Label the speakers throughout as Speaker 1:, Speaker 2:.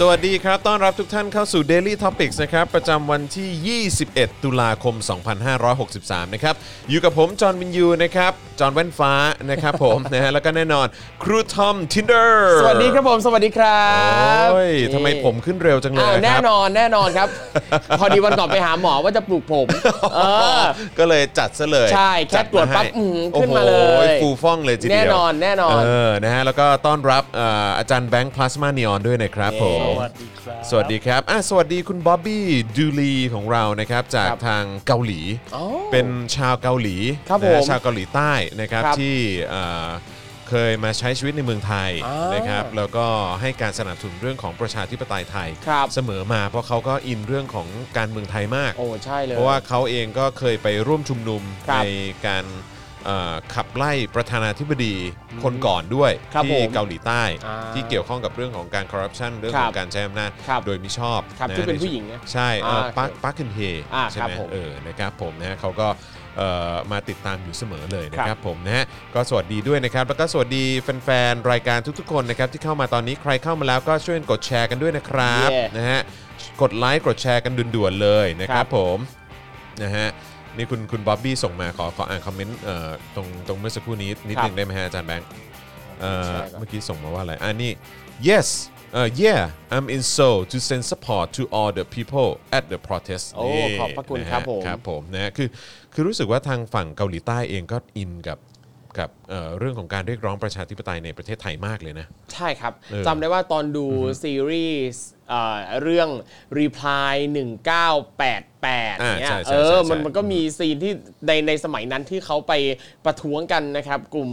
Speaker 1: สวัสดีครับ ต้อนรับทุกท่านเข้าสู่ Daily Topics นะครับ ประจำวันที่ 21 ตุลาคม 2563 นะครับ อยู่กับผม จอห์นวินยู นะครับ จอห์นแว่นฟ้า นะครับ ผม นะฮะ แล้วก็แน่นอน ครูทอมทินเดอร์
Speaker 2: สวัสดีครับผม สวัสดีครับ
Speaker 1: โอ้ย
Speaker 2: นี่
Speaker 1: ทำไมผมขึ้นเร็วจังเลย
Speaker 2: อ้าว
Speaker 1: ค
Speaker 2: แน่
Speaker 1: รับ
Speaker 2: นอนแน่นอนครับ พอดีวันก่อนไปหาหมอว่าจะปลูกผม เออ
Speaker 1: ก็เลยจัดซะเลย
Speaker 2: ใช่แค่
Speaker 1: จัด
Speaker 2: ตรวจปั๊บ
Speaker 1: ให้
Speaker 2: อื้อหือขึ้นมาเลย
Speaker 1: โอ้โหฟูฟ่องเลยทีเดียว
Speaker 2: แน่นอนแน่นอน
Speaker 1: เออนะฮะแล้วก็ต้อนรับเอ่ออาจารย์แบงค์พลาสมาเนียนด้วยนะครับผม
Speaker 3: สวัสดีครับ
Speaker 1: สวัสดีครับอ่ะสวัสดีคุณบ๊อบบี้ดูลีของเรานะครับจากทางเกาหลี
Speaker 2: อ๋อ
Speaker 1: เป็นชาวเกาหลี
Speaker 2: ครับ
Speaker 1: นะฮะ
Speaker 2: ผม
Speaker 1: ชาวเกาหลีใต้นะครับ
Speaker 2: ครับ
Speaker 1: ที่เอ่อเคยมาใช้ชีวิตในเมืองไทย
Speaker 2: อ่าน
Speaker 1: นะครับแล้วก็ให้การสนับสนุนเรื่องของประชาธิปไตยไทย
Speaker 2: ครับ
Speaker 1: เสมอมาเพราะเขาก็อินเรื่องของการเมืองไทยมาก
Speaker 2: โอ้ใช่เลย
Speaker 1: เพราะว่าเขาเองก็เคยไปร่วมชุมนุม
Speaker 2: ครับ
Speaker 1: ในการเอ่อขับไล่ประธานาธิบดีคนก่อนด้วย
Speaker 2: ครับ
Speaker 1: ที่
Speaker 2: ผม
Speaker 1: เกาหลีใต้
Speaker 2: อ่า
Speaker 1: ที่เกี่ยวข้องกับเรื่องของการคอร์รัปชันเรื่อง
Speaker 2: ครั
Speaker 1: ข
Speaker 2: บ
Speaker 1: องการใช้อำนาจ
Speaker 2: ครับ
Speaker 1: โดยมิชอบ
Speaker 2: ครับที่เป็นผู้หญิงนะ
Speaker 1: ใช่เอ่อ
Speaker 2: อ่า
Speaker 1: ปักปักคึนเฮ
Speaker 2: อ่า
Speaker 1: ใช่
Speaker 2: ครับ
Speaker 1: ไหม
Speaker 2: ผม
Speaker 1: เออนะครับผมนะฮะเขาก็เอ่อมาติดตามอยู่เสมอเลยนะค
Speaker 2: ครั
Speaker 1: รับบ ผมนะฮะก็สวัสดีด้วยนะครับ แล้วก็สวัสดีแฟนๆรายการทุกๆ คนนะครับที่เข้ามาตอนนี้ใครเข้ามาแล้วก็ช่วยกดแชร์กันด้วยนะครับ
Speaker 2: เย้
Speaker 1: นะฮะกดไลค์กดแชร์กันด่วนๆเลยนะครับผมนะฮะนี่คุณคุณบ๊อบบี้ส่งมาขอขออ่านคอมเมนต์เอ่อตรงตรงเมื่อสักครู่นี้นิด
Speaker 2: ครับ
Speaker 1: นึงได้ไหมฮะอาจารย์แบงค์เอ่อ
Speaker 2: แชร์ก่อน
Speaker 1: เมื่อกี้ส่งมาว่าอะไรอันนี้ yes เอ่อ yeah I'm in Seoul to send support to all the people at the protest
Speaker 2: โอ้
Speaker 1: นี่
Speaker 2: ขอบพระคุณ
Speaker 1: นฮ
Speaker 2: ครับผม
Speaker 1: ครับผมนะฮะคือคือรู้สึกว่าทางฝั่งเกาหลีใต้เองก็อินกับกับเอ่อเรื่องของการเรียกร้องประชาธิปไตยในประเทศไทยมากเลยนะ
Speaker 2: ใช่ครับ
Speaker 1: เออ
Speaker 2: จำได้ว่าตอนดูซีรีส์เอ่อเรื่อง Reply 1988
Speaker 1: อ่า
Speaker 2: เนี่ย
Speaker 1: ใช่ใช่
Speaker 2: เอ
Speaker 1: ใช่
Speaker 2: อ
Speaker 1: ใช่
Speaker 2: มันมันก็มีซีนที่ในในสมัยนั้นที่เขาไปประท้วงกันนะครับ กลุ่ม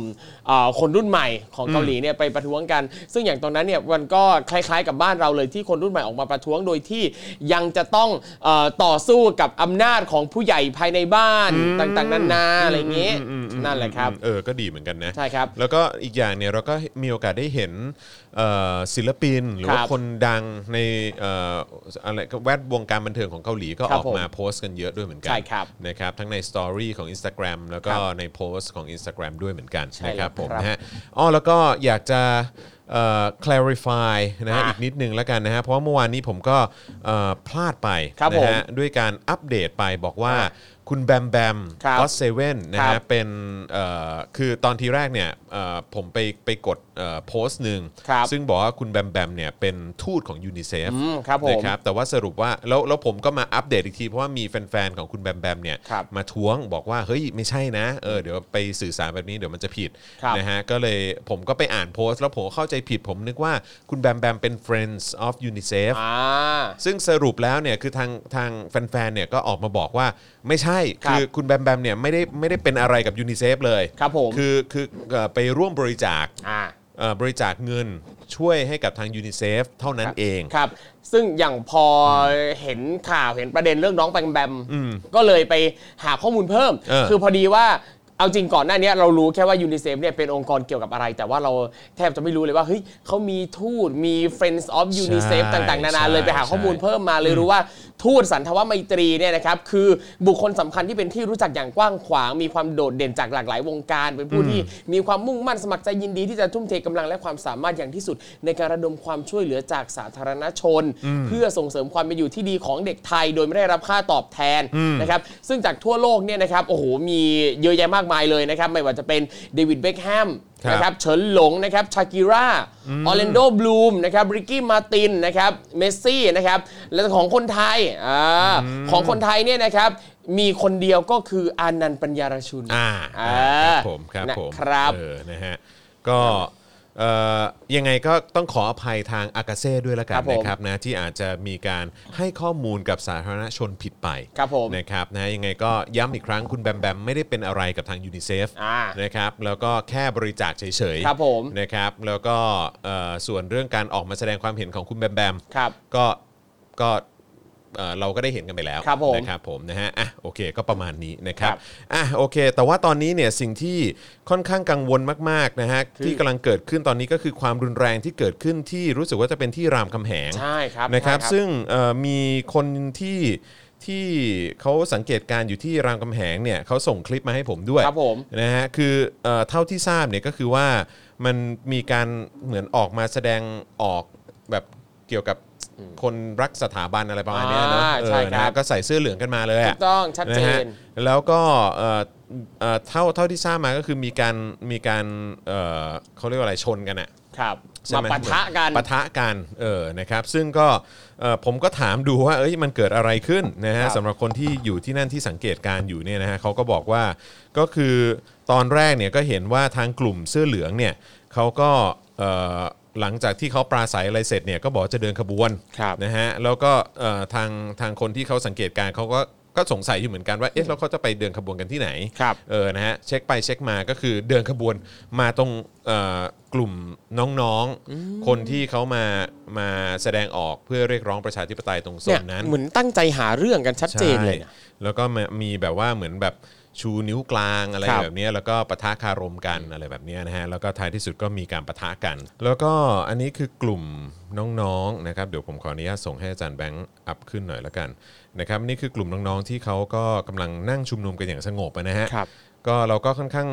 Speaker 2: เอ่อคนรุ่นใหม่ของเกาหลีเนี่ยไปประท้วงกัน ซึ่งอย่างตอนนั้นเนี่ยมันก็คล้ายๆกับบ้านเราเลยที่คนรุ่นใหม่ออกมาประท้วงโดยที่ยังจะต้องเอ่อต่อสู้กับอำนาจของผู้ใหญ่ภายในบ้านต่างๆนานาอะไรอย่างงี้นั่นแหละครับ
Speaker 1: เออก็ดีเหมือนกันนะ
Speaker 2: ใช่ครับ
Speaker 1: แล้วก็อีกอย่างเนี่ยเราก็มีโอกาสได้เห็นเอ่อศิลปิน หรือว่า
Speaker 2: ครับ
Speaker 1: คนดังในเอ่ออะไรก็แวดวงการบันเทิงของเกาหลีก็
Speaker 2: ค
Speaker 1: อ
Speaker 2: รับอก
Speaker 1: มาโพสต์กันเยอะด้วยเหมือนกั
Speaker 2: ใช่ครับ
Speaker 1: นะครับทั้งในสตอรี่ของ Instagram แล้วก็ในโพสต์ของ Instagram ด้วยเหมือนกัน
Speaker 2: ใช่
Speaker 1: นะครับผม
Speaker 2: ครับ
Speaker 1: นะฮะอ๋อแล้วก็อยากจะเอ่อ clarify นะฮะ
Speaker 2: อ่ะ
Speaker 1: อีกนิดนึงแล้วกันนะฮะเพราะว่าเมื่อวานนี้ผมก็เอ่อพลาดไป
Speaker 2: ครับ
Speaker 1: นะ
Speaker 2: ผม
Speaker 1: ฮะด้วยการอัปเดตไปบอกว่า
Speaker 2: อ่ะ
Speaker 1: คุณแบมแบม
Speaker 2: ครับ
Speaker 1: ก็เซเว่นนะ
Speaker 2: ครั
Speaker 1: ฮะ
Speaker 2: บ
Speaker 1: เป็นเอ่อคือตอนทีแรกเนี่ยเอ่อผมไปไปกดเอ่อโพสต์หนึ่ง
Speaker 2: ครับ
Speaker 1: ซึ่งบอกว่าคุณแบมแบมเนี่ยเป็นทูตของยูนิเซฟ
Speaker 2: อืมครับผม
Speaker 1: นะครับแต่ว่าสรุปว่าแล้วแล้วผมก็มาอัปเดตอีกที เพราะว่ามีแฟนๆ ของคุณแบมแบมเนี่ย
Speaker 2: ครับ
Speaker 1: มาท้วงบอกว่า เฮ้ย ไม่ใช่นะเออเดี๋ยวไปสื่อสารแบบนี้เดี๋ยวมันจะผิด
Speaker 2: ครับ
Speaker 1: นะฮะก็เลยผมก็ไปอ่านโพสต์แล้วผมเข้าใจผิดผมนึกว่าคุณแบมแบมเป็น friends of UNICEF
Speaker 2: อ่า
Speaker 1: ซึ่งสรุปแล้วเนี่ยคือทางทางแฟนๆเนี่ยก็ออกมาบอกว่าไม่ใช่
Speaker 2: ครับ
Speaker 1: คือคุณแบมแบมเนี่ยไม่ได้ไม่ได้เป็นอะไรกับยูนิเซฟเลย
Speaker 2: ครับผม
Speaker 1: คือคือเอ่อไปร่วมบริจาค
Speaker 2: อ่า
Speaker 1: เอ่อบริจาคเงินช่วยให้กับทางยูนิเซฟเท่านั้นเอง
Speaker 2: ครับ ซึ่งอย่างพออเห็นข่าวเห็นประเด็นเรื่องน้องแบมแบม ก็เลยไปหาข้อมูลเพิ่ม
Speaker 1: เออ
Speaker 2: คือพอดีว่าเอาจริงก่อนหน้าเนี้ยเรารู้แค่ว่ายูนิเซฟเนี่ยเป็นองค์กรเกี่ยวกับอะไร แต่ว่าเราแทบจะไม่รู้เลยว่าเฮ้ยเขามีทูตมี Friends of UNICEF
Speaker 1: ใช่
Speaker 2: ต่างๆ นานา
Speaker 1: ใช่
Speaker 2: เลยไปหาข้อมูล
Speaker 1: ใช่
Speaker 2: เพิ่มมาเลยรู้ว่าทูตสันทวไมตรีเนี่ยนะครับคือบุคคลสำคัญที่เป็นที่รู้จักอย่างกว้างขวาง มีความโดดเด่นจากหลากหลายวงการ เป็นผู้ที่มีความมุ่งมั่นสมัครใจยินดีที่จะทุ่มเทกำลังและความสามารถอย่างที่สุด ในการระดมความช่วยเหลือจากสาธารณชน เพื่อส่งเสริมความเป็นอยู่ที่ดีของเด็กไทย โดยไม่ได้รับค่าตอบแทนนะครับซึ่งจากทั่วโลกเนี่ยนะครับโอ้โหมีเยอะแยะมากมายเลยนะครับไม่ว่าจะเป็นเดวิดเบคแฮม
Speaker 1: ครับ
Speaker 2: นะครับ เฉินหลงนะครับ ชากิร่า ออร์แลนโด บลูม นะครับ ริกกี้ มาติน นะครับ เมสซี่ นะครับ และของคนไทยอาของคนไทยเนี่ยนะครับ มีคนเดียวก็คืออานันต์ปัญญารชุน
Speaker 1: อ่า
Speaker 2: อ่
Speaker 1: ครั
Speaker 2: า
Speaker 1: บผมครับผม
Speaker 2: นะครับ
Speaker 1: เออนะฮะก็เอ่อยังไงก็ต้องขออภัยทางอากาเซ่ด้วยละกัน
Speaker 2: ครับผม
Speaker 1: นะครับนะที่อาจจะมีการให้ข้อมูลกับสาธารณชนผิดไป
Speaker 2: ครับผม
Speaker 1: นะครับนะยังไงก็ย้ำอีกครั้งคุณแบมแบมไม่ได้เป็นอะไรกับทางยูนิเซฟ
Speaker 2: อ่า
Speaker 1: นะครับแล้วก็แค่บริจาคเฉยๆ
Speaker 2: ครับผม
Speaker 1: นะครับแล้วก็เอ่อส่วนเรื่องการออกมาแสดงความเห็นของคุณแบมแบม
Speaker 2: ครับ
Speaker 1: ก็ก็เอ่อเราก็ได้เห็นกันไปแล้ว
Speaker 2: ครับผม
Speaker 1: นะครับ ครับผมนะฮะ อ่ะ โอเค ก็ประมาณนี้นะครับ
Speaker 2: ครับ
Speaker 1: อ่ะ โอเค แต่ว่าตอนนี้เนี่ย สิ่งที่ค่อนข้างกังวลมาก ๆ นะฮะ
Speaker 2: คือ
Speaker 1: ที่กำลังเกิดขึ้นตอนนี้ก็คือความรุนแรงที่เกิดขึ้นที่รู้สึกว่าจะเป็นที่รามคำแหง
Speaker 2: ใช่ครับ
Speaker 1: นะครับ
Speaker 2: ใช่ครับ
Speaker 1: ซึ่งเอ่อมีคนที่ ที่เขาสังเกตการณ์อยู่ที่รามคำแหงเนี่ยเขาส่งคลิปมาให้ผมด้วย
Speaker 2: ครับผม
Speaker 1: นะฮะคือเอ่อเท่าที่ทราบเนี่ยก็คือว่ามันมีการเหมือนออกมาแสดงออกแบบเกี่ยวกับคนรักสถาบันอะไรประมาณเนี้ยนะ
Speaker 2: อ่า
Speaker 1: เอ
Speaker 2: ใช่
Speaker 1: อ
Speaker 2: ครับ
Speaker 1: นะฮะก็ใส่เสื้อเหลืองกันมาเลย
Speaker 2: ถู
Speaker 1: อะ
Speaker 2: กต้องชัดเจน
Speaker 1: นะฮะแล้วก็เอ่อเอ่อเท่าเท่าที่ทราบมาก็คือมีการมีการเอ่อเขาเรียกว่าอะไรชนกันอะ
Speaker 2: ครับ
Speaker 1: ใช่
Speaker 2: มา
Speaker 1: ไห
Speaker 2: ปะทะกัน
Speaker 1: ปะทะกันเออนะครับซึ่งก็เอ่อผมก็ถามดูว่าเอ้ยมันเกิดอะไรขึ้นนะฮะ
Speaker 2: ครับ
Speaker 1: สำหรับคนที่อยู่ที่นั่นที่สังเกตการณ์อยู่เนี่ยนะฮะเขาก็บอกว่าก็คือตอนแรกเนี่ยก็เห็นว่าทางกลุ่มเสื้อเหลืองเนี่ยเขาก็เอ่อหลังจากที่เขาปราศัยอะไรเสร็จเนี่ยก็บอกจะเดินขบวน
Speaker 2: ครับ
Speaker 1: นะฮะแล้วก็เอ่อทางทางคนที่เขาสังเกตการณ์เขาก็ก็สงสัยอยู่เหมือนกันว่าเอ๊ะแล้วเขาจะไปเดินขบวนกันที่ไหน
Speaker 2: ครับ
Speaker 1: เออนะฮะเช็คไปเช็คมาก็คือเดินขบวนมาตรงเอ่อกลุ่มน้องๆ คนที่เขามามาแสดงออกเพื่อเรียกร้องประชาธิปไตยตรงโซ
Speaker 2: เนี่ย
Speaker 1: นนั้น
Speaker 2: เหมือนตั้งใจหาเรื่องกันชัดเจนเลยนะ
Speaker 1: ใช่แล้วก็มามีแบบว่าเหมือนแบบชูนิ้วกลางอะไร
Speaker 2: ครับ
Speaker 1: แบบเนี้ยแล้วก็ปะทะคารมกันอะไรแบบเนี้ยนะฮะแล้วก็ท้ายที่สุดก็มีการปะทะกัน แล้วก็อันนี้คือกลุ่มน้องๆนะครับเดี๋ยวผมขออนุญาตส่งให้อาจารย์แบงค์อัพขึ้นหน่อยละกันนะครับนี่คือกลุ่มน้องๆที่เขาก็กำลังนั่งชุมนุมกันอย่างสงบอะนะฮะ
Speaker 2: ครับ
Speaker 1: ก็เราก็ค่อนข้าง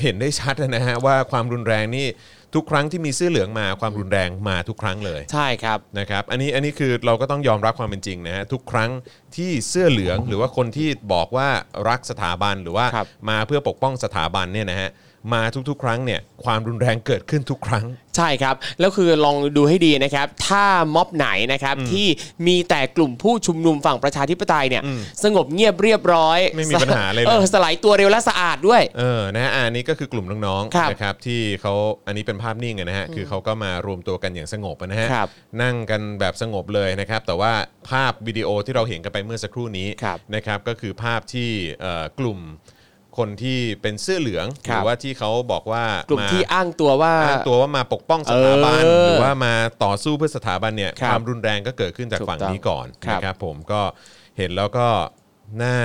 Speaker 1: เห็นได้ชัดนะฮะว่าความรุนแรงนี่ทุกครั้งที่มีเสื้อเหลืองมาความรุนแรงมาทุกครั้งเลย
Speaker 2: ใช่ครับ
Speaker 1: นะครับอันนี้อันนี้คือเราก็ต้องยอมรับความเป็นจริงนะฮะทุกครั้งที่เสื้อเหลืองหรือว่าคนที่บอกว่ารักสถาบันหรือว่า
Speaker 2: ครับ
Speaker 1: มาเพื่อปกป้องสถาบันเนี่ยนะฮะมาทุกๆ ครั้งเนี่ยความรุนแรงเกิดขึ้นทุกครั้ง
Speaker 2: ใช่ครับ แล้วคือลองดูให้ดีนะครับ ถ้าม็อบไหนนะครับที่มีแต่กลุ่มผู้ชุมนุมฝั่งประชาธิปไตยเนี่ย สงบเงียบเรียบร้อย
Speaker 1: ไม่มีปัญหาอะไรเลย
Speaker 2: เออสลายตัวเร็วและสะอาดด้วย
Speaker 1: เออนะฮะอันนี้ก็คือกลุ่มน้อง
Speaker 2: ครับ
Speaker 1: ๆนะครับที่เขาอันนี้เป็นภาพนิ่งอะนะฮะคือเขาก็มารวมตัวกันอย่างสงบอะนะฮะ
Speaker 2: ครับ
Speaker 1: นั่งกันแบบสงบเลยนะครับแต่ว่าภาพวิดีโอที่เราเห็นกันไปเมื่อสักครู่นี้
Speaker 2: ครับ
Speaker 1: นะครับก็คือภาพที่เอ่อกลุ่มคนที่เป็นเสื้อเหลืองห
Speaker 2: ครับ
Speaker 1: รือว่าที่เขาบอกว่าก
Speaker 2: กลุ่ม
Speaker 1: มา
Speaker 2: ที่อ้างตัวว่า
Speaker 1: อ้างตัวว่ามาปกป้องสถาบัน
Speaker 2: เออ
Speaker 1: หรือว่ามาต่อสู้เพื่อสถาบันเนี่ย
Speaker 2: ครับ
Speaker 1: ความรุนแรงก็เกิดขึ้นจาก
Speaker 2: ถูก
Speaker 1: ฝั่ง
Speaker 2: ต้อง
Speaker 1: นี้ก่อน
Speaker 2: ครับ
Speaker 1: นะครับผมก็เห็นแล้วก็น่า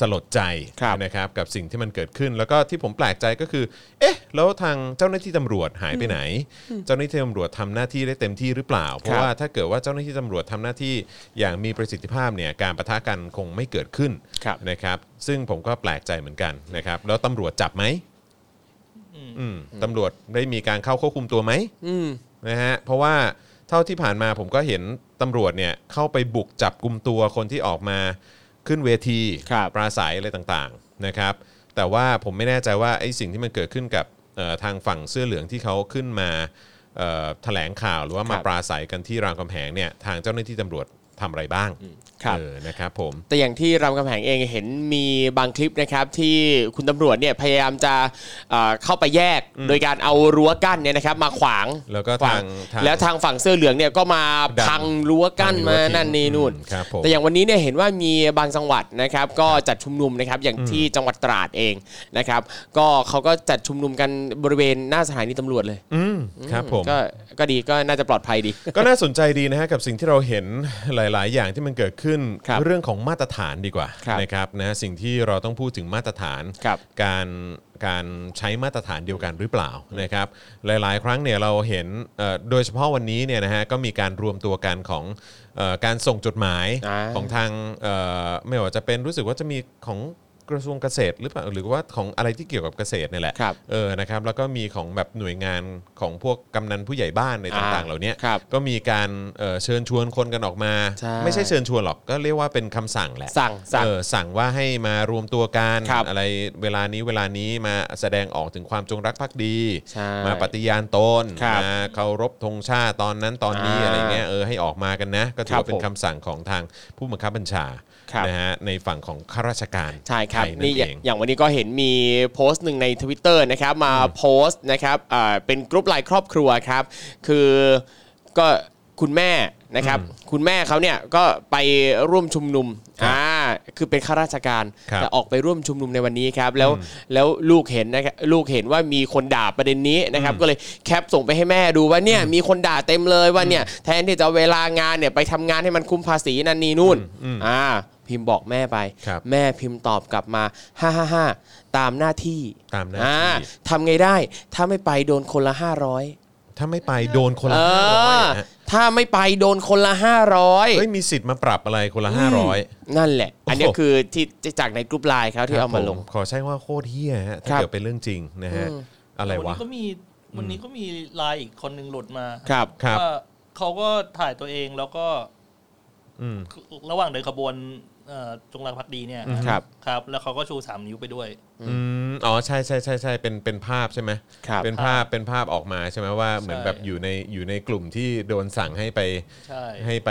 Speaker 1: สลดใจ
Speaker 2: ครับ
Speaker 1: นะครับกับสิ่งที่มันเกิดขึ้น แล้วก็ที่ผมแปลกใจก็คือ เอ๊ะแล้วทางเจ้าหน้าที่ตำรวจหายไปไหน เจ้าหน้าที่ตำรวจทำหน้าที่ได้เต็มที่หรือเปล่า เพราะว่าถ้าเกิดว่าเจ้าหน้าที่ตำรวจทำหน้าที่อย่างมีประสิทธิภาพเนี่ยการประทะกันคงไม่เกิดขึ้น
Speaker 2: ครับ
Speaker 1: นะครับซึ่งผมก็แปลกใจเหมือนกันนะครับแล้วตำรวจจับไหม อืมตำรวจได้มีการเข้าควบคุมตัวไหม
Speaker 2: อืม
Speaker 1: นะฮะเพราะว่าเท่าที่ผ่านมาผมก็เห็นตำรวจเนี่ยเข้าไปบุกจับกลุ่มตัวคนที่ออกมาขึ้นเวที
Speaker 2: ครับ
Speaker 1: ปราศัยอะไรต่างๆนะครับ แต่ว่าผมไม่แน่ใจว่าไอ้สิ่งที่มันเกิดขึ้นกับเอ่อทางฝั่งเสื้อเหลืองที่เขาขึ้นมาเอ่อแถลงข่าวหรือว่ามา
Speaker 2: ครับ
Speaker 1: ปราศัยกันที่รามคำแหงเนี่ยทางเจ้าหน้าที่ตำรวจทำอะไรบ้าง
Speaker 2: ครับ
Speaker 1: เออนะครับผม
Speaker 2: แต่อย่างที่รามคำแหงเองเห็นมีบางคลิปนะครับที่คุณตำรวจเนี่ยพยายามจะเอ่อเข้าไปแยกโดยการเอารั้วกั้นเนี่ยนะครับมาขวาง
Speaker 1: แล้วก็
Speaker 2: ข
Speaker 1: ทางทาง
Speaker 2: แล้วทางฝั่งเสื้อเหลืองเนี่ยก็มา
Speaker 1: ดัน
Speaker 2: พังรั้วกั้นมา
Speaker 1: พังรั้วทิ้ง
Speaker 2: นั่นนี่นู่น
Speaker 1: อืมครับผม
Speaker 2: แต่อย่างวันนี้เนี่ยเห็นว่ามีบางจังหวัดนะครับก็จัดชุมนุมนะครับอย่างที่จังหวัดตราดเองนะครับก็เขาก็จัดชุมนุมกันบริเวณหน้าสถานีตำรวจเลย
Speaker 1: อืมครับผม
Speaker 2: ก็ก็ดีก็น่าจะปลอดภัยดี
Speaker 1: ก็น่าสนใจดีนะฮะกับสิ่งที่เราเห็นหลาย ๆ อย่างที่มันเกิดขึ้น
Speaker 2: ครับ
Speaker 1: เรื่องของมาตรฐานดีกว่า
Speaker 2: ครับ
Speaker 1: นะครับนะสิ่งที่เราต้องพูดถึงมาตรฐาน
Speaker 2: ครับ
Speaker 1: การการใช้มาตรฐานเดียวกันหรือเปล่านะครับหลาย ๆ ครั้งเนี่ยเราเห็นเอ่อโดยเฉพาะวันนี้เนี่ยนะฮะก็มีการรวมตัวกันของเอ่อการส่งจดหมาย
Speaker 2: อ่า
Speaker 1: ของทางเอ่อไม่ว่าจะเป็นรู้สึกว่าจะมีของกระทรวงเกษตรหรือเปล่าหรือว่าของอะไรที่เกี่ยวกับเกษตรเนี่ยแหละ
Speaker 2: ครับ
Speaker 1: เออ นะครับ แล้วก็มีของแบบหน่วยงานของพวกกำนันผู้ใหญ่บ้านใน
Speaker 2: อ่า
Speaker 1: ต่างๆ เหล่าเนี้ย
Speaker 2: ครับ
Speaker 1: ก็มีการเอ่อเชิญชวนคนกันออกมา
Speaker 2: ใช่
Speaker 1: ไม่ใช่เชิญชวนหรอก ก็เรียกว่าเป็นคำสั่งแหละ
Speaker 2: สั่งสั่ง
Speaker 1: เออสั่งว่าให้มารวมตัวกัน
Speaker 2: ครับ
Speaker 1: อะไรเวลานี้เวลานี้มาแสดงออกถึงความจงรักภักดี
Speaker 2: ใช่
Speaker 1: มาปฏิญาณตน
Speaker 2: ครับ
Speaker 1: มาเคารพธงชาติตอนนั้นตอนนี้
Speaker 2: อ่า
Speaker 1: อะไรเงี้ยเออให้ออกมากันนะ ก็ถือว่า
Speaker 2: ครับ
Speaker 1: เป็นคำสั่งของทางผู้บังคับบัญชา
Speaker 2: ครับ
Speaker 1: นะฮะในฝั่งของข้าราชการ
Speaker 2: ใช่ครับ
Speaker 1: ไทยนั่
Speaker 2: นี่
Speaker 1: น
Speaker 2: อ
Speaker 1: เอย่าง ง
Speaker 2: อย่างวันนี้ก็เห็นมีโพสต์หนึ่งใน Twitter นะครับมาโพสต์นะครับอ่าเป็นกรุ๊ปไลน์ครอบครัวครับ คือก็คุณแม่นะครับ คุณแม่เขาเนี่ยก็ไปร่วมชุมนุม
Speaker 1: ครับ
Speaker 2: อ่าคือเป็นข้าราชการ
Speaker 1: ครับ
Speaker 2: แต่ออกไปร่วมชุมนุมในวันนี้ครับ แล้วแล้วลูกเห็นนะครับลูกเห็นว่ามีคนด่าประเด็นนี้นะครับ ก็เลยแคปส่งไปให้แม่ดูว่าเนี่ยมีคนด่าเต็มเลยว่าเนี่ยแทนที่จะเอาเวลางานเนี่ยไปทำงานให้มันคุ้มภาษีนั่นนี่นู่นอ่าพิมพ์บอกแม่ไป
Speaker 1: ครับ
Speaker 2: แม่พิมพ์ตอบกลับมา 5 5 5 ตามหน้าที่
Speaker 1: ตามหน้าที่
Speaker 2: อ่ทำไงได้ ถ้าไม่ไปโดนคนละ 500
Speaker 1: ถ้าไม่ไปโดนคน
Speaker 2: เอ
Speaker 1: ละห้าร้อย
Speaker 2: อ
Speaker 1: ฮะ
Speaker 2: ถ้าไม่ไปโดนคนละ
Speaker 1: เฮ้ย
Speaker 2: 500
Speaker 1: มีสิทธิ์มาปรับอะไรคนละห้าร้อย
Speaker 2: นั่นแหละ อันเนี้ย
Speaker 1: โอ้โห
Speaker 2: คือที่จากในกรุ๊ปไลน์เขาที่เอามาลง
Speaker 1: ครับผขอใช้ว่าโคตรเฮี้ยฮะถ้า
Speaker 2: ครับ
Speaker 1: เกิดเป็นเรื่องจริงนะฮะ อะไร
Speaker 4: วั
Speaker 1: วะ
Speaker 4: นนี้ก็มีวันนี้ก็มีไลน์อีกคนหนึ่งหลุดมา
Speaker 2: ครับ
Speaker 1: ครับ
Speaker 4: ว่าเขาก็ถ่ายตัวเองแล้วก็
Speaker 1: อืม
Speaker 4: ระหว่างเดินขบวนเอ่อจงรักภักดีเนี่ย
Speaker 1: อืม
Speaker 2: ครับ
Speaker 4: ครับ แล้วเขาก็ชูสามนิ้วไปด้วย
Speaker 1: อืมอ๋อใช่ใช่ใช่ใช่เป็นเป็นภาพใช่ไหม
Speaker 2: ครับ
Speaker 1: เป็นภาพเป็นภาพออกมาใช่ไหมว่าเหมือนแบบอยู่ในอยู่ในกลุ่มที่โดนสั่งให้ไป
Speaker 4: ใช่
Speaker 1: ให้ไป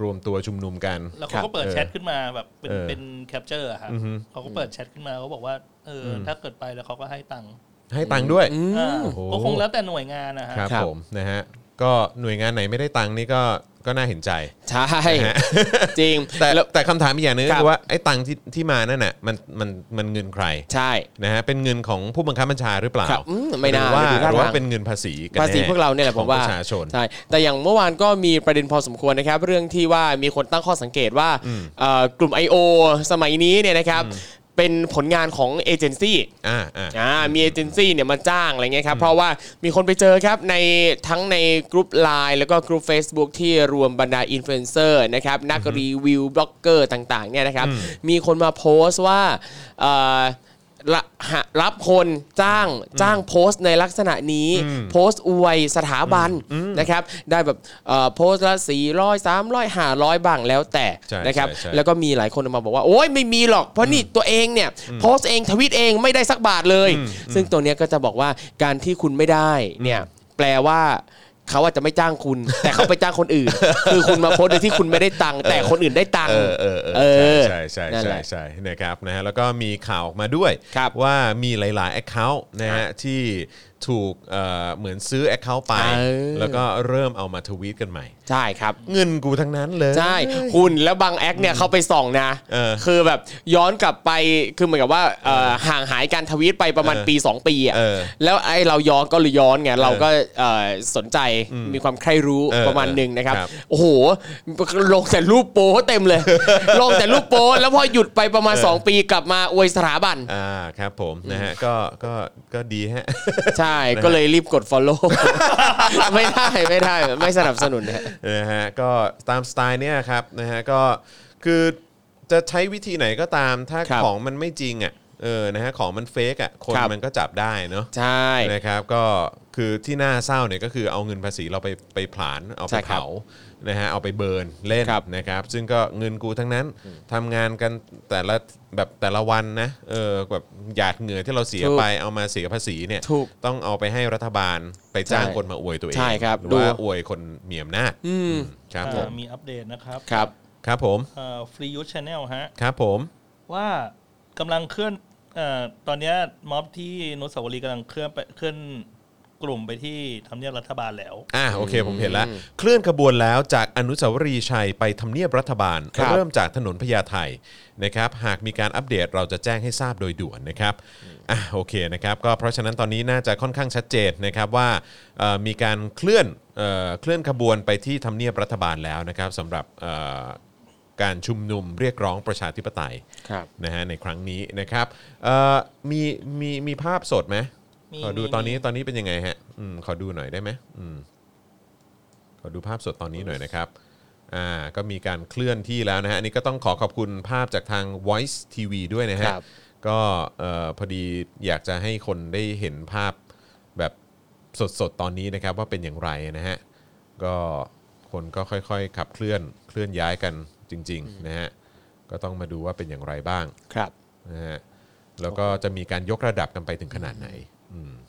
Speaker 1: รวมตัวชุมนุมกัน
Speaker 4: แล้ว
Speaker 2: ค
Speaker 4: เขา
Speaker 2: รั
Speaker 4: ก็
Speaker 2: บ
Speaker 4: เปิด
Speaker 1: เออ
Speaker 4: แชทขึ้นมาแบบเป็น
Speaker 1: เออ
Speaker 4: เป็นแคปเจอร์ครับ
Speaker 1: อือฮึ
Speaker 4: เขาก็เปิดแชทขึ้นมาเขาบอกว่าเอออ
Speaker 1: ม
Speaker 4: ถ้าเกิดไปแล้วเขาก็ให้ตังค์
Speaker 1: ให้ตังค์ด้วย
Speaker 2: อืม
Speaker 4: อ่า
Speaker 1: โอ้โห
Speaker 4: ก็คงแล้วแต่หน่วยงานนะฮะ
Speaker 1: ครับ
Speaker 2: ครับ
Speaker 1: ผมนะฮะก็หน่วยงานไหนไม่ได้ตังค์นี่ก็ก็น่าเห็นใจ
Speaker 2: ใช่ จริง
Speaker 1: แต่
Speaker 2: ล้ว
Speaker 1: แต่คำถามอีกอย่างหนึงก็
Speaker 2: ครับ
Speaker 1: คือว่าไอ้ตังค์ที่ที่มานั่นน่ะมันมันมันเงินใคร
Speaker 2: ใช่
Speaker 1: นะฮะเป็นเงินของผู้บังคับบัญชาหรือเปล่า
Speaker 2: ครับอืมไม่น่า
Speaker 1: หรือว่า
Speaker 2: ดู
Speaker 1: ห
Speaker 2: ท่า
Speaker 1: รือว่า
Speaker 2: ทาง
Speaker 1: เป็นเงินภาษีกัน
Speaker 2: ภา
Speaker 1: แน่
Speaker 2: ษีพวกเราเนี่ยแหละ
Speaker 1: ข
Speaker 2: ผ
Speaker 1: อง
Speaker 2: ม
Speaker 1: ป
Speaker 2: ว่า
Speaker 1: ระชาชน
Speaker 2: ใช่แต่อย่างเมื่อวานก็มีประเด็นพอสมควรนะครับ เรื่องที่ว่ามีคนตั้งข้อสังเกตว่าเอ่อกลุ่ม I.O. สมัยนี้เนี่ยนะครับ เป็นผลงานของเอเจนซี่
Speaker 1: อ่าอ่า
Speaker 2: อ่ามีเอเจนซี่เนี่ยมาจ้างอะไรเงี้ยครับ เพราะว่ามีคนไปเจอครับในทั้งในกลุ่ม Line แล้วก็กลุ่ม Facebook ที่รวมบรรดาอินฟลูเอนเซอร์นะครับนักรีวิวบล็อกเกอร์ต่างๆเนี่ยนะครับ มีคนมาโพสต์ว่าเอ่อละหารับคนจ้างจ้างโพสต์ในลักษณะนี้
Speaker 1: อืม
Speaker 2: โพสต์อวยสถาบันนะครับ ได้แบบเอ่อโพสต์ละ400 300 500 บ้างแล้วแต่
Speaker 1: ใช่
Speaker 2: นะครับ
Speaker 1: ใช่ใช่
Speaker 2: แล้วก็มีหลายคนออกมาบอกว่า โอ๊ยไม่มีหรอกเพราะนี่ตัวเองเนี่ยโพสต์เองทวิตเองไม่ได้สักบาทเลย ซึ่งตัวเนี้ยก็จะบอกว่าการที่คุณไม่ได้เนี่ยแปลว่าเขาอาจจะไม่จ้าง คุณ แต่เขาไปจ้างคนอื่น คือคุณมาโพสต์โดยที่คุณไม่ได้ตังค์แต่คนอื่นได้ตังค์
Speaker 1: เออเออเอ
Speaker 2: เอ
Speaker 1: อ
Speaker 2: อ
Speaker 1: ใช่ใช่
Speaker 2: นั่น
Speaker 1: ใช่
Speaker 2: แห
Speaker 1: ใช่
Speaker 2: ละ
Speaker 1: ใช่นะครับนะฮะแล้วก็มีข่าวออกมาด้วย
Speaker 2: ครับ
Speaker 1: ว่ามีหลาย ๆ Account นะฮะที่ถูกเอ่อเหมือนซื้อ Account ไป
Speaker 2: เออ
Speaker 1: แล้วก็เริ่มเอามาทวีตกันใหม่
Speaker 2: ใช่ครับ
Speaker 1: เงินกูทั้งนั้นเลย
Speaker 2: ใช่คุณแล้วบางแอคเนี่ยเขาไปส่องนะ
Speaker 1: เออ
Speaker 2: คือแบบย้อนกลับไปคือเหมือนกับว่าเอ่อห่างหายการทวีตไปประมาณ
Speaker 1: เออ
Speaker 2: ปี 2 ปีอ่ะ
Speaker 1: เออ
Speaker 2: แล้วไอ้เราย้อนก็หรือย้อนไงเราก็เอ่อสนใจมีความใคร่รู้
Speaker 1: เออ
Speaker 2: ประมาณหนึ่งนะครับ
Speaker 1: ครับ
Speaker 2: โอ้โห ลงแต่รูปโป้เต็มเลย ลงแต่รูปโป้แล้วพอหยุดไปประมาณ 2 ปีกลับมาอวยสถาบัน
Speaker 1: อ่าครับผมนะฮะก็ก็ก็ดีฮะ
Speaker 2: ใช่ก็เลยรีบกด follow ไม่ได้ไม่ได้ไม่สนับสนุนนะ
Speaker 1: นะฮะก็ตามสไตล์เนี่ยครับนะฮะก็คือจะใช้วิธีไหนก็ตามถ้า
Speaker 2: ครับ
Speaker 1: ของมันไม่จริงอ่ะเออนะฮะของมันเฟกอ่ะคน
Speaker 2: ครับ
Speaker 1: มันก็จับได้เนาะ
Speaker 2: ใช่
Speaker 1: นะครับก็คือที่น่าเศร้าเนี่ยก็คือเอาเงินภาษีเราไปไปผลาญเอา
Speaker 2: ใช่
Speaker 1: ไป
Speaker 2: ครับ
Speaker 1: เผานะฮะเอาไปเบิร์นเล่น
Speaker 2: ครับ
Speaker 1: นะครับซึ่งก็เงินกูทั้งนั้นทำงานกันแต่ละแบบแต่ละวันนะเออแบบหยาดเหงื่อที่เราเสีย
Speaker 2: ถูก
Speaker 1: ไปเอามาเสียภาษีเนี่ย
Speaker 2: ถูก
Speaker 1: ต้องเอาไปให้รัฐบาลไปจ้าง
Speaker 2: ใช่
Speaker 1: คนมาอวยตัวเอง
Speaker 2: ใช่ครับ
Speaker 1: หรือ
Speaker 2: ดู
Speaker 1: ว่าอวยคนมีอำนาจ
Speaker 2: อืม
Speaker 1: ครับผ
Speaker 4: อ่าม มีอัปเดตนะครับ
Speaker 2: ครับ
Speaker 1: ครับผม
Speaker 4: ฟรียูชแนลฮะ
Speaker 1: ครับผม
Speaker 4: ว่ากำลังเคลื่อนเออตอนเนี้ยม็อบที่อนุสาวรีย์กำลังเคลื่อนไปเคลื่อนกลุ่มไปที่ทำเนียบรัฐบาลแล้ว
Speaker 1: อ่าโอเคผมเห็นแล้ว เคลื่อนขบวนแล้วจากอนุสาวรีย์ชัยไปทำเนียบรัฐบาล
Speaker 2: ครับ
Speaker 1: เริ่มจากถนนพญาไทนะครับหากมีการอัปเดตเราจะแจ้งให้ทราบโดยด่วนนะครับอ่าโอเคนะครับก็เพราะฉะนั้นตอนนี้น่าจะค่อนข้างชัดเจนนะครับว่าเอ่อมีการเคลื่อนเอ่อเคลื่อนขบวนไปที่ทำเนียบรัฐบาลแล้วนะครับสำหรับเอ่อการชุมนุมเรียกร้องประชาธิปไตย
Speaker 2: ครับ
Speaker 1: นะฮะในครั้งนี้นะครับเอ่อมีมีมีภาพสดไหม
Speaker 4: มี
Speaker 1: ขอดู
Speaker 4: มี
Speaker 1: ตอนนี้
Speaker 4: มี
Speaker 1: ตอนนี้เป็นยังไงฮะอืมขอดูหน่อยได้ไหมอืมขอดูภาพสดตอนนี้หน่อยนะครับอ่าก็มีการเคลื่อนที่แล้วนะฮะอันนี้ก็ต้องขอขอบคุณภาพจากทาง Voice TV ด้วยนะฮะ
Speaker 2: ครับ
Speaker 1: ก็เอ่อพอดีอยากจะให้คนได้เห็นภาพแบบสดๆตอนนี้นะครับ ว่าเป็นอย่างไรนะฮะก็คนก็ค่อยๆขับเคลื่อนเคลื่อนย้ายกันจริงๆนะฮะก็ต้องมาดูว่าเป็นอย่างไรบ้าง
Speaker 2: ครับ
Speaker 1: นะฮะแล้วก็จะมีการยกระดับกันไปถึงขนาดไหน อืม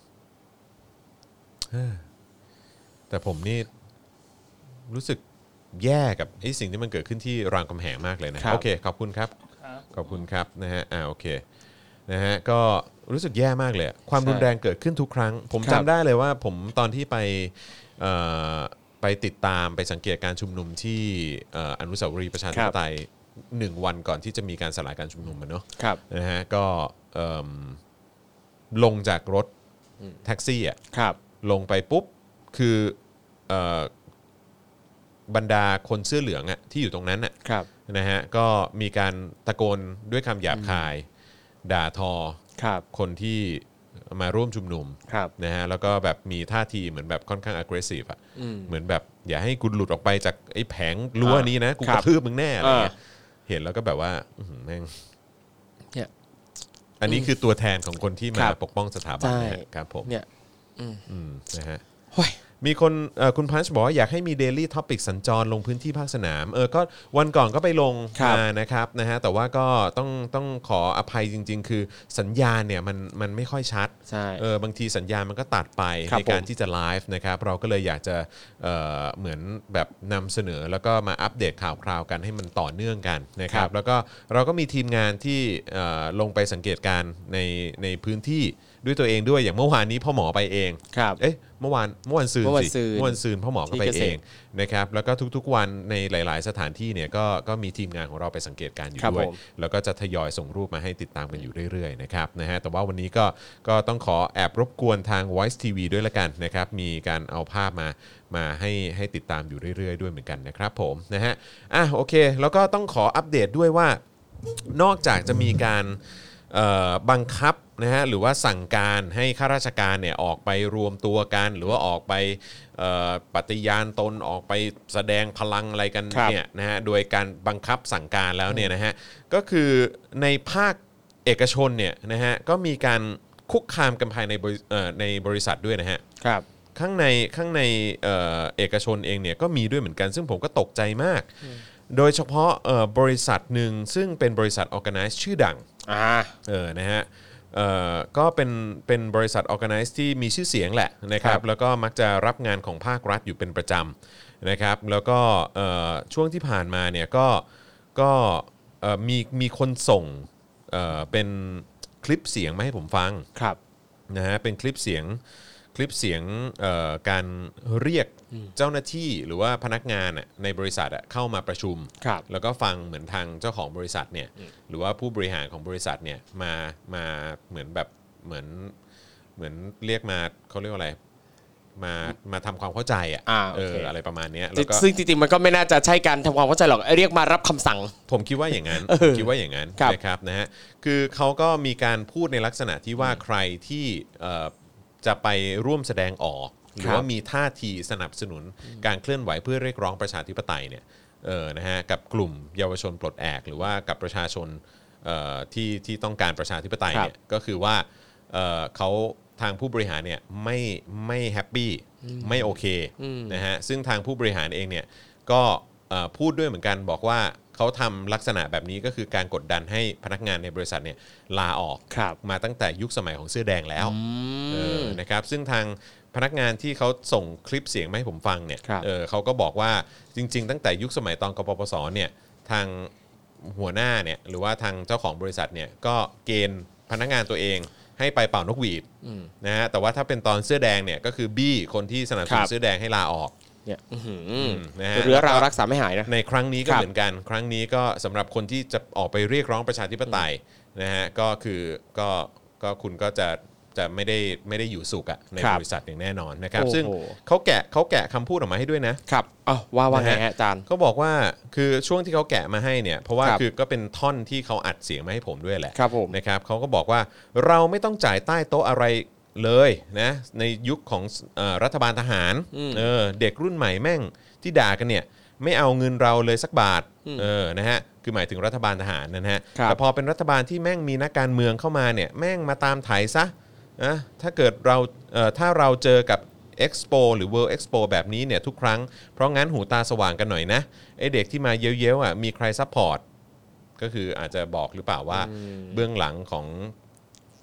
Speaker 1: เฮ้อแต่ผมนี่รู้สึกแย่กับไอ้สิ่งที่มันเกิดขึ้นที่รามคำแหงมากเลยนะครับ โอเค ขอบคุณครับ
Speaker 4: ครับ
Speaker 1: ขอบคุณครับนะฮะอ่าโอเคนะฮะก็รู้สึกแย่มากเลยอะความรุนแรงเกิดขึ้นทุกครั้ง ผม
Speaker 2: ครั
Speaker 1: จำ
Speaker 2: บ
Speaker 1: ได้เลยว่าผมตอนที่ไปเอ่อไปติดตามไปสังเกตการชุมนุมที่เอ่ออนุสาวรีย์ประชาธิปไตยหนึ่งวันก่อนที่จะมีการสลายการชุมนุมอะเนาะ
Speaker 2: ครับ
Speaker 1: นะฮะก็เอิ่มลงจากรถแท็กซี่อ่ะ
Speaker 2: ครับ
Speaker 1: ลงไปปุ๊บ คือเอ่อบรรดาคนเสื้อเหลืองอ่ะที่อยู่ตรงนั้นอ่ะ
Speaker 2: ครับ
Speaker 1: นะฮะก็มีการตะโกนด้วยคำหยาบคาย ด่าทอ
Speaker 2: ครับ
Speaker 1: คนที่ มาร่วมชุมนุม
Speaker 5: ครับ
Speaker 1: นะฮะแล้วก็แบบมีท่าทีเหมือนแบบค่อนข้าง aggressive อ่ะเหมือนแบบอย่าให้กูหลุดออกไปจากไอ้แผงรั้วนี้นะกู
Speaker 5: ครั
Speaker 1: ก
Speaker 5: บ
Speaker 1: ระทืบมึงแน่อะไรเงี้ย
Speaker 5: อ่
Speaker 1: เห็นแล้วก็แบบว่าอื้อหือแม่ง
Speaker 5: เนี่ย
Speaker 1: อันนี้คือตัวแทนของคนที่
Speaker 5: ค
Speaker 1: มา
Speaker 5: รับ
Speaker 1: ปกป้องสถาบัน
Speaker 5: ใช่
Speaker 1: นะฮะครับผม
Speaker 5: เนี่ย
Speaker 1: อืมนะฮะ
Speaker 5: โอ้ย
Speaker 1: มีคนเอ่อคุณพันช์บอกว่าอยากให้มี Daily t o p i c สัญจรลงพื้นที่ภาคสนามเออก็วันก่อนก็ไปลง
Speaker 5: ครับ
Speaker 1: มานะครับนะฮะแต่ว่าก็ต้องต้องขออภัยจริง ๆ คือสัญญาณเนี่ยมันมันไม่ค่อยชัด
Speaker 5: ใช่
Speaker 1: เออบางทีสัญญาณมันก็ตัดไป
Speaker 5: ครับ
Speaker 1: ในการ
Speaker 5: ผม
Speaker 1: ที่จะไลฟ์นะครับเราก็เลยอยากจะเอ่อเหมือนแบบนำเสนอแล้วก็มาอัปเดตข่าวคราวกันให้มันต่อเนื่องกันนะครั
Speaker 5: ครับ บ
Speaker 1: แล้วก็เราก็มีทีมงานที่เอ่อลงไปสังเกตการณ์ในในพื้นที่ด้วยตัวเองด้วยอย่างเมื่อวานนี้พ่อหมอไปเอง
Speaker 5: ครับ
Speaker 1: เอ๊ะเมื่อวานเมื่อวันซืน
Speaker 5: เมื่อวัน
Speaker 1: สิ
Speaker 5: ซืน
Speaker 1: เมื่อวันซืนพ่อหมอก็ไป
Speaker 5: ที่เกษตร
Speaker 1: เองนะครับแล้วก็ทุกๆวันในหลาย ๆ สถานที่เนี่ยก็ก็มีทีมงานของเราไปสังเกตการณ์อยู่
Speaker 5: ครับ
Speaker 1: ด้วย
Speaker 5: ผม
Speaker 1: แล้วก็จะทยอยส่งรูปมาให้ติดตามกันอยู่เรื่อยๆนะครับนะฮะแต่ว่าวันนี้ก็ก็ต้องขอแอบรบกวนทาง Voice TV ด้วยละกันนะครับมีการเอาภาพมามาให้ให้ติดตามอยู่เรื่อย ๆ ด้วยเหมือนกันนะครับผมนะฮะอ่ะโอเค แล้วก็ต้องขออัปเดตด้วยว่า นอกจากจะมีการเอ่อบังคับนะฮะหรือว่าสั่งการให้ข้าราชการเนี่ยออกไปรวมตัวกัน หรือว่าออกไปเอ่อปฏิญาณตนออกไปแสดงพลังอะไรกัน
Speaker 5: ครับ
Speaker 1: เนี่ยนะฮะโดยการบังคับสั่งการแล้วเนี่ยนะฮะก็คือในภาคเอกชนเนี่ยนะฮะก็มีการคุกคามกันภายในบริเอ่อในบริษัทด้วยนะฮะ
Speaker 5: ครับ
Speaker 1: ข้างในข้างในเอ่อเอกชนเองเนี่ยก็มีด้วยเหมือนกัน ซึ่งผมก็ตกใจมาก โดยเฉพาะเอ่อบริษัทหนึ่งซึ่งเป็นบริษัท organize ชื่อดัง
Speaker 5: อ่า
Speaker 1: เออนะฮะเอ่อก็เป็นเป็นบริษัท organize ที่มีชื่อเสียงแหละนะครั
Speaker 5: ครั
Speaker 1: บ
Speaker 5: บ
Speaker 1: แล้วก็มักจะรับงานของภาครัฐอยู่เป็นประจำนะครับ แล้วก็เอ่อช่วงที่ผ่านมาเนี่ยก็ก็เอ่อมีมีคนส่งเอ่อเป็นคลิปเสียงมาให้ผมฟัง
Speaker 5: ครับ
Speaker 1: นะฮะเป็นคลิปเสียงคลิปเสียงเอ่อการเรียกเจ้าหน้าที่หรือว่าพนักงานน่ะในบริษัทอะเข้ามาประชุม
Speaker 5: ครับ
Speaker 1: แล้วก็ฟังเหมือนทางเจ้าของบริษัทเนี่ยหรือว่าผู้บริหารของบริษัทเนี่ยมามาเหมือนแบบเหมือนเหมือนเรียกมาเขาเรียกว่าอะไรมามาทำความเข้าใจอะ
Speaker 5: อ่าโอ
Speaker 1: เอ
Speaker 5: เค
Speaker 1: ออะไรประมาณเนี้ยแล้วก็
Speaker 5: ซึ่งจริงๆ มันก็ไม่น่าจะใช่การทำความเข้าใจหรอกเรียกมารับคำสั่ง
Speaker 1: ผมคิดว่าอย่างนั้น
Speaker 5: เออ
Speaker 1: ผมคิดว่าอย่างนั้น
Speaker 5: ครับ
Speaker 1: นะครับนะฮะคือเขาก็มีการพูดในลักษณะที่ว่าใครที่เอ่อจะไปร่วมแสดงออก หรือว่ามีท่าทีสนับสนุนการเคลื่อนไหวเพื่อเรียกร้องประชาธิปไตยเนี่ยเออนะฮะกับกลุ่มเยาวชนปลดแอก หรือว่ากับประชาชนเอ่อที่ที่ต้องการประชาธิปไตยเนี่ยก็คือว่าเอ่อเขาทางผู้บริหารเนี่ยไม่ไม่แฮปปี้ไม่โอเคนะฮะซึ่งทางผู้บริหารเองเนี่ย ก็เอ่อพูดด้วยเหมือนกันบอกว่าเขาทำลักษณะแบบนี้ก็คือการกดดันให้พนักงานในบริษัทเนี่ยลาออก
Speaker 5: ครับ
Speaker 1: มาตั้งแต่ยุคสมัยของเสื้อแดงแล้วเออนะครับซึ่งทางพนักงานที่เขาส่งคลิปเสียงมาให้ผมฟังเนี่ย
Speaker 5: ครับ
Speaker 1: เออเขาก็บอกว่าจริง ๆ ตั้งแต่ยุคสมัยตอนกปปสเนี่ยทางหัวหน้าเนี่ยหรือว่าทางเจ้าของบริษัทเนี่ยก็เกณฑ์พนักงานตัวเองให้ไปเป่านกหวีดนะฮะแต่ว่าถ้าเป็นตอนเสื้อแดงเนี่ยก็คือบี้คนที่สนับสนุ
Speaker 5: ครั
Speaker 1: น
Speaker 5: บ
Speaker 1: เสื้อแดงให้ลาออก
Speaker 5: เนี่ยอื้อหือ
Speaker 1: นะฮะ
Speaker 5: เรื้อรังรักษาไม่หายนะ
Speaker 1: ในครั้งนี้ก็
Speaker 5: ครับ
Speaker 1: เหมือนกัน ครั้งนี้ก็สำหรับคนที่จะออกไปเรียกร้องประชาธิปไตยนะฮะก็คือก็ก็คุณก็จะจะไม่ได้ไม่ได้อยู่สุขอะใน
Speaker 5: ครับ บ
Speaker 1: ริษัทอย่างแน่นอนนะครับ
Speaker 5: โอ้โห
Speaker 1: ซึ่งเขาแกะเขาแกะคำพูดออกมาให้ด้วยนะ
Speaker 5: ครับอ้าวว่าว่าไง
Speaker 1: นะฮะ
Speaker 5: ฮะอาจารย์
Speaker 1: เขาบอกว่าคือช่วงที่เขาแกะมาให้เนี่ยเพราะว่า
Speaker 5: ครับ
Speaker 1: คือก็เป็นท่อนที่เขาอัดเสียงมาให้ผมด้วยแหละ
Speaker 5: ครับผม
Speaker 1: นะครับเขาก็บอกว่าเราไม่ต้องจ่ายใต้โต๊ะอะไรเลยนะในยุคของเออรัฐบาลทหารเออเด็กรุ่นใหม่แม่งที่ด่ากันเนี่ยไม่เอาเงินเราเลยสักบาทเออนะฮะคือหมายถึงรัฐบาลทหารนะฮะ
Speaker 5: ครับ
Speaker 1: แต่พอเป็นรัฐบาลที่แม่งมีนักการเมืองเข้ามาเนี่ยแม่งมาตามไถซะนะถ้าเกิดเราเอ่อถ้าเราเจอกับ Expo หรือ World Expo แบบนี้เนี่ยทุกครั้ง เพราะงั้นหูตาสว่างกันหน่อยนะไอเด็กที่มาเย้ยวๆอ่ะมีใครซัพพอร์ต ก็คืออาจจะบอกหรือเปล่าว่าเบื้องหลังของ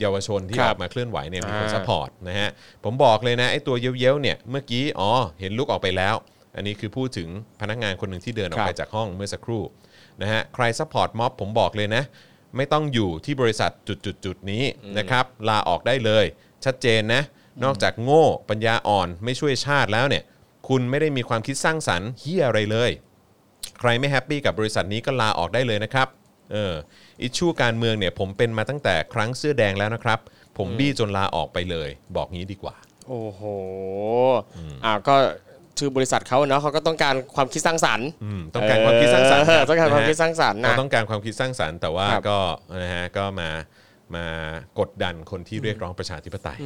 Speaker 1: เยาวชนที่
Speaker 5: ครั
Speaker 1: อบ อกมาเคลื่อนไหวเนี่ยมีคน
Speaker 5: อ่า
Speaker 1: ซัพพอร์ตนะฮะผมบอกเลยนะไอตัวเย้ยวๆเนี่ยเมื่อกี้อ๋อเห็นลุกออกไปแล้ว อันนี้คือพูดถึงพนักงานคนหนึ่งที่เดินออกไปจากห้องเมื่อสักครู่นะฮะใครซัพพอร์ตม็อบผมบอกเลยนะ ไม่ต้องอยู่ที่บริษัทจุดๆๆนี้นะครับลาออกได้เลย ชัดเจนนะ นอกจากโง่ปัญญาอ่อนไม่ช่วยชาติแล้วเนี่ย คุณไม่ได้มีความคิดสร้างสรรค์เฮียอะไรเลย ใครไม่แฮปปี้กับบริษัทนี้ก็ลาออกได้เลยนะครับเอออิชชูการเมืองเนี่ยผมเป็นมาตั้งแต่ครั้งเสื้อแดงแล้วนะครับ ผมบี้จนลาออกไปเลย บอกงี้ดีกว่า
Speaker 5: โอ้โหอ่าก็ชื่อบริษัทเขาเนาะเขาก็ต้องการความคิดสร้างสรรค์
Speaker 1: อืมต้องการความคิดสร้างสรรค์
Speaker 5: เออต้องการความคิดส
Speaker 1: นะฮะ
Speaker 5: ร้างสรรค์
Speaker 1: เรา
Speaker 5: นะ
Speaker 1: ต้องการความคิดสร้างสรรค์แต่ว่า
Speaker 5: ครับ
Speaker 1: ก็นะฮะก็มา มากดดันคนที่เรียกร้องประชาธิปไตย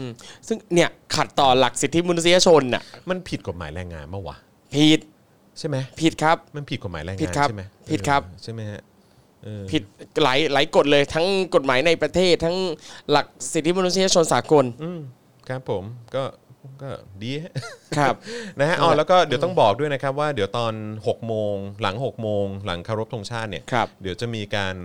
Speaker 2: ซึ่งเนี่ยขัดต่อหลักสิทธิมนุษยชนน่ะ
Speaker 1: มันผิดกฎหมายแรงงานมาวะ
Speaker 2: ผิด
Speaker 1: ใช่ไหม
Speaker 2: ผิดครับ
Speaker 1: มันผิดกฎหมายแรง
Speaker 2: ผิ
Speaker 1: งา
Speaker 2: ด
Speaker 1: น
Speaker 2: ครับ
Speaker 1: ใช่ไหม
Speaker 2: ผิดครับ
Speaker 1: เออใช่ไหมฮะเออ
Speaker 2: ผิดหลายหลายกฎเลยทั้งกฎหมายในประเทศ ทั้งหลักสิทธิมนุษยชนสากล
Speaker 1: อืมครับผมก็ก็ดีฮะ
Speaker 2: ครับ
Speaker 1: นะฮะอ๋
Speaker 2: นั่
Speaker 1: อน
Speaker 2: แหละ
Speaker 1: แล้วก็เดี๋ยวต้องบอกด้วยนะครับว่าเดี๋ยวตอน 6 โมง หลัง 6 โมง หลังเคารพธงชาติเนี่ย
Speaker 2: ครับ
Speaker 1: เดี๋ยวจะมีการ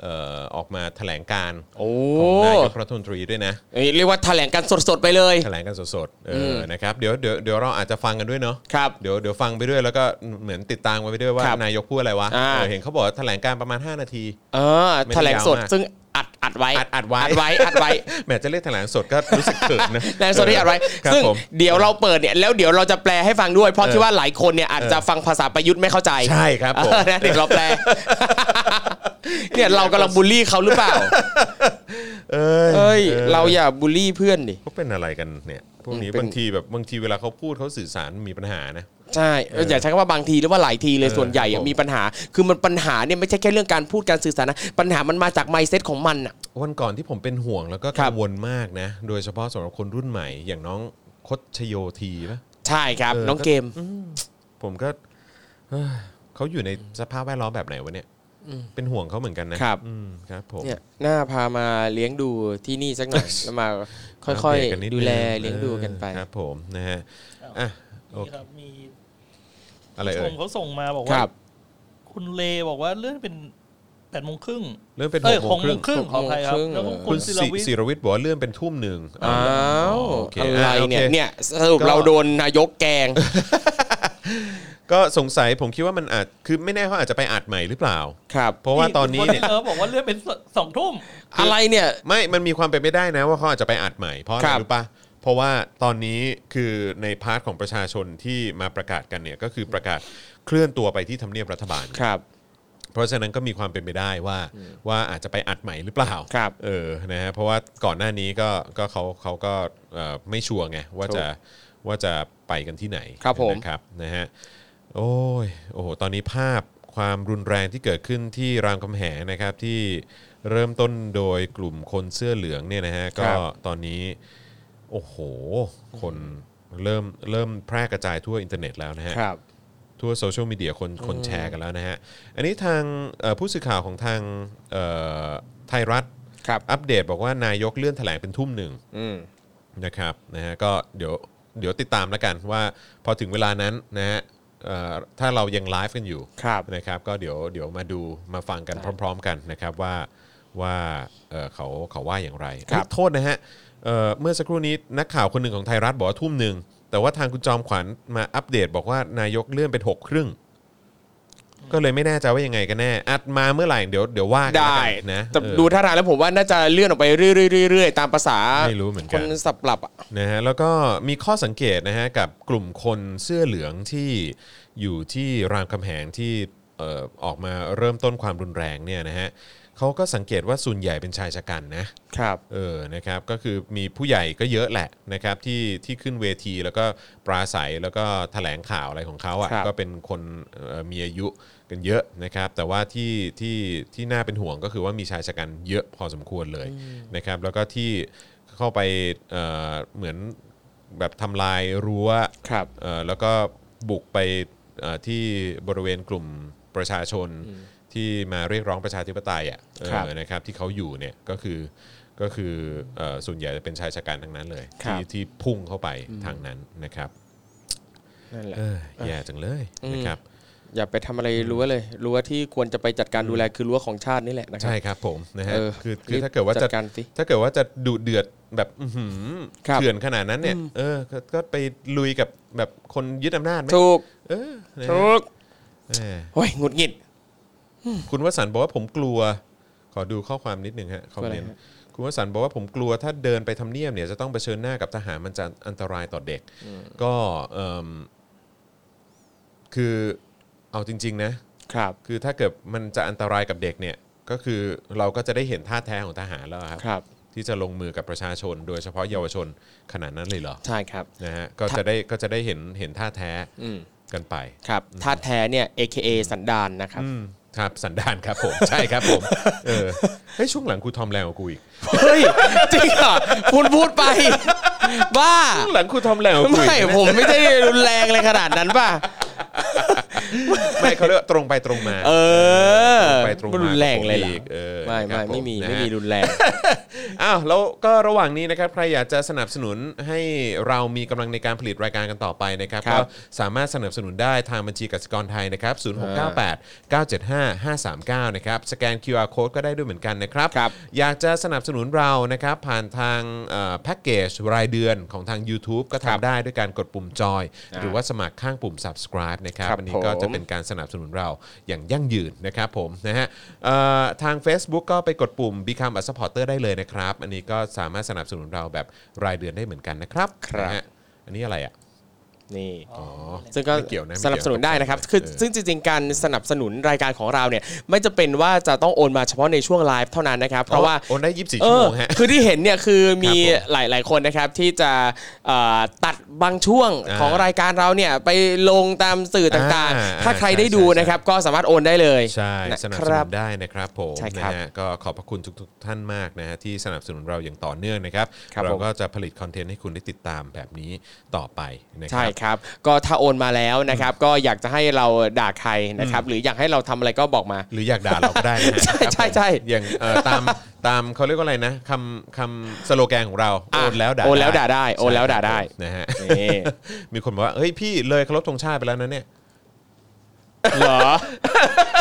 Speaker 1: เอ่อออกมาแถลงการ
Speaker 2: โอ้
Speaker 1: ของนายกรัฐมนตรีด้วยนะ
Speaker 2: เอ้ยเรียกว่าแถลงการสดๆไปเลย
Speaker 1: แถลงกันสดๆเออนะครับเดี๋ยวเดี๋ยวเดี๋ยวเราอาจจะฟังกันด้วยเนาะ
Speaker 2: ครับ
Speaker 1: เดี๋ยวเดี๋ยวฟังไปด้วยแล้วก็เหมือนติดตามกันไปด้วยว่า
Speaker 2: ครับ
Speaker 1: นายกพูดอะไรวะ
Speaker 2: อ่า
Speaker 1: เออเห็นเขาบอกว่าแถลงการประมาณ 5 นาที
Speaker 2: เออ
Speaker 1: ไม่ได้
Speaker 2: แถลงสด
Speaker 1: ยาวมาก
Speaker 2: ซึ่งอัดอัดไว้
Speaker 1: อัดอัดไว้
Speaker 2: อัดไว้อัด ไว้
Speaker 1: แหมจะเรียกแถลงสดก็รู้สึกเขินนะ
Speaker 2: แรงสดที่อัดไว้
Speaker 1: ครับ
Speaker 2: ซึ่ง
Speaker 1: ผม
Speaker 2: เดี๋ยวเราเปิดเนี่ยแล้วเดี๋ยวเราจะแปลให้ฟังด้วย เพราะคิดว่าหลายคนเนี่ยอาจจะฟังภาษาประยุทธ์ไม่เข้าใจ
Speaker 1: ใช่ครับผม
Speaker 2: เออนะเดี๋ยวเรา แปล เนี่ยเรากำลังบูลลี่เขาหรือเปล่า
Speaker 1: เอ้ย
Speaker 2: เอ้ย
Speaker 1: ออ
Speaker 2: เราอย่าบูลลี่เพื่อนดิ
Speaker 1: เขาเป็นอะไรกันเนี่ยพวกนี้
Speaker 2: เป็น
Speaker 1: บางทีแบบบางทีเวลาเขาพูดเขาสื่อสารมีปัญหานะ
Speaker 2: ใช่เอออย่าใช้คำว่าบางทีหรือว่าหลายทีเลย
Speaker 1: เออ
Speaker 2: ส่วนใหญ่
Speaker 1: ครั
Speaker 2: อะ
Speaker 1: บผม
Speaker 2: มีปัญหา คือมันปัญหาเนี่ยไม่ใช่แค่เรื่องการพูดการสื่อสารนะปัญหามันมาจากไมเซ็ตของมันอ่ะ
Speaker 1: วันก่อนที่ผมเป็นห่วงแล้วก็
Speaker 2: ครั
Speaker 1: กับ งวลมากนะ โดยเฉพาะสำหรับคนรุ่นใหม่ อย่างน้องคดชโยทีปะ
Speaker 2: ใช่ครับ
Speaker 1: เออ
Speaker 2: น้องเกม
Speaker 1: ผมก็ เอ้ยเขาอยู่ในสภาพแวดล้อมแบบไหนวะเนี่ยเป็นห่วงเขาเหมือนกันนะครับ อืมครับผม
Speaker 2: เนี่ยน่าพามาเลี้ยงดูที่นี่สักห น่อย แล้วมาค่
Speaker 1: อั
Speaker 2: อย
Speaker 1: ปเตกันนิ
Speaker 2: ๆ ดูแลเลี้ยงดูกันไป
Speaker 1: เออครับผมนะฮะอ่ะโอเค
Speaker 4: นี่ครับมี
Speaker 1: อะไร
Speaker 4: ช
Speaker 1: เอ่ย
Speaker 4: มเขาส่งมาบอก
Speaker 2: ค
Speaker 4: ว่า
Speaker 2: รับ
Speaker 4: คุณเลบอกว่าเลื่อนเป็นแปดโมงครึ่ง
Speaker 1: เริ่มเป็นห
Speaker 4: เอ้ย
Speaker 1: กโม
Speaker 4: ห
Speaker 1: งค
Speaker 4: กโม
Speaker 1: รึ่
Speaker 4: ง
Speaker 1: ง
Speaker 4: ครึ่ง
Speaker 2: หกโม
Speaker 4: ของ อภัยค
Speaker 2: ครึ่
Speaker 4: รับ
Speaker 2: ง
Speaker 4: แล้วก็
Speaker 1: คุ
Speaker 4: คุณ ณ
Speaker 1: ศิ
Speaker 4: ศิ
Speaker 1: ร
Speaker 4: ร
Speaker 1: วิทย์
Speaker 4: วิทย์
Speaker 1: ศิรวิทย์บอกว่าเลื่อนเป็นทุ่มหนึ่ง
Speaker 2: อ้าว
Speaker 1: อ๋อโอเค
Speaker 2: อะไร
Speaker 1: อ่ะโอ
Speaker 2: เนี่ย
Speaker 1: ค
Speaker 2: เนี่ยสรุป
Speaker 1: ก็
Speaker 2: เราโดนนายก แกล้ง
Speaker 1: ก็สงสัยผมคิดว่ามันอาจคือไม่แน่เขาอาจจะไปอัดใหม่หรือเปล่า
Speaker 2: ครับ
Speaker 1: เพราะว่าตอนนี้เนี่ย
Speaker 4: เออบอกว่าเลื่อนเป็นสองทุ่ม
Speaker 2: อะไรเนี่ย
Speaker 1: ไม่ มันมีความเป็นไปได้นะว่าเขาอาจจะไปอัดใหม่เพราะอะไร
Speaker 2: ครับ
Speaker 1: รู้ปะเพราะว่าตอนนี้คือในพาร์ทของประชาชนที่มาประกาศกันเนี่ยก็คือประกาศเคลื่อนตัวไปที่ทำเนียบรัฐบาล
Speaker 2: ครับ
Speaker 1: เพราะฉะนั้นก็มีความเป็นไปได้ว่าว่าอาจจะไปอัดใหม่หรือเปล่า
Speaker 2: ครับ
Speaker 1: เออนะฮะเพราะว่าก่อนหน้านี้ก็ก็เขาเขาก็เอ่อไม่ชัวร์ไงว่าจะว่าจะไปกันที่ไหน
Speaker 2: ครับผม
Speaker 1: นะครับนะฮะโอ้ยโอ้โหตอนนี้ภาพความรุนแรงที่เกิดขึ้นที่รามคำแหงนะครับที่เริ่มต้นโดยกลุ่มคนเสื้อเหลืองเนี่ยนะฮะก็ตอนนี้ โอ้โห คนเริ่มเริ่มแพร่กระจายทั่วอินเทอร์เน็ตแล้วนะฮะ
Speaker 2: ครับ
Speaker 1: ทั่วโซเชียลมีเดียคนคนแชร์กันแล้วนะฮะ อันนี้ทางเอ่อผู้สื่อข่าวของทางเอ่อไทยรัฐ
Speaker 2: ครับ
Speaker 1: อัปเดตบอกว่านายกเลื่อนแถลงเป็นทุ่มหนึ่ง
Speaker 2: อืม
Speaker 1: นะครับนะฮะก็เดี๋ยวเดี๋ยวติดตามแล้วกันว่าพอถึงเวลานั้นนะฮะเอ่อถ้าเรายังไลฟ์กันอยู่
Speaker 2: ครับ
Speaker 1: นะครับก็เดี๋ยวเดี๋ยวมาดูมาฟังกันพร้อม ๆ กันนะครับว่าว่าเอ่อเขาเขาว่าอย่างไร
Speaker 2: ครับ
Speaker 1: เอ้ยโทษนะฮะเอ่อเมื่อสักครู่นี้นักข่าวคนหนึ่งของไทยรัฐบอกว่าทุ่มหนึ่งแต่ว่าทางคุณจอมขวัญมาอัปเดตบอกว่านายกเลื่อนเป็นหกครึ่งก็เลยไม่แน่ใจว่ายังไงกันแน่อัดมาเมื่อไหร่เดี๋ยวเดี๋ยวว่ากันแล้ว
Speaker 2: ได้
Speaker 1: กันนะ
Speaker 2: แต่
Speaker 1: เออ
Speaker 2: ดูท่าทางแล้วผมว่าน่าจะเลื่อนออกไปเรื่อยๆๆๆตามภาษา
Speaker 1: ไม่รู้เหมือนกัน
Speaker 2: คนสับหลับอะ
Speaker 1: นะฮะแล้วก็มีข้อสังเกตนะฮะกับกลุ่มคนเสื้อเหลืองที่อยู่ที่รามคำแหงที่เอ่อออกมาเริ่มต้นความรุนแรงเนี่ยนะฮะเขาก็สังเกตว่าส่วนใหญ่เป็นชายชะกันนะครับ เออนะครับก็คือมีผู้ใหญ่ก็เยอะแหละนะครับที่ที่ขึ้นเวทีแล้วก็ปราศัยแล้วก็แถลงข่าวอะไรของเขา
Speaker 2: ครั
Speaker 1: อะ่ะ
Speaker 2: บ
Speaker 1: ก็เป็นคนเอ่อมีอายุกันเยอะนะครับแต่ว่าที่ที่ที่น่าเป็นห่วงก็คือว่ามีชายชะกันเยอะพอสมควรเลยนะครับแล้วก็ที่เข้าไปเอ่อเหมือน แบบทำลายรั้ว
Speaker 2: ครับ
Speaker 1: เอ่อแล้วก็บุกไปเอ่อที่บริเวณกลุ่มประชาชนที่มาเรียกร้องประชาธิปไตยอ่ะเออ
Speaker 2: ครับ
Speaker 1: นะครับที่เขาอยู่เนี่ยก็คือก็คือเอ่อส่วนใหญ่จะเป็นชายชะกันทั้งนั้นเลย
Speaker 2: ครั
Speaker 1: ที่
Speaker 2: บ
Speaker 1: ที่พุ่งเข้าไปทางนั้นนะครับ
Speaker 2: นั่นแหละ
Speaker 1: เออแย่จังเลยนะครับ
Speaker 2: อย่าไปทำอะไรรั้วเลยรั้วที่ควรจะไปจัดการดูแลคือรั้วของชาตินี่แหละนะครั
Speaker 1: ใช่ครับผมนะฮะ
Speaker 2: เออ
Speaker 1: คือคือถ้าเกิดว่าจะ
Speaker 2: จัดการสิ
Speaker 1: ถ้าเกิดว่าจะดูเดือดแบบอื้อหือ
Speaker 2: ครับ
Speaker 1: เถื่อนขนาดนั้นเนี่ยเออก็ก็ไปลุยกับแบบคนยึดอำนาจไหม
Speaker 2: ถูก
Speaker 1: เออนะฮะ
Speaker 2: ถูก
Speaker 1: เออ
Speaker 2: โอ้ยหงุดหงิด
Speaker 1: คุณวสันต์บอกว่าผมกลัว ขอดูข้อความนิดหนึ่งฮะคอมเมนต์
Speaker 2: ว่าอะไรฮะ
Speaker 1: คุณวสันต์บอกว่าผมกลัวถ้าเดินไปทำเนียบเนี่ยจะต้องเผชิญหน้ากับทหารมันจะอันตรายต่อเด็ก ก็เอิ่มคือเอาจริง ๆ นะ
Speaker 2: ครับ
Speaker 1: คือถ้าเกิดมันจะอันตรายกับเด็กเนี่ย ก็คือเราก็จะได้เห็นท่าแท้ของทหารแล้วครับ
Speaker 2: ครับ
Speaker 1: ที่จะลงมือกับประชาชน โดยเฉพาะเยาวชนขนาดนั้นเลยเหรอ
Speaker 2: ใช่ครับ
Speaker 1: นะฮะก็จะได้ก็จะได้เห็นเห็นท่าแท้
Speaker 2: อืม
Speaker 1: กันไป
Speaker 2: ครับท่าแท้เนี่ย AKA สันดานนะครับ
Speaker 1: อืม ครับสันดานครับผม ใช่ครับผมเออเฮ้ยช่วงหลังครูทอมแรงกว่ากูอีก
Speaker 2: เฮ้ย จริงเหรอคุณพูด ไป บ้า
Speaker 1: ช่วงหลังครูทอมแรงกว่ากูอีก
Speaker 2: ไม่ ผมไม่ได้รุนแรงเลยขนาดนั้นป่ะ
Speaker 1: ไม่เขาเรียกว่าตรงไปตรงมา
Speaker 2: เออ
Speaker 1: ไปตรงมา
Speaker 2: รุนแรงเลยเหรอ
Speaker 1: อีกเออ
Speaker 2: ไม่
Speaker 1: นะค
Speaker 2: ไม่
Speaker 1: รับผ
Speaker 2: ไม่มี
Speaker 1: นะ
Speaker 2: ไม่
Speaker 1: ฮะ
Speaker 2: มีรุน แรง
Speaker 1: อ้าวแล้วก็ระหว่างนี้นะครับใครอยากจะสนับสนุนให้เรามีกำลังในการผลิตรายการกันต่อไปนะครับ
Speaker 2: ครั
Speaker 1: ก็
Speaker 2: บ
Speaker 1: สามารถสนับสนุนได้ทางบัญชีกสิกรไทยนะครับ0698 975 539นะครับสแกน QR code ก็ได้ด้วยเหมือนกันนะครับ
Speaker 2: ครับ
Speaker 1: อยากจะสนับสนุนเรานะครับผ่านทางเอ่อแพ็กเกจรายเดือนของทาง YouTube ก็ทำได้ด้วยการกดปุ่มจอย หรือว่าสมัครข้างปุ่ม subscribe นะครับ
Speaker 2: ครับ
Speaker 1: อันนี้ก็จะ
Speaker 2: ผม
Speaker 1: เป็น เป็นการสนับสนุนเราอย่างยั่งยืนนะครับผมนะฮะเอ่อทาง Facebook ก็ไปกดปุ่ม Become a supporter ได้เลยนะครับ อันนี้ก็สามารถสนับสนุนเราแบบรายเดือนได้เหมือนกันนะครับ
Speaker 2: ครับ
Speaker 1: นะฮะอันนี้อะไรอ่ะ
Speaker 2: นี่
Speaker 1: อ๋อ
Speaker 2: ซึ่งก็
Speaker 1: ไม่เกี่ยวนะไม่เกี่ยว
Speaker 2: สนับสนุนได้นะครับ คือ
Speaker 1: เออ
Speaker 2: ซึ่งจริงๆ การสนับสนุนรายการของเราเนี่ย ไม่จะเป็นว่าจะต้องโอนมาเฉพาะในช่วงไลฟ์เท่านั้นนะครับ เพราะว่า
Speaker 1: โอนได้24
Speaker 2: เออ
Speaker 1: ชั่วโมงฮะ
Speaker 2: คือที่เห็นเนี่ยคือมี
Speaker 1: ครับผม
Speaker 2: หลายๆคนนะครับที่จะเอ่อตัดบางช่วง
Speaker 1: อ่า
Speaker 2: ของรายการเราเนี่ยไปลงตามสื่อต่าง
Speaker 1: อ่า
Speaker 2: ๆ ถ้าใคร
Speaker 1: ใช่
Speaker 2: ได้ดู
Speaker 1: ใช่
Speaker 2: นะครับก็สามารถโอนได้เลย
Speaker 1: ใช่
Speaker 2: นะ
Speaker 1: สนับ
Speaker 2: ค
Speaker 1: สนุ
Speaker 2: รับ
Speaker 1: นได้นะครับผม
Speaker 2: ใช่ค
Speaker 1: นะ
Speaker 2: รับ
Speaker 1: ฮะก็ขอบพระคุณทุกๆท่านมากนะฮะที่สนับสนุนเราอย่างต่อเนื่องนะครับ
Speaker 2: ครับ
Speaker 1: เรา
Speaker 2: ผม
Speaker 1: ก็จะผลิตคอนเทนต์ให้คุณได้ติดตามแบบนี้ต่อไปนะค
Speaker 2: ใช่
Speaker 1: รับ
Speaker 2: ครับ ก็ถ้าโอนมาแล้วนะครับ ก็อยากจะให้เราด่าใครนะครับ หรืออยากให้เราทำอะไรก็บอกมา
Speaker 1: หรืออยากด่าเราก็ได้นะฮะ
Speaker 2: ใช่
Speaker 1: ครับผม
Speaker 2: ใช่ใช่
Speaker 1: อย่างเอ่อตามตามเขาเรียกว่าอะไรนะคำคำสโลแกนของเรา
Speaker 2: อ่ะ
Speaker 1: โอนแล้วด่า
Speaker 2: โอนแล้วด่าได้โอนแล้ว
Speaker 1: ใช่
Speaker 2: ด่าได้
Speaker 1: ครับผมนะฮะ
Speaker 2: นี่
Speaker 1: มีคนบอกว่าเฮ้ยพี่เลยเคารพธงชาติไปแล้วนะเนี่ย
Speaker 2: เหรอ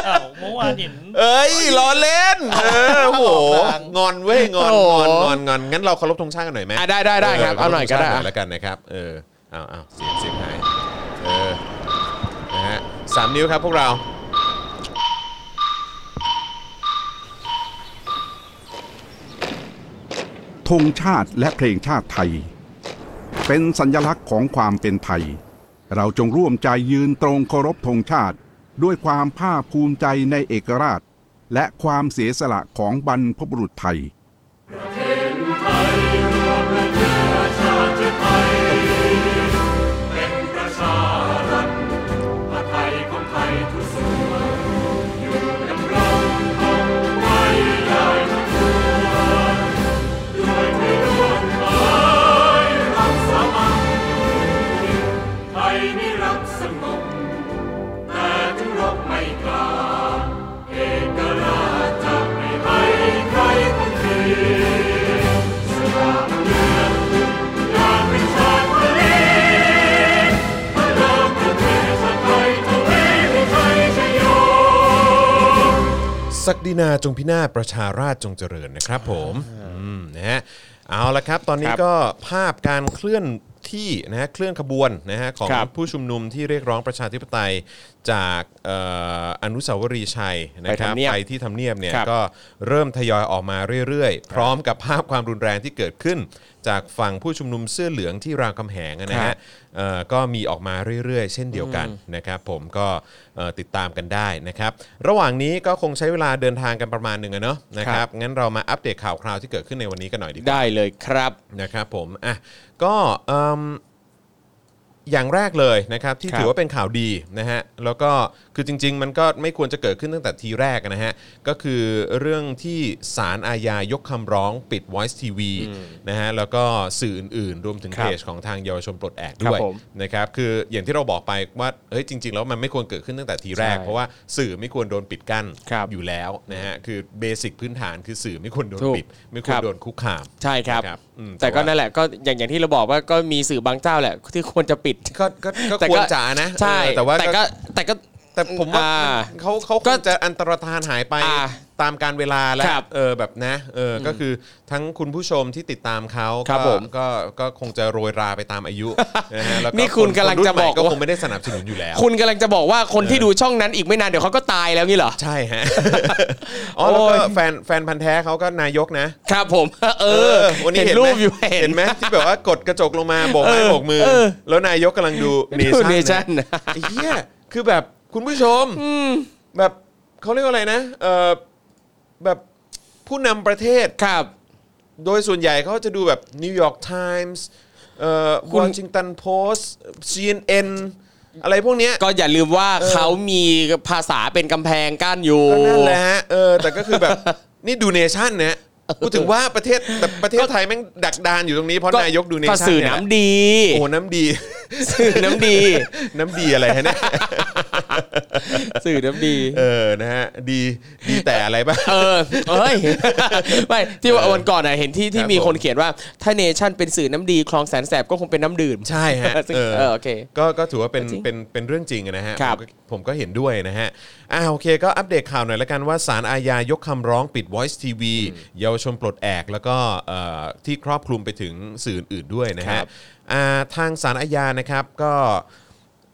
Speaker 4: อ้าวเมื่อวานเห็น
Speaker 1: เอ้ยล้อเล่นเออโอ้โห
Speaker 4: ทาง
Speaker 1: งอนเว้ยงอน
Speaker 2: โอ้โห
Speaker 1: งอนงอนงอนงั้นเราเคารพธงชาติกันหน่อยไหม
Speaker 2: อ่ะได้ได้ได้ครับเอาหน่อยก็ได้
Speaker 1: เครพธงชติแล้วกันนะครับเออเอาเอาเสียงเสียงหายเออนะฮะสามนิ้วครับพวกเรา
Speaker 6: ธงชาติและเพลงชาติไทย เป็นสัญลักษณ์ของความเป็นไทย เราจงร่วมใจยืนตรงเคารพธงชาติ ด้วยความภาคภูมิใจในเอกราช และความเสียสละของบรรพบุรุษไทย
Speaker 7: ประชารัฐปไทยของไทยทุกส่วนอยู่ดำรงคงไว้ได้ทุกตัวด้วยที่ร่วมไม้รักสามัคคีไทยนิรักสงบแต่ถึงรบไม่กล้าเอกราชจะไม่ให้ใครคนดีสถาบันเมืองงานวิชาทะเล
Speaker 1: ศักดินาจงพินาศประชาราชจงเจริญนะครับผมอืมนะฮะเอาละครับ ตอนนี้
Speaker 2: ครับ
Speaker 1: ก็ภาพการเคลื่อนที่นะฮะเคลื่อนขบวนนะฮะของ
Speaker 2: ครับ
Speaker 1: ผู้ชุมนุมที่เรียกร้องประชาธิปไตยจากเอ่ออนุสาวรีย์ชัยนะครับ
Speaker 2: ไปทำเนียบ
Speaker 1: ไปที่ทำเนียบเนี่ย
Speaker 2: ครับ
Speaker 1: ก็เริ่มทยอยออกมาเรื่อยๆ พร้อมกับภาพความรุนแรงที่เกิดขึ้น จากฝั่งผู้ชุมนุมเสื้อเหลืองที่รามคำแหงนะฮะ เอ่อก็มีออกมาเรื่อยๆ เช่นเดียวกันนะครับผมก็เอ่อติดตามกันได้นะครับระหว่างนี้ก็คงใช้เวลาเดินทางกันประมาณหนึ่งอะเนาะนะครับงั้นเรามาอัปเดตข่าวคราวที่เกิดขึ้นในวันนี้กันหน่อยดีกว่า
Speaker 2: ได้เลยครับ
Speaker 1: นะครับผมอ่ะก็เอิ่มอย่างแรกเลยนะครับที่
Speaker 2: ครับ
Speaker 1: ถือว่าเป็นข่าวดีนะฮะแล้วก็คือจริง ๆ มันก็ไม่ควรจะเกิดขึ้นตั้งแต่ทีแรกนะฮะก็คือเรื่องที่ศาลอาญายกคำร้องปิด Voice TV นะฮะแล้วก็สื่ออื่นๆ รวมถึง
Speaker 2: ค
Speaker 1: เพ
Speaker 2: รับ
Speaker 1: จ ของทางเยาวชนปลดแอกด้วย
Speaker 2: ครับผม
Speaker 1: นะครับคืออย่างที่เราบอกไปว่าเฮ้ยจริง ๆ แล้วมันไม่ควรเกิดขึ้นตั้งแต่ทีแรก
Speaker 2: ใช่
Speaker 1: เพราะว่าสื่อไม่ควรโดนปิดกั้น
Speaker 2: ครับ
Speaker 1: อยู่แล้วนะฮะคือเบสิกพื้นฐานคือสื่อไม่ควรโดน
Speaker 2: ถูก
Speaker 1: ปิด ไม่ควร
Speaker 2: ครับ
Speaker 1: โดนคุกคาม
Speaker 2: ใช่ครับ
Speaker 1: นะครับอืม
Speaker 2: แต่ก็
Speaker 1: แต่ว่า
Speaker 2: นั่นแหละก็อย่างอย่างที่เราบอกว่าก็มีสื่อบางเจ้าแหละที่ควรจะปิด
Speaker 1: ก็ก็ก็ควรจะนะ
Speaker 2: ใช่
Speaker 1: เออแต่ว่า
Speaker 2: แต่ก็แต่ก็
Speaker 1: แต่ผมว่า
Speaker 2: อ่า
Speaker 1: เขาเขาค
Speaker 2: ก็
Speaker 1: งจะอันตรธานหายไป
Speaker 2: อ่า
Speaker 1: ตามการเวลาแล้ว
Speaker 2: ครับ
Speaker 1: เออแบบนะเอออก็คือทั้งคุณผู้ชมที่ติดตามเขา
Speaker 2: ครับ
Speaker 1: ก็
Speaker 2: ผม
Speaker 1: ก็ก็คงจะโรยราไปตามอายุ นะฮะแล้ว
Speaker 2: นี่คุณกำลัง
Speaker 1: นรุ่น
Speaker 2: จะบอ
Speaker 1: ให
Speaker 2: ก
Speaker 1: ม่ก็
Speaker 2: ว่า
Speaker 1: คงไม่ได้สนับสนุนอยู่แล้ว
Speaker 2: คุณกำลังจะบอกว่าคนที่ดูช่องนั้นอีกไม่นานเดี๋ยวเขาก็ตายแล้วนี่เหรอ
Speaker 1: ใช่ ฮะ อ๋อแล้วก็
Speaker 2: โอ้ย
Speaker 1: แฟนแฟนพันธ์แท้เขาก็นายกนะครับ
Speaker 2: ผม เออ
Speaker 1: วันนี้
Speaker 2: เห็
Speaker 1: เห็น
Speaker 2: นรูปอยู่
Speaker 1: ไหม
Speaker 2: เห็
Speaker 1: เห็
Speaker 2: น
Speaker 1: นไหมที่แบบว่ากดกระจกลงมาโบกไม้โบกมือ แล้วนายกกำลังดูเน
Speaker 2: ดู
Speaker 1: ชั่น
Speaker 2: Nation
Speaker 1: นะไอ้เฮียคือแบบคุณผู้ชมแบบเขาเรียกว่าอะไรนะเออแบบผู้นำประเทศ
Speaker 2: ครับ
Speaker 1: โดยส่วนใหญ่เขาจะดูแบบนิวยอร์กไทมส์เอ่อ
Speaker 2: คุณ
Speaker 1: วอชิงตันโพสต์ CNN อะไรพวกเนี้ย
Speaker 2: ก็อย่าลืมว่าเขามีภาษาเป็นกำแพงกั้นอยู่
Speaker 1: ก็นั่นแหละฮะเออแต่ก็คือแบบ นี่ดูเนชั่นนะพูดถึงว่าประเทศแต่ประเทศไทยแม่งดักดานอยู่ตรงนี้เพราะนายกดูเน
Speaker 2: ก็
Speaker 1: ชั่น
Speaker 2: สื่อ
Speaker 1: เย
Speaker 2: น้ำดี
Speaker 1: โอ้น้ำดี
Speaker 2: สื่อน้ำดี
Speaker 1: น้ำดีอะไรฮะเนี่ย
Speaker 2: สื่อน้ำดี
Speaker 1: เออนะฮะดีดีแต่อะไรบ้าง
Speaker 2: เออเฮ้ย ไม่ที่ว่าวันก่อนน่ะเห็นที่ที่
Speaker 1: ครับ
Speaker 2: มีคน
Speaker 1: ผม
Speaker 2: เขียนว่า ถ้าเนชั่นเป็นสื่อน้ำดีคลองแสนแสบก็คงเป็นน้ำดื่ม
Speaker 1: ใช่ฮะ
Speaker 2: ซึ่งเออโอเค
Speaker 1: ก็ก็ถือว่าเป็น
Speaker 2: จริง
Speaker 1: เป็นเป็นเรื่องจริงนะฮะ
Speaker 2: ครั
Speaker 1: ผ
Speaker 2: บ
Speaker 1: มก็ผมก็เห็นด้วยนะฮะอ่าโอเคก็อัปเดตข่าวหน่อยละกันว่าสารอาญายกคำร้องปิด Voice TV เยาวชนปลดแอกแล้วก็เอ่อที่ครอบคลุมไปถึงสื่ออื่นๆด้วยนะ
Speaker 2: ครั
Speaker 1: ฮะ
Speaker 2: บ
Speaker 1: อ่าทางสารอาญานะครับก็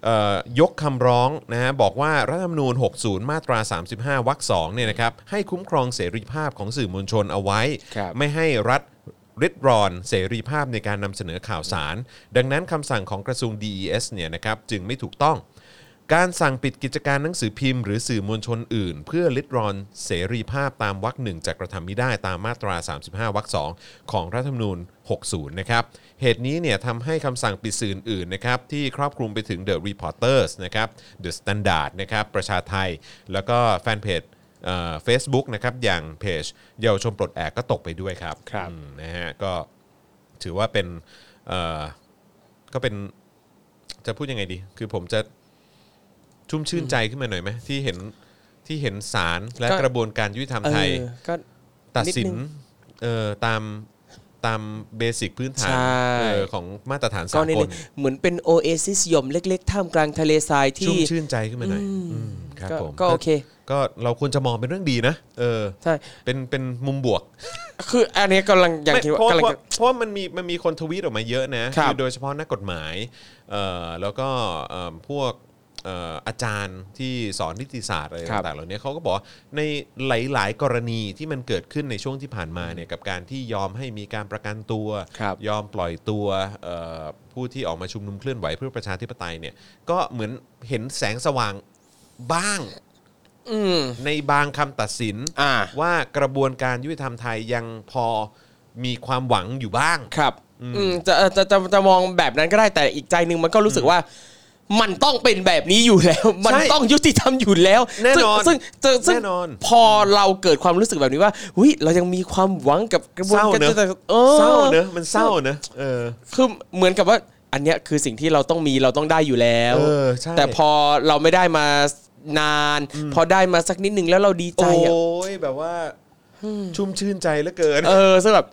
Speaker 1: เอ่อยกคำร้องนะฮะบอกว่ารัฐธรรมนูญ 60 มาตรา 35 วรรค2เนี่ยนะครับให้คุ้มครองเสรีภาพของสื่อมวลชนเอาไว้
Speaker 2: ครับ
Speaker 1: ไม่ให้รัฐริดรอนเสรีภาพในการนำเสนอข่าวสาร ดังนั้นคำสั่งของกระทรวง DES เนี่ยนะครับจึงไม่ถูกต้อง การสั่งปิดกิจการหนังสือพิมพ์หรือสื่อมวลชนอื่น เพื่อลิดรอนเสรีภาพตามวรรคหนึ่งจากกระทำไม่ได้ตามมาตรา 35 วรรคสองของรัฐธรรมนูญ 60 นะครับ เหตุนี้เนี่ยทำให้คำสั่งปิดสื่ออื่นๆนะครับที่ครอบคลุมไปถึง The Reporters นะครับ The Standard นะครับประชาไทย แล้วก็แฟนเพจ เฟซบุ๊กนะครับอย่างเพจเยาวชนปลดแอกก็ตกไปด้วยครับ
Speaker 2: ครับ
Speaker 1: อืมนะฮะก็ถือว่าเป็นเอ่อก็เป็นจะพูดยังไงดี คือผมจะชุ่มชื่นใจขึ้นมาหน่อยไหมที่เห็นที่เห็นศาลและ
Speaker 2: ก็
Speaker 1: กระบวนการยุติธรรม
Speaker 2: เอ
Speaker 1: ไทย
Speaker 2: อก็
Speaker 1: ตัดสิน
Speaker 2: นิดนึง
Speaker 1: เอ่อตามตามเบสิกพื้นฐาน
Speaker 2: ใช่
Speaker 1: เอ่อของมาตรฐาน
Speaker 2: ก็
Speaker 1: สาก
Speaker 2: ใน
Speaker 1: ล
Speaker 2: นี้เหมือนเป็นโอเอซิสหย่อมเล็กๆ ท่ามกลางทะเลทราย
Speaker 1: ชุ่
Speaker 2: ที่
Speaker 1: มชื่นใจขึ้นมาหน่อยอืมครับ
Speaker 2: ก็
Speaker 1: ผม
Speaker 2: ก็โอเค
Speaker 1: ก็เราควรจะมองเป็นเรื่องดีนะเออ
Speaker 2: ใช่
Speaker 1: เป็นเป็นมุมบวก
Speaker 2: คืออันนี้กำลังอย่าง
Speaker 1: ไม่
Speaker 2: ที่
Speaker 1: เพราะ
Speaker 2: กำลัง
Speaker 1: ว่า
Speaker 2: จะ
Speaker 1: เพราะว่ามันมีมันมีคนทวีตออกมาเยอะนะครับ อโดยเฉพาะนักกฎหมายเอ่อแล้วก็เอ่อพวกเอ่ออาจารย์ที่สอนนิติศาสตร์อะไร
Speaker 2: ครับ
Speaker 1: ต่างๆเหล่านี้เขาก็บอกว่าในหลาย ๆ กรณีที่มันเกิดขึ้นในช่วงที่ผ่านมาเนี่ยกับการที่ยอมให้มีการประกันตัว
Speaker 2: ครับ
Speaker 1: ยอมปล่อยตัวเอ่อผู้ที่ออกมาชุมนุมเคลื่อนไหวเพื่อประชาธิปไตยเนี่ยก็เหมือนเห็นแสงสว่างบ้าง
Speaker 2: อืม
Speaker 1: ในบางคำตัดสิน
Speaker 2: อ่า
Speaker 1: ว่ากระบวนการยุติธรรมไทยยังพอมีความหวังอยู่บ้าง
Speaker 2: ครับอืมจะจะจะจะมองแบบนั้นก็ได้แต่อีกใจหนึ่งมันก็รู้สึกว่า มันต้องเป็นแบบนี้อยู่แล้ว มันต้องยุติธรรมอยู่แล้ว
Speaker 1: แน่นอน
Speaker 2: ซึ่งซึ่งซึ่ง
Speaker 1: แน่นอน
Speaker 2: พอเราเกิดความรู้สึกแบบนี้ว่าหุ้ยเรายังมีความหวังกับกระบว
Speaker 1: เศ
Speaker 2: น
Speaker 1: ร้า
Speaker 2: การ
Speaker 1: เนอะ
Speaker 2: เออ
Speaker 1: เศร้าเนอะมันเศร้าเนอะเออ
Speaker 2: คือเหมือนกับว่า อันเนี้ยคือสิ่งที่เราต้องมีเราต้องได้อยู่แล้ว
Speaker 1: เออใช่
Speaker 2: แต่พอเราไม่ได้มานาน พอได้มาสักนิดนึงแล้วเราดีใจ
Speaker 1: โอ้
Speaker 2: อะ
Speaker 1: ยแบบว่าชุ่มชื่นใจเหลือเกิน
Speaker 2: เออซึ่งแบบ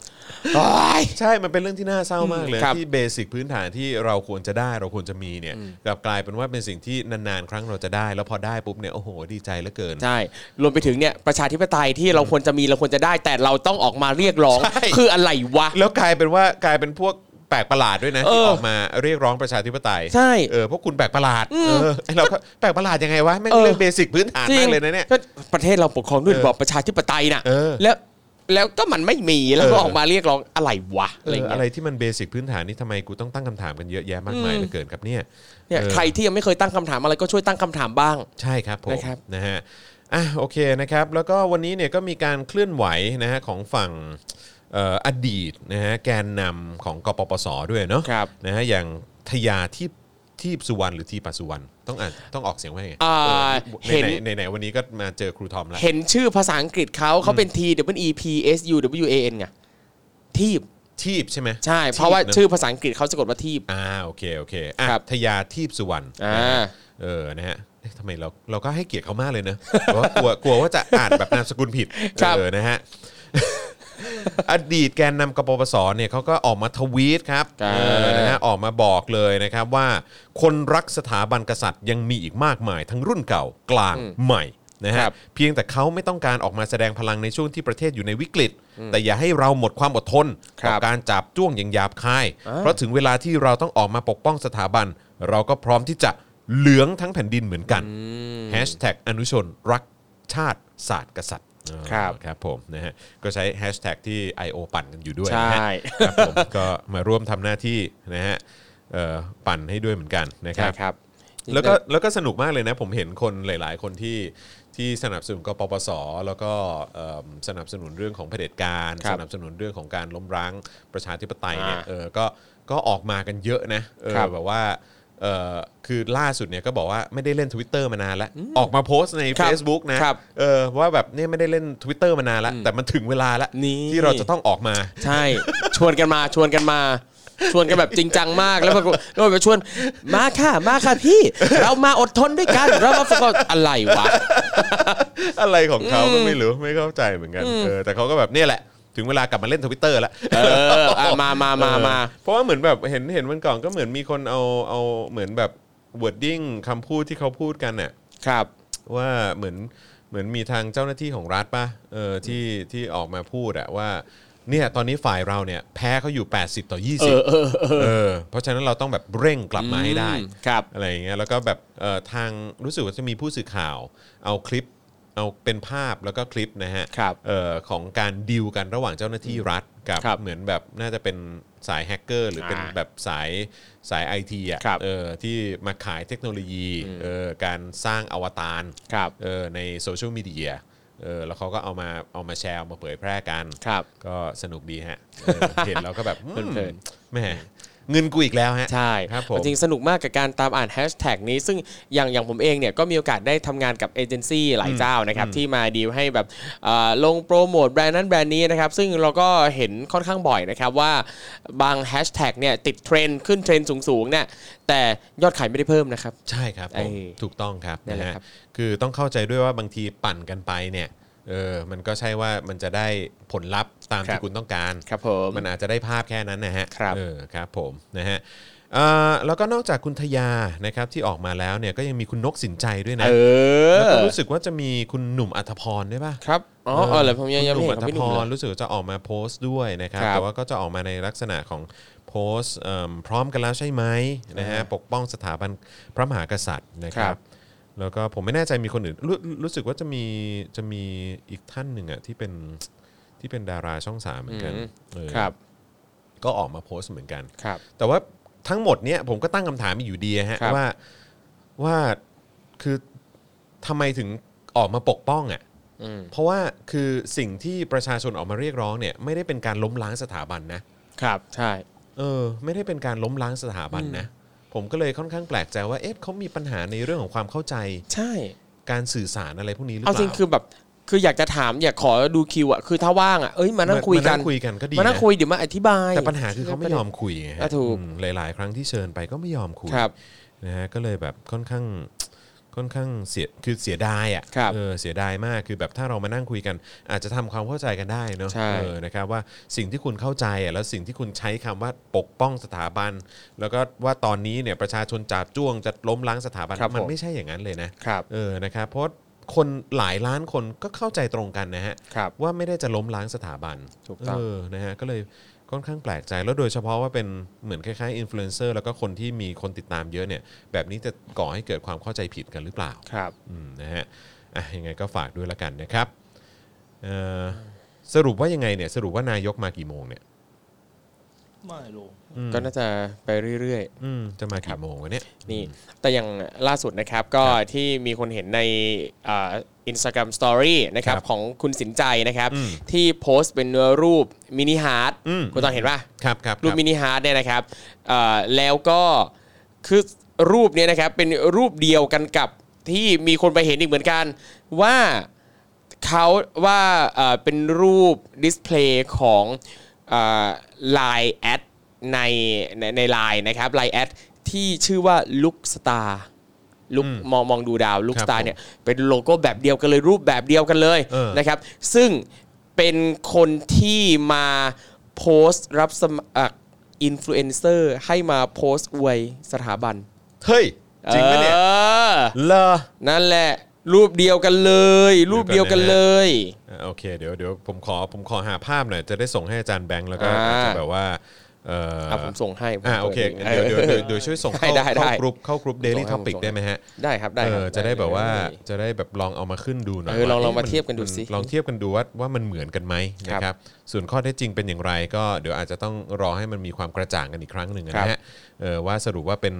Speaker 2: โอ๊ย
Speaker 1: ใช่ มันเป็นเรื่องที่น่าเศร้ามากเลย
Speaker 2: ครับ
Speaker 1: ที่เบสิกพื้นฐานที่เราควรจะได้เราควรจะมีเนี่ยกลับกลายเป็นว่าเป็นสิ่งที่นานๆ ครั้งเราจะได้ แล้วพอได้ปุ๊บเนี่ยโอ้โหดีใจเหลือเกิน
Speaker 2: ใช่ รวมไปถึงเนี่ยประชาธิปไตยที่เราควรจะมีเราควรจะได้ แต่เราต้องออกมาเรียกร้อง
Speaker 1: ใช่
Speaker 2: คืออะไรวะ
Speaker 1: แล้วกลายเป็นว่ากลายเป็นพวกแปลกประหลาดด้วยนะ
Speaker 2: เออ
Speaker 1: ที่ออกมาเรียกร้องประชาธิปไตย
Speaker 2: ใช่
Speaker 1: เออพวกคุณแปลกประหลาดเออไอ้เราก็แปลกประหลาดยังไงวะแม่ง
Speaker 2: เออ
Speaker 1: เรื่องเบสิกพื้นฐานมากเลยนะเนี่ย
Speaker 2: ก็ประเทศเราปกครองด้วย
Speaker 1: เออ
Speaker 2: ระบอบประชาธิปไตยน่ะ
Speaker 1: เออ
Speaker 2: แล้วแล้วก็มันไม่มีแล้วก็
Speaker 1: เออ
Speaker 2: ออกมาเรียกร้องอะไรวะ
Speaker 1: เอ
Speaker 2: อะไร
Speaker 1: อ
Speaker 2: เงี้
Speaker 1: อะ
Speaker 2: ย
Speaker 1: ไรที่มันเบสิกพื้นฐานนี่ทำไมกูต้องตั้งคำถามกันเยอะแยะมากมายเหลือเกินครับเนี่ย
Speaker 2: เนี่ย
Speaker 1: เออ
Speaker 2: ใครที่ยังไม่เคยตั้งคำถามอะไรก็ช่วยตั้งคำถามบ้าง
Speaker 1: ใช่ครับผม
Speaker 2: นะครับ
Speaker 1: นะฮะอ่ะโอเคนะครับ แล้วก็วันนี้เนี่ยก็มีการเคลื่อนไหวนะฮะของฝั่งเอ่ออดีตนะฮะแกนนำของกปปสด้วยเนาะ
Speaker 2: ครับ
Speaker 1: นะฮะอย่างทยาที่ทีปสุวรรณหรือทีปสุวรรณต้องอ่านต้องออกเสียงว่าไง
Speaker 2: อ่า
Speaker 1: เอ
Speaker 2: เห็
Speaker 1: อน ไหนไหนๆวันนี้ก็มาเจอครูทอมแล้ว
Speaker 2: เห็นชื่อภาษาอังกฤษเขาเขาเป็น T W E P S U W A N ไงทีบ
Speaker 1: ทีปใช่ไหม
Speaker 2: ใช่ เพราะว่า
Speaker 1: ทีปน
Speaker 2: ชื่อภาษาอังกฤษเขาสะกดว่าทีบ
Speaker 1: อ่าโอเคโอเคอ่ะ
Speaker 2: ครับ
Speaker 1: ทยาทีปสุวรรณ
Speaker 2: อ่า
Speaker 1: นะฮะเออนะฮะเอ๊ะทำไมเราเราก็ให้เกียรติเขามากเลยเนอะ เพราะว่ากลัวกลัวว่าจะอ่านแบบนามสกุลผิดเออนะฮะ อดีตแกนนำกปปสเนี่ยเขาก็ออกมาทวีตครับ
Speaker 2: ครับ
Speaker 1: เออนะฮะออกมาบอกเลยนะครับว่า คนรักสถาบันกษัตริย์ยังมีอีกมากมาย ทั้งรุ่นเก่ากลางใหม่นะฮะเพียงแต่เขาไม่ต้องการออกมาแสดงพลังในช่วงที่ประเทศอยู่ในวิกฤต แต่อย่าให้เราหมดความอดทน
Speaker 2: ครั
Speaker 1: ต่
Speaker 2: บ
Speaker 1: อการจับจ้วงอย่างหยาบคาย เพราะถึงเวลาที่เราต้องออกมาปกป้องสถาบัน เราก็พร้อมที่จะเหลืองทั้งแผ่นดินเหมือนกันแฮชแท็กอนุชนรักชาติศาสตร์กษัตริย์อ่า
Speaker 2: ครับ
Speaker 1: ครับผมนะฮะก็ใช้แฮชแท็กที่ I.O. ปั่นกันอยู่ด้วย
Speaker 2: ใช่
Speaker 1: นะฮะครับผม ก็มาร่วมทำหน้าที่นะฮะเอ่อปั่นให้ด้วยเหมือนกันนะค
Speaker 2: ใช่
Speaker 1: รับ
Speaker 2: ครับ
Speaker 1: แล้วก็แล้วก็สนุกมากเลยนะผมเห็นคนหลาย ๆ คนที่ที่สนับสนุนกปปส แล้วก็เอิ่มสนับสนุนเรื่องของเผด็จการ
Speaker 2: ค
Speaker 1: ส
Speaker 2: รับ
Speaker 1: นับสนุนเรื่องของการล้มร้างประชาธิปไตยเนี่ย
Speaker 2: อ่า
Speaker 1: เออก็ก็ออกมากันเยอะนะเออ
Speaker 2: ครับ
Speaker 1: แบบว่า เอ่อคือล่าสุดเนี่ยก็บอกว่าไม่ได้เล่น Twitter มานานแล้ว ออกมาโพสต์ใน
Speaker 2: ครับ
Speaker 1: Facebook นะครับเออว่าแบบเนี่ยไม่ได้เล่น Twitter มานานแล้ว แต่มันถึงเวลาแล้ว
Speaker 2: นี่
Speaker 1: ที่เราจะต้องออกมา
Speaker 2: ใช่ ชวนกันมาชวนกันมา ชวนกันแบบจริงจังมากแล้วแบบแล้วแบบชวนมาค่ะมาค่ะพี่ เรามาอดทนด้วยกันเรามาฝึกอดอะไรวะ
Speaker 1: อะไรของเขาก็ไม่รู้ไม่เข้าใจเหมือนกันเออแต่เขาก็แบบเนี่ยแหละ ถึงเวลากลับมาเล่นทวิตเตอร์แล้ว
Speaker 2: เอออ่ะมามามามา
Speaker 1: เออเพราะว่าเหมือนแบบเห็นเห็นวันก่อนก็เหมือนมีคนเอาเอาเหมือนแบบวอร์ดดิ้งคำพูดที่เขาพูดกันน่ะ
Speaker 2: ครับ
Speaker 1: ว่าเหมือนเหมือนมีทางเจ้าหน้าที่ของรัฐป่ะเออที่ที่ออกมาพูดอะว่าเนี่ยตอนนี้ฝ่ายเราเนี่ยแพ้เขาอยู่ 80 ต่อ 20เออเออเออเพราะฉะนั้นเราต้องแบบเร่งกลับมาให้ได้
Speaker 2: อืมครับ
Speaker 1: อะไรอย่างเงี้ยแล้วก็แบบเอ่อทางรู้สึกว่าจะมีผู้สื่อข่าว เอาคลิปเอาเป็นภาพแล้วก็คลิปนะฮะ
Speaker 2: ครับ
Speaker 1: เอ่อของการดิวกันระหว่างเจ้าหน้าที่รัฐกับ
Speaker 2: ครับ
Speaker 1: เหมือนแบบน่าจะเป็นสายแฮกเกอร์หรือเป็น
Speaker 2: อ่า
Speaker 1: แบบสายสายไอทีอ่ะ
Speaker 2: ครับ
Speaker 1: เออที่มาขายเทคโนโลยีเออการสร้างอวตาร
Speaker 2: ครับ
Speaker 1: เออในโซเชียลมีเดียเออแล้วเขาก็เอามาเอามาแชร์เอามาเผยแพร่กัน
Speaker 2: ครับ
Speaker 1: ก็สนุกดีฮะเอ อเห็นแล้วก็แบบอืม
Speaker 2: เพลิน
Speaker 1: แหมเงินกูอีกแล้วฮะ
Speaker 2: ใช่
Speaker 1: ครับผม
Speaker 2: จริงๆสนุกมากกับการตามอ่านแฮชแท็กนี้ ซึ่งอย่างอย่างผมเองเนี่ยก็มีโอกาสได้ทำงานกับเอเจนซี่หลายเจ้านะครับ ที่มาดีลให้แบบเอ่อลงโปรโมทแบรนด์นั้นแบรนด์นี้นะครับ ซึ่งเราก็เห็นค่อนข้างบ่อยนะครับ ว่าบางแฮชแท็กเนี่ยติดเทรนด์ขึ้นเทรนด์สูงๆเนี่ยแต่ยอดขายไม่ได้เพิ่มนะครับ
Speaker 1: ใช่ครับผม
Speaker 2: เออ
Speaker 1: ถูกต้องครับ
Speaker 2: นั่นแหละ
Speaker 1: นะฮะ
Speaker 2: ครับ
Speaker 1: คือต้องเข้าใจด้วยว่าบางทีปั่นกันไปเนี่ยเออมันก็ใช่ว่ามันจะได้ผลลัพธ์ตาม
Speaker 2: ครั
Speaker 1: ที่
Speaker 2: บ
Speaker 1: คุณต้องการ
Speaker 2: ครับผม
Speaker 1: นอาจจะได้ภาพแค่นั้นนะฮะ
Speaker 2: ครับ
Speaker 1: เออครับผมนะฮะเอ่อแล้วก็นอกจากคุณทยานะครับที่ออกมาแล้วเนี่ยก็ยังมีคุณนกสินใจด้วยนะ
Speaker 2: เออ
Speaker 1: แล้วก็รู้สึกว่าจะมีคุณหนุ่มอัธพรด้วยป่ะ
Speaker 2: ครับอ๋อเออเลยผมยังยัง
Speaker 1: ห
Speaker 2: ไม่
Speaker 1: นุ่ม
Speaker 2: เห็
Speaker 1: อัธ
Speaker 2: นของพี่ห
Speaker 1: พ
Speaker 2: นุ่ม
Speaker 1: ร
Speaker 2: เลย
Speaker 1: รู้สึกว่าจะออกมาโพสต์ด้วยนะครับ
Speaker 2: ครับ
Speaker 1: แต่ว่าก็จะออกมาในลักษณะของโพสต์เอิ่มพร้อมกันแล้วใช่ไหมนะฮะปกป้องสถาบันพระมหากษัตริย์นะค
Speaker 2: ค
Speaker 1: รั
Speaker 2: รับ บ
Speaker 1: แล้วก็ผมไม่แน่ใจมีคนอื่นรรู้สึกว่าจะมีจะมีอีกท่านหนึ่งอ่ะที่เป็นที่เป็นดาราช่องสามเหมือนกันเออ
Speaker 2: ครับ
Speaker 1: ก็ออกมาโพสต์เหมือนกัน
Speaker 2: ครับ
Speaker 1: แต่ว่าทั้งหมดเนี้ยผมก็ตั้งคำถามอยู่ดีอะฮะ
Speaker 2: ครับ
Speaker 1: ว่าว่าคือทำไมถึงออกมาปกป้องอ่ะ
Speaker 2: อืม
Speaker 1: เพราะว่าคือสิ่งที่ประชาชนออกมาเรียกร้องเนี่ยไม่ได้เป็นการล้มล้างสถาบันนะครับ
Speaker 2: ใช่
Speaker 1: เออไม่ได้เป็นการล้มล้างสถาบันนะผมก็เลยค่อนข้างแปลกใจว่าเอ๊ะเขามีปัญหาในเรื่องของความเข้าใจ
Speaker 2: ใช่
Speaker 1: การสื่อสารอะไรพวกนี้หรือเป
Speaker 2: เอา
Speaker 1: ล่า
Speaker 2: จริงคือแบบคืออยากจะถามอยากขอดูคิวอ่ะคือถ้าว่างอ่ะเอ้ยมานั่งคุยกัน
Speaker 1: มาคุยกันก็ดี
Speaker 2: มานั่ง
Speaker 1: นะ
Speaker 2: คุยเดี๋ยวมาอธิบาย
Speaker 1: แต่ปัญหาคือเขาไม่ยอมคุยไงฮะ
Speaker 2: อ่ะถูก
Speaker 1: อืมหลาย ๆ ครั้งที่เชิญไปก็ไม่ยอมคุย
Speaker 2: ครับ
Speaker 1: นะฮะก็เลยแบบค่อนข้างค่อนข้างเสียคือเสียดาย
Speaker 2: ครั
Speaker 1: อะ่ะ
Speaker 2: บ
Speaker 1: เออเสียดายมากคือแบบถ้าเรามานั่งคุยกัน อาจจะทำความเข้าใจกันได้เนอะ
Speaker 2: ใช่
Speaker 1: เออนะครับว่าสิ่งที่คุณเข้าใจอะ่ะแล้วสิ่งที่คุณใช้คำว่าปกป้องสถาบัน แล้วก็ว่าตอนนี้เนี่ยประชาชนจาบจ้วงจะล้มล้างสถาบัน
Speaker 2: ครับ
Speaker 1: มั
Speaker 2: ผม
Speaker 1: ไม่ใช่อย่างนั้นเลยนะครับ เออนะครับเพราะคนหลายล้านคนก็เข้าใจตรงกันนะฮะ
Speaker 2: ครับ
Speaker 1: ว่าไม่ได้จะล้มล้างสถาบัน
Speaker 2: ถูกต้อง
Speaker 1: เออ นะฮะ ก็เลยค่อนข้างแปลกใจ แล้วโดยเฉพาะว่าเป็นเหมือนคล้ายๆอินฟลูเอนเซอร์แล้วก็คนที่มีคนติดตามเยอะเนี่ย แบบนี้จะก่อให้เกิดความเข้าใจผิดกันหรือเปล่า
Speaker 2: ครับ
Speaker 1: อืม นะฮะ อ่ะ ยังไงก็ฝากด้วยละกันนะครับ เอ่อ สรุปว่ายังไงเนี่ย สรุปว่านายกมากี่โมงเนี่ย
Speaker 4: ไม่รู้
Speaker 2: ก็น่าจะไปเรื่อย
Speaker 1: อืม จะมากี่โมงวะเนี่ย
Speaker 2: ๆ นี่ แต่อย่างล่าสุดนะครับก็ที่มีคนเห็นในอินสตาแกรมสตอรี่นะครั
Speaker 1: ค
Speaker 2: บ
Speaker 1: รับ
Speaker 2: ของคุณสินใจนะครับ
Speaker 1: อืม
Speaker 2: ที่โพสต์เป็นรูปมินิฮาร์ด
Speaker 1: อืม
Speaker 2: คุณตอนเห็นป่ะ
Speaker 1: ครับครับค
Speaker 2: รู
Speaker 1: รู
Speaker 2: ปมินิฮาร์ดเนี่ยนะครับเอ่อแล้วก็คือรูปเนี้นะครับเป็นรูปเดียวกันกับที่มีคนไปเห็นอีกเหมือนกันว่าเขาว่าเอ่อเป็นรูปดิสเพลย์ของลายแอดในในในไลน์นะครับไลน์แอดที่ชื่อว่าลุกสตาร์ลุกมองมองดูดาวลุกสตาร์เนี่ยเป็นโลโก้แบบเดียวกันเลยรูปแบบเดียวกันเลย
Speaker 1: เออ
Speaker 2: นะครับ ซึ่งเป็นคนที่มาโพสต์รับสมัครอินฟลูเอนเซอร์ให้มาโพสต์อวยสถาบัน
Speaker 1: เฮ้ย จริงไหมเนี่ย
Speaker 2: ออ
Speaker 1: เลอ
Speaker 2: นั่นแหละ รูปเดียวกันเลย รูปเดียวกันเลย
Speaker 1: อ่าโอเคเดี๋ยวเดี๋ยวผมขอผมขอหาภาพหน่อยจะได้ส่งให้อาจารย์แบงค์แล้วก็
Speaker 2: อ่า
Speaker 1: อาจจะแบบว่าเอ่ออ
Speaker 2: อ่ะผมส่งให้ผม
Speaker 1: อ่าโอเค
Speaker 2: ปิ
Speaker 1: เดี๋ยวเดี๋ยว
Speaker 2: ออ
Speaker 1: เดี๋ยวเดี๋ยวช่วยส่งเข้า
Speaker 2: ได้ได้
Speaker 1: เข้า
Speaker 2: ได้
Speaker 1: กรุ๊ปเข้ากรุ๊ป Daily
Speaker 2: ส่งให้
Speaker 1: Topic
Speaker 2: ผมส่ง
Speaker 1: ได้ไหมฮะ
Speaker 2: ได้ครับได้
Speaker 1: เอ
Speaker 2: ครับ
Speaker 1: อ
Speaker 2: ได้
Speaker 1: จะได้แบบว่า
Speaker 2: ได้
Speaker 1: จะได้แบบลองเอามาขึ้นดูหน่อย
Speaker 2: เออลองลองมา
Speaker 1: ว่ะน
Speaker 2: เทียบกันดู
Speaker 1: มั
Speaker 2: สิ
Speaker 1: ลองเทียบกันดูว่าว่ามันเหมือนกันไหมนะค
Speaker 2: ครั
Speaker 1: รับบ ส่วนข้อเท็จจริงเป็นอย่างไร ก็เดี๋ยวอาจจะต้องรอให้มันมีความกระจ่างกันอีกครั้งหนึ่ง
Speaker 2: ครับ
Speaker 1: นะฮะเออว่าสรุปว่าเป็น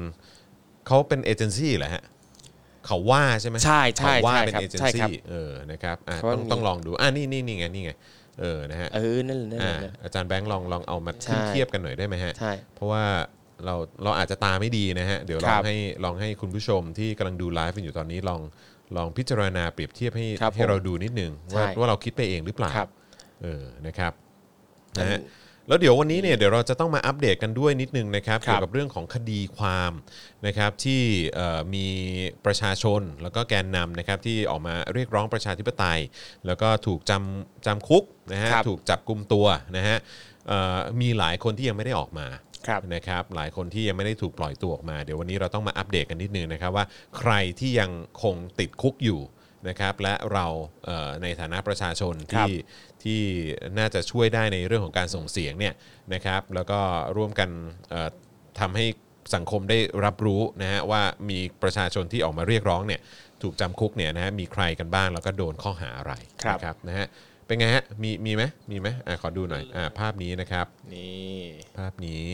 Speaker 1: เขาเป็นเอเจนซี่เหรอฮะเขาว่าใช่ไหม
Speaker 2: ใช่ใช่
Speaker 1: เขาว่า
Speaker 2: ใช่
Speaker 1: เป็น
Speaker 2: ครับ
Speaker 1: เอเจน
Speaker 2: ใช่ครับ
Speaker 1: ซี่เออนะครับอ่ะ
Speaker 2: เขาว่า
Speaker 1: ต้อง
Speaker 2: มี
Speaker 1: ต้องลองดูอ่ะนี่นี่นี่ไงนี่ไงเออนะฮะ
Speaker 2: เออนั่นแหละนั่นแห
Speaker 1: อ่ะ
Speaker 2: ละ
Speaker 1: อาจารย์แบงค์ลองลองเอามา
Speaker 2: ใช่
Speaker 1: ขึ้นเทียบกันหน่อยได้ไหมฮะ
Speaker 2: ใช่
Speaker 1: เพราะว่า เราเราอาจจะตาไม่ดีนะฮะ เดี๋ยวล
Speaker 2: ค
Speaker 1: อ
Speaker 2: รั
Speaker 1: ง
Speaker 2: บ
Speaker 1: ให้ลองให้คุณผู้ชมที่กำลังดูไลฟ์กันอยู่ตอนนี้ลองลองพิจารณาเปรียบเทียบให้
Speaker 2: ครับผม
Speaker 1: ให้เราดูนิดนึงว่า
Speaker 2: ใช่
Speaker 1: ว่าเราคิดไปเองหรือเปล่า
Speaker 2: ครับ
Speaker 1: เออนะครับนะฮะแล้วเดี๋ยววันนี้เนี่ยเดี๋ยวเราจะต้องมาอัปเดตกันด้วยนิดนึงนะครับ
Speaker 2: ครับ
Speaker 1: เกี่ยวกับเรื่องของคดีความนะครับที่เอ่อมีประชาชนแล้วก็แกนนำนะครับที่ออกมาเรียกร้องประชาธิปไตย แล้วก็ถูกจำจำคุกนะฮะ
Speaker 2: ครับ
Speaker 1: ถูกจับกลุ่มตัวนะฮะเอ่อมีหลายคนที่ยังไม่ได้ออกมา
Speaker 2: ครับ
Speaker 1: นะครับหลายคนที่ยังไม่ได้ถูกปล่อยตัวออกมา เดี๋ยววันนี้เราต้องมาอัปเดตกันนิดนึงนะครับว่าใครที่ยังคงติดคุกอยู่นะครับและเราเอ่อในฐานะประชาชน
Speaker 2: ครับ
Speaker 1: ที่ที่น่าจะช่วยได้ในเรื่องของการส่งเสียงเนี่ยนะครับแล้วก็ร่วมกันเอ่อทำให้สังคมได้รับรู้นะฮะว่ามีประชาชนที่ออกมาเรียกร้องเนี่ยถูกจำคุกเนี่ยนะฮะมีใครกันบ้างแล้วก็โดนข้อหาอะไร
Speaker 2: ครับ
Speaker 1: นะครับนะฮะเป็นไงฮะมีมีไหมมีไหมอ่ะขอดูหน่อยอ่ะภาพนี้นะครับ
Speaker 2: นี่
Speaker 1: ภาพนี้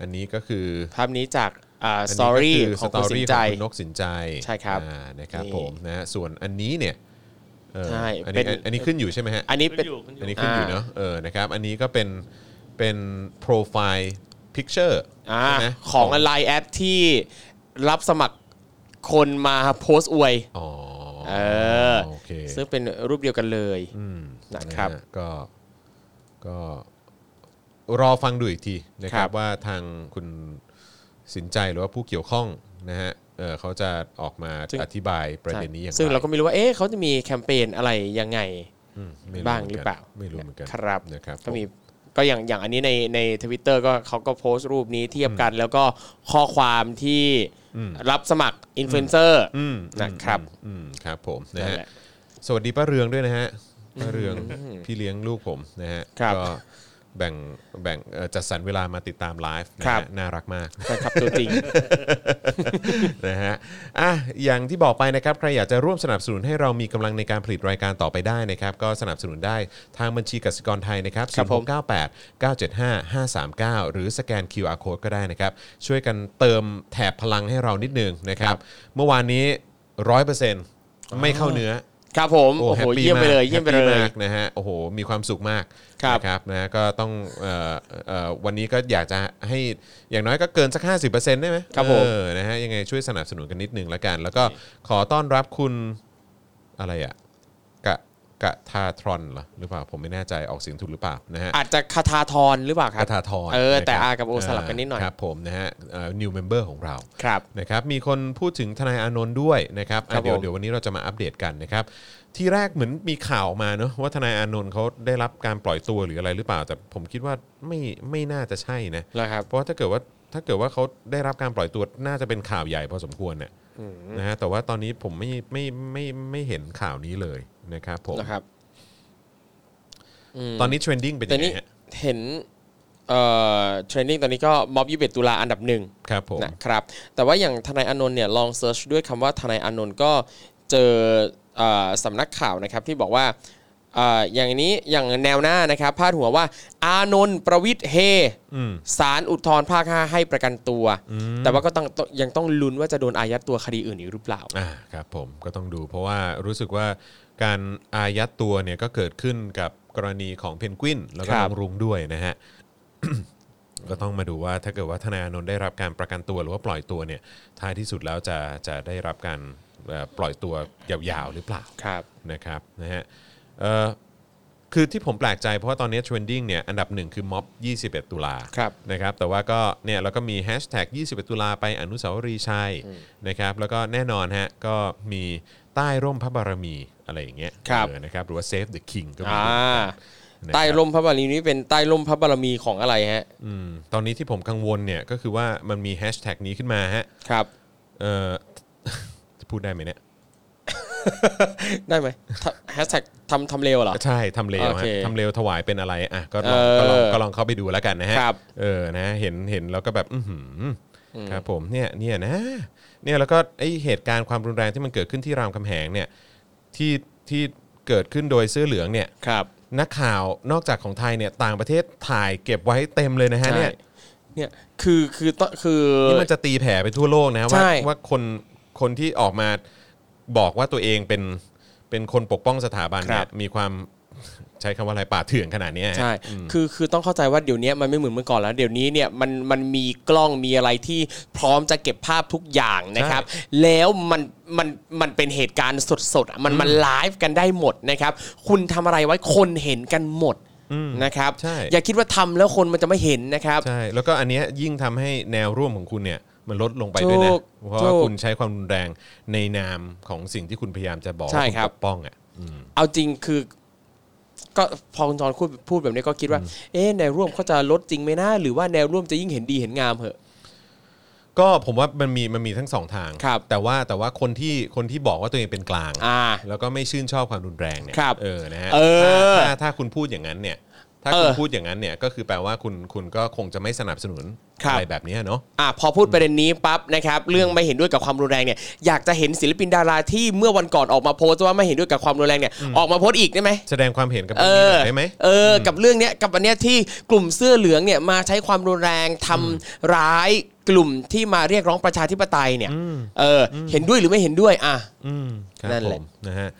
Speaker 1: อันนี้ก็คือ
Speaker 2: ภาพนี้จากอ่า
Speaker 1: อัน
Speaker 2: ส
Speaker 1: นี้ก็
Speaker 2: ตอรี่
Speaker 1: คื
Speaker 2: ของคุณสินใจ
Speaker 1: สตอรี่ของคุณนกสินใจ
Speaker 2: ใช่ครับ
Speaker 1: อ่านะครับ
Speaker 2: นี่
Speaker 1: ผมนะฮะส่วนอันนี้เนี่ยเอ่อ
Speaker 2: ใช่
Speaker 1: อัน
Speaker 2: เป็
Speaker 1: นี้
Speaker 2: น
Speaker 1: อันนี้ขึ้นอยู่ใช่ไหมฮะ
Speaker 2: อันนี้เป็น
Speaker 4: ขึ้อยู่ขึ้อยู่
Speaker 1: อันนี้ขึ้นอยู่
Speaker 2: อ่า
Speaker 1: เนาะเออนะครับอันนี้ก็เป็นเป็นโปรไฟล์พิกเจอร์
Speaker 2: าของอ l น n e แอปที่รับสมัครคนมาโพสต์อวย
Speaker 1: อ๋อ
Speaker 2: เออ
Speaker 1: โอเค
Speaker 2: ซึ่งเป็นรูปเดียวกันเลย
Speaker 1: อืม
Speaker 2: นะครับ
Speaker 1: ฮก็ก็รอฟังดูอีกทีนะครับว่าทางคุณสินใจหรือว่าผู้เกี่ยวข้องนะฮะเออเขาจะออกมาอธิบายประเด็นนี้อย่างไร
Speaker 2: ซึ่งเราก็ไม่รู้ว่า เอ๊ะเขาจะมีแคมเปญอะไรยังไง
Speaker 1: อืมไม่
Speaker 2: บ้าง
Speaker 1: มืน
Speaker 2: หรื
Speaker 1: กัน
Speaker 2: อเปล่า
Speaker 1: ไม่รู้เหมือนกัน
Speaker 2: ครับ
Speaker 1: นะครับ
Speaker 2: ก็มีก็อย่างอย่างอันนี้ในในทวิตเตอร์ก็เขาก็โพสต์รูปนี้เทียบกัน แล้วก็ข้อความที่รับสมัครอินฟลูเอนเซอร์
Speaker 1: อืม
Speaker 2: นะครับ
Speaker 1: อืมครับผมนะ
Speaker 2: นั่
Speaker 1: ฮะ
Speaker 2: นแหละ
Speaker 1: สวัสดีป้าเรืองด้วยนะฮะป้าเรืองพี่เลี้ยงลูกผมนะฮะ
Speaker 2: ครับ
Speaker 1: ก็แบ่งแบ่งเอ่อจัดสรรเวลามาติดตามไลฟ์นะ
Speaker 2: ครั
Speaker 1: ฮะ
Speaker 2: บ
Speaker 1: น่ารักมาก
Speaker 2: นะครับตัวจริง
Speaker 1: นะฮะ อ่ะ อย่างที่บอกไปนะครับ ใครอยากจะร่วมสนับสนุนให้เรามีกำลังในการผลิตรายการต่อไปได้นะครับ ก็สนับสนุนได้ทางบัญชีกสิกรไทยนะครับ
Speaker 2: ครับผม
Speaker 1: 0698 975 539 หรือสแกน QR code ก็ได้นะครับ ช่วยกันเติมแถบพลังให้เรานิดนึงนะครับ เมื่อวานนี้ร้อยเปอร์เซ็นต์ไม่เข้าเนื้อ
Speaker 2: ครับผม โอ้โห
Speaker 1: happy
Speaker 2: เยี่ยมไปเลย
Speaker 1: าก
Speaker 2: เยี่ยมไป
Speaker 1: happy
Speaker 2: เลย
Speaker 1: ากนะฮะโอ้โหมีความสุขมาก
Speaker 2: ครับ
Speaker 1: นะครับนะก็ต้องเอ่อเอ่อวันนี้ก็อยากจะให้อย่างน้อยก็เกินสัก 50%ได้ไหม
Speaker 2: ครับผม
Speaker 1: เออนะฮะยังไงช่วยสนับสนุนกันนิดนึงละกัน แล้วก็ขอต้อนรับคุณอะไรอะกะกะทาทรอนเหรอหรือเปล่าผมไม่แน่ใจออกเสียงถูกหรือเปล่านะฮะ
Speaker 2: อาจจะคาทาทรหรือเปล่าครั
Speaker 1: ก
Speaker 2: บ
Speaker 1: ทาทร
Speaker 2: เออ
Speaker 1: นะครับ
Speaker 2: แต่อากับโอสลับกันนิดหน่อย
Speaker 1: ครับผมนะฮะนิวเมมเบอร์ของเรา
Speaker 2: ครับ
Speaker 1: นะครับมีคนพูดถึงทนายอานนท์ด้วยนะครับอ่ะ
Speaker 2: ครับ
Speaker 1: เดี๋ยว
Speaker 2: ผม
Speaker 1: เดี๋ยววันนี้เราจะมาอัปเดตกันนะครับ ที่แรกเหมือนมีข่าวออกมาเนอะว่าทนายอานนท์เขาได้รับการปล่อยตัวหรืออะไรหรือเปล่า แต่ผมคิดว่าไม่ไม่น่าจะใช่นะ
Speaker 2: เหรอครับ
Speaker 1: เพราะว่าถ้าเกิดว่าถ้าเกิดว่าเขาได้รับการปล่อยตัวน่าจะเป็นข่าวใหญ่พอสมควรเนี่ยนะฮะแต่ว่าตอนนี้ผมไม่ไม่ไม่ไม่เห็นข่าวนี้เลยนะครับผม
Speaker 2: นะครับ
Speaker 1: ตอนนี้เทรนดิ้งเป็น
Speaker 2: ตอ
Speaker 1: ยั
Speaker 2: น
Speaker 1: งไง
Speaker 2: นี้
Speaker 1: ฮะ
Speaker 2: เห็นเอ่อเทรนดิ้งตอนนี้ก็ม็อบยีตุลาอันดับหนึ่ง
Speaker 1: ครับผม
Speaker 2: นะครับแต่ว่าอย่างทนายอานนท์เนี่ยลองเซิร์ชด้วยคำว่าทนายอานนท์ก็เจอเอ่อสำนักข่าวนะครับที่บอกว่าเอ่ออย่างนี้อย่างแนวหน้านะครับพาดหัวว่าอานนท์ประวิทย์เฮ
Speaker 1: อืม
Speaker 2: สารอุทธรณ์ภาคห้าให้ประกันตัว แต่ว่าก็ต้องต้องยังต้องลุ้นว่าจะโดนอายัดตัวคดีอื่นอีกหรือเปล่า
Speaker 1: อ่าครับผมก็ต้องดูเพราะว่ารู้สึกว่าการอายัดตัวเนี่ยก็เกิดขึ้นกับกรณีของเพนกวินแล้วก็
Speaker 2: ครับ
Speaker 1: น้องรุ้งด้วยนะฮ ะ ก็ต้องมาดูว่าถ้าเกิดว่าธนาโนนท์ได้รับการประกันตัวหรือว่าปล่อยตัวเนี่ยท้ายที่สุดแล้วจะจะได้รับการเอ่อปล่อยตัวยาวๆหรือเปล่า
Speaker 2: ครับ
Speaker 1: นะครับนะฮะเอ่อคือที่ผมแปลกใจเพราะว่าตอนนี้ trending เนี่ยอันดับหนึ่งคือม็อบ21 ตุลา
Speaker 2: ครับ
Speaker 1: นะครับแต่ว่าก็เนี่ยเราก็มี hashtag 21 ตุลาไปอนุสาวรีย์ชัยนะครับแล้วก็แน่นอนฮะก็มีใต้ร่มพระบารมีอะไรอย่างเงี้ย
Speaker 2: ครับ
Speaker 1: เออนะครับหรือว่า save the king ก็มี
Speaker 2: อ่า
Speaker 1: นะครับ
Speaker 2: ใต้ร่มพระบารมีนี้เป็นใต้ร่มพระบารมีของอะไรฮะ
Speaker 1: อืมตอนนี้ที่ผมกังวลเนี่ยก็คือว่ามันมี hashtag นี้ขึ้นมาฮะ
Speaker 2: ครับ
Speaker 1: เออ จะพูดได้ไหมเนี่ย
Speaker 2: ได้ไหมแฮชแท็กทำทำเลวเหรอ
Speaker 1: ใช่ทำเลว
Speaker 2: โอ
Speaker 1: ฮะ
Speaker 2: เค
Speaker 1: ทำเลวถวายเป็นอะไรอ่ะก็ล
Speaker 2: เอ
Speaker 1: อง
Speaker 2: อ
Speaker 1: ก็ลองก็ลองเข้าไปดูแล้วกันนะฮะ
Speaker 2: ครับ
Speaker 1: เออนะเห็นเห็นแล้วก็แบบอือหือครับผมเนี่ยเนี่ยนะเนี่ยแล้วก็ไอเหตุการณ์ความรุนแรงที่มันเกิดขึ้นที่รามคำแหงเนี่ยที่ที่เกิดขึ้นโดยเสื้อเหลืองเนี่ย
Speaker 2: ครับ
Speaker 1: นักข่าวนอกจากของไทยเนี่ยต่างประเทศถ่ายเก็บไว้เต็มเลยนะฮะ
Speaker 2: ใช่
Speaker 1: เนี่ย
Speaker 2: เนี่ยคือคือต้องคือ
Speaker 1: นี่มันจะตีแผ่ไปทั่วโลกนะว่า
Speaker 2: ใช่
Speaker 1: ว่าคนคนที่ออกมาบอกว่าตัวเองเป็นเป็นคนปกป้องสถาบันเนี่ยมีความ ใช้คำว่าอะไรป่าเถื่อนขนาดเนี้ยฮะ
Speaker 2: ใช่ คือ คือต้องเข้าใจว่าเดี๋ยวนี้มันไม่เหมือนเมื่อก่อนแล้ว เดี๋ยวนี้เนี่ย มัน มันมีกล้อง มีอะไรที่พร้อมจะเก็บภาพทุกอย่างนะครับ แล้วมัน มัน มันเป็นเหตุการณ์สดๆอะมัน มันไลฟ์กันได้หมดนะครับ คุณทำอะไรไว้คนเห็นกันหมดนะครับ
Speaker 1: ใช่
Speaker 2: อย่าคิดว่าทำแล้วคนมันจะไม่เห็นนะครับ
Speaker 1: ใช่ แล้วก็อันเนี้ยยิ่งทำให้แนวร่วมของคุณเนี่ยมันลดลงไปด้วยนะ
Speaker 2: ถูก
Speaker 1: เพราะว่า
Speaker 2: ถูก
Speaker 1: คุณใช้ความรุนแรงในนามของสิ่งที่คุณพยายามจะบอก
Speaker 2: ใช่
Speaker 1: ว่าณ
Speaker 2: ครับ
Speaker 1: ปกป้องอ่ะอืม
Speaker 2: เอาจริงคือ ก็พอคุณจรพูดพูดแบบนี้ก็คิดว่า เอ๊ะแนวร่วมเขาจะลดจริงไหมนะ หรือว่าแนวร่วมจะยิ่งเห็นดีเห็นงามเหอะ
Speaker 1: ก็ผมว่ามันมีมันมีทั้งสองทาง
Speaker 2: ครับ
Speaker 1: แต่ว่าแต่ว่าคนที่คนที่บอกว่าตัวเองเป็นกลาง
Speaker 2: อ่า
Speaker 1: แล้วก็ไม่ชื่นชอบความรุนแรงเนี่ย
Speaker 2: ครับ
Speaker 1: เออนะฮะ
Speaker 2: เออ
Speaker 1: ถ้าถ้าถ้าคุณพูดอย่างนั้นเนี่ย ถ้าคุณ
Speaker 2: เออ
Speaker 1: พูดอย่างนั้นเนี่ยก็คือแปลว่าคุณคุณก็คงจะไม่สนับสนุน
Speaker 2: ครับ
Speaker 1: อะไรแบบเนี้ยเนาะ
Speaker 2: อ่ะพอพูดประเด็นนี้ปั๊บนะครับเรื่องไม่เห็นด้วยกับความรุนแรงเนี่ยอยากจะเห็นศิลปินดาราที่เมื่อวันก่อนออกมาโพสต์ว่าไม่เห็นด้วยกับความรุนแรงเนี่ยออกมาโพสต์อีกได้ไหม
Speaker 1: แสดงความเห็นกับ
Speaker 2: เอ
Speaker 1: เรื่องนี้ห
Speaker 2: อ
Speaker 1: น่อยได้ไหม
Speaker 2: เออกับเรื่องเนี้ยกับอันเนี้ยที่กลุ่มเสื้อเหลืองเนี่ยมาใช้ความรุนแรงทำร้ายกลุ่มที่มาเรียกร้องประชาธิปไตยเนี่ยเอออเห็นด้วยหรือไม่เห็นด้วยอ่ะ
Speaker 1: อืมครับ
Speaker 2: นั่นแหละ
Speaker 1: ผมนะฮะ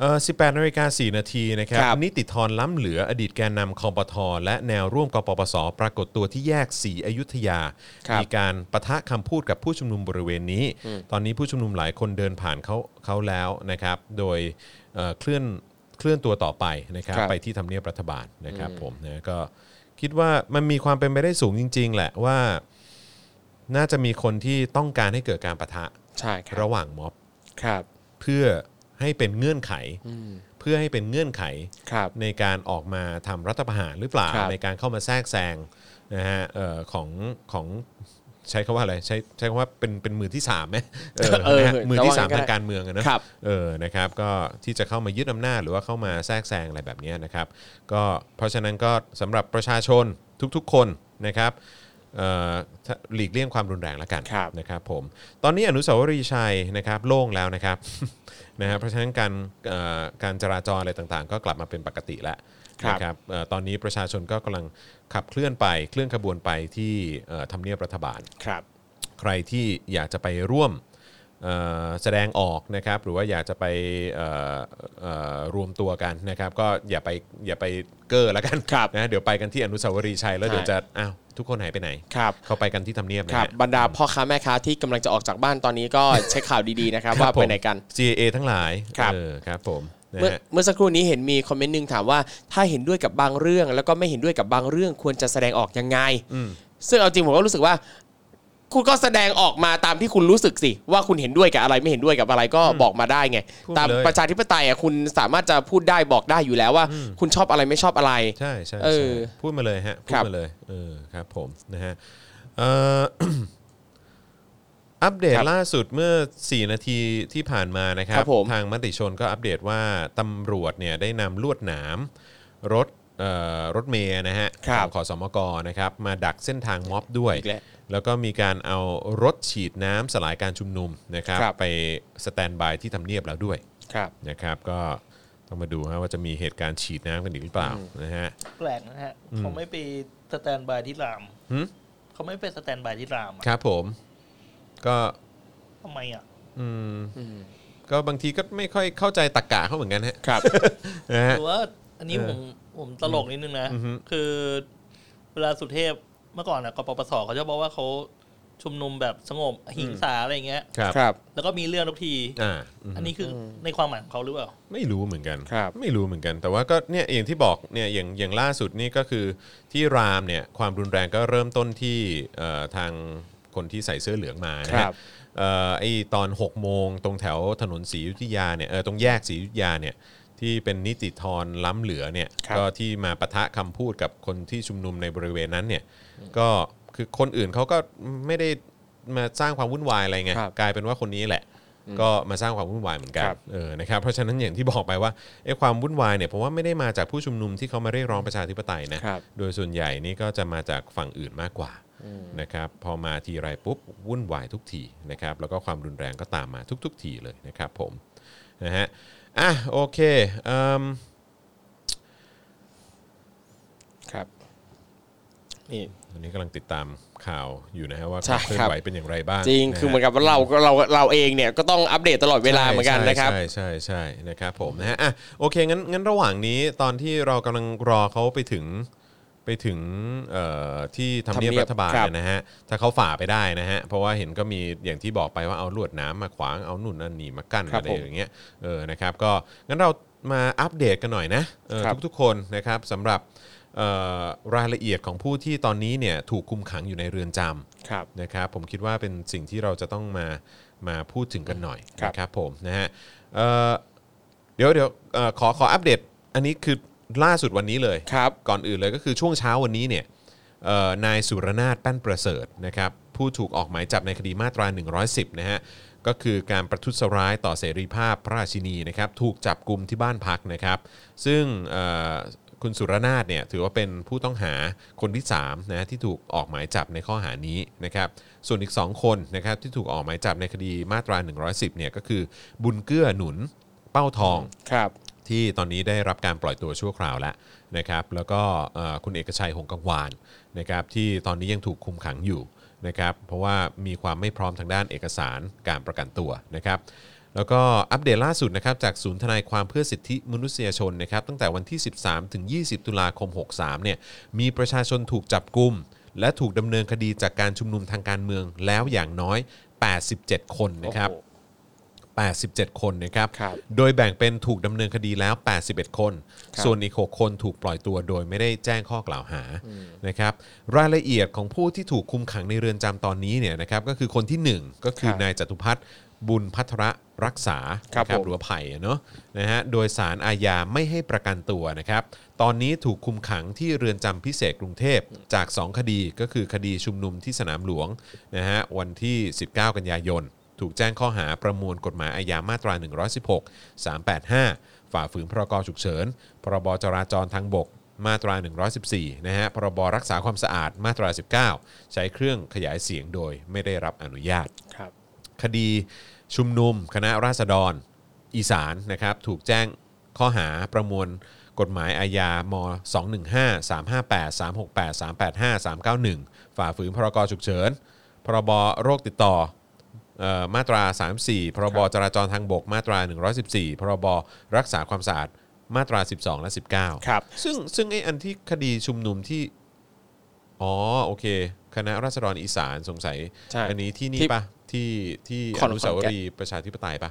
Speaker 1: เอ่อ18นาฬิกา4นาทีนะครับ
Speaker 2: ครับ
Speaker 1: นิติธรล้ำเหลืออดีตแกนนำคอปท และแนวร่วมกปปส ปรากฏตัวที่แยกสีอยุธยา
Speaker 2: ครับ
Speaker 1: มีการประทะคำพูดกับผู้ชุมนุมบริเวณนี้ ตอนนี้ผู้ชุมนุมหลายคนเดินผ่านเขาเขาแล้วนะครับ โดยเอ่อเคลื่อนเคลื่อนตัวต่อไปนะครับ
Speaker 2: ครับ
Speaker 1: ไปที่ทำเนียบรัฐบาลนะครับผมนะก็คิดว่ามันมีความเป็นไปได้สูงจริง ๆ แหละว่า น่าจะมีคนที่ต้องการให้เกิดการประทะ
Speaker 2: ใช่ครับ
Speaker 1: ระหว่างม็อบ
Speaker 2: ครับ
Speaker 1: เพื่อให้เป็นเงื่อนไข เพื่อให้เป็นเงื่อนไข
Speaker 2: ครับ
Speaker 1: ในการออกมาทำรัฐประหารหรือเปล่า
Speaker 2: ครับ
Speaker 1: ในการเข้ามาแทรกแซงนะฮะเอ่อของของใช้คำว่าอะไรใช้ใช้คำว่าเป็นเป็นมือที่สามไหมเออ
Speaker 2: เออ
Speaker 1: นะฮะมือที่
Speaker 2: ระวัง
Speaker 1: สาม
Speaker 2: ก็ได้
Speaker 1: ทางการเมืองอะนะครับ เออนะครับก็ที่จะเข้ามายึดอำนาจหรือว่าเข้ามาแทรกแซงอะไรแบบเนี้ยนะครับ ก็เพราะฉะนั้นก็สำหรับประชาชนทุกๆคนนะครับเอ่อถ้าหลีกเลี่ยงความรุนแรงแล้วกัน
Speaker 2: ครับ
Speaker 1: นะครับผมตอนนี้อนุสาวรีย์ชัยนะครับโล่งแล้วนะครับ นะฮะเพราะฉะนั้นการเอ่อการจราจรอะไรต่างๆ ก็กลับมาเป็นปกติแล้ว
Speaker 2: ครับ
Speaker 1: นะครับเอ่อตอนนี้ประชาชนก็กำลังขับเคลื่อนไปเคลื่อนขบวนไปที่เอ่อทำเนียบรัฐบาล
Speaker 2: ครับ
Speaker 1: ใครที่อยากจะไปร่วมเอ่อแสดงออกนะครับหรือว่าอยากจะไปเอ่อเอ่อรวมตัวกันนะครับก็อย่าไปอย่าไปเก้อแล้วกัน
Speaker 2: ครับ
Speaker 1: นะเดี๋ยวไปกันที่อนุสาวรีย์ชัยแล้วเดี๋ยว
Speaker 2: ใช่
Speaker 1: จะอ้าวทุกคนหายไปไหน
Speaker 2: ครับ
Speaker 1: เขาไปกันที่ทำเนียบนะ
Speaker 2: ค
Speaker 1: ฮะ
Speaker 2: รับบรรดาพ่อค้าแม่ค้าที่กำลังจะออกจากบ้านตอนนี้ ก็เช็คข่าวดีๆนะครับ
Speaker 1: ค
Speaker 2: ว่า
Speaker 1: รับ
Speaker 2: ไป
Speaker 1: ผม
Speaker 2: ไหนกัน
Speaker 1: GA ทั้งหลาย
Speaker 2: ครับ
Speaker 1: เออครับผมนะ
Speaker 2: เมื่อ
Speaker 1: ฮะ
Speaker 2: เมื่อสักครู่นี้เห็นมีคอมเมนต์หนึ่งถามว่าถ้าเห็นด้วยกับบางเรื่อง แล้วก็ไม่เห็นด้วยกับบางเรื่องควรจะแสดงออกยังไง ซึ่งเอาจริงผมก็รู้สึกว่า คุณก็แสดงออกมาตามที่คุณรู้สึกสิ ว่าคุณเห็นด้วยกับอะไรไม่เห็นด้วยกับอะไรก็บอกมาได้ไง ตามประชาธิปไตยอ่ะคุณสามารถจะพูดได้บอกได้อยู่แล้วว่า คุณชอบอะไรไม่ชอบอะไร
Speaker 1: ใช่ใช่
Speaker 2: เอ
Speaker 1: ใช่
Speaker 2: อ
Speaker 1: พูดมาเลยฮะพูด
Speaker 2: ครับ
Speaker 1: มาเลยเออครับผมนะฮะเอ่อ อัปเดตล่าสุดเมื่อ 4 นาทีที่ผ่านมานะครับ
Speaker 2: ครับผม
Speaker 1: ทางมติชนก็อัปเดตว่าตำรวจเนี่ยได้นำลวดหนามรถเอ่อรถเมย์นะฮะ
Speaker 2: ครับ
Speaker 1: ของขอสมกนะครับมาดักเส้นทางม็อบด้วย
Speaker 2: อีกแล้ว
Speaker 1: แล้วก็มีการเอารถฉีดน้ำสลายการชุมนุมนะครับ
Speaker 2: ครับ
Speaker 1: ไปสแตนบายที่ทำเนียบแล้วด้วย
Speaker 2: ครับ
Speaker 1: นะครับก็ต้องมาดูฮะว่าจะมีเหตุการณ์ฉีดน้ำกันอีกหรือเปล่านะฮะ
Speaker 4: แปลกนะฮะเขาไม่ไปสแตนบายที่ราม
Speaker 1: หืม
Speaker 4: เขาไม่ไปสแตนบายที่รามอะ
Speaker 1: ครับผม ก็
Speaker 4: ทำไมอ่ะ
Speaker 1: อืมก็บางทีก็ไม่ค่อยเข้าใจตรกกะเขาเหมือนกันฮะ
Speaker 2: ครับ
Speaker 1: นะฮะ
Speaker 4: หรือว่าอันนี้
Speaker 1: เออ
Speaker 4: ผมผมตลกนิดนึงนะ
Speaker 1: อือฮึ
Speaker 4: คือเวลาสุเทพเมื่อก่อนนะกปปสเขาจะบอกว่าเขาชุมนุมแบบสงบหิงสาอะไรอย่างเงี้ย
Speaker 1: ครับ
Speaker 2: ครับ
Speaker 4: แล้วก็มีเรื่องทุกที
Speaker 1: อ่าอืม
Speaker 4: อันนี้คือในความหมายของเขาหรือเปล่า
Speaker 1: ไม่รู้เหมือนกัน
Speaker 2: ครับ
Speaker 1: ไม่รู้เหมือนกัน แต่ว่าก็เนี่ยอย่างที่บอกเนี่ยอย่างอย่างล่าสุดนี่ก็คือที่รามเนี่ยความรุนแรงก็เริ่มต้นที่เอ่อทางคนที่ใส่เสื้อเหลืองมานะ
Speaker 2: ครั
Speaker 1: ฮะ
Speaker 2: บ
Speaker 1: เอ่อไอตอน 6 โมงตรงแถวถนนศรีอยุธยาเนี่ยเออตรงแยกศรีอยุธยาเนี่ยที่เป็นนิติธรล้ำเหลือเนี่ย
Speaker 2: ครับ
Speaker 1: ก็ที่มาปะทะคำพูดกับคนที่ชุมนุมในบริเวณนั้นเนี่ยก็คือคนอื่นเขาก็ไม่ได้มาสร้างความวุ่นวายอะไรไง
Speaker 2: ครับ
Speaker 1: กลายเป็นว่าคนนี้แหละ ก็มาสร้างความวุ่นวายเหมือนกัน
Speaker 2: ครับ
Speaker 1: เออนะครับเพราะฉะนั้นอย่างที่บอกไปว่าไอ้ความวุ่นวายเนี่ยผมว่าไม่ได้มาจากผู้ชุมนุมที่เขามาเรียกร้องประชาธิปไตยนะครับ โดยส่วนใหญ่นี่ก็จะมาจากฝั่งอื่นมากกว่า นะครับพอมาทีไรปุ๊บวุ่นวายทุกทีนะครับแล้วก็ความรุนแรงก็ตามมาทุกๆททีเลยนะครับผมนะฮะอ่ะโอเคเอิ่ม
Speaker 2: ครับ นี่
Speaker 1: ตอนนี้กำลังติดตามข่าวอยู่นะฮะว่า
Speaker 2: ใช่
Speaker 1: ความเคลื่อ
Speaker 2: ครั
Speaker 1: น
Speaker 2: บ
Speaker 1: ไหวเป็นอย่างไรบ้าง
Speaker 2: จริง
Speaker 1: ะฮะ
Speaker 2: คือเหมือนกับว่าเราก็เราเราเองเนี่ยก็ต้องอัปเดตตลอดเวลาเหมือนกันนะครับ
Speaker 1: ใช่ใช่ใช่ใช่นะครับผมนะฮะอ่ะโอเคงั้นงั้นระหว่างนี้ตอนที่เรากำลังรอเขาไปถึงไปถึงเอ่อที่ทำเนียบ
Speaker 2: ทำเนียบ
Speaker 1: รัฐบาล
Speaker 2: ครับ
Speaker 1: เนี่ยนะฮะถ้าเขาฝ่าไปได้นะฮะเพราะว่าเห็นก็มีอย่างที่บอกไปว่าเอาลวดหน้ำมาขวางเอาหนุนนั่นนี่มากั้น
Speaker 2: ครับ
Speaker 1: อะไร
Speaker 2: ผม
Speaker 1: อย่างเงี้ยเออนะครับก็งั้นเรามาอัปเดตกันหน่อยนะเออ
Speaker 2: ครับ
Speaker 1: ทุกๆคนนะครับสำหรับเอ่อรายละเอียดของผู้ที่ตอนนี้เนี่ยถูกคุมขังอยู่ในเรือนจำ
Speaker 2: ครับ
Speaker 1: นะครับผมคิดว่าเป็นสิ่งที่เราจะต้องมามาพูดถึงกันหน่อย
Speaker 2: ครับ
Speaker 1: นะครับผมนะฮะเอ่อเดี๋ยวเดี๋ยวเอ่อขอขออัปเดต อันนี้คือล่าสุดวันนี้เลย
Speaker 2: ครับ
Speaker 1: ก่อนอื่นเลยก็คือช่วงเช้าวันนี้เนี่ยเอ่อนายสุรนาถแป้นประเสริฐนะครับผู้ถูกออกหมายจับในคดีมาตรา 110นะฮะก็คือการประทุษร้ายต่อเสรีภาพพระราชินีนะครับถูกจับกลุ่มที่บ้านพักนะครับซึ่งเอ่อคุณสุรนาถเนี่ยถือว่าเป็นผู้ต้องหาคนที่3นะที่ถูกออกหมายจับในข้อหานี้นะครับส่วนอีก 2 คนนะครับที่ถูกออกหมายจับในคดีมาตรา 110เนี่ยก็คือบุญเกื้อหนุนเป้าทอง
Speaker 2: ครับ
Speaker 1: ที่ตอนนี้ได้รับการปล่อยตัวชั่วคราวแล้วนะครับ แล้วก็เอ่อคุณเอกชัยหงส์กังวานนะครับที่ตอนนี้ยังถูกคุมขังอยู่นะครับ เพราะว่ามีความไม่พร้อมทางด้านเอกสารการประกันตัวนะครับ แล้วก็อัปเดตล่าสุดนะครับจากศูนย์ทนายความเพื่อสิทธิมนุษยชนนะครับตั้งแต่วันที่ 13 ถึง 20 ตุลาคม 63เนี่ยมีประชาชนถูกจับกลุ่ม และถูกดำเนินคดีจากการชุมนุมทางการเมืองแล้วอย่างน้อย 87 คนนะครับ 87 คนนะครับ
Speaker 2: ครับ
Speaker 1: โดยแบ่งเป็นถูกดำเนินคดีแล้ว 81 คน
Speaker 2: ครับ
Speaker 1: ส่วนอีก 6 คนถูกปล่อยตัวโดยไม่ได้แจ้งข้อกล่าวหา นะครับ รายละเอียดของผู้ที่ถูกคุมขังในเรือนจำตอนนี้เนี่ยนะครับ ก็คือคนที่ 1 ก็คือ
Speaker 2: ครับ
Speaker 1: นายจตุพัฒน์บุญพัทรรักษา
Speaker 2: ครับ
Speaker 1: นะ
Speaker 2: ผม
Speaker 1: หรือว่าไผ่อะเนาะ นะฮะ โดยสารอาญาไม่ให้ประกันตัวนะครับ ตอนนี้ถูกคุมขังที่เรือนจำพิเศษกรุงเทพจาก 2 คดี ก็คือคดีชุมนุมที่สนามหลวง นะฮะ วันที่ 19 กันยายน ถูกแจ้งข้อหาประมวลกฎหมายอาญามาตรา 116 385 ฝ่าฝืนพรกฉุกเฉิน พรบจราจรทางบก มาตรา 114 นะฮะ พรบรักษาความสะอาด มาตรา 19 ใช้เครื่องขยายเสียงโดยไม่ได้รับอนุญาต
Speaker 2: ครับ
Speaker 1: คดีชุมนุม คณะราษฎรอีสานนะครับถูกแจ้งข้อหาประมวลกฎหมายอาญาม215 358 368 385 391 ฝ่าฝืนพรกฉุกเฉิน พรบโรคติดต่อเอ่อมาตรา 34 พรบจราจรทางบกมาตรา 114 พรบรักษาความสะอาดมาตรา 12 และ 19
Speaker 2: ครับ
Speaker 1: ซึ่งซึ่งไอ้อันที่คดีชุมนุมที่ อ๋อโอเค คณะราษฎรอีสานสงสัย
Speaker 2: ใช่
Speaker 1: อันี้ที่นี่
Speaker 2: ที่
Speaker 1: ปะที่ที่
Speaker 2: ข
Speaker 1: อ
Speaker 2: อน
Speaker 1: นุสาว
Speaker 2: ขอนแก่น
Speaker 1: รีย์ประชาธิปไตยปะ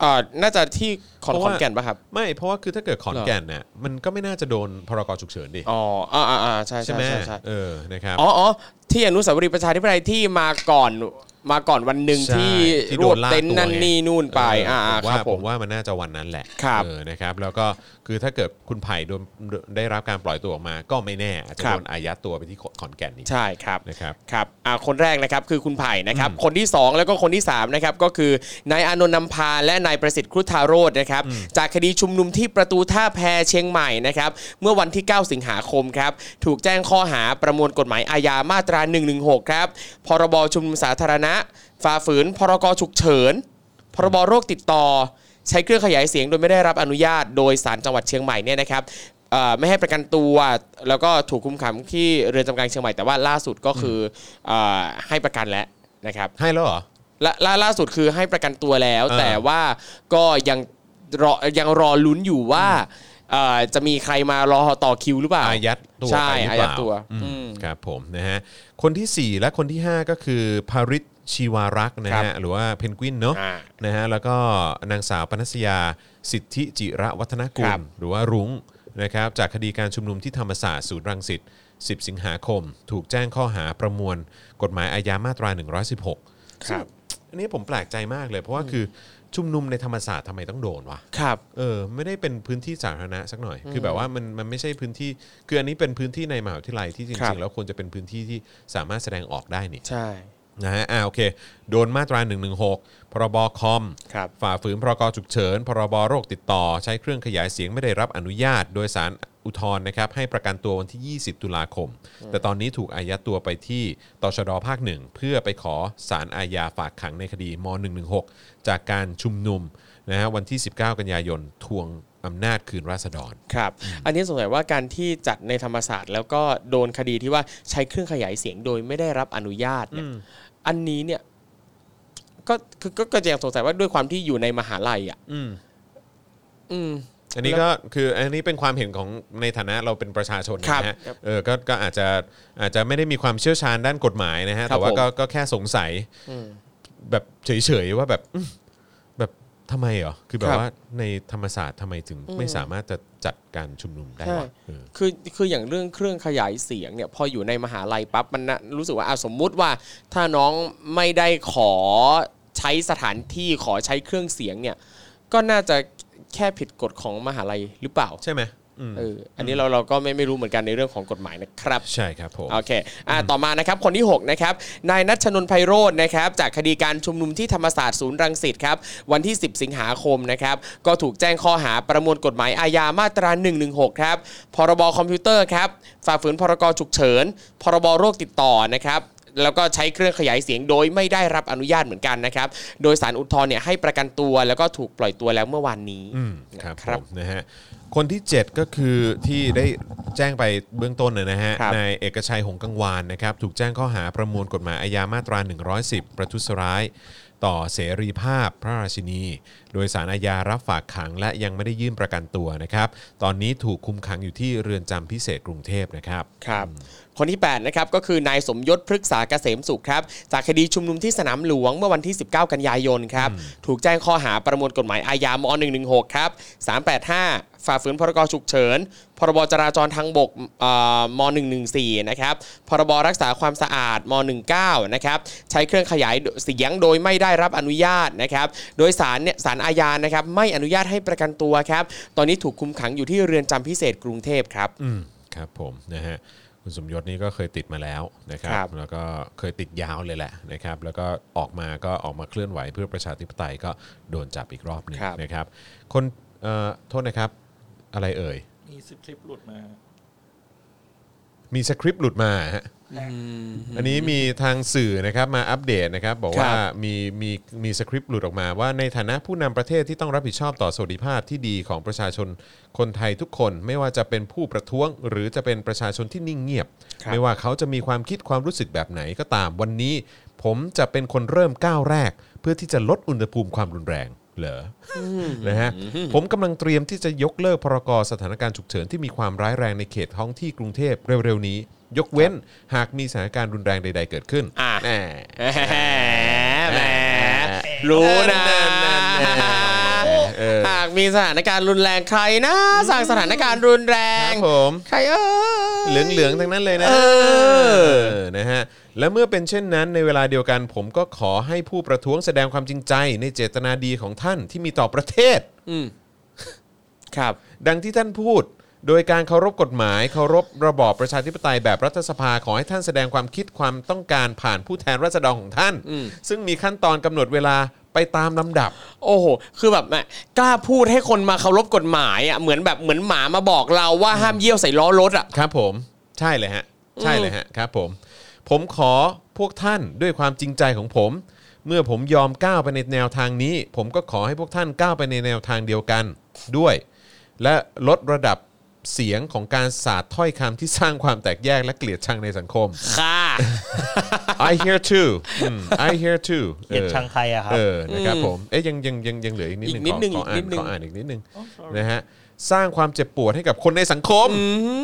Speaker 2: เอ่อน่าจะที่ขอน
Speaker 1: เพราะ
Speaker 2: ขอน
Speaker 1: ว่า
Speaker 2: แก่นปะครับ
Speaker 1: ไม่เพราะว่าคือถ้าเกิดขอน
Speaker 2: เหรอ
Speaker 1: แก่นเนี่ยมันก็ไม่น่าจะโดนพรกฉุกเฉินดิ
Speaker 2: อ๋ออ่าอ่าใช่
Speaker 1: ใช่
Speaker 2: ใช่
Speaker 1: ไหม
Speaker 2: ใช่ใช่
Speaker 1: เออนะครับ
Speaker 2: อ๋ออ๋อที่อนุสาวรีย์ประชาธิปไตยที่มาก่อนมาก่อนวันหนึ่ง
Speaker 1: ใช่
Speaker 2: ที่
Speaker 1: ที่
Speaker 2: ร
Speaker 1: โด
Speaker 2: วบ
Speaker 1: นลาก
Speaker 2: เต็นท์นั่น
Speaker 1: ตัวไง
Speaker 2: นี่นู่นไป
Speaker 1: เออผม
Speaker 2: อ่า
Speaker 1: ว่า
Speaker 2: อ่าครับ
Speaker 1: ผ
Speaker 2: ผม ม
Speaker 1: ว่ามันน่าจะวันนั้นแหละ
Speaker 2: ครับ
Speaker 1: เออนะครับแล้วก็คือถ้าเกิดคุณไผ่โดนได้รับการปล่อยตัวออกมา ก็ไม่แน่อาจจะ
Speaker 2: ครับ
Speaker 1: โดนอายัดตัวไปที่ขอนแก่นนี่
Speaker 2: ใช่ครับ
Speaker 1: นะครับ
Speaker 2: ครับอ่าคนแรกนะครับคือคุณไผ่นะครับ คนที่ 2 แล้วก็คนที่3นะครับก็คือนายอานนท์นำพาและนายประสิทธิ์ครุฑธาโรจน์นะครับ จากคดีชุมนุมที่ประตูท่าแพเชียงใหม่นะครับ เมื่อวันที่ 9 สิงหาคมครับ ถูกแจ้งข้อหาประมวลกฎหมายอาญามาตรา 116 ครับ พรบชุมนุมสาธารณะ ฝ่าฝืน พรกฉุกเฉิน พรบโรคติดต่อ ใช้เครื่องขยายเสียงโดยไม่ได้รับอนุญาตโดยสารจังหวัดเชียงใหม่เนี่ยนะครับเอ่อไม่ให้ประกันตัว แล้วก็ถูกคุมขังที่เรือนจำกลางเชียงใหม่แต่ว่าล่าสุดก็คืออเอ่อให้ประกันแล้วนะครับ
Speaker 1: ให้แล้วเหรอ
Speaker 2: และล่าล่าสุดคือให้ประกันตัวแล้ว
Speaker 1: เออ
Speaker 2: แต่ว่าก็ยังรอยังรอลุ้นอยู่ว่าเอ่อจะมีใครมารอต่อคิวหรือเปล่า
Speaker 1: อายัดตัว
Speaker 2: ใช่
Speaker 1: ไปหรือ
Speaker 2: อา
Speaker 1: เป
Speaker 2: ยัด
Speaker 1: ล่า
Speaker 2: ตัว
Speaker 1: อืม
Speaker 2: อืม
Speaker 1: ครับผมนะฮะคนทีสี่ 4 และคนที่ 5 ก็คือภริตชีวารักษ์นะ
Speaker 2: ครั
Speaker 1: ฮะ
Speaker 2: บ
Speaker 1: หรือว่าเพนกวินเนาะ
Speaker 2: อ่า
Speaker 1: นะฮะแล้วก็นางสาวปนัสยาสิทธิจิระวัฒนกุ
Speaker 2: ค
Speaker 1: ล
Speaker 2: รับ
Speaker 1: หรือว่ารุ้งนะครับจากคดีการชุมนุมที่ธรรมศาสตร์ศูนย์รังสิต 10 สิงหาคม ถูกแจ้งข้อหาประมวลกฎหมายอาญามาตรา 116
Speaker 2: ครับ
Speaker 1: อันนี้ผมแปลกใจมากเลยเพราะว่าคือชุมนุมในธรรมศาสตร์ทำไมต้องโดนวะ
Speaker 2: ครับ
Speaker 1: เออไม่ได้เป็นพื้นที่สาธารณะสักหน่อย คือแบบว่ามันมันไม่ใช่พื้นที่คืออันนี้เป็นพื้นที่ในมหาวิทยาลัยที่จ
Speaker 2: ครั
Speaker 1: ริงๆ
Speaker 2: บ
Speaker 1: แล้วควรจะเป็นพื้นที่ที่สามารถแสดงออกได้นี่
Speaker 2: ใช่
Speaker 1: นะฮะอ่าโอเค โดนมาตรา 116 พรบคอม
Speaker 2: ครับ
Speaker 1: ฝ่าฝืนพรกฉุกเฉิน พรบโรคติดต่อ ใช้เครื่องขยายเสียงไม่ได้รับอนุญาต โดยสารอุทธรณ์นะครับให้ประกันตัววันที่ 20 ตุลาคม แต่ตอนนี้ถูกอายัดตัวไปที่ตชดภาคหนึ่งเพื่อไปขอสารอาญาฝากขังในคดีม .116 จากการชุมนุมนะฮะวันที่ 19 กันยายนทวง อำนาจคืนราษฎร
Speaker 2: ครับ อันนี้สงสัยว่าการที่จัดในธรรมศาสตร์ แล้วก็โดนคดีที่ว่าใช้เครื่องขยายเสียงโดยไม่ได้รับอนุญาตเนี่ย อันนี้เนี่ยก็คือก็ก็ยังสงสัยว่าด้วยความที่อยู่ในมหาลัยอ่ะ
Speaker 1: อืม
Speaker 2: อืม
Speaker 1: อันนี้ก็คืออันนี้เป็นความเห็นของในฐานะเราเป็นประชาชน
Speaker 2: ครับ
Speaker 1: นะฮะ
Speaker 2: ครับ
Speaker 1: เออก็ก็อาจจะอาจจะไม่ได้มีความเชี่ยวชาญด้านกฎหมายนะฮะ
Speaker 2: ครับ
Speaker 1: แต่ว่า
Speaker 2: ผม
Speaker 1: ก็ก็แค่สงสัยแบบเฉยๆว่าแบบอืมแบบทำไมเหรอคือแบ
Speaker 2: ครับ บ
Speaker 1: ว่าในธรรมศาสตร์ทำไมถึงไม่สามารถจะจัดการชุมนุมได้
Speaker 2: ใช่
Speaker 1: วะเออ
Speaker 2: คือคืออย่างเรื่องเครื่องขยายเสียงเนี่ยพออยู่ในมหาลัยปั๊บมันนะรู้สึกว่าอ่ะสมมุติว่าถ้าน้องไม่ได้ขอใช้สถานที่ขอใช้เครื่องเสียงเนี่ย ก็น่าจะแค่ผิดกฎของมหาลัยหรือเปล่า
Speaker 1: ใช่ไหมอืม
Speaker 2: เอออันนี้เราเราก็ไม่ไม่รู้เหมือนกันในเรื่องของกฎหมายนะครับ
Speaker 1: ใช่ครับผม
Speaker 2: โอเค อ่า ต่อมานะครับ คนที่ 6 นะครับ นายนัชนนท์ไพโรธนะครับ จากคดีการชุมนุมที่ธรรมศาสตร์ศูนย์รังสิตครับ วันที่ 10 สิงหาคมนะครับ ก็ถูกแจ้งข้อหาประมวลกฎหมายอาญามาตรา 116 ครับ พรบคอมพิวเตอร์ครับ ฝ่าฝืนพรกฉุกเฉิน พรบโรคติดต่อนะครับ แล้วก็ใช้เครื่องขยายเสียงโดยไม่ได้รับอนุญาตเหมือนกันนะครับ โดยสารอุทธรณ์เนี่ยให้ประกันตัวแล้วก็ถูกปล่อยตัวแล้วเมื่อวานนี้
Speaker 1: อืมครับ
Speaker 2: ครับ
Speaker 1: ผมนะฮะคนที่ 7 ก็คือที่ได้แจ้งไปเบื้องต้นนะนะฮะ
Speaker 2: ครับ
Speaker 1: นายเอกชัยหงส์กังวานนะครับถูกแจ้งข้อหาประมวลกฎหมายอาญามาตรา 110 ประทุษร้าย ต่อเสรีภาพพระราชินี โดยสารอาญารับฝากขัง และยังไม่ได้ยื่นประกันตัวนะครับ ตอนนี้ถูกคุมขังอยู่ที่เรือนจำพิเศษกรุงเทพนะครับ
Speaker 2: ครับคนที่8นะครับก็คือนายสมยศพฤกษาเกษมสุขครับจากคดีชุมนุมที่สนามหลวงเมื่อวันที่ 19 กันยายนครับถูกแจ้งข้อหาประมวลกฎหมายอาญาม116ครับ385 ฝ่าฝืนพรกฉุกเฉิน พรบจราจรทางบกเอ่อม114นะครับพรบรักษาความสะอาดม19นะครับใช้เครื่องขยายเสียงโดยไม่ได้รับอนุญาตนะครับโดยสารเนี่ยสารอาญานะครับไม่อนุญาตให้ประกันตัวครับตอนนี้ถูกคุมขังอยู่ที่เรือนจำพิเศษกรุงเทพครับ
Speaker 1: อืมครับผมนะฮะคุณสมยศนี่ก็เคยติดมาแล้วนะครับ
Speaker 2: ครับ
Speaker 1: แล้วก็เคยติดยาวเลยแหละนะครับแล้วก็ออกมาก็ออกมาเคลื่อนไหวเพื่อประชาธิปไตยก็โดนจับอีกรอบหนึง
Speaker 2: ครับ
Speaker 1: นะครับคนเอ่อโทษนะครับอะไรเอ่ย
Speaker 4: มีสคริปต์หลุดมา
Speaker 1: มีสคริปต์หลุดมาฮะอันนี้มีทางสื่อนะครับมาอัปเดตนะครับบอกว่า
Speaker 2: ครับ
Speaker 1: มีมีมีสคริปต์หลุดออกมาว่าในฐานะผู้นำประเทศที่ต้องรับผิดชอบต่อสวัสดิภาพที่ดีของประชาชนคนไทยทุกคน ไม่ว่าจะเป็นผู้ประท้วง หรือจะเป็นประชาชนที่นิ่งเงียบ
Speaker 2: ครับ
Speaker 1: ไม่ว่าเขาจะมีความคิดความรู้สึกแบบไหนก็ตาม วันนี้ ผมจะเป็นคนเริ่มก้าวแรก เพื่อที่จะลดอุณหภูมิความรุนแรงเหรอ นะฮะผมกำลังเตรียมที่จะยกเลิกพรกสถานการณ์ฉุกเฉินที่มีความร้ายแรงในเขตท้องที่กรุงเทพเร็วๆนี้ ยกเว้นหากมีสถานการณ์รุนแรงใด ๆ เกิดขึ้น
Speaker 2: อ่ะ
Speaker 1: แหม
Speaker 2: แหมแหมรู้นะ
Speaker 1: นั่นนั่นนั่นเออ
Speaker 2: หากมีสถานการณ์รุนแรงใครนะสร้างสถานการณ์รุนแรง
Speaker 1: ครับผม
Speaker 2: ใครเออ
Speaker 1: เหลืองๆทั้งนั้นเลยนะ
Speaker 2: เออ
Speaker 1: เออนะฮะและเมื่อเป็นเช่นนั้นในเวลาเดียวกัน ผมก็ขอให้ผู้ประท้วงแสดงความจริงใจ ในเจตนาดีของท่านที่มีต่อประเทศ
Speaker 2: อืมครับ
Speaker 1: ดังที่ท่านพูด โดยการเคารพกฎหมายเคารพระบอบประชาธิปไตยแบบรัฐสภาขอให้ท่านแสดงความคิดความต้องการผ่านผู้แทนราษฎรของท่าน ซึ่งมีขั้นตอนกำหนดเวลาไปตามลำดับ
Speaker 2: โอ้โห คือแบบแหม่กล้าพูดให้คนมาเคารพกฎหมายอ่ะเหมือนแบบเหมือนหมามาบอกเราว่าห้ามเยี่ยวใส่ล้อรถอ่ะ
Speaker 1: ครับผมใช่เลยฮะ ใช่เลยฮะครับผม ผมขอพวกท่านด้วยความจริงใจของผม เมื่อผมยอมก้าวไปในแนวทางนี้ ผมก็ขอให้พวกท่านก้าวไปในแนวทางเดียวกันด้วย และลดระดับเสียงของการสาดถ้อยคำที่สร้างความแตกแยกและเกลียดชังในสังค ม
Speaker 2: ค่ะ
Speaker 1: I hear too อืม I hear too
Speaker 4: เกลียดชังใครอะครับ
Speaker 1: เออ นะครับผม เอ๊ยยังยังยังยังเหลืออีกนิดนึง
Speaker 2: อีกนิดนึ
Speaker 1: ขอขออ่าน
Speaker 2: งอีกนิดนึง
Speaker 1: ขออ่านอีกนิดนึงนะฮะ สร้างความเจ็บปวดให้กับคนในสังคม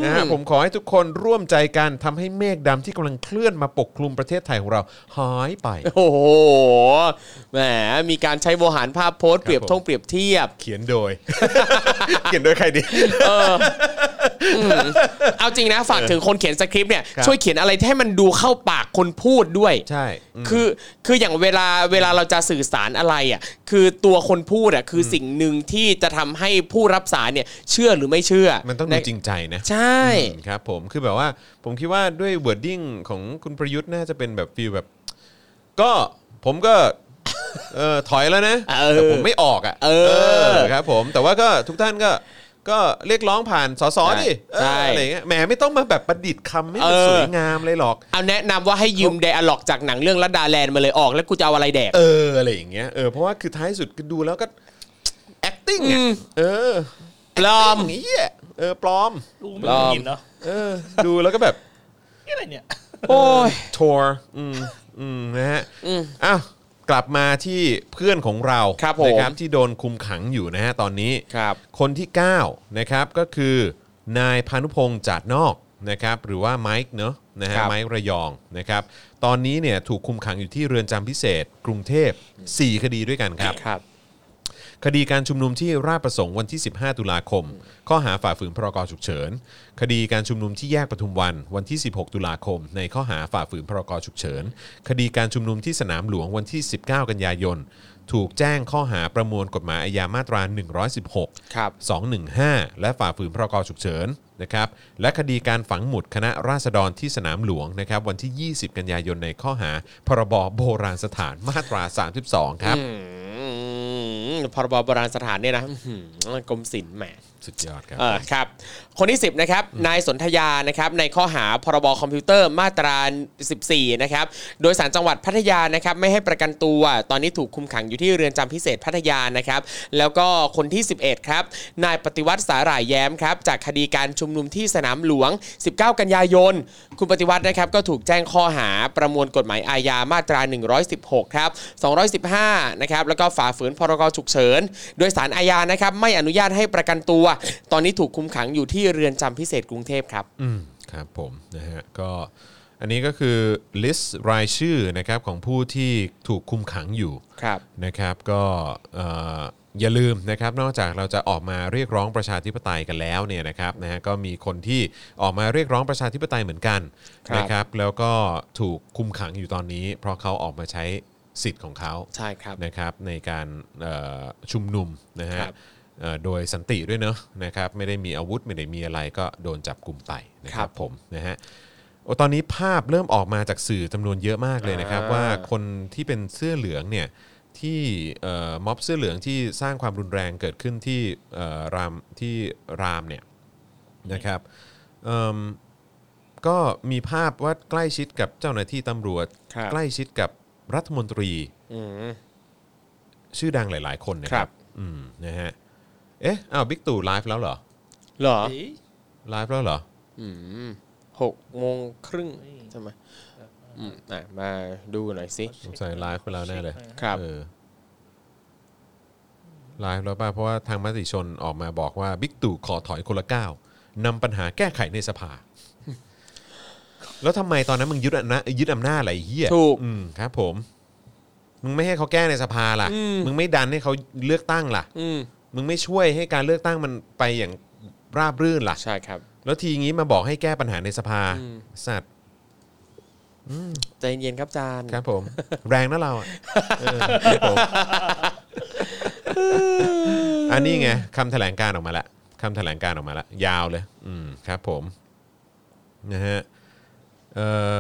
Speaker 1: นะฮะ ผมขอให้ทุกคนร่วมใจกันทำให้เมฆดำที่กำลังเคลื่อนมาปกคลุมประเทศไทยของเราหาย ไป
Speaker 2: โอ้โห แหม มีการใช้โวหารภาพโพสต์เปรียบ
Speaker 1: ครับผม
Speaker 2: ทงเปรียบเทียบ
Speaker 1: เขียนโดย เขียนโดยใครดี
Speaker 2: เอาจริงนะฝากถึงคนเขียนสคริปต์เนี่ย
Speaker 1: ครับ
Speaker 2: ช่วยเขียนอะไรที่ให้มันดูเข้าปากคนพูดด้วย
Speaker 1: ใช่อืม
Speaker 2: คือคืออย่างเวลาเวลาเราจะสื่อสารอะไรอ่ะคือตัวคนพูดอ่ะคือสิ่งหนึ่งที่จะทำให้ผู้รับสารเนี่ยเชื่อหรือไม่เชื่อ
Speaker 1: มันต้องดูจริงใจนะ
Speaker 2: ใช่
Speaker 1: อืมครับผมคือแบบว่าผมคิดว่าด้วย wording ของคุณประยุทธ์น่าจะเป็นแบบฟีลแบบ ก็ผมก็ เออถอยแล้วนะ
Speaker 2: เออ
Speaker 1: แต่ผมไม่ออกอ่ะ
Speaker 2: เออ
Speaker 1: ครับผมแต่ว่าก็ทุกท่านก็ก็เรียกร้องผ่านสสดิ
Speaker 2: ใช่
Speaker 1: เอออะไรเงี้ยแหมไม่ต้องมาแบบประดิษฐ์คำให้มัน
Speaker 2: เออ
Speaker 1: สวยงามเลยหรอก
Speaker 2: เอาแนะนำว่าให้ยืมไดอะล็อกจากหนังเรื่องลัดดาแลนด์มาเลยออกแล้วกูจะเอาอะไรแดก
Speaker 1: เอออะไรอย่างเงี้ยเออเพราะว่าคือท้ายสุดก็ดูแล้วก็ acting อ่ะเออ
Speaker 2: ปลอม
Speaker 1: เหี้ยเออปลอม
Speaker 4: ลูกไม่ได้ยินเนาะ
Speaker 1: เออ ดูแล้วก็แบบ
Speaker 4: นี่อะไรเนี่ย
Speaker 2: โอ้ย
Speaker 1: ทัวร์อืมอืมนะฮะอ้าวกลับมาที่เพื่อนของเรา
Speaker 2: ครับผม
Speaker 1: นะครับที่โดนคุมขังอยู่นะฮะตอนนี้
Speaker 2: ครับ
Speaker 1: คนที่ 9 นะครับ ก็คือนายพานุพงศ์จาดนอกนะครับ หรือว่าไมค์เนอะนะฮะ
Speaker 2: ครับ
Speaker 1: ไมค์ระยองนะครับ ตอนนี้เนี่ยถูกคุมขังอยู่ที่เรือนจำพิเศษ กรุงเทพ 4 คดีด้วยกันครับ
Speaker 2: ครับ
Speaker 1: คดีการชุมนุมที่ราชประสงค์วันที่ 15 ตุลาคม ข้อหาฝ่าฝืนพรกฉุกเฉิน คดีการชุมนุมที่แยกปทุมวันวันที่ 16 ตุลาคม ในข้อหาฝ่าฝืนพรกฉุกเฉิน คดีการชุมนุมที่สนามหลวงวันที่ 19 กันยายน ถูกแจ้งข้อหาประมวลกฎหมายอาญามาตรา 116
Speaker 2: ครับ
Speaker 1: 215 และฝ่าฝืนพรกฉุกเฉินนะครับและคดีการฝังหมุดคณะราษฎรที่สนามหลวงนะครับวันที่ 20 กันยายนในข้อหา พรบโบราณสถานมาตรา 32 ครับ
Speaker 2: พรบโบราณสถานเนี่ยนะอื้อหือกรมศิลป์แหม
Speaker 1: สุดยอดครับ
Speaker 2: เออครับคนที่ 10นะครับนายสนธยานะครับในข้อหาพรบคอมพิวเตอร์มาตรา 14นะครับโดยสารจังหวัดพัทยานะครับไม่ให้ประกันตัวตอนนี้ถูกคุมขังอยู่ที่เรือนจำพิเศษพัทยานะครับแล้วก็คนที่ 11ครับนายปฏิวัติสาหร่ายแย้มครับจากคดีการชุมนุมที่สนามหลวง 19 กันยายน คุณปฏิวัตินะครับก็ถูกแจ้งข้อหาประมวลกฎหมายอาญามาตรา 116ครับ215นะครับแล้วก็ฝ่าฝืนพรกฉุกเฉินโดยสารอาญานะครับไม่อนุญาตให้ประกันตัว ตอนนี้ถูกคุมขังอยู่ที่เรือนจำพิเศษกรุงเทพครับ
Speaker 1: อืมครับผมนะฮะก็อันนี้ก็คือลิสต์รายชื่อนะครับของผู้ที่ถูกคุมขังอยู่
Speaker 2: ครับ
Speaker 1: นะครับก็เอ่ออย่าลืมนะครับนอกจากเราจะออกมาเรียกร้องประชาธิปไตยกันแล้วเนี่ยนะครับนะฮะก็มีคนที่ออกมาเรียกร้องประชาธิปไตยเหมือนกัน
Speaker 2: ครับ
Speaker 1: นะครับแล้วก็ถูกคุมขังอยู่ตอนนี้ เพราะเขาออกมาใช้สิทธิ์ของเขา
Speaker 2: ใช่ครับ
Speaker 1: นะครับในการเอ่อชุมนุมนะฮะ
Speaker 2: ครับ
Speaker 1: เอ่อโดยสันติด้วยเนอะนะครับไม่ได้มีอาวุธไม่ได้มีอะไรก็โดนจับกลุ่มไปนะค
Speaker 2: ครั
Speaker 1: รับบ ผมนะฮะโอ้ตอนนี้ภาพเริ่มออกมาจากสื่อจำนวนเยอะมากเลยนะครับ
Speaker 2: อ่า
Speaker 1: ว่าคนที่เป็นเสื้อเหลืองเนี่ยที่เอ่อม็อบเสื้อเหลืองที่สร้างความรุนแรงเกิดขึ้นที่เอ่อรามที่รามเนี่ยนะครับเอิ่มก็มีภาพว่าใกล้ชิดกับเจ้าหน้าที่ตำรวจ
Speaker 2: ครับ
Speaker 1: ใกล้ชิดกับรัฐมนตรี
Speaker 2: อืม
Speaker 1: ชื่อดังหลาย ๆ คนนะค
Speaker 2: ครั
Speaker 1: รับ
Speaker 2: บ
Speaker 1: อืม นะฮะ เอ๊ะ อ้าว บิ๊กตู่ไลฟ์แล้วเหรอ
Speaker 2: เหรอ
Speaker 4: เอ๊ะ
Speaker 1: ไลฟ์แล้วเหรอ
Speaker 2: อืมหกโมงครึ่งใช่ไหมอืมอ่ะมาดูหน่อยสิ
Speaker 1: สงสัยไลฟ์ไปแล้วแน่เลย
Speaker 2: ครับ
Speaker 1: เออไลฟ์แล้วป่ะ เพราะว่าทางมติชนออกมาบอกว่าบิ๊กตู่ขอถอยคนละก้าวนำปัญหาแก้ไขในส ภา แล้วทำไมตอนนั้นมึงยึดอำนาจยึดอำนาจอะไรเฮีย
Speaker 2: ถูก
Speaker 1: อืมครับ ผม มึงไม่ให้เขาแก้ในสภาล่ะ มึงไม่ดันให้เขาเลือกตั้งล่ะ
Speaker 2: อืม
Speaker 1: มึงไม่ช่วยให้การเลือกตั้งมันไปอย่างราบรื่นล่ะ
Speaker 2: ใช่ครับ
Speaker 1: แล้วทีงี้มาบอกให้แก้ปัญหาในสภาสัตว์
Speaker 2: ใจเย็นๆครับอาจารย์
Speaker 1: ครับผม แรงนะเราอะเออครับผมอันนี้ไงคำแถลงการออกมาละคำแถลงการออกมาละยาวเลย อืมครับผมนะฮะเออ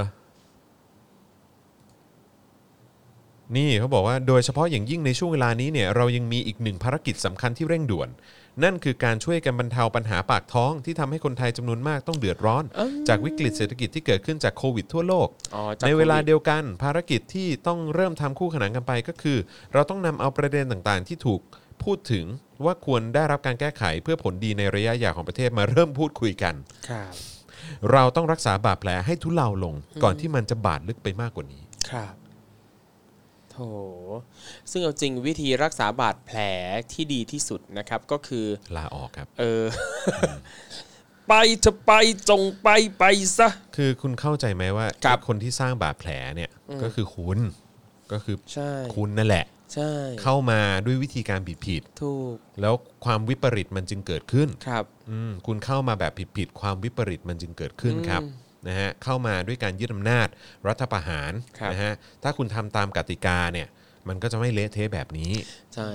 Speaker 1: นี่เขาบอกว่าโดยเฉพาะอย่างยิ่งในช่วงเวลานี้เนี่ยเรายังมีอีกหนึ่งภารกิจสำคัญที่เร่งด่วน นั่นคือการช่วยกันบรรเทาปัญหาปากท้องที่ทำให้คนไทยจำนวนมากต้องเดือดร้อน จากวิกฤตเศรษฐกิจที่เกิดขึ้นจากโควิดทั่วโลก
Speaker 2: อ๋อจก
Speaker 1: ในเวลา
Speaker 2: โคด
Speaker 1: เดียวกันภารกิจที่ต้องเริ่มทำคู่ขนานกันไปก็คือ เราต้องนำเอาประเด็นต่างๆ ที่ถูกพูดถึงว่าควรได้รับการแก้ไขเพื่อผลดีในระยะยาวของประเทศมาเริ่มพูดคุยกัน
Speaker 2: ครับ
Speaker 1: เราต้องรักษาบาดแผลให้ทุเลาลง ก่อนที่มันจะบาดลึกไปมากกว่านี้
Speaker 2: ครับโถซึ่งเอาจริงวิธีรักษาบาดแผลที่ดีที่สุดนะครับ ก็คือ
Speaker 1: ลาออกครับ
Speaker 2: เออ ไปจะไปจงไปไปซะ
Speaker 1: คือคุณเข้าใจไหมว่า
Speaker 2: ครับ
Speaker 1: คนที่สร้างบาดแผลเนี่ยก็คือคุณก็คือ
Speaker 2: ใช่
Speaker 1: คุณนั่นแหละ
Speaker 2: ใช่
Speaker 1: เข้ามาด้วยวิธีการผิดผิด
Speaker 2: ถูก
Speaker 1: ๆแล้วความวิปริตมันจึงเกิดขึ้น
Speaker 2: ครับ
Speaker 1: อืมคุณเข้ามาแบบผิดๆความวิปริตมันจึงเกิดขึ้นครับนะฮะเข้ามาด้วยการยึดอำนาจรัฐประหาร
Speaker 2: ครับ
Speaker 1: นะฮะถ้าคุณทำตามกติกาเนี่ยมันก็จะไม่เละเทะแบบนี้
Speaker 2: ใช่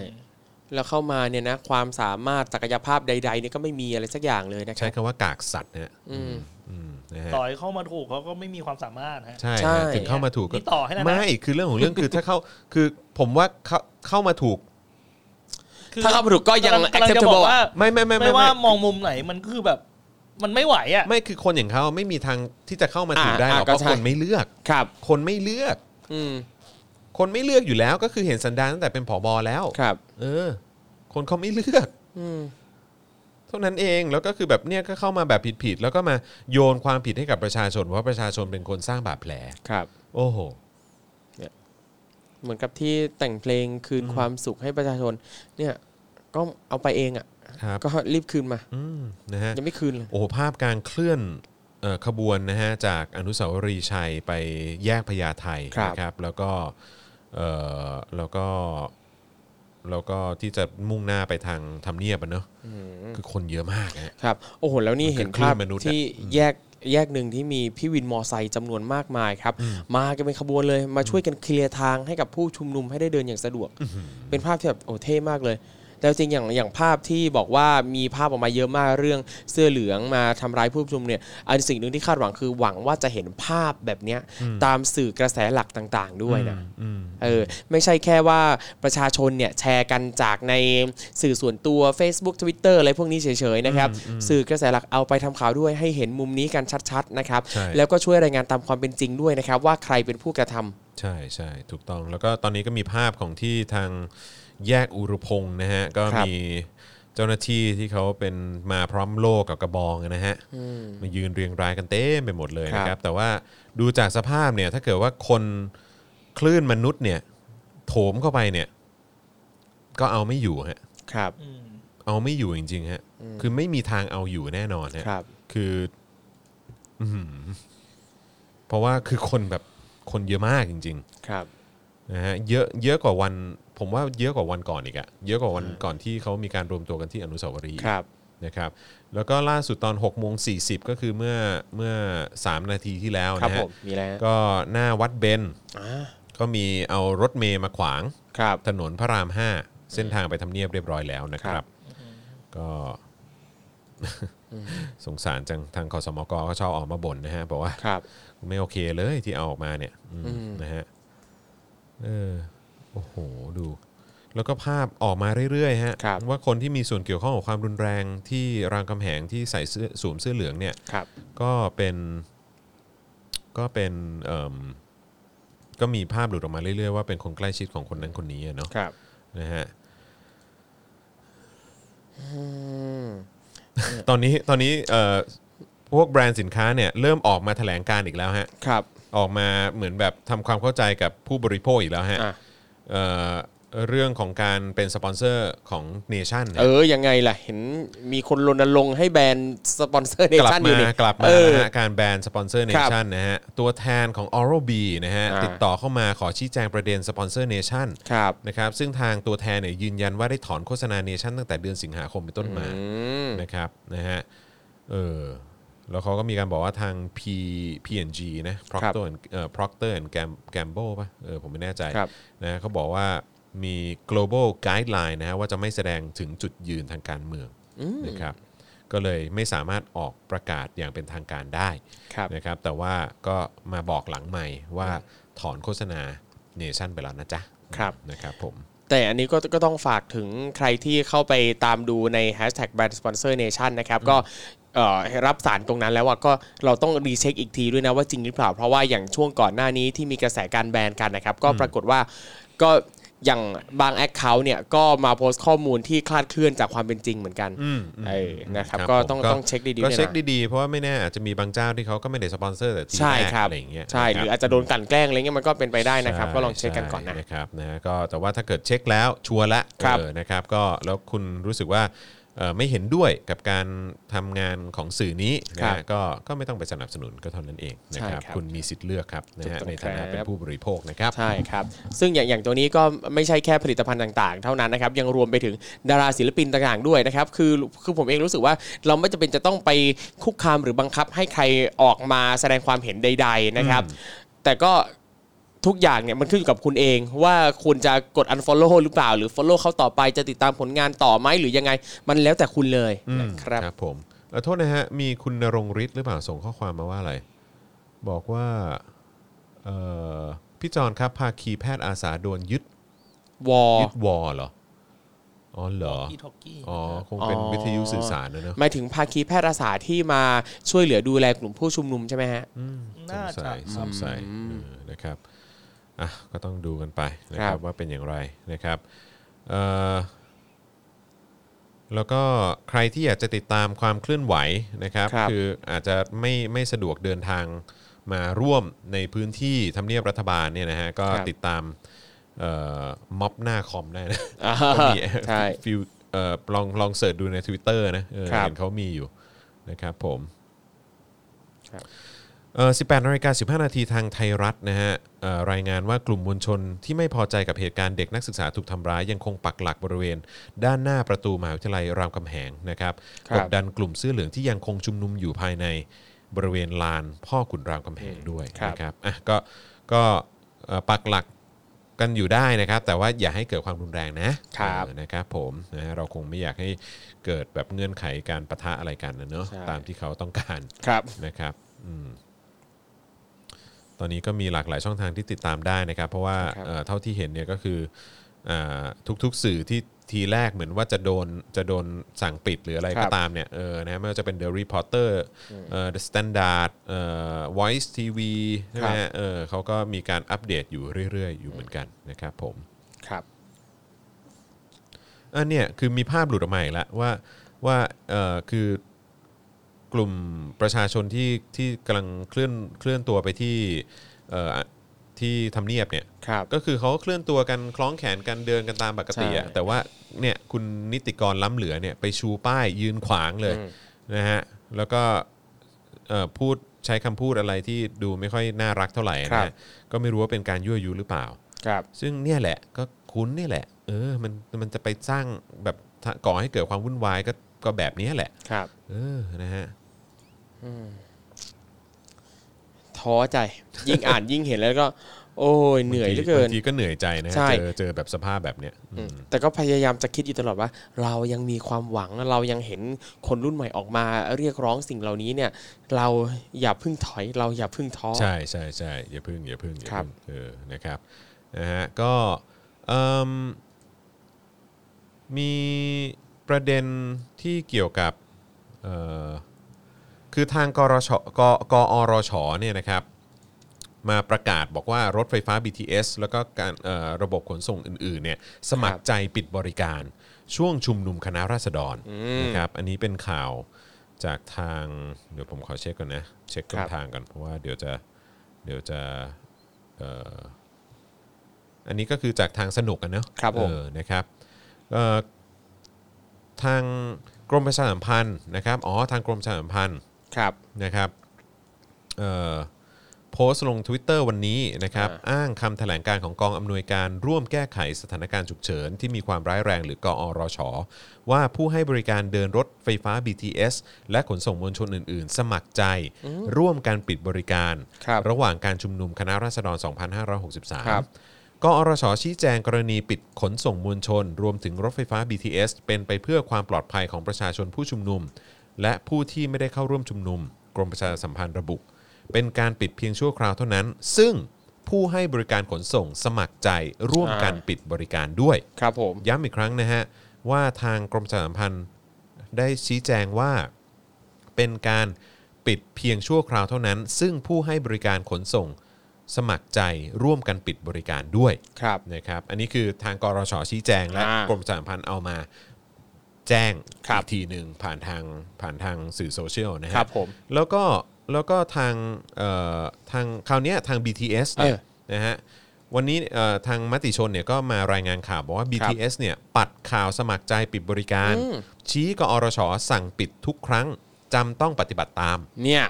Speaker 2: แล้วเข้ามาเนี่ยนะ ความสามารถศักยภาพใดๆเนี่ยก็ไม่มีอะไรสักอย่างเลยนะค
Speaker 1: ใช้
Speaker 2: รับ
Speaker 1: คำว่ากากสัตว์นะฮะ
Speaker 2: อืม
Speaker 1: อืมนะฮะ
Speaker 4: ต่อยเข้ามาถูกเขาก็ไม่มีความสามารถฮะ
Speaker 1: ใช่
Speaker 2: ใช่
Speaker 1: ฮะถึงเข้ามาถูกก็
Speaker 4: นี่ต่อให้แล้วนะ
Speaker 1: ไม่คือเรื่องของเรื่องคือถ้าเข้าคือผมว่าเข้าเข้ามาถูก
Speaker 4: คือ
Speaker 2: ถ้าเข้ามาถูกก็ยัง
Speaker 4: ำลักำลัจะบอ
Speaker 2: acceptable
Speaker 4: กว่า
Speaker 1: ไม่ไม่ไม่
Speaker 4: ไม่
Speaker 1: ไม่
Speaker 4: ว่า
Speaker 1: ไม่
Speaker 4: มองมุมไหนมันคือแบบ มันไม่ไหวอ่ะ
Speaker 1: ไม่คือคนอย่างเขาไม่มีทางที่จะเข้ามาถูก
Speaker 2: อ่า
Speaker 1: ได้หรอก
Speaker 2: อ่า
Speaker 1: เพ
Speaker 2: ก็
Speaker 1: ราะ
Speaker 2: ใช่
Speaker 1: คนไม่เลือก
Speaker 2: ครับ
Speaker 1: คนไม่เลือก
Speaker 2: อืม
Speaker 1: คนไม่เลือกอยู่แล้วก็คือเห็นสันดานตั้งแต่เป็นผบแล้ว
Speaker 2: ครับ
Speaker 1: เออ คนเขาไม่เลือก
Speaker 2: อืม
Speaker 1: ท เท่านั้นเองแล้วก็คือแบบเนี่ยก็เข้ามาแบบผิดๆแล้วก็มาโยนความผิดให้กับประชาชนเพราะประชาชนเป็นคนสร้างบาดแผล
Speaker 2: ครับ
Speaker 1: โอ้โห
Speaker 2: เหมือนกับที่แต่งเพลงคืนความสุขให้ประชาชน เนี่ยก็เอาไปเองอ่ะ
Speaker 1: ครับ
Speaker 2: ก็รีบคืนมา
Speaker 1: อืมนะฮะ
Speaker 2: ยังไม่คืนเลย
Speaker 1: โอ้โหภาพการเคลื่อนเอ่อขบวนนะฮะจากอนุสาวรีย์ชัยไปแยกพญาไท
Speaker 2: ครับ
Speaker 1: นะครับแล้วก็เอ่อแล้วก็แล้วก็ที่จะมุ่งหน้าไปทางทำเนียบอะเนอะคือคนเยอะมากนะฮะ
Speaker 2: ครับ โอ้โห แล้วนี่
Speaker 1: มันคือ
Speaker 2: เห็น
Speaker 1: คลื่
Speaker 2: ภาน พ
Speaker 1: มนุษย์อะ
Speaker 2: ที่แยกแยกหนึ่งที่มีพี่วินมอไซค์จำนวนมากมายครับ มากันเป็นขบวนเลยมาช่วยกันเคลียร์ทางให้กับผู้ชุมนุมให้ได้เดินอย่างสะดวก เป็นภาพที่แบบโอ้เท่มากเลยแต่จริงอย่างอย่างภาพที่บอกว่ามีภาพออกมาเยอะมากเรื่องเสื้อเหลืองมาทำร้ายผู้ชุมนุมเนี่ยอันสิ่งหนึ่งที่คาดหวังคือหวังว่าจะเห็นภาพแบบเนี้ยตามสื่อกระแสหลักต่างๆ ด้วยนะ เออไม่ใช่แค่ว่าประชาชนเนี่ยแชร์กันจากในสื่อส่วนตัว Facebook Twitter อะไรพวกนี้เฉยๆนะครับ สื่อกระแสหลักเอาไปทำข่าวด้วยให้เห็นมุมนี้กันชัดๆนะครับ
Speaker 1: ใช่
Speaker 2: แล้วก็ช่วยรายงานตามความเป็นจริงด้วยนะครับ ว่าใครเป็นผู้กระทำ
Speaker 1: ใช่ใช่ถูกต้องแล้วก็ตอนนี้ก็มีภาพของที่ทางแยกอุรุพงศ์นะฮะ ก็
Speaker 2: ครับ
Speaker 1: มีเจ้าหน้าที่ที่เขาเป็นมาพร้อมโล่กับกระบองนะฮะมายืนเรียงรายกันเต็มไปหมดเลยนะครับ แต่ว่าดูจากสภาพเนี่ยถ้าเกิดว่าคนคลื่นมนุษย์เนี่ยโถมเข้าไปเนี่ย ก็เอาไม่อยู่ฮะ
Speaker 2: ครับ
Speaker 4: อืม
Speaker 1: เอาไม่อยู่จริงๆฮะ คือไม่มีทางเอาอยู่แน่นอนฮะ
Speaker 2: ครับ
Speaker 1: คืออื้อหือเพราะว่าคือคนแบบคนเยอะมากจริง ๆ
Speaker 2: ครับ
Speaker 1: นะฮะเยอะเยอะกว่าวันผมว่าเยอะกว่าวันก่อนอีกอะเยอะกว่าวันก่อนที่เขามีการรวมตัวกันที่อนุสาวรีย์
Speaker 2: ครับ
Speaker 1: นะครับแล้วก็ล่าสุดตอน6กโมงสีก็คือเมื่อเมื่อ 3 นาทีที่แล้ว
Speaker 2: ครับ
Speaker 1: นะ
Speaker 2: ผ
Speaker 1: ฮะ
Speaker 2: มมีอะไรฮะ
Speaker 1: ก็หน้าวัดเบน
Speaker 2: อ่า
Speaker 1: ก็มีเอารถเมย์มาขวาง
Speaker 2: ครับ
Speaker 1: ถนนพระราม 5 เส้นทางไปทำเนียบเรียบร้อยแล้วนะค
Speaker 2: ค
Speaker 1: รั
Speaker 2: รับ บ
Speaker 1: ก็ สงสารจังทางคอสมกก็ชอบออกมาบ่นนะฮะบอกว่า
Speaker 2: ครับ
Speaker 1: ไม่โอเคเลยที่เอาออกมาเนี่ยอืมนะฮะเออโอ้โหดู แล้วก็ภาพออกมาเรื่อยๆฮะ
Speaker 2: ครับ
Speaker 1: ว่าคนที่มีส่วนเกี่ยวข้องกับความรุนแรงที่รามคำแหงที่ใส่เสื้อสวมเสื้อเหลืองเนี่ย
Speaker 2: ครับ
Speaker 1: ก็เป็นก็เป็นเอิ่มก็มีภาพหลุดออกมาเรื่อยๆว่าเป็นคนใกล้ชิดของคนนั้นคนนี้อะเนาะ
Speaker 2: ครับ
Speaker 1: นะฮะตอนนี้ตอนนี้เอ่อพวกแบรนด์สินค้าเนี่ยเริ่มออกมาแถลงการณ์อีกแล้วฮะ
Speaker 2: ครับ
Speaker 1: ออกมาเหมือนแบบทำความเข้าใจกับผู้บริโภคอีกแล้วฮะ
Speaker 2: อ่ะ
Speaker 1: เอ่อเรื่องของการเป็นสปอนเซอร์ของเนชั่น
Speaker 2: เออ ยังไงล่ะ เห็นมีคนรณรงค์ให้แบรนด์สปอนเซอร์เน
Speaker 1: กลับ
Speaker 2: ชั่นอยู่
Speaker 1: มา
Speaker 2: นี่
Speaker 1: กลับมา
Speaker 2: เออ
Speaker 1: นะฮะการแบนสปอนเซอร์เนชั่นนะฮะ ตัวแทนของ Oral B นะฮะ
Speaker 2: อ่า
Speaker 1: ติดต่อเข้ามาขอชี้แจงประเด็นสปอนเซอร์เนชั่น
Speaker 2: ครับ
Speaker 1: นะครับซึ่งทางตัวแทนเนี่ยยืนยันว่าได้ถอนโฆษณาเนชั่นตั้งแต่เดือนสิงหาคมเป็นต้นมา
Speaker 2: อืม
Speaker 1: นะครับนะฮะเออแล้วเขาก็มีการบอกว่าทาง P P&G นะ Procter and- เอ่อ Procter and Gam- Gamble ป่ะเออผมไม่แน่ใจ
Speaker 2: ครับ
Speaker 1: นะเขาบอกว่ามี global guideline นะฮะว่าจะไม่แสดงถึงจุดยืนทางการเมืองนะครับก็เลยไม่สามารถออกประกาศอย่างเป็นทางการได้
Speaker 2: ครับ
Speaker 1: นะครับแต่ว่าก็มาบอกหลังใหม่ว่าถอนโฆษณาเนชั่นไปแล้วนะจ๊ะ
Speaker 2: ครับ
Speaker 1: นะครับผม
Speaker 2: แต่อันนี้ก็ก็ต้องฝากถึงใครที่เข้าไปตามดูใน hashtag brand sponsor nation นะครับ ก็เอ่อรับสารตรงนั้นแล้วว่าก็เราต้องรีเช็คอีกทีด้วยนะว่าจริงหรือเปล่า เพราะว่าอย่างช่วงก่อนหน้านี้ที่มีกระแสการแบนกันนะครับ ก็ปรากฏว่าก็อย่างบาง Account เนี่ยก็มาโพสต์ข้อมูลที่คลาดเคลื่อนจากความเป็นจริงเหมือนกันเออนะครับก็
Speaker 1: ผม
Speaker 2: ต้องต้องเช็คดีๆ
Speaker 1: ก็
Speaker 2: ด้วย
Speaker 1: เช็ค
Speaker 2: นะ
Speaker 1: ดีๆ เพราะว่าไม่แน่อาจจะมีบางเจ้าที่เขาก็ไม่ได้สปอนเซอร์แต่ที
Speaker 2: ใช่
Speaker 1: แรก
Speaker 2: ครับ
Speaker 1: อะไรอย่างเงี้ย
Speaker 2: ใช่
Speaker 1: นค
Speaker 2: ห
Speaker 1: บ
Speaker 2: รืออาจจะโดนกลั่นแกล้งอะไรเงี้ยมันก็เป็นไปได้นะครับ ก็ลองเช็คกันก่อนนะ
Speaker 1: ใช่ครับนะก็แต่ว่าถ้าเกิดเช็คแล้วชัวร์ละ
Speaker 2: ครับ
Speaker 1: เออนะครับก็แล้วคุณรู้สึกว่าเอ่อไม่เห็นด้วยกับการทำงานของสื่อนี้นะ
Speaker 2: ครั
Speaker 1: ฮะ
Speaker 2: บ
Speaker 1: ก็ก็ไม่ต้องไปสนับสนุนก็เท่านั้นเองนะครับ
Speaker 2: ใช่ครับ
Speaker 1: คุณมีสิทธิ์เลือกครับนะฮะ
Speaker 2: ถูกต้อง
Speaker 1: ในฐานะครับ เป็นผู้บริโภคนะครับ
Speaker 2: ใช่ครับ ซึ่งอย่างอย่างตัวนี้ก็ไม่ใช่แค่ผลิตภัณฑ์ต่างๆ เท่านั้นนะครับ ยังรวมไปถึงดาราศิลปินต่างๆด้วยนะครับ คือคือผมเองรู้สึกว่าเราไม่จำเป็นจะต้องไปคุกคามหรือบังคับให้ใครออกมาแสดงความเห็นใด ๆนะครับ แต่ก็ทุกอย่างเนี่ยมันขึ้นอยู่กับคุณเอง ว่าคุณจะกด unfollow หรือเปล่า หรือ follow เขาต่อไปจะติดตามผลงานต่อไหมหรือยังไง มันแล้วแต่คุณเลยนะครับ
Speaker 1: ครับผมเอ่อโทษนะฮะ มีคุณนรงฤทธิ์หรือเปล่าส่งข้อความมาว่าอะไร บอกว่าเอ่อพี่จอนครับภาคีแพทย์อาสาโดนยึด
Speaker 2: วอ
Speaker 1: ยึดวอลเหรอ อ๋อเหรอ
Speaker 4: อีทอกกี้
Speaker 1: อ๋อ คงเป็น
Speaker 2: อ๋อ
Speaker 1: วิทยุสื่อสารนะเนอะ
Speaker 2: หมายถึงภาคีแพทย์อาสาที่มาช่วยเหลือดูแลกลุ่มผู้ชุมนุมใช่ไหมฮะ
Speaker 1: สง
Speaker 4: น่า
Speaker 1: สั
Speaker 4: จะ
Speaker 1: ยสงสัยเออนะครับอ่ะก็ต้องดูกันไปนะค
Speaker 2: ครั
Speaker 1: รับบ ว่าเป็นอย่างไรนะครับเอ่อ แล้วก็ใครที่อยากจะติดตามความเคลื่อนไหวนะครับ
Speaker 5: ครับ
Speaker 1: ออาจจะไม่ไม่สะดวกเดินทางมาร่วมในพื้นที่ทำเนียบรัฐบาลเนี่ยนะฮะก็ติดตามเอ่อม็อบหน้าคอมได้นะ
Speaker 5: อ่า
Speaker 1: ก็มี
Speaker 5: ใช่
Speaker 1: ฟิวเอ่อลองลองเสิร์ชดูใน Twitter นะเออ
Speaker 5: ครับ
Speaker 1: เห็นเขามีอยู่นะครับผม
Speaker 5: ครับ
Speaker 1: เออ18นาฬิกา15 นาทีทางไทยรัฐนะฮะเอ่อรายงานว่ากลุ่มมวลชนที่ไม่พอใจกับเหตุการณ์เด็กนักศึกษาถูกทำร้าย ยังคงปักหลักบริเวณ ด้านหน้าประตูมหาวิทยาลัยรามคำแหงนะครับกดดันกลุ่มเสื้อเหลืองที่ยังคงชุมนุมอยู่ภายในบริเวณลานพ่อขุนรามคำแหงด้วยนะครับอ่ะก็ก็เอ่อปักหลัก กันอยู่ได้นะครับ แต่ว่าอย่าให้เกิดความรุนแรงนะครับ เออนะครับผมนะฮะเราคงไม่อยากให้เกิดแบบเงื่อนไขการประทะอะไรกันนะเนอะ
Speaker 5: ใช่
Speaker 1: ตามที่เขาต้องการ
Speaker 5: ครับ
Speaker 1: นะครับอืมตอนนี้ก็มีหลากหลายช่องทางที่ติดตามได้นะครับ เพราะว่า
Speaker 5: ครับ
Speaker 1: เอ่อเท่าที่เห็นเนี่ยก็คืออาทุกๆสื่อที่ทีแรกเหมือนว่าจะโดนจะโดนสั่งปิดหรืออะไร
Speaker 5: ครั
Speaker 1: ก็
Speaker 5: บ
Speaker 1: ตามเนี่ยเออนะฮะไม่ว่าจะเป็น The Reporter เอ่อ The Standard เอ่อ Voice TV ใช่ไห
Speaker 5: ค
Speaker 1: ม
Speaker 5: รับ
Speaker 1: ฮะเออเขาก็มีการอัปเดตอยู่เรื่อยๆ อยู่เหมือนกันนะครับผม
Speaker 5: ครับ
Speaker 1: อันเนี่ยคือมีภาพหลุดออกมาอีกแล้วว่าว่าเอ่อคือกลุ่มประชาชนที่ที่กำลังเคลื่อนเคลื่อนตัวไปที่เอ่อที่ทำเนียบเนี่ย
Speaker 5: ครับ
Speaker 1: ก็คือเขาก็เคลื่อนตัวกันคล้องแขนกันเดินกันตามปกติอะ
Speaker 5: ใช่
Speaker 1: แต่ว่าเนี่ยคุณนิติกรล้ำเหลือเนี่ยไปชูป้ายยืนขวางเลย
Speaker 5: อืม
Speaker 1: นะฮะแล้วก็เอ่อพูดใช้คำพูดอะไรที่ดูไม่ค่อยน่ารักเท่าไหร่นะฮะก็ไม่รู้ว่าเป็นการยั่วยุหรือเปล่า
Speaker 5: ครับ
Speaker 1: ซึ่งเนี่ยแหละก็คุณเนี่ยแหละ เออมันมันจะไปสร้างแบบถ้าก่อให้เกิดความวุ่นวายก็ก็แบบเนี้ยแหละ
Speaker 5: ครับ
Speaker 1: เออนะฮะ
Speaker 5: ท้อใจ ยิ่ง อ่านยิ่งเห็นแล้วก็ โอ้ยเหนื่อยเหลือเกิน
Speaker 1: บางทีก็เหนื่อยใจนะฮะ
Speaker 5: ใช่
Speaker 1: เจอเจอแบบสภาพแบบเนี้ยอืม
Speaker 5: อืมแต่ก็พยายามจะคิดอยู่ตลอดว่า เรายังมีความหวังเรายังเห็นคนรุ่นใหม่ออกมาเรียกร้องสิ่งเหล่านี้เนี่ย เราอย่าเพึ่งถอย เราอย่าเพึ่งท้อ
Speaker 1: ใช่ใช่ใช่อย่าพึ่งอย่าพึ่งอย่า
Speaker 5: ครับ
Speaker 1: พึ่งเออนะครับนะฮะก็เอิ่มมีประเด็นที่เกี่ยวกับเอ่อคือทางกรชกกอรชเนี่ยนะครับ มาประกาศบอกว่ารถไฟฟ้า BTS แล้วก็การเอ่อระบบขนส่งอื่นๆเนี่ยสมัครใจปิดบริการ ช่วงชุมนุมคณะราษฎรนะครับอันนี้เป็นข่าวจากทางเดี๋ยวผมขอเช็คก่อนนะเช็คต้
Speaker 5: คน รับ
Speaker 1: ทางก่อนเพราะว่าเดี๋ยวจะเดี๋ยวจะเอ่ออันนี้ก็คือจากทางสนุกกันเนอะ
Speaker 5: ครับผม
Speaker 1: เออนะครับเอ่อทางกรมประชาสัมพันธ์นะครับอ๋อทางกรมประชาสัมพันธ์
Speaker 5: ครับ
Speaker 1: นะครับเอ่อโพสต์ลง Twitter วันนี้นะครับ อ้างคำแถลงการของกองอำนวยการร่วมแก้ไขสถานการณ์ฉุกเฉิน ที่มีความร้ายแรงหรือกอรช ว่าผู้ให้บริการเดินรถไฟฟ้า BTS และขนส่งมวลชนอื่น ๆ สมัครใจ ร่วมการปิดบริการ
Speaker 5: ครับ
Speaker 1: ระหว่างการชุมนุมคณะราษฎร 2563 กอรชชี้แจงกรณีปิดขนส่งมวลชน รวมถึงรถไฟฟ้า BTS เป็นไปเพื่อความปลอดภัยของประชาชนผู้ชุมนุม และผู้ที่ไม่ได้เข้าร่วมชุมนุม กรมประชาสัมพันธ์ระบุ เป็นการปิดเพียงชั่วคราวเท่านั้น ซึ่งผู้ให้บริการขนส่งสมัครใจร่วมกันปิดบริการด้วย
Speaker 5: ครับผม
Speaker 1: ย้ำอีกครั้งนะฮะ ว่าทางกรมประชาสัมพันธ์ได้ชี้แจงว่าเป็นการปิดเพียงชั่วคราวเท่านั้น ซึ่งผู้ให้บริการขนส่งสมัครใจร่วมกันปิดบริการด้วย
Speaker 5: ครับ
Speaker 1: นะครับอันนี้คือทางกรชชี้แจงและ
Speaker 5: อ่าก
Speaker 1: รมประชาสัมพันธ์เอามาแจ้ง
Speaker 5: ครับ
Speaker 1: อีกทีหนึ่งผ่านทางผ่านทางสื่อโซเชียลนะฮะ
Speaker 5: ครับผม
Speaker 1: แล้วก็แล้วก็ทางเอ่อทางคราวเนี้ยทาง BTS เนี่ย
Speaker 5: เออ
Speaker 1: นะฮะวันนี้เอ่อทางมติชนเนี่ยก็มารายงานข่าวบอกว่า
Speaker 5: ครับ
Speaker 1: BTS เนี่ยปัดข่าวสมัครใจปิดบริการ ชี้กอรชสั่งปิดทุกครั้งจำต้องปฏิบัติตาม
Speaker 5: เนี่ย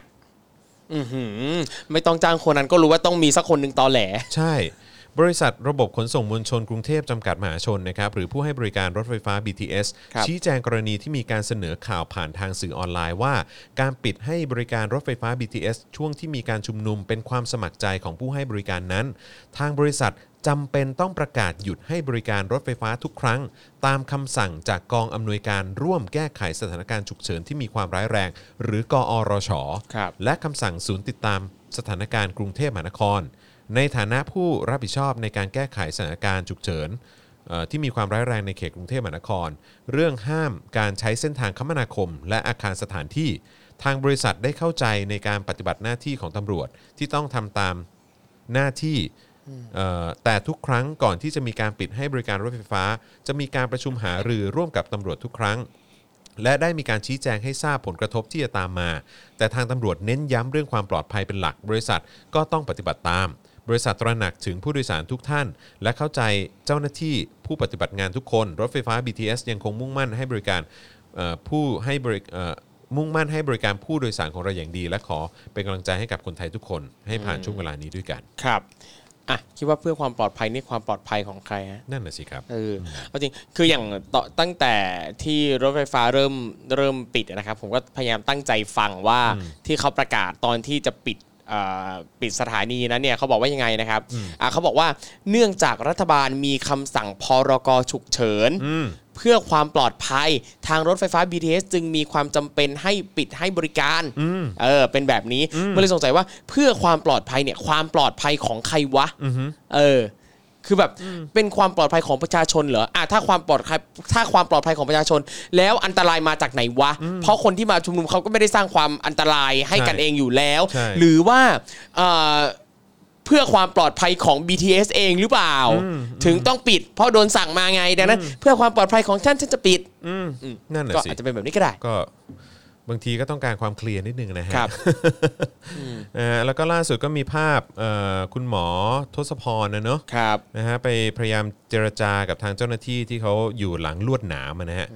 Speaker 5: อือหือ ไม่ต้องจ้างคนนั้นก็รู้ว่าต้องมีสักคนหนึ่งตอแหล
Speaker 1: ใช่ บริษัทระบบขนส่งมวลชนกรุงเทพจำกัดมหาชนนะครับหรือผู้ให้บริการรถไฟฟ้า BTS
Speaker 5: ครับ
Speaker 1: ชี้แจงกรณีที่มีการเสนอข่าวผ่านทางสื่อออนไลน์ว่า การปิดให้บริการรถไฟฟ้า BTS ช่วงที่มีการชุมนุมเป็นความสมัครใจของผู้ให้บริการนั้น ทางบริษัทจำเป็นต้องประกาศหยุดให้บริการรถไฟฟ้าทุกครั้ง ตามคำสั่งจากกองอำนวยการร่วมแก้ไขสถานการณ์ฉุกเฉินที่มีความร้ายแรง หรือกอรช
Speaker 5: ครับ
Speaker 1: และคำสั่งศูนย์ติดตามสถานการณ์กรุงเทพมหานคร ในฐานะผู้รับผิดชอบในการแก้ไขสถานการณ์ฉุกเฉินเอ่อที่มีความร้ายแรงในเขตกรุงเทพมหานคร เรื่องห้ามการใช้เส้นทางคมนาคม และอาคารสถานที่ ทางบริษัทได้เข้าใจในการปฏิบัติหน้าที่ของตำรวจที่ต้องทำตามหน้าที่เอ่อแต่ทุกครั้งก่อนที่จะมีการปิดให้บริการรถไฟฟ้า จะมีการประชุมหารือร่วมกับตำรวจทุกครั้ง และได้มีการชี้แจงให้ทราบผลกระทบที่จะตามมา แต่ทางตำรวจเน้นย้ำเรื่องความปลอดภัยเป็นหลัก บริษัทก็ต้องปฏิบัติตาม บริษัทตระหนักถึงผู้โดยสารทุกท่าน และเข้าใจเจ้าหน้าที่ผู้ปฏิบัติงานทุกคน รถไฟฟ้า BTS ยังคงมุ่งมั่นให้บริการเอ่อผู้ให้บริเอ่อมุ่งมั่นให้บริการผู้โดยสารของเราอย่างดี และขอเป็นกำลังใจให้กับคนไทยทุกคน ให้ผ่านช่วงเวลานี้ด้วยกัน
Speaker 2: ครับอ่ะคิดว่าเพื่อความปลอดภัยนี่ความปลอดภัยของใครฮะ
Speaker 1: นั่นน่ะสิครับ
Speaker 2: เออเอาจริงคืออย่างต่อตั้งแต่ที่รถไฟฟ้าเริ่มเริ่มปิดนะครับ ผมก็พยายามตั้งใจฟังว่าที่เขาประกาศตอนที่จะปิดเอ่อปิดสถานีนั้นเนี่ยเขาบอกว่ายังไงนะครับอ่ะเขาบอกว่าเนื่องจากรัฐบาลมีคำสั่งพรกฉุกเฉิน
Speaker 1: อืม
Speaker 2: เพื่อความปลอดภัยทางรถไฟฟ้า BTS จึงมีความจำเป็นให้ปิดให้บริการเออเป็นแบบนี้มันเลยสงสัยว่าเพื่อความปลอดภัยเนี่ยความปลอดภัยของใครวะเออ คือแบบเป็นความปลอดภัยของประชาชนเหรออ่ะถ้าความปลอดภัยถ้าความปลอดภัยของประชาชน แล้วอันตรายมาจากไหนวะ เพราะคนที่มาชุมนุมเขาก็ไม่ได้สร้างความอันตรายให้กัน
Speaker 1: ใช่
Speaker 2: เองอยู่แล้ว
Speaker 1: ใช่
Speaker 2: หรือว่าเอ่อ เพื่อความปลอดภัยของ BTS เองหรือเปล่า ถึงต้องปิด เพราะโดนสั่งมาไงดังนั้น เพื่อความปลอดภัยของฉันฉันจะปิด
Speaker 1: นั่นน่ะ
Speaker 2: ก็
Speaker 1: สิ
Speaker 2: อาจจะเป็นแบบนี้ก็ได้
Speaker 1: ก็บางทีก็ต้องการความเคลียร์นิดนึงนะฮะ
Speaker 2: ครับ
Speaker 1: เอ่อแล้วก็ล่าสุดก็มีภาพเอ่อคุณหมอทศพรนะเนาะ
Speaker 2: ครับ
Speaker 1: นะฮะไปพยายามเจรจากับทางเจ้าหน้าที่ที่เขาอยู่หลังลวดหนามอะนะฮะ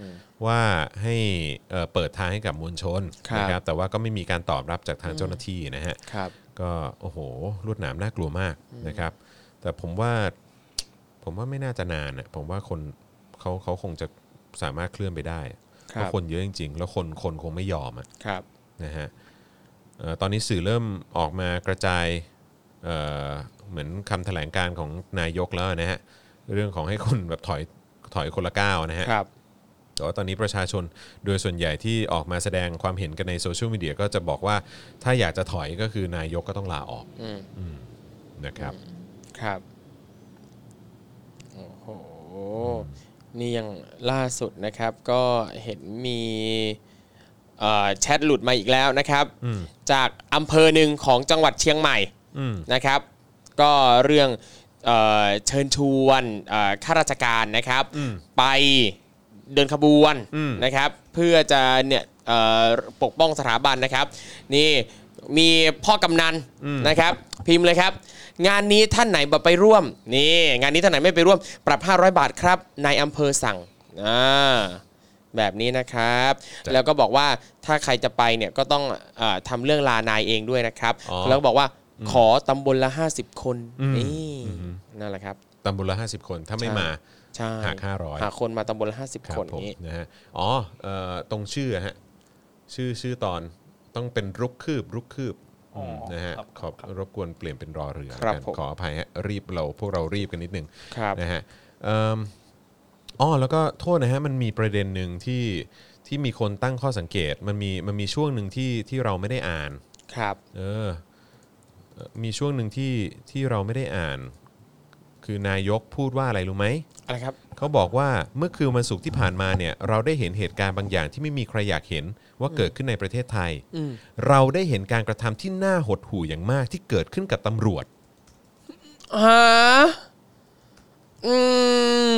Speaker 1: ว่าให้เอ่อเปิดทางให้กับมวลชน
Speaker 2: ครับ
Speaker 1: นะครับแต่ว่าก็ไม่มีการตอบรับจากทางเจ้าหน้าที่นะฮะ
Speaker 2: ครับ
Speaker 1: ก็โอ้โหลวดหนามน่ากลัวมากนะครับ แต่ผมว่าผมว่าไม่น่าจะนานอะผมว่าคนเขาเขาคงจะสามารถเคลื่อนไปได้อะ
Speaker 2: ค
Speaker 1: เพ
Speaker 2: รับ
Speaker 1: ราะคนเยอะจริง ๆ แล้วคนคนคงไม่ยอมอะ
Speaker 2: ครับ
Speaker 1: นะฮะเอ่อตอนนี้สื่อเริ่มออกมากระจายเอ่อเหมือนคำแถลงการของนายกแล้วนะฮะเรื่องของให้คนแบบถอยถอยคนละก้าวนะฮะ
Speaker 2: ครับ
Speaker 1: แต่ว่าตอนนี้ประชาชนโดยส่วนใหญ่ที่ออกมาแสดงความเห็นกันในโซเชียลมีเดียก็จะบอกว่าถ้าอยากจะถอยก็คือนายกก็ต้องลาออก
Speaker 2: อืม
Speaker 1: อืมนะครับ
Speaker 2: ครับ โอ้โห นี่ยังล่าสุดนะครับ ก็เห็นมีเอ่อแชทหลุดมาอีกแล้วนะครับ
Speaker 1: อืม
Speaker 2: จากอำเภอหนึ่งของจังหวัดเชียงใหม่
Speaker 1: อืม
Speaker 2: นะครับก็เรื่องเอ่อเชิญชวนเอ่อข้าราชการนะครับ
Speaker 1: อืม
Speaker 2: ไปเดินขบวน
Speaker 1: อืม
Speaker 2: นะครับเพื่อจะเนี่ยเอ่อปกป้องสถาบันนะครับ นี่มีพ่อกำนันนะครับพิมพ์เลยครับ งานนี้ท่านไหนบ่ไปร่วมนี่งานนี้ท่านไหนไม่ไปร่วม ปรับ 500 บาทครับนายอำเภอสั่งอ่าแบบนี้นะครับ แล้วก็บอกว่าถ้าใครจะไปเนี่ยก็ต้องเออทำเรื่องลานายเองด้วยนะครับ
Speaker 1: อ๋อ
Speaker 2: แล้วก็บอกว่าขอตำบลละ 50 คนนี่นั่นแหละครับ
Speaker 1: ตำบลละ50 คนถ้าไม่
Speaker 2: ใช่
Speaker 1: มา
Speaker 2: ใช่
Speaker 1: หา500
Speaker 2: หาคนมาตำบลละ
Speaker 1: ครั
Speaker 2: 50
Speaker 1: บ
Speaker 2: คน
Speaker 1: ผม
Speaker 2: นี่
Speaker 1: นะฮะอ๋อเอ่อตรงชื่อฮะชื่อชื่อตอนต้องเป็นรุกคืบรุกคืบ
Speaker 4: อ๋ออื
Speaker 1: มนะฮะ
Speaker 4: ครับ
Speaker 1: ขอบรบกวนเปลี่ยนเป็นรอเรือ
Speaker 2: ครับ
Speaker 1: กัน
Speaker 2: ผม
Speaker 1: ขออภัยฮะรีบเราพวกเรารีบกันนิดหนึ่ง
Speaker 2: ครับ
Speaker 1: นะฮะเอิ่มอ๋อแล้วก็โทษนะฮะมันมีประเด็นหนึ่งที่ที่มีคนตั้งข้อสังเกตมันมีมันมีช่วงหนึ่งที่ที่เราไม่ได้อ่าน
Speaker 2: ครับ
Speaker 1: เออเอ่อมีช่วงหนึ่งที่ที่เราไม่ได้อ่าน คือนายกพูดว่าอะไรรู้ไหม
Speaker 2: อะไรครับ
Speaker 1: เขาบอกว่าเมื่อคืนวันศุกร์ที่ผ่านมาเนี่ยเราได้เห็นเหตุการณ์บางอย่างที่ไม่มีใครอยากเห็นว่าเกิดขึ้นในประเทศไทย
Speaker 2: อืม
Speaker 1: เราได้เห็นการกระทำที่น่าหดหู่อย่างมากที่เกิดขึ้นกับตำรวจ
Speaker 2: ฮะอืม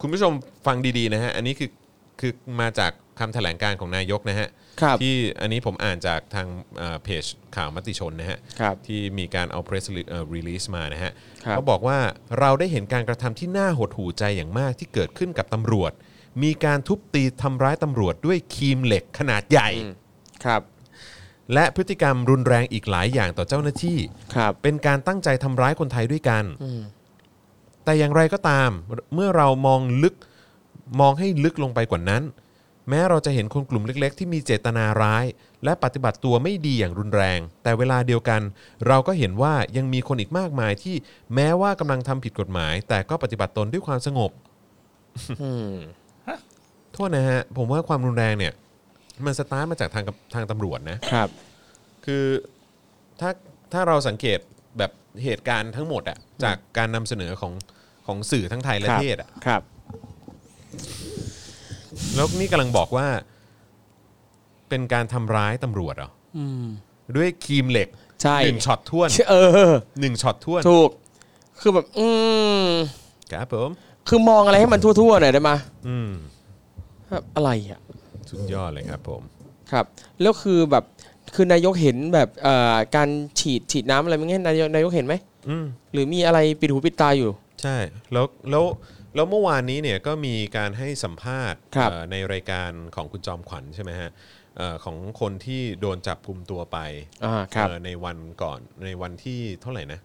Speaker 1: คุณผู้ชมฟังดีๆนะฮะ อันนี้คือคือมาจากคำแถลงการของนายกนะฮะ
Speaker 2: ครับ
Speaker 1: ที่อันนี้ผมอ่านจากทางเอ่อเพจข่าวมติชนนะฮะ
Speaker 2: ครับ
Speaker 1: ที่มีการเอา press rele- เอ่อ release มานะฮะ
Speaker 2: ครับ
Speaker 1: เขาบอกว่าเราได้เห็นการกระทำที่น่าหดหู่ใจอย่างมากที่เกิดขึ้นกับตำรวจ มีการทุบตีทำร้ายตำรวจด้วยครีมเหล็กขนาดใหญ่
Speaker 2: ครับ
Speaker 1: และพฤติกรรมรุนแรงอีกหลายอย่างต่อเจ้าหน้าที่
Speaker 2: ครับ
Speaker 1: เป็นการตั้งใจทำร้ายคนไทยด้วยกัน แต่อย่างไรก็ตาม เมื่อเรามองลึกมองให้ลึกลงไปกว่านั้น แม้เราจะเห็นคนกลุ่มเล็ก ๆ ที่มีเจตนาร้าย และปฏิบัติตัวไม่ดีอย่างรุนแรง แต่เวลาเดียวกัน เราก็เห็นว่ายังมีคนอีกมากมายที่แม้ว่ากำลังทำผิดกฎหมาย แต่ก็ปฏิบัติตนด้วยความสงบ
Speaker 4: ฮะ
Speaker 1: โทษนะฮะ ผมว่าความรุนแรงเนี่ย มันสตาร์ทมาจากทางกับทางตำรวจนะ
Speaker 2: ครับ
Speaker 1: คือถ้าถ้าเราสังเกตแบบเหตุการณ์ทั้งหมดอะจากการนำเสนอของของสื่อทั้งไทยและ
Speaker 2: ครับ
Speaker 1: เทศอะ
Speaker 2: ครับ
Speaker 1: แล้วนี่กำลังบอกว่า เป็นการทำร้ายตำรวจเหรออด้วยครีมเหล็ก
Speaker 2: ใช่
Speaker 1: หนึ่งช็อตท่วน
Speaker 2: เออ
Speaker 1: หนึ่งช็อตท่วน
Speaker 2: ถูก คือแบบ อืม
Speaker 1: ครับผม
Speaker 2: คือมองอะไรให้มันทั่วๆหน่อยได้ไหมย
Speaker 1: อืม
Speaker 2: แบบอะไรอ่ะ
Speaker 1: สุดยอดเลยครับผม
Speaker 2: ครับแล้วคือแบบคือนายกเห็นแบบเอ่อการฉีดฉีดน้ำอะไรไม่เงี้ยนายกนายกเห็นไหม
Speaker 1: อืม
Speaker 2: หรือมีอะไรปิดหูปิดตาอยู่
Speaker 1: ใช่แล้วแล้วแล้วเมื่อวานนี้เนี่ยก็มีการให้สัมภาษณ์
Speaker 2: ครับ
Speaker 1: เอ่อในรายการของคุณจอมขวัญใช่ไหมฮะเอ่อของคนที่โดนจับกลุ่มตัวไป
Speaker 2: อ่าครับ
Speaker 1: เอ่อในวันก่อนในวันที่เท่าไหร่นะ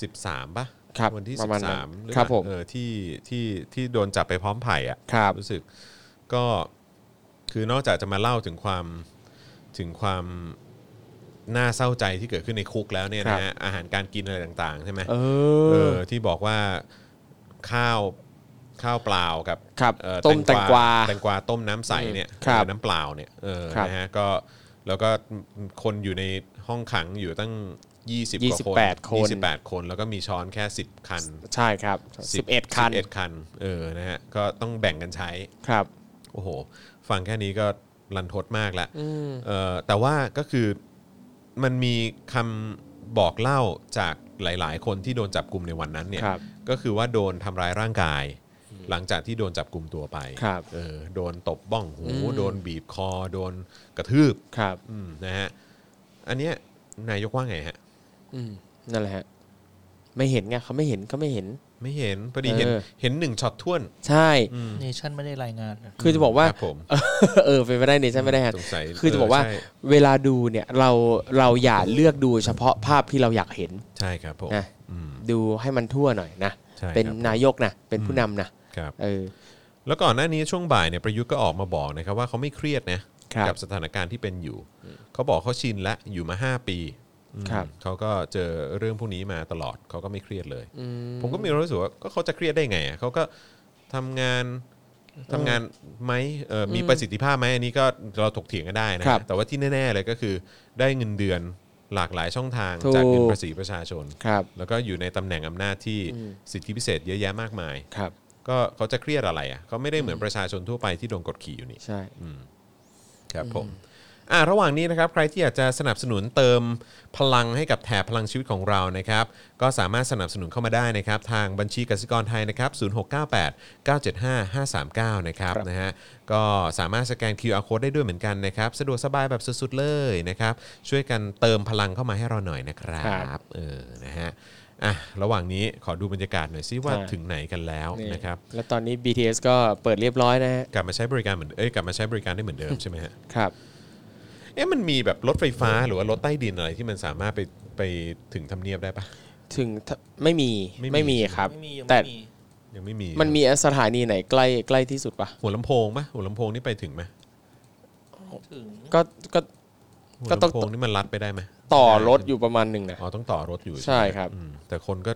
Speaker 1: 13ปะ
Speaker 2: ครับ
Speaker 1: วันที่
Speaker 2: ประมาณนั้น
Speaker 1: 13หอ
Speaker 2: ครับ
Speaker 1: เปล่า
Speaker 2: ผม
Speaker 1: เออที่ที่ที่โดนจับไปพร้อมไผ่อะ
Speaker 2: ครับ
Speaker 1: รู้สึกก็คือนอกจากจะมาเล่าถึงความถึงความน่าเศร้าใจที่เกิดขึ้นในคุกแล้วเนี่ยนะฮะอาหารการกินอะไรต่างๆใช่ไหม
Speaker 2: เอ
Speaker 1: เอ
Speaker 2: อ
Speaker 1: อที่บอกว่าข้าวข้าวเปล่ากับ
Speaker 2: ครับ
Speaker 1: เอ่อ
Speaker 2: ต้มแตงกวา
Speaker 1: แตงกวาต้มน้ำใสเนี่ย
Speaker 2: ครับ
Speaker 1: หอน้ำเปล่าเนี่ยเออ
Speaker 2: ครับ
Speaker 1: นะฮะก็แล้วก็คนอยู่ในห้องขังอยู่ตั้ง 20กว่าคน
Speaker 2: 28คน
Speaker 1: 28 คน แล้วก็มีช้อนแค่ 10 คัน
Speaker 2: ใช่ครับ
Speaker 1: 10
Speaker 2: 11 คัน
Speaker 1: 11คันเออนะฮะก็ต้องแบ่งกันใช้
Speaker 2: ครับ
Speaker 1: โอ้โห ฟังแค่นี้ก็รันทดมากแล้วเอ่อแต่ว่าก็คือมันมีคำบอกเล่าจากหลาย ๆ คนที่โดนจับกลุ่มในวันนั้นเนี่ย
Speaker 2: ครับ
Speaker 1: ก็คือว่าโดนทำร้ายร่างกาย หลังจากที่โดนจับกลุ่มตัวไป
Speaker 2: ครับ
Speaker 1: เออโดนตบบ้องหู
Speaker 2: อืม
Speaker 1: โดนบีบคอ โดนกระทืบ
Speaker 2: ครับ
Speaker 1: อืมนะฮะ อันเนี้ยนายกว่าไงฮะ
Speaker 2: อืมนั่นแหละฮะไม่เห็นไงเขาไม่เห็นเขาไม่เห็น
Speaker 1: ไม่เห็นพอดีเห็น
Speaker 2: เออ
Speaker 1: เห็นหนึ่งช็อตท่วน
Speaker 2: ใช่
Speaker 4: เนชั่นไม่ได้รายงานนะ
Speaker 2: คือจะบอกว่า
Speaker 1: ครับผม
Speaker 2: เออเป็นไปได้เนี่ยใช่ไม่ได้ฮะ
Speaker 1: สงสัย
Speaker 2: คือจะบอกว่า
Speaker 1: เออใช่
Speaker 2: เวลาดูเนี่ยเราเราอย่าเลือกดูเฉพาะภาพที่เราอยากเห็น
Speaker 1: ใช่ครับผม
Speaker 2: นะ
Speaker 1: อืม
Speaker 2: ดูให้มันทั่วหน่อยนะ
Speaker 1: ใช่ครับ
Speaker 2: เป็นนายกนะเป็นผู้นำนะครับ เออ
Speaker 1: แล้วก่อนหน้านี้ช่วงบ่ายเนี่ยประยุทธ์ก็ออกมาบอกนะครับว่าเขาไม่เครียดนะครับ กัสถานการณ์ที่เป็นอยู่ เขาบอกเขาชินและอยู่มา 5 ปีอืม
Speaker 2: ครับ
Speaker 1: เขาก็เจอเรื่องพวกนี้มาตลอดเขาก็ไม่เครียดเลย ผมก็มีความรู้สึกว่าก็เขาจะเครียดได้ไงอะเขาก็ทำงานทำงานไหมเอ่ออมีประสิทธิภาพไหมอันนี้ก็เราถกเถียงกันได้นะครับ แต่ว่าที่แน่ ๆ เลยก็คือได้เงินเดือนหลากหลายช่องทาง
Speaker 2: ถูก
Speaker 1: จากเงินภาษีประชาชน
Speaker 2: ครับ
Speaker 1: แล้วก็อยู่ในตำแหน่งอำนาจที่สิทธิพิเศษเยอะแยะมากมาย
Speaker 2: ครับ
Speaker 1: ก็เขาจะเครียดอะไรอ่ะเขาไม่ได้เหมือนประชาชนทั่วไปที่โดนกดขี่อยู่นี่
Speaker 2: ใช่
Speaker 1: ครับผมอ่าระหว่างนี้นะครับ ใครที่อยากจะสนับสนุนเติมพลังให้กับแถบพลังชีวิตของเรานะครับ ก็สามารถสนับสนุนเข้ามาได้นะครับ ทางบัญชีกสิกรไทยนะครับ 0698 975 539 นะครับนะฮะก็สามารถสแกน QR code ได้ด้วยเหมือนกันนะครับ สะดวกสบายแบบสุดๆเลยนะครับ ช่วยกันเติมพลังเข้ามาให้เราหน่อยนะครับ เออนะฮะอ่ะระหว่างนี้ขอดูบรรยากาศหน่อยซิว่าถึงไหนกันแล้ว
Speaker 2: นี่
Speaker 1: นะครับ
Speaker 2: แล้วตอนนี้ BTS ก็เปิดเรียบร้อยนะฮะ
Speaker 1: กลับมาใช้บริการเหมือนเอ้ยกลับมาใช้บริการได้เหมือนเดิมใช่ไหมฮะ
Speaker 2: ครับ
Speaker 1: เอ๊ะมันมีแบบรถไฟฟ้าหรือว่ารถใต้ดินอะไรที่มันสามารถไปไปถึงทำเนียบได้ปะ
Speaker 2: ถึงถ้าไม่มี
Speaker 1: ไม่มี
Speaker 2: ไม่มีครับ
Speaker 4: ไม่มียัง
Speaker 2: แต่
Speaker 4: ไม่มี
Speaker 1: ยังไม่มี
Speaker 2: มันมีสถานีไหนใกล้ใกล้ที่สุดปะ
Speaker 1: หัวลำโพงปะหัวลำโพงนี่ไปถึงไหม
Speaker 4: ถึง
Speaker 2: ก็ก็
Speaker 1: หัว
Speaker 2: ก็ต้อ
Speaker 1: ลำ
Speaker 2: ง
Speaker 1: โพงนี่มันลัดไปได้ไหม
Speaker 2: ต่อรถอยู่ประมาณหนึ่งนะ
Speaker 1: อ๋อต้องต่อรถอยู่
Speaker 2: ใช่
Speaker 1: ไหม
Speaker 2: ครับ
Speaker 1: อืมแต่คนก็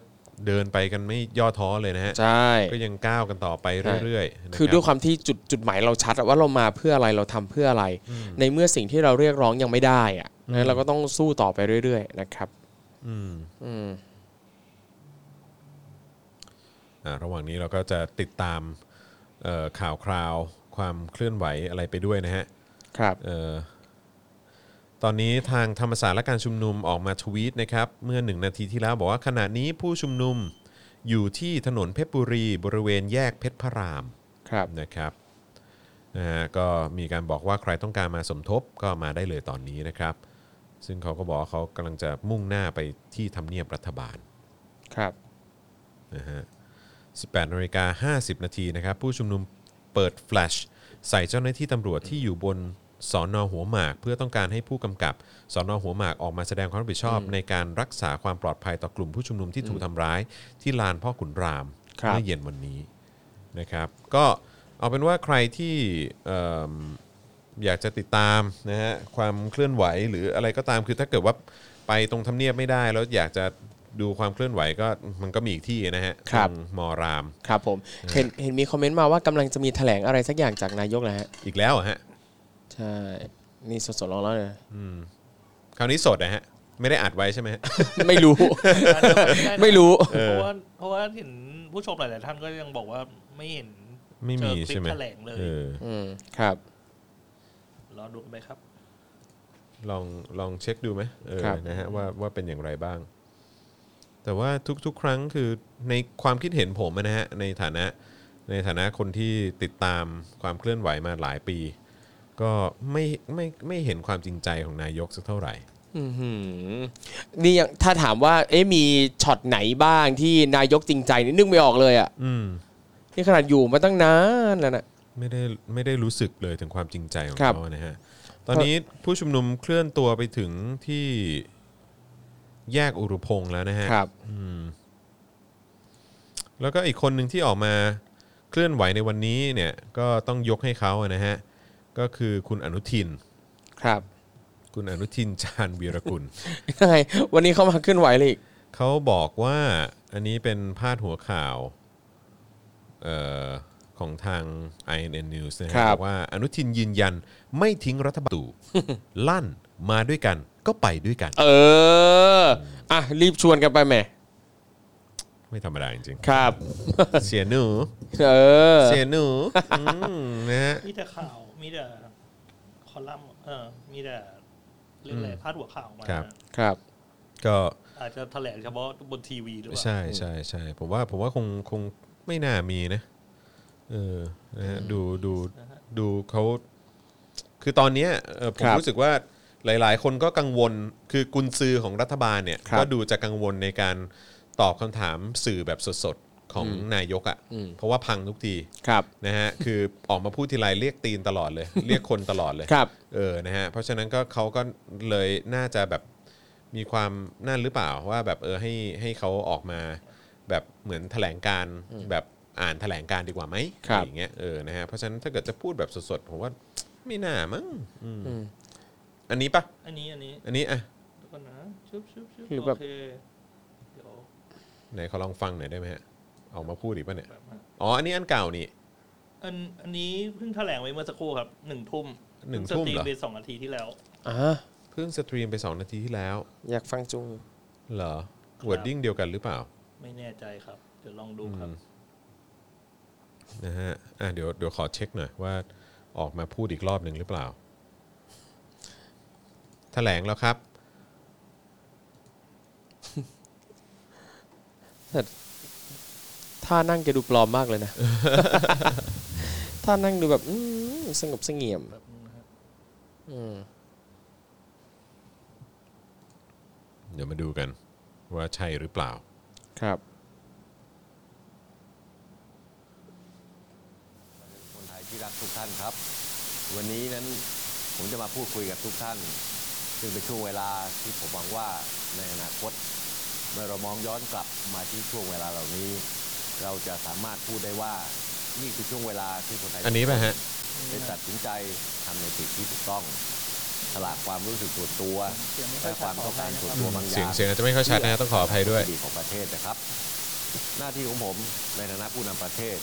Speaker 1: เดินไปกันไม่ย่อท้อเลยนะฮะ
Speaker 2: ใช่
Speaker 1: ก็ยังก้าวกันต่อไปเรื่อยๆนะ
Speaker 2: คือด้วยครับ วามที่จุดจุดหมายเราชัดอะว่าเรามาเพื่ออะไรเราทำเพื่ออะไร ในเมื่อสิ่งที่เราเรียกร้องยังไม่ได้อะงั้นเราก็ต้องสู้ต่อไปเรื่อย ๆ นะครับ
Speaker 1: อืม
Speaker 2: อืม
Speaker 1: อ่าระหว่างนี้เราก็จะติดตามเอ่อข่าวคราวความเคลื่อนไหวอะไรไปด้วยนะฮะ
Speaker 2: ครับ
Speaker 1: เอ่อตอนนี้ทางธรรมศาสตร์และการชุมนุมออกมาทวีตนะครับ เมื่อ 1 นาทีที่แล้วบอกว่าขณะนี้ผู้ชุมนุมอยู่ที่ถนนเพชรบุรีบริเวณแยกเพชรพระราม
Speaker 2: ครับ
Speaker 1: นะครับนะฮะก็มีการบอกว่าใครต้องการมาสมทบก็มาได้เลยตอนนี้นะครับ ซึ่งเขาก็บอกว่าเขากำลังจะมุ่งหน้าไปที่ทำเนียบรัฐบาล
Speaker 2: ครับ
Speaker 1: นะฮะ18นาฬิกา50 นาทีนะครับ ผู้ชุมนุมเปิดแฟลชใส่เจ้าหน้าที่ตำรวจที่อยู่บนสอนอหัวหมาก เพื่อต้องการให้ผู้กำกับสอนอหัวหมากออกมาแสดงความรับผิดชอบ ในการรักษาความปลอดภัยต่อกลุ่มผู้ชุมนุมที่ถูกทำร้ายที่ลานพ่อขุนราม
Speaker 2: ครับ
Speaker 1: เมื่อเย็นวันนี้นะครับ ก็เอาเป็นว่าใครที่เอิ่ม อยากจะติดตามนะฮะความเคลื่อนไหวหรืออะไรก็ตามคือถ้าเกิดว่าไปตรงทำเนียบไม่ได้แล้วอยากจะดูความเคลื่อนไหวก็มันก็มีอีกที่นะฮะ
Speaker 2: ครับ
Speaker 1: ตงมอราม
Speaker 2: ครับผม เห็นเห็นมีคอมเมนต์มาว่ากำลังจะมีแถลงอะไรสักอย่างจากนายกนะฮะ
Speaker 1: อีกแล้วเหรอฮะ
Speaker 2: ใช่ นี่สดๆร้อน ๆเลย
Speaker 1: คราวนี้สดนะฮะไม่ได้อัดไว้ใช่ไหมฮะ
Speaker 2: ไม่ รู้
Speaker 4: อาจจะด้นะ
Speaker 2: ไม่รู้
Speaker 4: เพราะว่าเพราะว่าเห็นผู้ชมหลาย ๆ ท่านก็ยังบอกว่าไม่เห็น
Speaker 1: ไม่มี
Speaker 4: เจอคลิป
Speaker 1: ใช่ไหม
Speaker 4: แถลงเลย
Speaker 1: เออ
Speaker 2: อืมครับ
Speaker 4: รอดูกันไหมครับ
Speaker 1: ลองลองเช็คดูไหมเออ
Speaker 2: ครับ
Speaker 1: นะฮะว่าว่าเป็นอย่างไรบ้าง แต่ว่าทุกๆ ครั้งคือในความคิดเห็นผมอะนะฮะในฐานะในฐานะคนที่ติดตามความเคลื่อนไหวมาหลายปี ก็ ก็ไม่ไม่ไม่เห็นความจริงใจของนายกสักเท่าไหร่
Speaker 5: อื้อหือนี่ยังถ้าถามว่า เอ๊ะมีช็อตไหนบ้างที่นายกจริงใจนี่นึกไม่ออกเลยอ่ะ
Speaker 1: อืม
Speaker 5: นี่ขนาดอยู่มาตั้งนานแล้วนะ
Speaker 1: ไม่ได้ไม่ได้รู้สึกเลยถึงความจริงใจของ
Speaker 5: ครับ
Speaker 1: เขานะฮะ ตอนนี้ผู้ชุมนุมเคลื่อนตัวไปถึงที่แยกอุรุพงศ์แล้วนะฮะ
Speaker 5: ครับ
Speaker 1: แล้วก็อีกคนหนึ่งที่ออกมาเคลื่อนไหวในวันนี้เนี่ยก็ต้องยกให้เขาอะนะฮะ ก็คือคุณอนุทิน
Speaker 5: ครับ
Speaker 1: คุณอนุทินชาญวีรกุล
Speaker 5: ยังไง วันนี้เข้ามาขึ้นไหวเลยอีก
Speaker 1: เขาบอกว่าอันนี้เป็นพาดหัวข่าวเอ่อของทาง INN News นะฮะ
Speaker 5: ครับ
Speaker 1: บอกว่าอนุทินยืนยันไม่ทิ้งรัฐบาล ตู่ ลั่นมาด้วยกันก็ไปด้วยกัน
Speaker 5: เออ อ่ะ รีบชวนกันไปแหม
Speaker 1: ไม่ธรรมดาจริง
Speaker 5: ครับ
Speaker 1: ๆ เสียหนู
Speaker 5: เออ
Speaker 1: เสียหนูอืมนะฮะ
Speaker 4: มีแต่ข่าว มีแต่คอลัมน์เออมีแต่เรื่องอะไรพาดหัวข่าวมา
Speaker 1: ครับ
Speaker 5: ครับ
Speaker 1: ก็
Speaker 4: อาจจะแถลงเฉพาะบนทีวีหรือเปล่า
Speaker 1: ใช่ใช่ใช่ผมว่าผมว่าคงคงไม่น่ามีนะเออนะฮะดูดูดูเขาคือตอนเนี้ยเอ่อผม
Speaker 5: ครับ
Speaker 1: รู้สึกว่าหลายๆ คนก็กังวลคือกุญซือของรัฐบาลเนี่ย
Speaker 5: ครับ
Speaker 1: ก็ดูจะกังวลในการตอบคำถามสื่อแบบสดๆ ของนายกอะ่ะ
Speaker 5: อืม
Speaker 1: เพราะว่าพังทุกที
Speaker 5: ครับ
Speaker 1: นะฮะ คือออกมาพูดทีไรเรียกตีนตลอดเลย เรียกคนตลอดเลย
Speaker 5: ครับ
Speaker 1: เออนะฮะเพราะฉะนั้นก็เขาก็เลยน่าจะแบบมีความนั่นหรือเปล่าว่าแบบเออให้ให้เขาออกมาแบบเหมือนแถลงการณ์แบบอ่านแถลงการณ์ดีกว่าไหม
Speaker 5: ครับ
Speaker 1: อะไรอย่างเงี้ยเออนะฮะเพราะฉะนั้นถ้าเกิดจะพูดแบบสดๆผมว่าไม่น่ามั้งอืมอันนี้ปะ
Speaker 4: อันนี้อันนี้
Speaker 1: อันนี้อ่ะ
Speaker 4: เดี๋ยวก่อนนะชุบชุบชุบ
Speaker 5: หรือแบบ
Speaker 4: โเคเดี๋ยว
Speaker 1: ไหนขอลองฟังหน่อยได้ไหมฮะออกมาพูดอีกปะเนี่ย
Speaker 4: แบบมา
Speaker 1: อ๋ออันนี้อันเก่านี่
Speaker 4: อันอันนี้เพิ่งแถลงไว้เมื่อสักครู่ครับหนึ่งทุ่ม
Speaker 1: หนึ่ง
Speaker 4: เพิ่
Speaker 1: ทุ่
Speaker 4: ส
Speaker 1: ม
Speaker 4: ตรี
Speaker 1: เหรอ
Speaker 4: ไปสองนาทีที่แล้ว
Speaker 5: อ่ะ
Speaker 1: เพิ่งสตรีมไปสองนาทีที่แล้ว
Speaker 5: อยากฟังจุง
Speaker 1: เหรอวอร์ดดิ้งเดียวกันหรือเปล่า
Speaker 4: ไม่แน่ใจครับ เดี๋ยวลองดูครับ
Speaker 1: นะฮะ อ่ะเดี๋ยวเดี๋ยวขอเช็คหน่อยว่าออกมาพูดอีกรอบหนึ่งหรือเปล่า แถลงแล้วครับ
Speaker 5: ท่านั่งแกดูปลอมมากเลย นะ ท่านั่งดูแบบอื้อสงบเสงี่ยมอืม
Speaker 1: เดี๋ยวมาดูกันว่าใช่หรือเปล่า
Speaker 5: ครับ
Speaker 8: คนไทยที่รักทุกท่านครับ วันนี้นั้นผมจะมาพูดคุยกับทุกท่าน ซึ่งเป็นช่วงเวลาที่ผมหวังว่าในอนาคต เมื่อเรามองย้อนกลับมาที่ช่วงเวลาเหล่านี้ เราจะสามารถพูดได้ว่านี่คือช่วงเวลาที่คนไทย
Speaker 1: อันนี้ป่ะฮะ
Speaker 8: ได้ตัดสินใจทำในสิ่งที่ถูกต้องสละความรู้สึกส่วนตัว
Speaker 4: เสียงไม่ค่อ
Speaker 8: และ
Speaker 4: ย
Speaker 8: ความต้องการส่วนตัวบางอย่าง
Speaker 1: เสียงเสียงอาจจะไม่ค่อยชัดนะต้องขออภัยด้วย
Speaker 8: ที่เป็นข้อดีของประเทศนะครับ หน้าที่ของผมในฐานะผู้นำประเทศ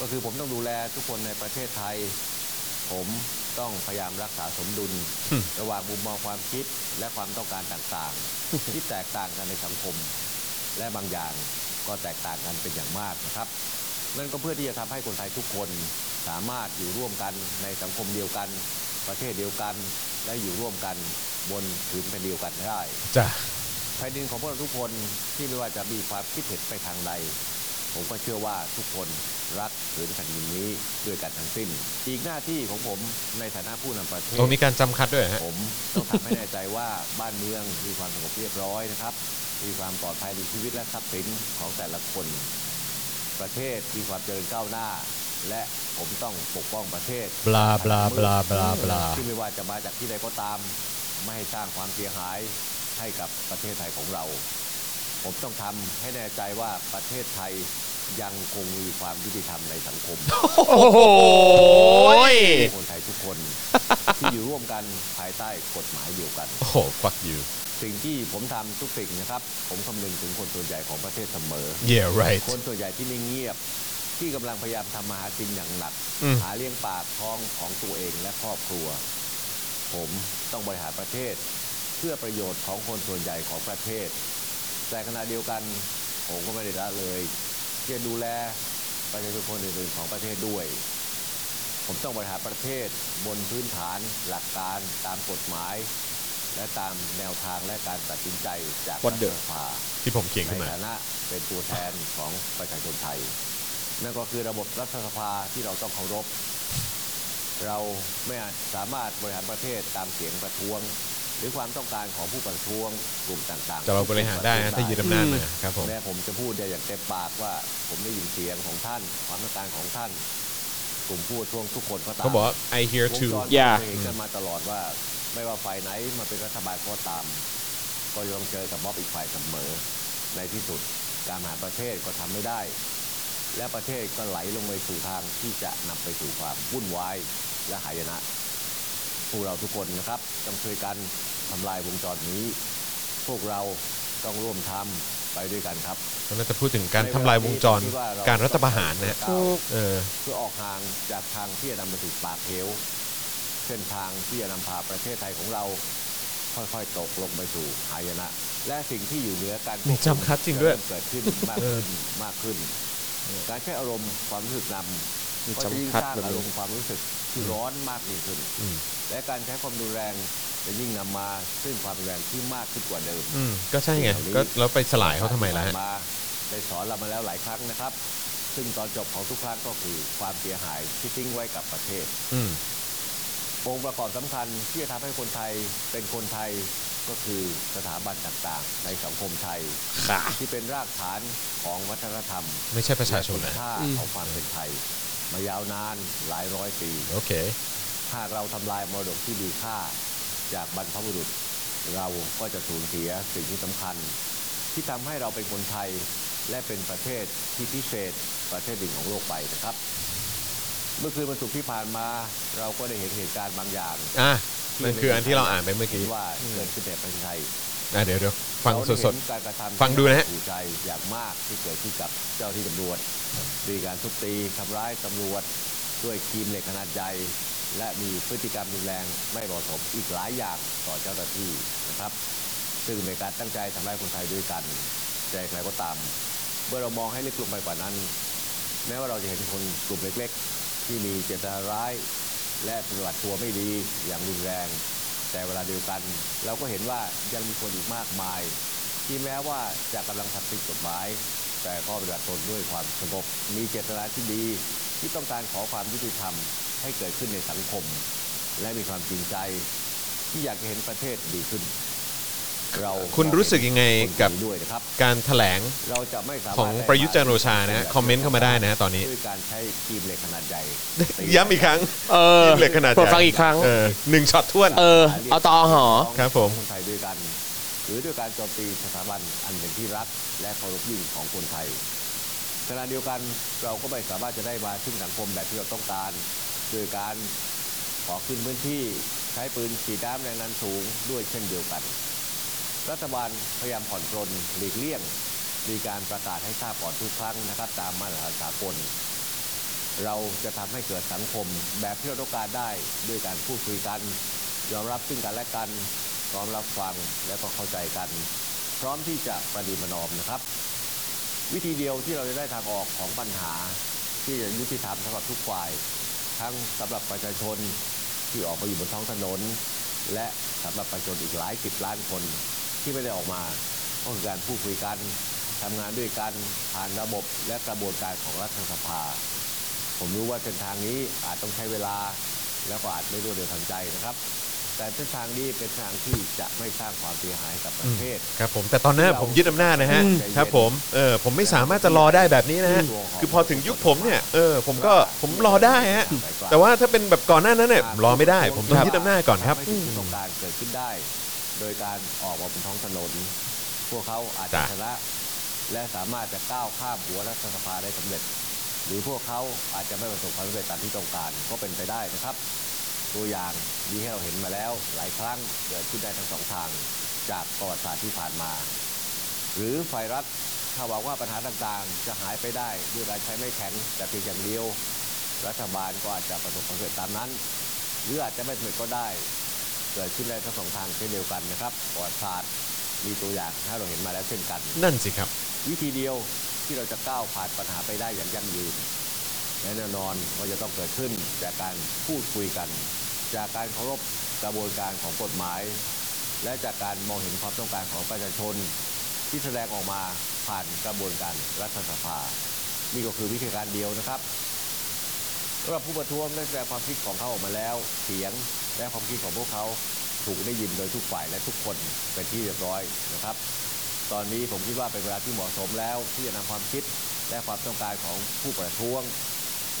Speaker 8: ก็คือผมต้องดูแลทุกคนในประเทศไทย ผมต้องพยายามรักษาสมดุล ระหว่างมุมมองความคิดและความต้องการต่างๆ ที่แตกต่างกันในสังคม และบางอย่างก็แตกต่างกันเป็นอย่างมากนะครับ นั่นก็เพื่อที่จะทำให้คนไทยทุกคนสามารถอยู่ร่วมกันในสังคมเดียวกัน ประเทศเดียวกัน และอยู่ร่วมกันบนผืนแผ่นเดียวกันได้
Speaker 1: จ้ะ
Speaker 8: แผ่นดินของพวกเราทุกคนที่ไม่ว่าจะมีความคิดเห็นไปทางใด ผมก็เชื่อว่าทุกคนรักผืนแผ่นดินนี้ด้วยกันทั้งสิ้น อีกหน้าที่ของผมในฐานะผู้นำประเทศ
Speaker 1: เรามีการจำคัดด้วยฮะ
Speaker 8: ผมต้องทำให้แน่ใจว่าบ้านเมืองมีความสงบเรียบร้อยนะครับ มีความปลอดภัยในชีวิตและทรัพย์สินของแต่ละคน ประเทศมีความเจริญก้าวหน้า และผมต้องปกป้องประเทศ
Speaker 1: บลาบลาบลาบลาบลา
Speaker 8: ที่ไม่ว่าจะมาจากที่ใดก็ตาม ไม่ให้สร้างความเสียหายให้กับประเทศไทยของเรา ผมต้องทำให้แน่ใจว่าประเทศไทยยังคงมีความยุติธรรมในสังคม
Speaker 5: โอ้โห
Speaker 8: คนไทยทุกคน ที่อยู่ร่วมกันภายใต้กฎหมายเดียวกัน
Speaker 1: โอ้โห ฟักยู
Speaker 8: สิ่งที่ผมทำทุกสิ่งนะครับ ผมคำนึงถึงคนส่วนใหญ่ของประเทศเสมอ
Speaker 1: yeah right
Speaker 8: คนส่วนใหญ่ที่นิ่งเงียบ ที่กำลังพยายามทำมาหากินอย่างหนัก
Speaker 1: อืม
Speaker 8: หาเลี้ยงปากท้องของตัวเองและครอบครัว ผมต้องบริหารประเทศ เพื่อประโยชน์ของคนส่วนใหญ่ของประเทศ แต่ขณะเดียวกันผมก็ไม่ได้ละเลยที่จะดูแลประชาชนคนอื่นๆของประเทศด้วย ผมต้องบริหารประเทศบนพื้นฐานหลักการตามกฎหมาย และตามแนวทางและการตัดสินใจจาก
Speaker 5: วันเดิม
Speaker 8: รัฐสภา
Speaker 1: ที่ผมเขียนขึ้น
Speaker 8: ใน
Speaker 1: มา
Speaker 8: ฐานะเป็นตัวแทนของประชาชนไทย นั่นก็คือระบบรัฐสภาที่เราต้องเคารพ ส เราไม่อาจสามารถบริหารประเทศตามเสียงประท้วง หรือความต้องการของผู้ประท้วงกลุ่มต่างๆ
Speaker 1: จะเราบริหารได้นะถ้ายืดอำนาจมาครับผม
Speaker 8: แม้ผมจะพูดได้อย่างเต็มปากว่าผมได้ยินเสียงของท่าน ความต้องการของท่าน กลุ่มผู้ประท้วงทุกคนก็ตาม
Speaker 1: เขาบอกว่า I hear
Speaker 8: วง
Speaker 1: too
Speaker 8: จร
Speaker 5: อย่า
Speaker 8: เคยเห็นกันมาตลอดว่า ไม่ว่าฝ่ายไหนมาเป็นรัฐบาลก็ตาม ก็ยอมเจอกับม็อบอีกฝ่ายเสมอ ในที่สุดการหาประเทศก็ทำไม่ได้ และประเทศก็ไหลลงไปสู่ทางที่จะนำไปสู่ความวุ่นวายและหายนะ พวกเราทุกคนนะครับต้องช่วยกันทำลายวงจรนี้ พวกเราต้องร่วมทำไปด้วยกันครับ
Speaker 1: เราน่าจะพูดถึงการทำลายวงจรการรัฐประหารนะฮะ
Speaker 8: ถูก
Speaker 1: เออ
Speaker 8: เพื่อออกห่างจากทางที่จะนำไปสู่ปากเหวเส้นทางที่จะนำพาประเทศไทยของเรา ค่อยๆ ตกลงไปสู่หายนะ และสิ่งที่อยู่เหนือการ
Speaker 1: นี่จำคัดจริงด้วย
Speaker 8: ะเกิ ดขึ้นมากขึ้นมากขึ้น การใช้อารมณ์ความรู้สึกน
Speaker 5: นี่
Speaker 8: ำก็จะ
Speaker 5: จำ
Speaker 8: ยิ่ง
Speaker 5: คัด
Speaker 8: สร้าง
Speaker 5: แบบนี้
Speaker 8: อารมณ์ความรู้สึกที่ร้อนมากยิ่งขึ้น และการใช้ความรุนแรงจะยิ่งนำมาซึ่งความรุนแรงที่มากขึ้นกว่าเดิม
Speaker 1: อืมก็ใช่ไงก็แล้วไปสลายเขาทำไมล่ะฮะ
Speaker 8: มาได้สอนเรามาแล้วหลายครั้งนะครับ ซึ่งตอนจบของทุกครั้งก็คือความเสียหายที่ทิ้งไว้กับประเทศ
Speaker 1: อืม
Speaker 8: องค์ประกอบสำคัญที่จะทำให้คนไทยเป็นคนไทยก็คือสถาบันต่างๆ ในสังคมไทย ที่เป็นรากฐานของวัฒนธรรม
Speaker 1: ไม่ใช่ประชาชนนะ
Speaker 8: และคุณค่าของความเป็นไทย มายาวนานหลายร้อยปี
Speaker 1: โอเค
Speaker 8: หากเราทำลายมรดกที่มีค่าจากบรรพบุรุษ เราก็จะสูญเสียสิ่งที่สำคัญ ที่ทำให้เราเป็นคนไทย และเป็นประเทศที่พิเศษประเทศหนึ่งของโลกไปนะครับ เมื่อคืนวันศุกร์ที่ผ่านมาเราก็ได้เห็นเหตุการณ์บางอย่าง
Speaker 1: อ่ะนั่นคืออันที่เราอ่านไปเมื่อกี้
Speaker 8: ว่าเกิดขึ้นในประเทศไทย
Speaker 1: อ่ะเดี๋ยวเดี๋ยวฟัง
Speaker 8: เรา
Speaker 1: ส
Speaker 8: ได้
Speaker 1: ด
Speaker 8: เห็
Speaker 1: ๆ
Speaker 8: นการกระทำ
Speaker 1: ฟังดูนะฮะ
Speaker 8: ที่าสลดใจอย่างมากที่เกิดขึ้นกับเจ้าที่ตำรวจมีการทุบตีทำร้ายตำรวจด้วยครีมเหล็กขนาดใหญ่และมีพฤติกรรมรุนแรงไม่เหมาะสมอีกหลายอย่างต่อเจ้าหน้าที่นะครับ ซึ่งเป็นการตั้งใจทำร้ายคนไทยด้วยกันใจใครก็ตาม เมื่อเรามองให้ลึกลงไปกว่านั้น แม้ว่าเราจะเห็นคนกลุ่มเล็กๆ ที่มีเจตนาร้าย และปฏิบัติตัวไม่ดีอย่างรุนแรง แต่เวลาเดียวกัน เราก็เห็นว่ายังมีคนอีกมากมาย ที่แม้ว่าจะกำลังทำผิดกฎหมาย แต่ก็ปฏิบัติตนด้วยความสงบมีเจตนาที่ดี ที่ต้องการขอความยุติธรรมให้เกิดขึ้นในสังคม และมีความจริงใจ ที่อยากจะเห็นประเทศดีขึ้น เรา
Speaker 1: คุณรู้สึกยังไงกับ
Speaker 8: คนดีด้วยนะครับ
Speaker 1: การถแถลง
Speaker 8: เราจะไม่สามารถ
Speaker 1: ของประยุทธ์จันทร์โอชานะฮะคอมเมนต์เข้ามาได้นะฮะตอนนี้
Speaker 8: ด้วยการใช้ครีมเหล็กขนาดใหญ่
Speaker 1: ย้ำอีกครั้ง
Speaker 5: เออ
Speaker 1: เหล็กขนาดให
Speaker 5: โปร
Speaker 1: ญ่
Speaker 5: ดฟังอีกครั้ง
Speaker 1: เออหนึ่งช็อตท้วน
Speaker 5: เออ เอาต่อหอ
Speaker 1: ครับผม
Speaker 8: คนไทยด้วยกัน หรือด้วยการโจมตีสถาบันอันเป็นที่รักและเคารพยิ่งของคนไทยขณะเดียวกันเราก็ไม่สามารถจะได้มาซึ่งสังคมแบบที่เราต้องการโดยการขอขึ้นพื้นที่ใช้ปืนฉีดน้ำแรงดันสูงด้วยเช่นเดียวกัน รัฐบาลพยายามผ่อนปรนหลีกเลี่ยง มีการประกาศให้ทราบก่อนทุกครั้งนะครับ ตามมาตรฐานสากล เราจะทำให้เกิดสังคมแบบที่เราต้องการได้ด้วยการพูดคุยกัน ยอมรับซึ่งกันและกันพร้อมรับฟังและก็เข้าใจกัน พร้อมที่จะประดีประนอมนะครับ วิธีเดียวที่เราจะได้ทางออกของปัญหา ที่จะยุติธรรมสำหรับทุกฝ่าย ทั้งสำหรับประชาชนที่ออกมาอยู่บนท้องถนน และสำหรับประชาชนอีกหลายสิบล้านคนที่ไม่ได้ออกมาก็คือการพูดคุยกันทำงานด้วยกันผ่านระบบและกระบวนการของรัฐสภา ผมรู้ว่าเส้นทางนี้อาจต้องใช้เวลา แล้วก็อาจไม่รวดเร็วทันใจนะครับ แต่เส้นทางนี้เป็นทางที่จะไม่สร้างความเสียหายให้กับประเทศ
Speaker 1: ครับผมแต่ตอนหน้าผมยึดอำนาจนะฮะ
Speaker 8: อืม
Speaker 1: ครับผมเออผมไม่สามารถจะรอได้แบบนี้นะฮะคือพอถึงยุคผมเนี่ยเออผมก็ผมรอได้ฮะแต่ว่าถ้าเป็นแบบก่อนหน้านั้นเนี่ยผมรอไม่ได้ ผมต้องยึดอำนาจก่อนครับ
Speaker 8: ทำให้สิ่งที่ต้องการเกิดขึ้นได้ โดยการออกมาบนท้องถนน พวกเขาอาจจะ
Speaker 1: จ้ะ
Speaker 8: ชนะและสามารถจะก้าวข้ามหัวรัฐสภาได้สำเร็จ หรือพวกเขาอาจจะไม่ประสบความสำเร็จตามที่ต้องการก็เป็นไปได้นะครับ ตัวอย่างมีให้เราเห็นมาแล้ว หลายครั้งเกิดขึ้นได้ทั้งสองทาง จากประวัติศาสตร์ที่ผ่านมา หรือไฟรัฐถ้าหวังว่าปัญหาต่างๆ จะหายไปได้ด้วยการใช้ไม่แข็งแต่เพียงอย่างเดียว รัฐบาลก็อาจจะประสบความสำเร็จตามนั้น หรืออาจจะไม่สำเร็จก็ได้ เกิดขึ้นได้ทั้งสองทางเช่นเดียวกันนะครับประวัติศาสตร์มีตัวอย่างถ้าเราเห็นมาแล้วเช่นกัน
Speaker 1: นั่นสิครับ
Speaker 8: วิธีเดียวที่เราจะก้าวผ่านปัญหาไปได้อย่างยั่งยืนและแน่นอนก็จะต้องเกิดขึ้นจากการพูดคุยกัน จากการเคารพกระบวนการของกฎหมาย และจากการมองเห็นความต้องการของประชาชน ที่แสดงออกมาผ่านกระบวนการรัฐสภา นี่ก็คือวิธีการเดียวนะครับ สำหรับผู้ประท้วงได้แสดงความคิดของเขาออกมาแล้ว เสียงและความคิดของพวกเขาถูกได้ยินโดยทุกฝ่ายและทุกคนเป็นที่เรียบร้อยนะครับ ตอนนี้ผมคิดว่าเป็นเวลาที่เหมาะสมแล้ว ที่จะนำความคิดและความต้องการของผู้ประท้วง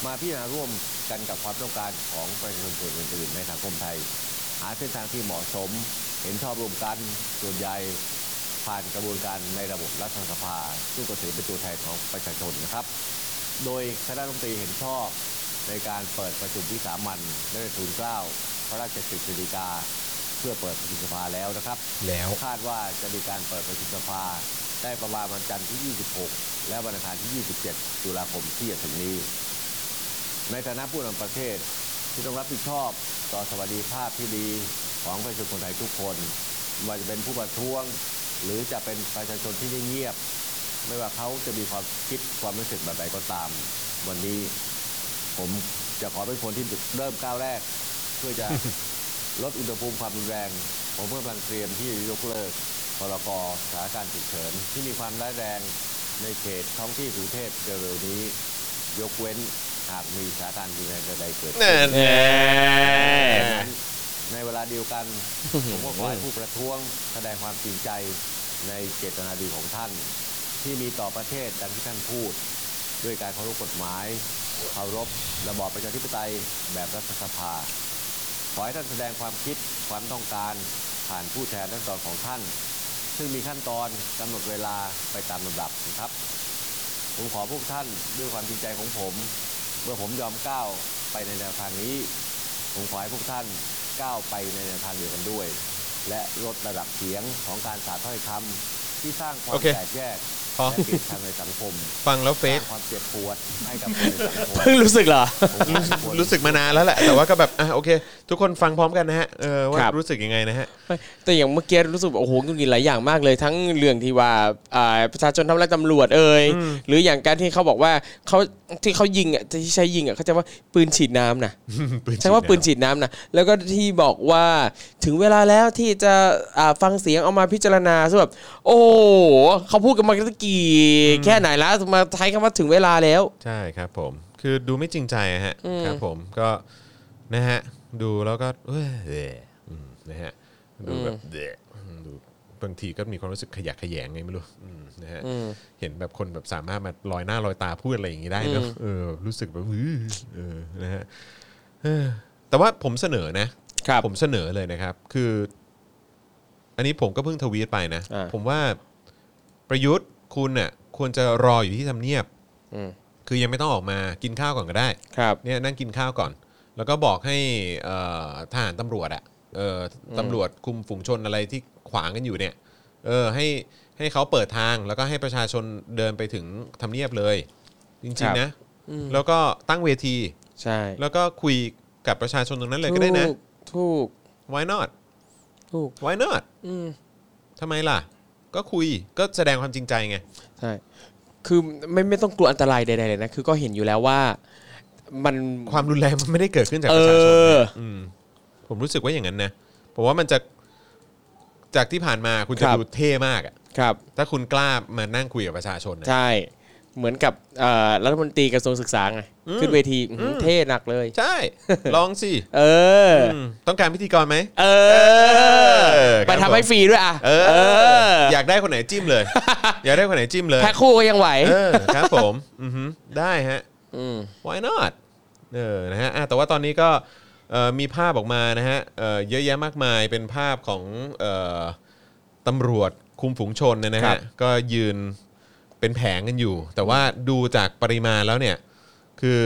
Speaker 8: มาพิจารณาร่วมกันกับความต้องการของประชาชนส่วนอื่นๆในสังคมไทย หาเส้นทางที่เหมาะสม เห็นชอบรวมกันส่วนใหญ่ผ่านกระบวนการในระบบรัฐสภา ซึ่งก็ถือเป็นตัวแทนของประชาชนนะครับ โดยคณะรัฐมนตรีเห็นชอบในการเปิดประชุมวิสามันและทูลเกล้าพระราชกฤษฎีกา เพื่อเปิดประชุมสภาแล้วนะครับ
Speaker 1: แล้ว
Speaker 8: คาดว่าจะมีการเปิดประชุมสภาได้ประมาณวันจันทร์ที่ 26 และวันอังคารที่ 27 ตุลาคมที่จะถึงนี้ ในฐานะผู้นำประเทศที่ต้องรับผิดชอบต่อสวัสดิภาพที่ดีของประชาชนคนไทยทุกคนไม่ว่าจะเป็นผู้ประท้วง หรือจะเป็นประชาชนที่เงียบ ไม่ว่าเขาจะมีความคิดความรู้สึกแบบใดก็ตาม วันนี้ ผมจะขอเป็นคนที่เริ่มก้าวแรก เพื่อจะ ลดอุณหภูมิความรุนแรง ผมกำลังเตรียมที่จะยกเลิกพรกสถานการณ์ฉุกเฉินที่มีความร้ายแรงในเขตท้องที่กรุงเทพเร็วๆนี้ ยกเว้นหากมีสถานการณ์รุนแรงใดๆเกิดขึ้น
Speaker 1: แน่แน่
Speaker 8: ในเวลาเดียวกัน ผมก็ขอให้ผู้ประท้วงแสดงความจริงใจในเจตนาดีของท่าน ที่มีต่อประเทศดังที่ท่านพูด ด้วยการเคารพกฎหมายเคารพระบอบประชาธิปไตยแบบรัฐสภา ขอให้ท่านแสดงความคิดความต้องการผ่านผู้แทนรัศดรของท่าน ซึ่งมีขั้นตอนกำหนดเวลาไปตามลำดับนะครับ ผมขอพวกท่านด้วยความจริงใจของผม เมื่อผมยอมก้าวไปในแนวทางนี้ ผมขอให้พวกท่านก้าวไปในแนวทางเดียวกันด้วย และลดระดับเสียงของการสาดถ้อยคำที่สร้างควา
Speaker 1: โอ
Speaker 8: ม
Speaker 1: เค
Speaker 8: แตกแยก
Speaker 1: พอ
Speaker 8: และเกลียดชังในสังคม
Speaker 1: ฟังแล้วเฟ
Speaker 8: สร้า
Speaker 1: ซ
Speaker 8: งความเจ็บปวดให้กับคนในสังคม
Speaker 2: เพิ่งรู้สึกเหรอ
Speaker 8: ผมขอให้ทุคน
Speaker 1: รู้สึกมานานแล้วแหละ แต่ว่าก็แบบ อ่ะ โอเค ทุกคนฟังพร้อมกันนะฮะ เออ ว่า
Speaker 2: ครับ
Speaker 1: รู้สึกยังไงนะฮะ
Speaker 2: แต่อย่างเมื่อกี้รู้สึกว่าโอ้โหกุกินหลายอย่างมากเลยทั้งเรื่องที่ว่าอ่าประชาชนทำร้ายตำรวจเอ่ยหรืออย่างการที่เขาบอกว่าเขาที่เขายิงอ่ะที่ใช้ยิงอ่ะเขาจะว่าปืนฉีดน้ำนะ ใช่ว่าปืนฉีดน้ำนะแล้วก็ที่บอกว่าถึงเวลาแล้วที่จะอ่าฟังเสียงเอามาพิจารณาซึ่งแบบโอ้โหเขาพูดกันมาตั้งกี่ แค่ไหนแล้วมาใช้คำว่าถึงเวลาแล้ว
Speaker 1: ใช่ครับผม คือดูไม่จริงใจอะฮะ ครับผม ก็นะฮะ ดูแล้วก็เอ้ยเอ่ออืมนะฮะ ดูแบบเอ่ออืมดูบางทีก็มีความรู้สึกขยะแขยงไงไม่รู้อืมนะฮะ เห็นแบบคนแบบสามารถมาลอยหน้าลอยตาพูดอะไรอย่างนี้ได้เนอะเออ รู้สึกแบบอื้อเออ นะฮะเออแต่ว่าผมเสนอนะ
Speaker 2: ครับ
Speaker 1: ผมเสนอเลยนะครับ คือ อันนี้ผมก็เพิ่งทวีตไปนะ
Speaker 2: อ่า
Speaker 1: ผมว่าประยุทธ์คุณน่ะควรจะรออยู่ที่ทำเนียบ
Speaker 2: อืม
Speaker 1: คือยังไม่ต้องออกมากินข้าวก่อนก็ได้
Speaker 2: ครับ
Speaker 1: เนี่ยนั่งกินข้าวก่อน แล้วก็บอกให้เอ่อทหารตำรวจอะเอ่อตำรวจคุมฝูงชนอะไรที่ขวางกันอยู่เนี่ยเออให้ให้เขาเปิดทางแล้วก็ให้ประชาชนเดินไปถึงทำเนียบเลย จ
Speaker 2: ครั
Speaker 1: ริง
Speaker 2: บ
Speaker 1: ๆนะ แล้วก็ตั้งเวที
Speaker 2: ใช่
Speaker 1: แล้วก็คุยกับประชาชนตรงนั้นเลยก็ได้นะ
Speaker 2: ถูถูก
Speaker 1: why not
Speaker 2: ถูก
Speaker 1: why not
Speaker 2: อืม
Speaker 1: ทำไมล่ะ ก็คุยก็แสดงความจริงใจไง
Speaker 2: ใช่ คือไม่ไม่ต้องกลัวอันตรายใดๆเลยนะ คือก็เห็นอยู่แล้วว่ามัน
Speaker 1: ความรุนแรงมันไม่ได้เกิดขึ้นจาก
Speaker 2: เอ
Speaker 1: ประชาชน
Speaker 2: อ
Speaker 1: มผมรู้สึกว่าอย่างนั้นนะ ผมว่ามันจะจากที่ผ่านมาคุณจะ
Speaker 2: ครับ
Speaker 1: ดูเท่มากอะ
Speaker 2: ครับ
Speaker 1: ถ้าคุณกล้ามานั่งคุยกับประชาชนนะ
Speaker 2: ใช่ เหมือนกับเอ่อรัฐมนตรีกระทรวงศึกษาไง
Speaker 1: อืม
Speaker 2: ขึ้นเวทีอื้อหือเท่หนักเลย
Speaker 1: ใช่ ลองสิ
Speaker 2: เออ
Speaker 1: มต้องการพิธีกรไหม
Speaker 2: เออ
Speaker 1: เออค
Speaker 2: ไป
Speaker 1: รับ
Speaker 2: ทำให้
Speaker 1: ผม
Speaker 2: ฟรีด้วยอ่ะ
Speaker 1: เออ
Speaker 2: เออ
Speaker 1: อยากได้คนไหนจิ้มเลย อยากได้คนไหนจิ้มเลย
Speaker 2: แพ็คคู่ก็ยังไหว
Speaker 1: เออครับผม อือฮึได้ฮะ
Speaker 2: อืม
Speaker 1: why not เออ นะฮะอ่ะแต่ว่าตอนนี้ก็เอ่อมีภาพออกมานะฮะเอ่อเยอะแยะมากมาย เป็นภาพของเอ่อตำรวจคุมฝูงชนเนยนะ
Speaker 2: ครั
Speaker 1: ฮะ
Speaker 2: บ
Speaker 1: ก็ยืนเป็นแผงกันอยู่ แต่ว่าดูจากปริมาณแล้วเนี่ย คือ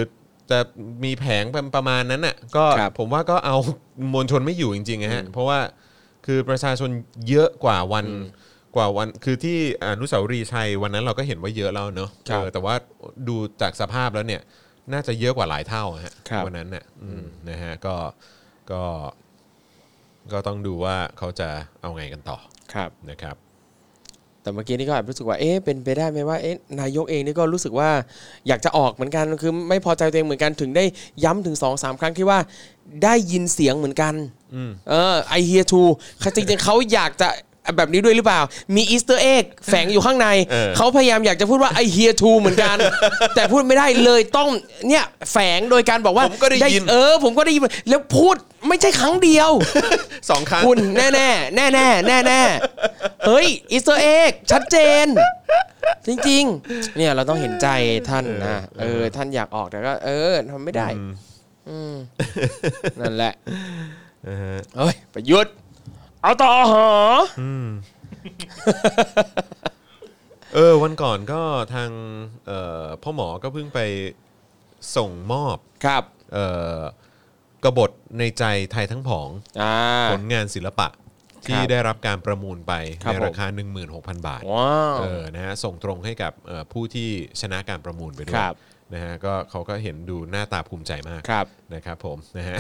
Speaker 1: จะมีแผงเป็นประมาณนั้นน่ะ ก็
Speaker 2: ครับ
Speaker 1: ผมว่าก็เอามวลชนไม่อยู่จริงๆนะฮะ เพราะว่าคือประชาชนเยอะกว่าวันกว่าวัน คือที่อนุสาวรีย์ชัยวันนั้นเราก็เห็นว่าเยอะแล้วเนอะ
Speaker 2: ครับ
Speaker 1: เออแต่ว่าดูจากสภาพแล้วเนี่ย น่าจะเยอะกว่าหลายเท่าอะฮะ
Speaker 2: ครับ
Speaker 1: วันนั้นเนี่ยอืมนะฮะก็ก็ก็ต้องดูว่าเขาจะเอาไงกันต่อ
Speaker 2: ครับ
Speaker 1: นะครับ
Speaker 2: แต่เมื่อกี้นี่ก็แอบรู้สึกว่า เอ๊ะ เป็นไปได้ไหมว่า เอ๊ะ นายกเองนี่ก็รู้สึกว่าอยากจะออกเหมือนกัน คือไม่พอใจตัวเองเหมือนกัน ถึงได้ย้ำถึง2อสาครั้งที่ว่าได้ยินเสียงเหมือนกัน เออ ไอเฮียทูจริงๆเขาอยากจะ แบบนี้ด้วยหรือเปล่า มีอีสเตอร์เอ็กแฝงอยู่ข้างใน
Speaker 1: เออ
Speaker 2: เขาพยายามอยากจะพูดว่า I hear too เหมื อนกัน แต่พูดไม่ได้เลยต้องเนี่ยแฝงโดยการบอกว่า
Speaker 1: ผมก็ได้ยิน
Speaker 2: เออ ผมก็ได้ยินแล้วพูดไม่ใช่ครั้งเดียว
Speaker 1: สองครั้ง
Speaker 2: คุณแน่แน่แน่แน่แน่แน่ๆเฮ้ยอีสเตอร์เอ็กชัดเจน จริงๆ เนี่ยเราต้องเห็นใจท่านนะเออ ท่านอยากออกแต่ก็ เออทำไม่ได้อืมนั่นแหละเฮ้ยประยุทธ์เอาต่อหอ
Speaker 1: เออวันก่อนก็ทางเอ่อพ่อหมอก็เพิ่งไปส่งมอบ
Speaker 2: ครับ
Speaker 1: เอ่อกบฏในใจไทยทั้งผอง
Speaker 2: อ่า
Speaker 1: ผลงานศิลปะที่
Speaker 2: ครับ
Speaker 1: ได้รับการประมูลไป
Speaker 2: ครับ
Speaker 1: ในราคา 16,000 บาท
Speaker 2: ว้าว
Speaker 1: เออ นะฮะ ส่งตรงให้กับเอ่อผู้ที่ชนะการประมูลไปด้วย
Speaker 2: ครับ
Speaker 1: นะฮะ ก็เขาก็เห็นดูหน้าตาภูมิใจมาก
Speaker 2: ครับ
Speaker 1: นะครับผม นะฮะ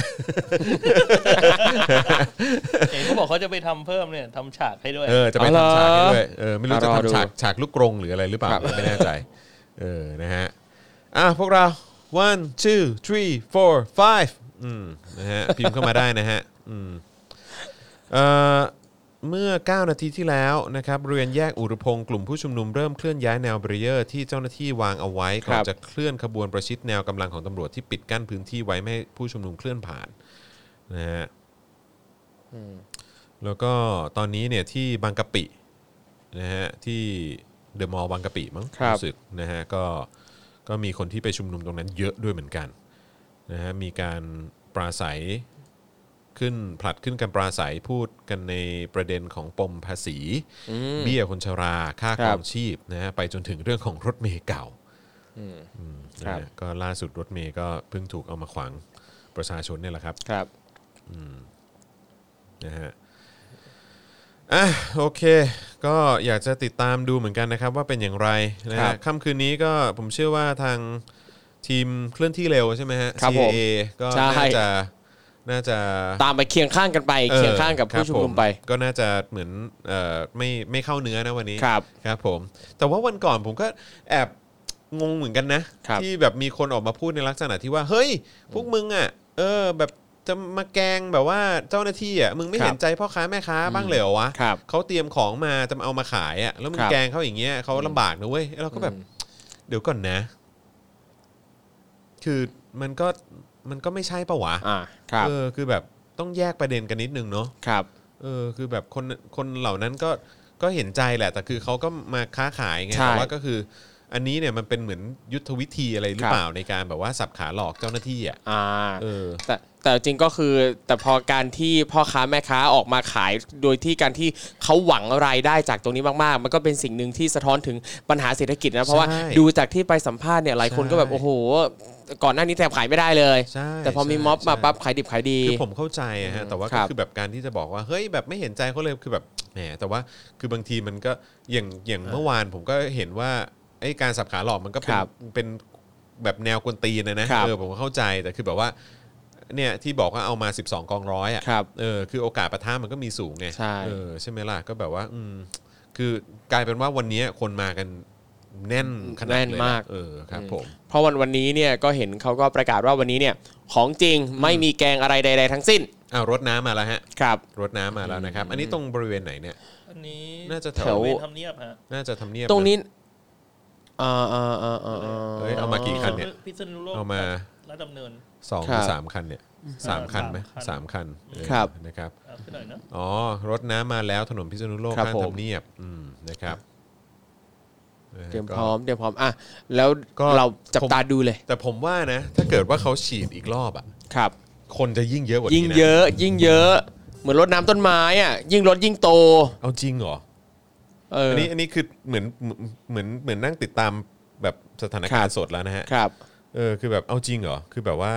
Speaker 4: เห็นเขาบอกเขาจะไปทำเพิ่มเนี่ยทำฉากให้ด้วย
Speaker 1: เออ จะไป
Speaker 2: อ๋อ
Speaker 1: ทำ
Speaker 2: เหรอ
Speaker 1: ฉากให้ด้วย เออ ไม่รู้จะ
Speaker 2: อ่ะรอดู
Speaker 1: ทำฉากฉากลูกกรงหรืออะไรหรือเปล่า
Speaker 2: ครับ
Speaker 1: ไม่แน่ใจ เออ นะฮะ อ่ะ พวกเรา one two three four five อืม นะฮะ พิมพ์เข้ามาได้นะฮะ อืม เอ่อเมื่อ 9 นาทีที่แล้วนะครับบริเวณแยกอุรุพงศ์กลุ่มผู้ชุมนุมเริ่มเคลื่อนย้ายแนวเบรีเออร์ที่เจ้าหน้าที่วางเอาไว้ก่อน
Speaker 2: ครับ
Speaker 1: จะเคลื่อนขบวนประชิดแนวกำลังของตำรวจที่ปิดกั้นพื้นที่ไว้ไม่ให้ผู้ชุมนุมเคลื่อนผ่านนะฮะแล้วก็ตอนนี้เนี่ยที่บางกะปินะฮะที่เดอะมอลล์บางกะปิมั้ง
Speaker 2: ครับ
Speaker 1: สึกนะฮะก็ก็มีคนที่ไปชุมนุมตรงนั้นเยอะด้วยเหมือนกันนะฮะมีการปราศัย ขึ้นผลัดขึ้นกันปราศัยพูดกันในประเด็นของปมภาษี เบี้ยคนชราค่าค
Speaker 2: ค
Speaker 1: ร
Speaker 2: รั
Speaker 1: อบ งชีพนะฮะไปจนถึงเรื่องของรถเมย์เก่าอืม
Speaker 2: ครั
Speaker 1: นะ
Speaker 2: บ
Speaker 1: ฮะก็ล่าสุดรถเมย์ก็เพิ่งถูกเอามาขวางประชาชนเนี่ยแหละครับ
Speaker 2: ครับ
Speaker 1: นะฮะ อ่ะโอเค ก็อยากจะติดตามดูเหมือนกันนะครับ ว่าเป็นอย่างไรนะ
Speaker 2: ครั
Speaker 1: ฮะ
Speaker 2: บ
Speaker 1: ค่ำคืนนี้ก็ผมเชื่อว่าทางทีมเคลื่อนที่เร็วใช่ไหมฮะ
Speaker 2: ครับผม
Speaker 1: CAA ก็
Speaker 2: ใช่
Speaker 1: น่าจะน่าจะ
Speaker 2: ตามไปเคียงข้างกันไป เคียงข้างกับ
Speaker 1: ครั
Speaker 2: ผู้ชุมนุมไป
Speaker 1: ผก็น่าจะเหมือนเอ่อไม่ไม่เข้าเนื้อนะวันนี้
Speaker 2: ครับ
Speaker 1: ครับผม แต่ว่าวันก่อนผมก็แอบงงเหมือนกันนะ
Speaker 2: ครับ
Speaker 1: ที่แบบมีคนออกมาพูดในลักษณะที่ว่า เฮ้ย พวกมึงอ่ะ เออ แบบจะมาแกล้งแบบว่าเจ้าหน้าที่อ่ะมึงไม่
Speaker 2: ครับ
Speaker 1: เห็นใจพ่อค้าแม่ค้าบ้างเลยเหรอวะ
Speaker 2: ครับ
Speaker 1: เขาเตรียมของมาจะมาเอามาขายอ่ะแล้วมึง
Speaker 2: ครับ
Speaker 1: แกล้งเขาอย่างเงี้ยเขาลำบากนะเว้ยแล้วเราก็แบบ เดี๋ยวก่อนนะ คือมันก็มันก็ไม่ใช่ปะวะ
Speaker 2: อ่าครับ
Speaker 1: เออคือแบบต้องแยกประเด็นกันนิดนึงเนาะ
Speaker 2: ครับ
Speaker 1: เออคือแบบคนคนเหล่านั้นก็ก็เห็นใจแหละ แต่คือเขาก็มาค้าขายไง
Speaker 2: ใช่
Speaker 1: แต่ว่าก็คือ อันนี้เนี่ยมันเป็นเหมือนยุทธวิธีอะไรหรือ
Speaker 2: ครับ
Speaker 1: เปล่าในการแบบว่าสับขาหลอกเจ้าหน้าที่อ่ะ
Speaker 2: อ่า
Speaker 1: เออ
Speaker 2: แต่แต่จริงก็คือแต่พอการที่พ่อค้าแม่ค้าออกมาขายโดยที่การที่เขาหวังรายได้จากตรงนี้มากๆ มันก็เป็นสิ่งหนึ่งที่สะท้อนถึงปัญหาเศรษฐกิจนะ เพราะว่า
Speaker 1: ใช่
Speaker 2: ดูจากที่ไปสัมภาษณ์เนี่ยหลายคนก็แบบ
Speaker 1: ใช่
Speaker 2: โอ้โห ก่อนหน้านี้แทบขายไม่ได้เลย
Speaker 1: ใช่
Speaker 2: แต่พอมี
Speaker 1: ใช่
Speaker 2: ม็อบมา
Speaker 1: ใช่
Speaker 2: ปั๊บขายดิบขายดี
Speaker 1: คือผมเข้าใจอะฮะแต่ว่า
Speaker 2: ค
Speaker 1: ก็
Speaker 2: รับ
Speaker 1: คือแบบการที่จะบอกว่าเฮ้ยแบบไม่เห็นใจเขาเลยคือแบบแหมแต่ว่าคือบางทีมันก็อย่างอย่างเมื่อวานผมก็เห็นว่าไอ้การสับขาหลอกมันก็เป็น
Speaker 2: ครับ
Speaker 1: เป็นแบบแนวกวนตีนนะนะครับ เออผมก็เข้าใจแต่คือแบบว่าเนี่ยที่บอกว่าเอามา 12 กองร้อยอ่ะ
Speaker 2: ครับ
Speaker 1: เออคือโอกาสประท้ามันก็มีสูงไง
Speaker 2: ใช่
Speaker 1: เออใช่ไหมล่ะก็แบบว่าอืมคือกลายเป็นว่าวันนี้คนมากันแน่นขนาดเลยะเออครับผม
Speaker 2: เพราะวันวันนี้เนี่ยก็เห็นเขาก็ประกาศว่าวันนี้เนี่ยของจริงไม่มีแกงอะไรใด ๆ ทั้งสิ้น
Speaker 1: อ้าวรถน้ำมาแล้วฮะ
Speaker 2: ครับ
Speaker 1: รถน้ำมาแล้วนะครับ อันนี้ตรงบริเวณไหนเนี่ย
Speaker 4: อันนี้
Speaker 1: น่าจะแถว
Speaker 4: บริเวณทำเนียบฮะ
Speaker 1: น่าจะทำเนีย
Speaker 2: ตรง
Speaker 1: บะ
Speaker 2: นี้อ่าอ่าอ่าอ่าอ่า
Speaker 1: เอ้ยเอามากี่คันเนี่ย
Speaker 4: พิษณุโลก
Speaker 1: เอามา
Speaker 4: และดำเนิน
Speaker 1: สองห
Speaker 2: ครั
Speaker 1: รือบ สามคันเนี่ยสามคันไหมสา
Speaker 4: สาม มคั
Speaker 1: คัน
Speaker 4: น
Speaker 1: เออ
Speaker 2: ครับ
Speaker 1: นะครับ
Speaker 4: อ่ะขึ้นหน่อยเนอะ
Speaker 1: อ๋อรถน้ำมาแล้วถนนพิษณุโลก
Speaker 2: ครับ
Speaker 1: ข้าง
Speaker 2: ผม
Speaker 1: ทำเนียบอืมนะครับออ
Speaker 2: เตรียม
Speaker 1: ก็
Speaker 2: พร้อมเตรียมพร้อมอ่ะแล้ว
Speaker 1: ก็
Speaker 2: เราจับตาดูเลย
Speaker 1: แต่ผมว่านะ ถ้าเกิดว่าเขาฉีดอีกรอบอ่ะ
Speaker 2: ครับ
Speaker 1: คนจะยิ่งเยอะกว่า
Speaker 2: ยิ่ง
Speaker 1: นี้
Speaker 2: เย
Speaker 1: นะ
Speaker 2: อะยิ่งเยอะ เหมือนรดน้ำต้นไม้อ่ะยิ่งรดยิ่งโต
Speaker 1: เอาจริงเหรอ
Speaker 2: เออ
Speaker 1: อั
Speaker 2: อน
Speaker 1: นี้อันนี้คือเหมือนเหมือนเหมือนนั่งติดตามแบบสถานการณ์สดแล้วนะฮะ
Speaker 2: ครับ
Speaker 1: เออคือแบบเอาจริงเหรอคือแบบว่า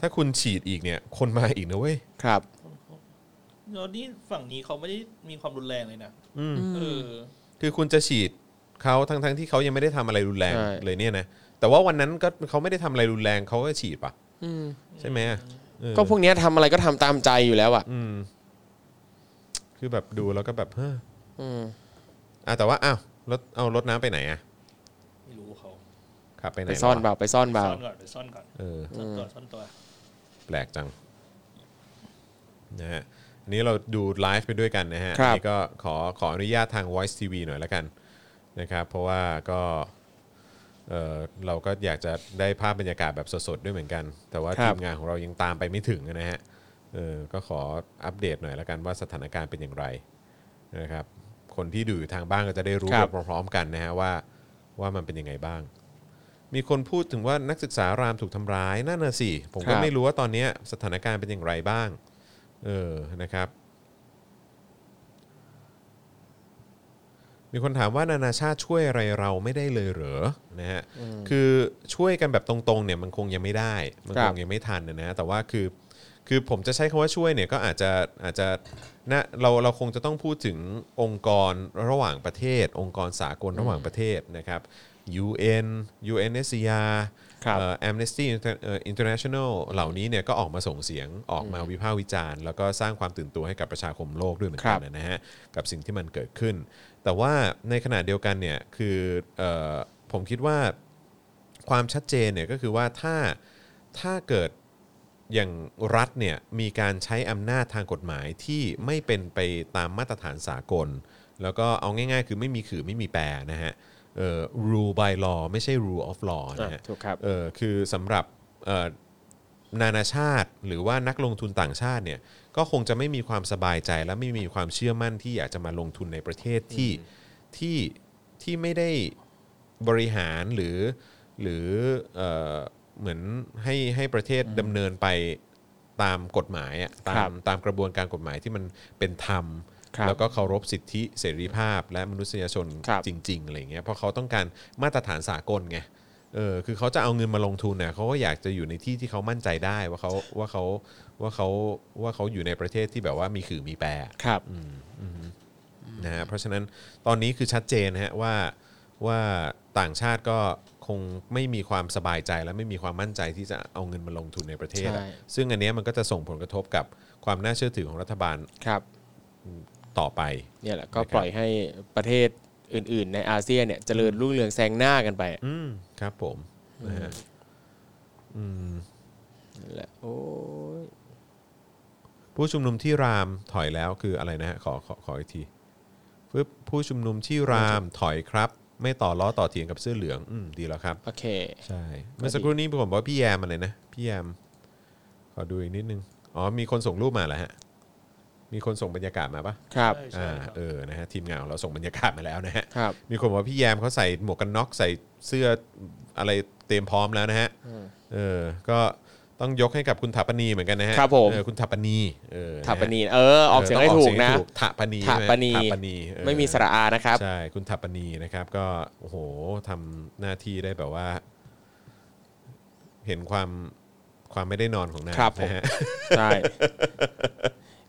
Speaker 1: ถ้าคุณฉีดอีกเนี่ย คนมาอีกนะเว้ย
Speaker 2: ครับ
Speaker 4: แล้วนี่ฝั่งนี้เขาไม่ได้มีความรุนแรงเลยนะ
Speaker 1: อืม
Speaker 4: เออ
Speaker 1: คือคุณจะฉีดเขาทั้งทั้งๆที่เขายังไม่ได้ทำอะไรรุนแรง
Speaker 2: ใช่
Speaker 1: เลยเนี่ยนะแต่ว่าวันนั้นก็เขาไม่ได้ทำอะไรรุนแรงเขาก็ฉีดปะใช่ไหมอะเออ
Speaker 2: ก็พวกเนี้ยทำอะไรก็ทำตามใจอยู่แล้วอ่ะ
Speaker 1: อืมคือแบบดูแล้วก็แบบเฮ้อ
Speaker 2: อืม
Speaker 1: อ่ะแต่ว่าอ้าวรถเอารถน้ำไปไหนอ่ะ
Speaker 4: ไม่รู้เขา
Speaker 1: ขับไปไหน
Speaker 2: ไปซ่อน
Speaker 1: วะ
Speaker 2: เปล่าไปซ่อนเปล่า
Speaker 4: ซ่อนก่อนไปซ่อนก่อน
Speaker 1: เออ
Speaker 4: ซ่อนตัวซ่อนตัว
Speaker 1: แปลกจังนะฮะ นี่เราดูไลฟ์ไปด้วยกันนะฮะ
Speaker 5: ครับ
Speaker 1: นี่ก็ขอขออนุญาตทาง Voice TV หน่อยละกันนะครับเพราะว่าก็เออเราก็อยากจะได้ภาพบรรยากาศแบบสดๆด้วยเหมือนกัน แต่ว่า
Speaker 2: ครั
Speaker 1: ที
Speaker 2: บ
Speaker 1: มงานของเรายังตามไปไม่ถึงนะฮะเออก็ขออัปเดตหน่อยละกันว่าสถานการณ์เป็นอย่างไรนะครับคนที่ดูอยู่ทางบ้านก็จะได้รู้
Speaker 2: ค
Speaker 1: ไป
Speaker 2: รับ
Speaker 1: พร้อมๆกันนะฮะว่าว่ามันเป็นยังไงบ้าง มีคนพูดถึงว่านักศึกษารามถูกทำร้ายนั่นน่ะสิผมก็
Speaker 2: ครับ
Speaker 1: ไม่รู้ว่าตอนเนี้ยสถานการณ์เป็นอย่างไรบ้าง เออ นะครับ มีคนถามว่านานาชาติช่วยอะไรเราไม่ได้เลยเหรอ นะฮะ คือช่วยกันแบบตรงๆเนี่ยมันคงยังไม่ได้ มันค
Speaker 2: ครั
Speaker 1: ง
Speaker 2: บ
Speaker 1: ยังไม่ทันนะนะ แต่ว่าคือ คือผมจะใช้คำว่าช่วยเนี่ยก็อาจจะอาจจะนะเราเราคงจะต้องพูดถึงองค์กรระหว่างประเทศ องค์กรสากลระหว่างประเทศนะครับ UN UNSCR
Speaker 2: ครับ
Speaker 1: เอ่อ Amnesty Inter- เอ่อ International เหล่านี้เนี่ยก็ออกมาส่งเสียงออกมาวิพากษ์วิจารณ์ แล้วก็สร้างความตื่นตัวให้กับประชาคมโลกด้วยเหมือนกัน
Speaker 2: ครับ
Speaker 1: นะฮะกับสิ่งที่มันเกิดขึ้น แต่ว่าในขณะเดียวกันเนี่ยคือเอ่อผมคิดว่าความชัดเจนเนี่ยก็คือว่าถ้าถ้าเกิด อย่างรัฐเนี่ยมีการใช้อำนาจทางกฎหมายที่ไม่เป็นไปตามมาตรฐานสากล แล้วก็เอาง่ายๆ คือไม่มีขื่อไม่มีแปรนะฮะเอ่อ rule by law ไม่ใช่ rule of law นะฮะ
Speaker 2: อ่ะถูกครับ
Speaker 1: เออคือสำหรับเอ่อนานาชาติหรือว่านักลงทุนต่างชาติเนี่ยก็คงจะไม่มีความสบายใจและไม่มีความเชื่อมั่นที่อยากจะมาลงทุนในประเทศที่ที่ที่ไม่ได้ บริหารหรือหรือเอ่อเหมือนให้ให้ประเทศดำเนินไปตามกฎหมายอะตา
Speaker 2: ครั
Speaker 1: ม
Speaker 2: บ
Speaker 1: ตามกระบวนการกฎหมายที่มันเป็นธรรม
Speaker 2: ครับ
Speaker 1: แล้วก็เคารพสิทธิเสรีภาพและมนุษยชน
Speaker 2: ครับ
Speaker 1: จริงๆอะไรอย่างเงี้ยเพราะเขาต้องการมาตรฐานสากลไงเออคือเขาจะเอาเงินมาลงทุนเนี่ยเขาก็อยากจะอยู่ในที่ที่เขามั่นใจได้ว่าเขาว่าเขาว่าเขาว่าเขาอยู่ในประเทศที่แบบว่ามีขื่อมีแปร
Speaker 2: ครับ
Speaker 1: นะฮะเพราะฉะนั้นตอนนี้คือชัดเจนนะฮะว่าว่าต่างชาติก็คงไม่มีความสบายใจและไม่มีความมั่นใจที่จะเอาเงินมาลงทุนในประเทศอะ
Speaker 2: ใช่
Speaker 1: ซึ่งอันเนี้ยมันก็จะส่งผลกระทบกับความน่าเชื่อถือของรัฐบาล
Speaker 2: ครับ
Speaker 1: ต่อไป
Speaker 2: เนี่ยแหละก็
Speaker 1: นะครับ
Speaker 2: ปล่อยให้ประเทศอื่น ๆ ในอาเซียนเนี่ยเจริญรุ่งเรืองแซงหน้ากันไป
Speaker 1: อืมครับผมนะฮะอืม
Speaker 2: นั่นแหละโอ้ย
Speaker 1: ผู้ชุมนุมที่รามถอยแล้วคืออะไรนะฮะขอขอขออีกทีปึ๊บผู้ชุมนุมที่รามถอยครับ ไม่ต่อล้อต่อเถียงกับเสื้อเหลืองอืมดีแล้วครับ
Speaker 2: โอเค
Speaker 1: ใช่เมื่อสักครู่นี้ผมบอกว่าพี่แยมอะไรนะพี่แยมขอดูอีกนิดนึงอ๋อมีคนส่งรูปมาแล้วฮะมีคนส่งบรรยากาศมาปะ
Speaker 2: ครับ
Speaker 4: ใช่ใช่
Speaker 1: อ่า
Speaker 4: ครับ
Speaker 1: เออนะฮะทีมงานของเราส่งบรรยากาศมาแล้วนะฮะ
Speaker 2: ครับ
Speaker 1: มีคนบอกว่าพี่แยมเขาใส่หมวกกันน็อกใส่เสื้ออะไรเตรียมพร้อมแล้วนะฮะเออก็ต้องยกให้กับคุณถัปปนีเหมือนกันนะฮะ
Speaker 2: ครับผม
Speaker 1: เออคุณถัปปนีเออ
Speaker 2: ถัปปนี
Speaker 1: ะฮะ
Speaker 2: เออ ออกเสียงให้
Speaker 1: ต้
Speaker 2: ถูกนะ
Speaker 1: ถัปปนี
Speaker 2: ถัปปนี
Speaker 1: ใช่ไหมถัปปนีเออ
Speaker 2: ไม่มีสระอานะครับ
Speaker 1: ใช่ คุณถัปปณีนะครับก็โอ้โหทำหน้าที่ได้แบบว่า เห็นความความไม่ได้นอนของนาง
Speaker 2: ครับผม
Speaker 1: นะฮะ
Speaker 2: ใช่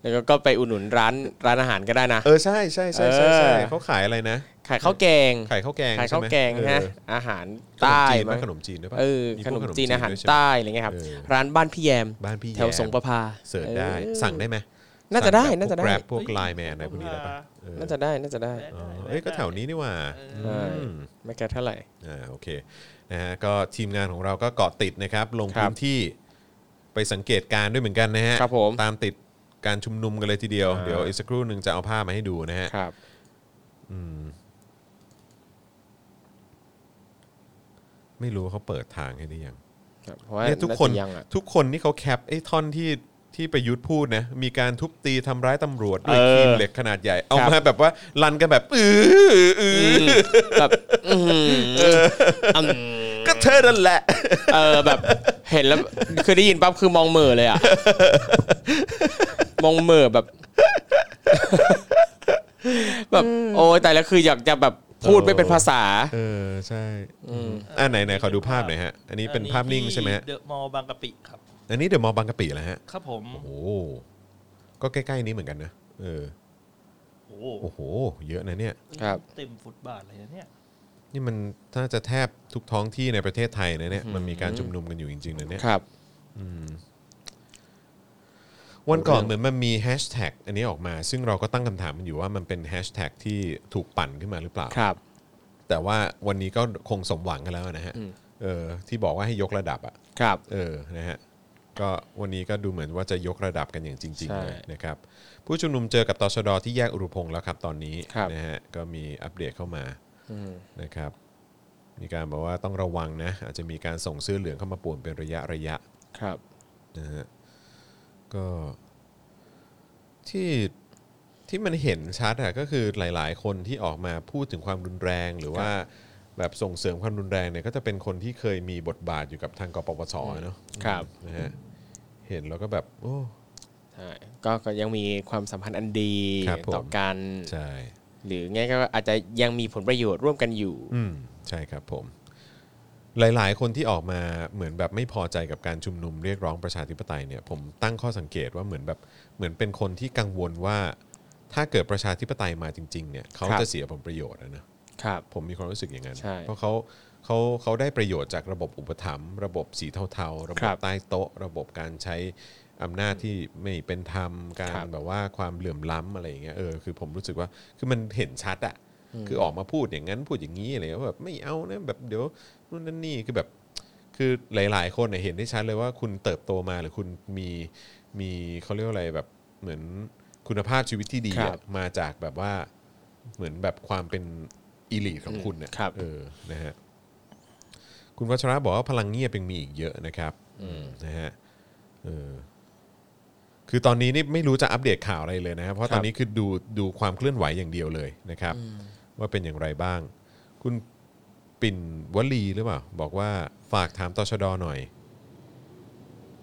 Speaker 2: แล้วก็ก็ไปอุดหนุนร้านร้านอาหารก็ได้นะ
Speaker 1: เออ ใช่ใช่ใช่ใช่ใช่
Speaker 2: เออ
Speaker 1: เขาขายอะไรนะ
Speaker 2: ขายข้าวแกง
Speaker 1: ขายข้าวแกง
Speaker 2: ขายข้าวแกง
Speaker 1: ใช่ไหม
Speaker 2: ฮะ
Speaker 1: เออ
Speaker 2: อาหาร
Speaker 1: ขนม
Speaker 2: ใต้
Speaker 1: จีน
Speaker 2: มั้
Speaker 1: มั้
Speaker 2: ง
Speaker 1: ยขนมจีนด้วยป่ะ
Speaker 2: เออ
Speaker 1: มี
Speaker 2: ข
Speaker 1: พ
Speaker 2: น
Speaker 1: วก
Speaker 2: มจีนอาหาร
Speaker 1: ด้วยใช่ไม
Speaker 2: ใต้อะไรเงี้ยครับ
Speaker 1: เออ
Speaker 2: ร้านบ้านพี่แยม
Speaker 1: บ้านพี่แยม
Speaker 2: แถวสงประพา
Speaker 1: เสิร์ชได้
Speaker 2: ออ
Speaker 1: สั่งได้ไหม
Speaker 2: น่าจะได้
Speaker 1: สั่งแบบ
Speaker 2: น่าจะได้
Speaker 1: พวก Grab พวกไลน์แมนอะไรพวกนี้ได้ป่ะเออ
Speaker 2: น่าจะได้น่าจะได้
Speaker 1: อ๋อเอ้ยก็แถวนี้นี่หว่า
Speaker 2: ใช่
Speaker 1: อืม
Speaker 2: ไม่แก่เท่าไหร่
Speaker 1: อ่าโอเคนะฮะก็ทีมงานของเราก็เกาะติดนะครับลง
Speaker 2: ครับ
Speaker 1: พื้นที่ไปสังเกตการณ์ด้วยเหมือนกันนะฮะ
Speaker 2: ครับผม
Speaker 1: ตามติดการชุมนุมกันเลยทีเดียว เดี๋ยวอีกสักครู่หนึ่งจะเอาภาพมาให้ดูนะฮะ
Speaker 2: ครับ
Speaker 1: อืมไม่รู้เขาเปิดทางให้หรือยัง
Speaker 2: ครับเพราะว่า
Speaker 1: เนี่ยทุกคน
Speaker 2: น่าจะยังอ่ะ
Speaker 1: ทุกคนนี่เขาแคปไอ้ท่อนที่ที่ประยุทธ์พูดนะมีการทุบตีทำร้ายตำรวจด้วย
Speaker 2: เอ
Speaker 1: ค
Speaker 2: อ
Speaker 1: รีมเหล็กขนาดใหญ่เอา
Speaker 2: ครับ
Speaker 1: มาแบบว่าลันกันแบบอืออือ
Speaker 2: อืมแบบอืมอืม
Speaker 1: ก็เธอนั่นแหละ
Speaker 2: เออแบบเห็นแล้วคือได้ยินปั๊บคือมองเหม่อเลยอ่ะ มองเหม่อแบบ แบบโอ้ยแต่แล้วคืออยากจะแบบพูดไม่เป็นภาษา
Speaker 1: เออ ใช่อ่าไหนไหนขอดูภาพหน่อยฮะ อันนี้เป็นภาพนิ่งใช่ไหมฮะ
Speaker 4: เดอะมอลบางกะปิครับ
Speaker 1: อันนี้เดี๋ยวมอบางกะปิแล้วฮะ
Speaker 4: ครับผม
Speaker 1: โอ้โหก็ใกล้ๆนี้เหมือนกันนะเออ
Speaker 4: โอ้โห
Speaker 1: โอ้โห เยอะนะเนี่ย
Speaker 2: ครับ
Speaker 4: เต็มฟุตบาทเลยนะเนี่ย
Speaker 1: นี่มันถ้าจะแทบทุกท้องที่ในประเทศไทยนะเนี่ยมันมีการชุมนุมกันอยู่จริงๆนะเนี่ย
Speaker 2: ครับ
Speaker 1: วันก่อนเหมือนมันมีแฮชแท็กอันนี้ออกมา ซึ่งเราก็ตั้งคำถามมันอยู่ว่ามันเป็นแฮชแท็กที่ถูกปั่นขึ้นมาหรือเปล่า
Speaker 2: ครับ
Speaker 1: แต่ว่าวันนี้ก็คงสมหวังกันแล้วนะฮะเออที่บอกว่าให้ยกระดับอะ
Speaker 2: ครับ
Speaker 1: เออ นะฮะ ก็วันนี้ก็ดูเหมือนว่าจะยกระดับกันอย่างจริง
Speaker 2: ใช่
Speaker 1: ๆ เลยนะครับผู้ชุมนุมเจอกับตชดที่แยกอุรุพงศ์แล้วครับตอนนี้
Speaker 2: ครับ
Speaker 1: นะฮะก็มีอัปเดตเข้ามานะครับ มีการบอกว่าต้องระวังนะอาจจะมีการส่งเสื้อเหลืองเข้ามาป่วนเป็นระยะระยะ
Speaker 2: ครับ
Speaker 1: นะฮะก็ที่ที่มันเห็นชัดอะก็คือหลาย ๆ คนที่ออกมาพูดถึงความรุนแรงหรือว่าแบบส่งเสริมความรุนแรงเนี่ยก็จะเป็นคนที่เคยมีบทบาทอยู่กับทางกปปสเนอะ
Speaker 2: ครับ
Speaker 1: นะฮะเห็นแล้วก็แบบ โอ้
Speaker 2: ใช่ก็ก็ยังมีความสัมพันธ์อันดี
Speaker 1: ครับผม
Speaker 2: ต่อกัน
Speaker 1: ใช่
Speaker 2: หรือไงก็อาจจะยังมีผลประโยชน์ร่วมกันอยู่
Speaker 1: อืมใช่ครับผม หลาย ๆ คนที่ออกมาเหมือนแบบไม่พอใจกับการชุมนุมเรียกร้องประชาธิปไตยเนี่ย ผมตั้งข้อสังเกตว่าเหมือนแบบเหมือนเป็นคนที่กังวลว่า ถ้าเกิดประชาธิปไตยมาจริง ๆ เนี่ยเขา
Speaker 2: ครับ
Speaker 1: จะเสียผลประโยชน์อะนะ
Speaker 2: ครับ
Speaker 1: ผมมีความรู้สึกอย่างนั้น
Speaker 2: ใช่
Speaker 1: เพราะเขาเขาเขาได้ประโยชน์จากระบบอุปถัมภ์ระบบสีเทาๆ ระบ
Speaker 2: ครับ บ
Speaker 1: ใต้โต๊ะ ระบบการใช้อำนาจที่ไม่เป็นธรรม การ
Speaker 2: ครับ
Speaker 1: แบบว่าความเหลื่อมล้ำอะไรอย่างเงี้ยเออคือผมรู้สึกว่าคือมันเห็นชัดอะคือออกมาพูดอย่างนั้นพูดอย่างนี้อะไรว่าแบบไม่เอานะแบบเดี๋ยวนู่นนั่นนี่คือแบบคือหลาย ๆ คนเนี่ยเห็นได้ชัดเลยว่าคุณเติบโตมาหรือคุณมีมีเขาเรียกว่าอะไรแบบเหมือนคุณภาพชีวิตที่ดี
Speaker 2: ครั
Speaker 1: อะ
Speaker 2: บ
Speaker 1: มาจากแบบว่า เหมือนแบบความเป็นอีลีทของคุณเนี่ย
Speaker 2: ครับ
Speaker 1: เออนะฮะคุณวัชระบอกว่าพลังเงียบยังมีอีกเยอะนะครับนะฮะเออคือตอนนี้นี่ไม่รู้จะอัปเดตข่าวอะไรเลยนะครับเพราะตอนนี้คือดูดูความเคลื่อนไหวอย่างเดียวเลยนะครับ ว่าเป็นอย่างไรบ้าง คุณปิ่นวลีหรือเปล่า บอกว่าฝากถามตชดหน่อย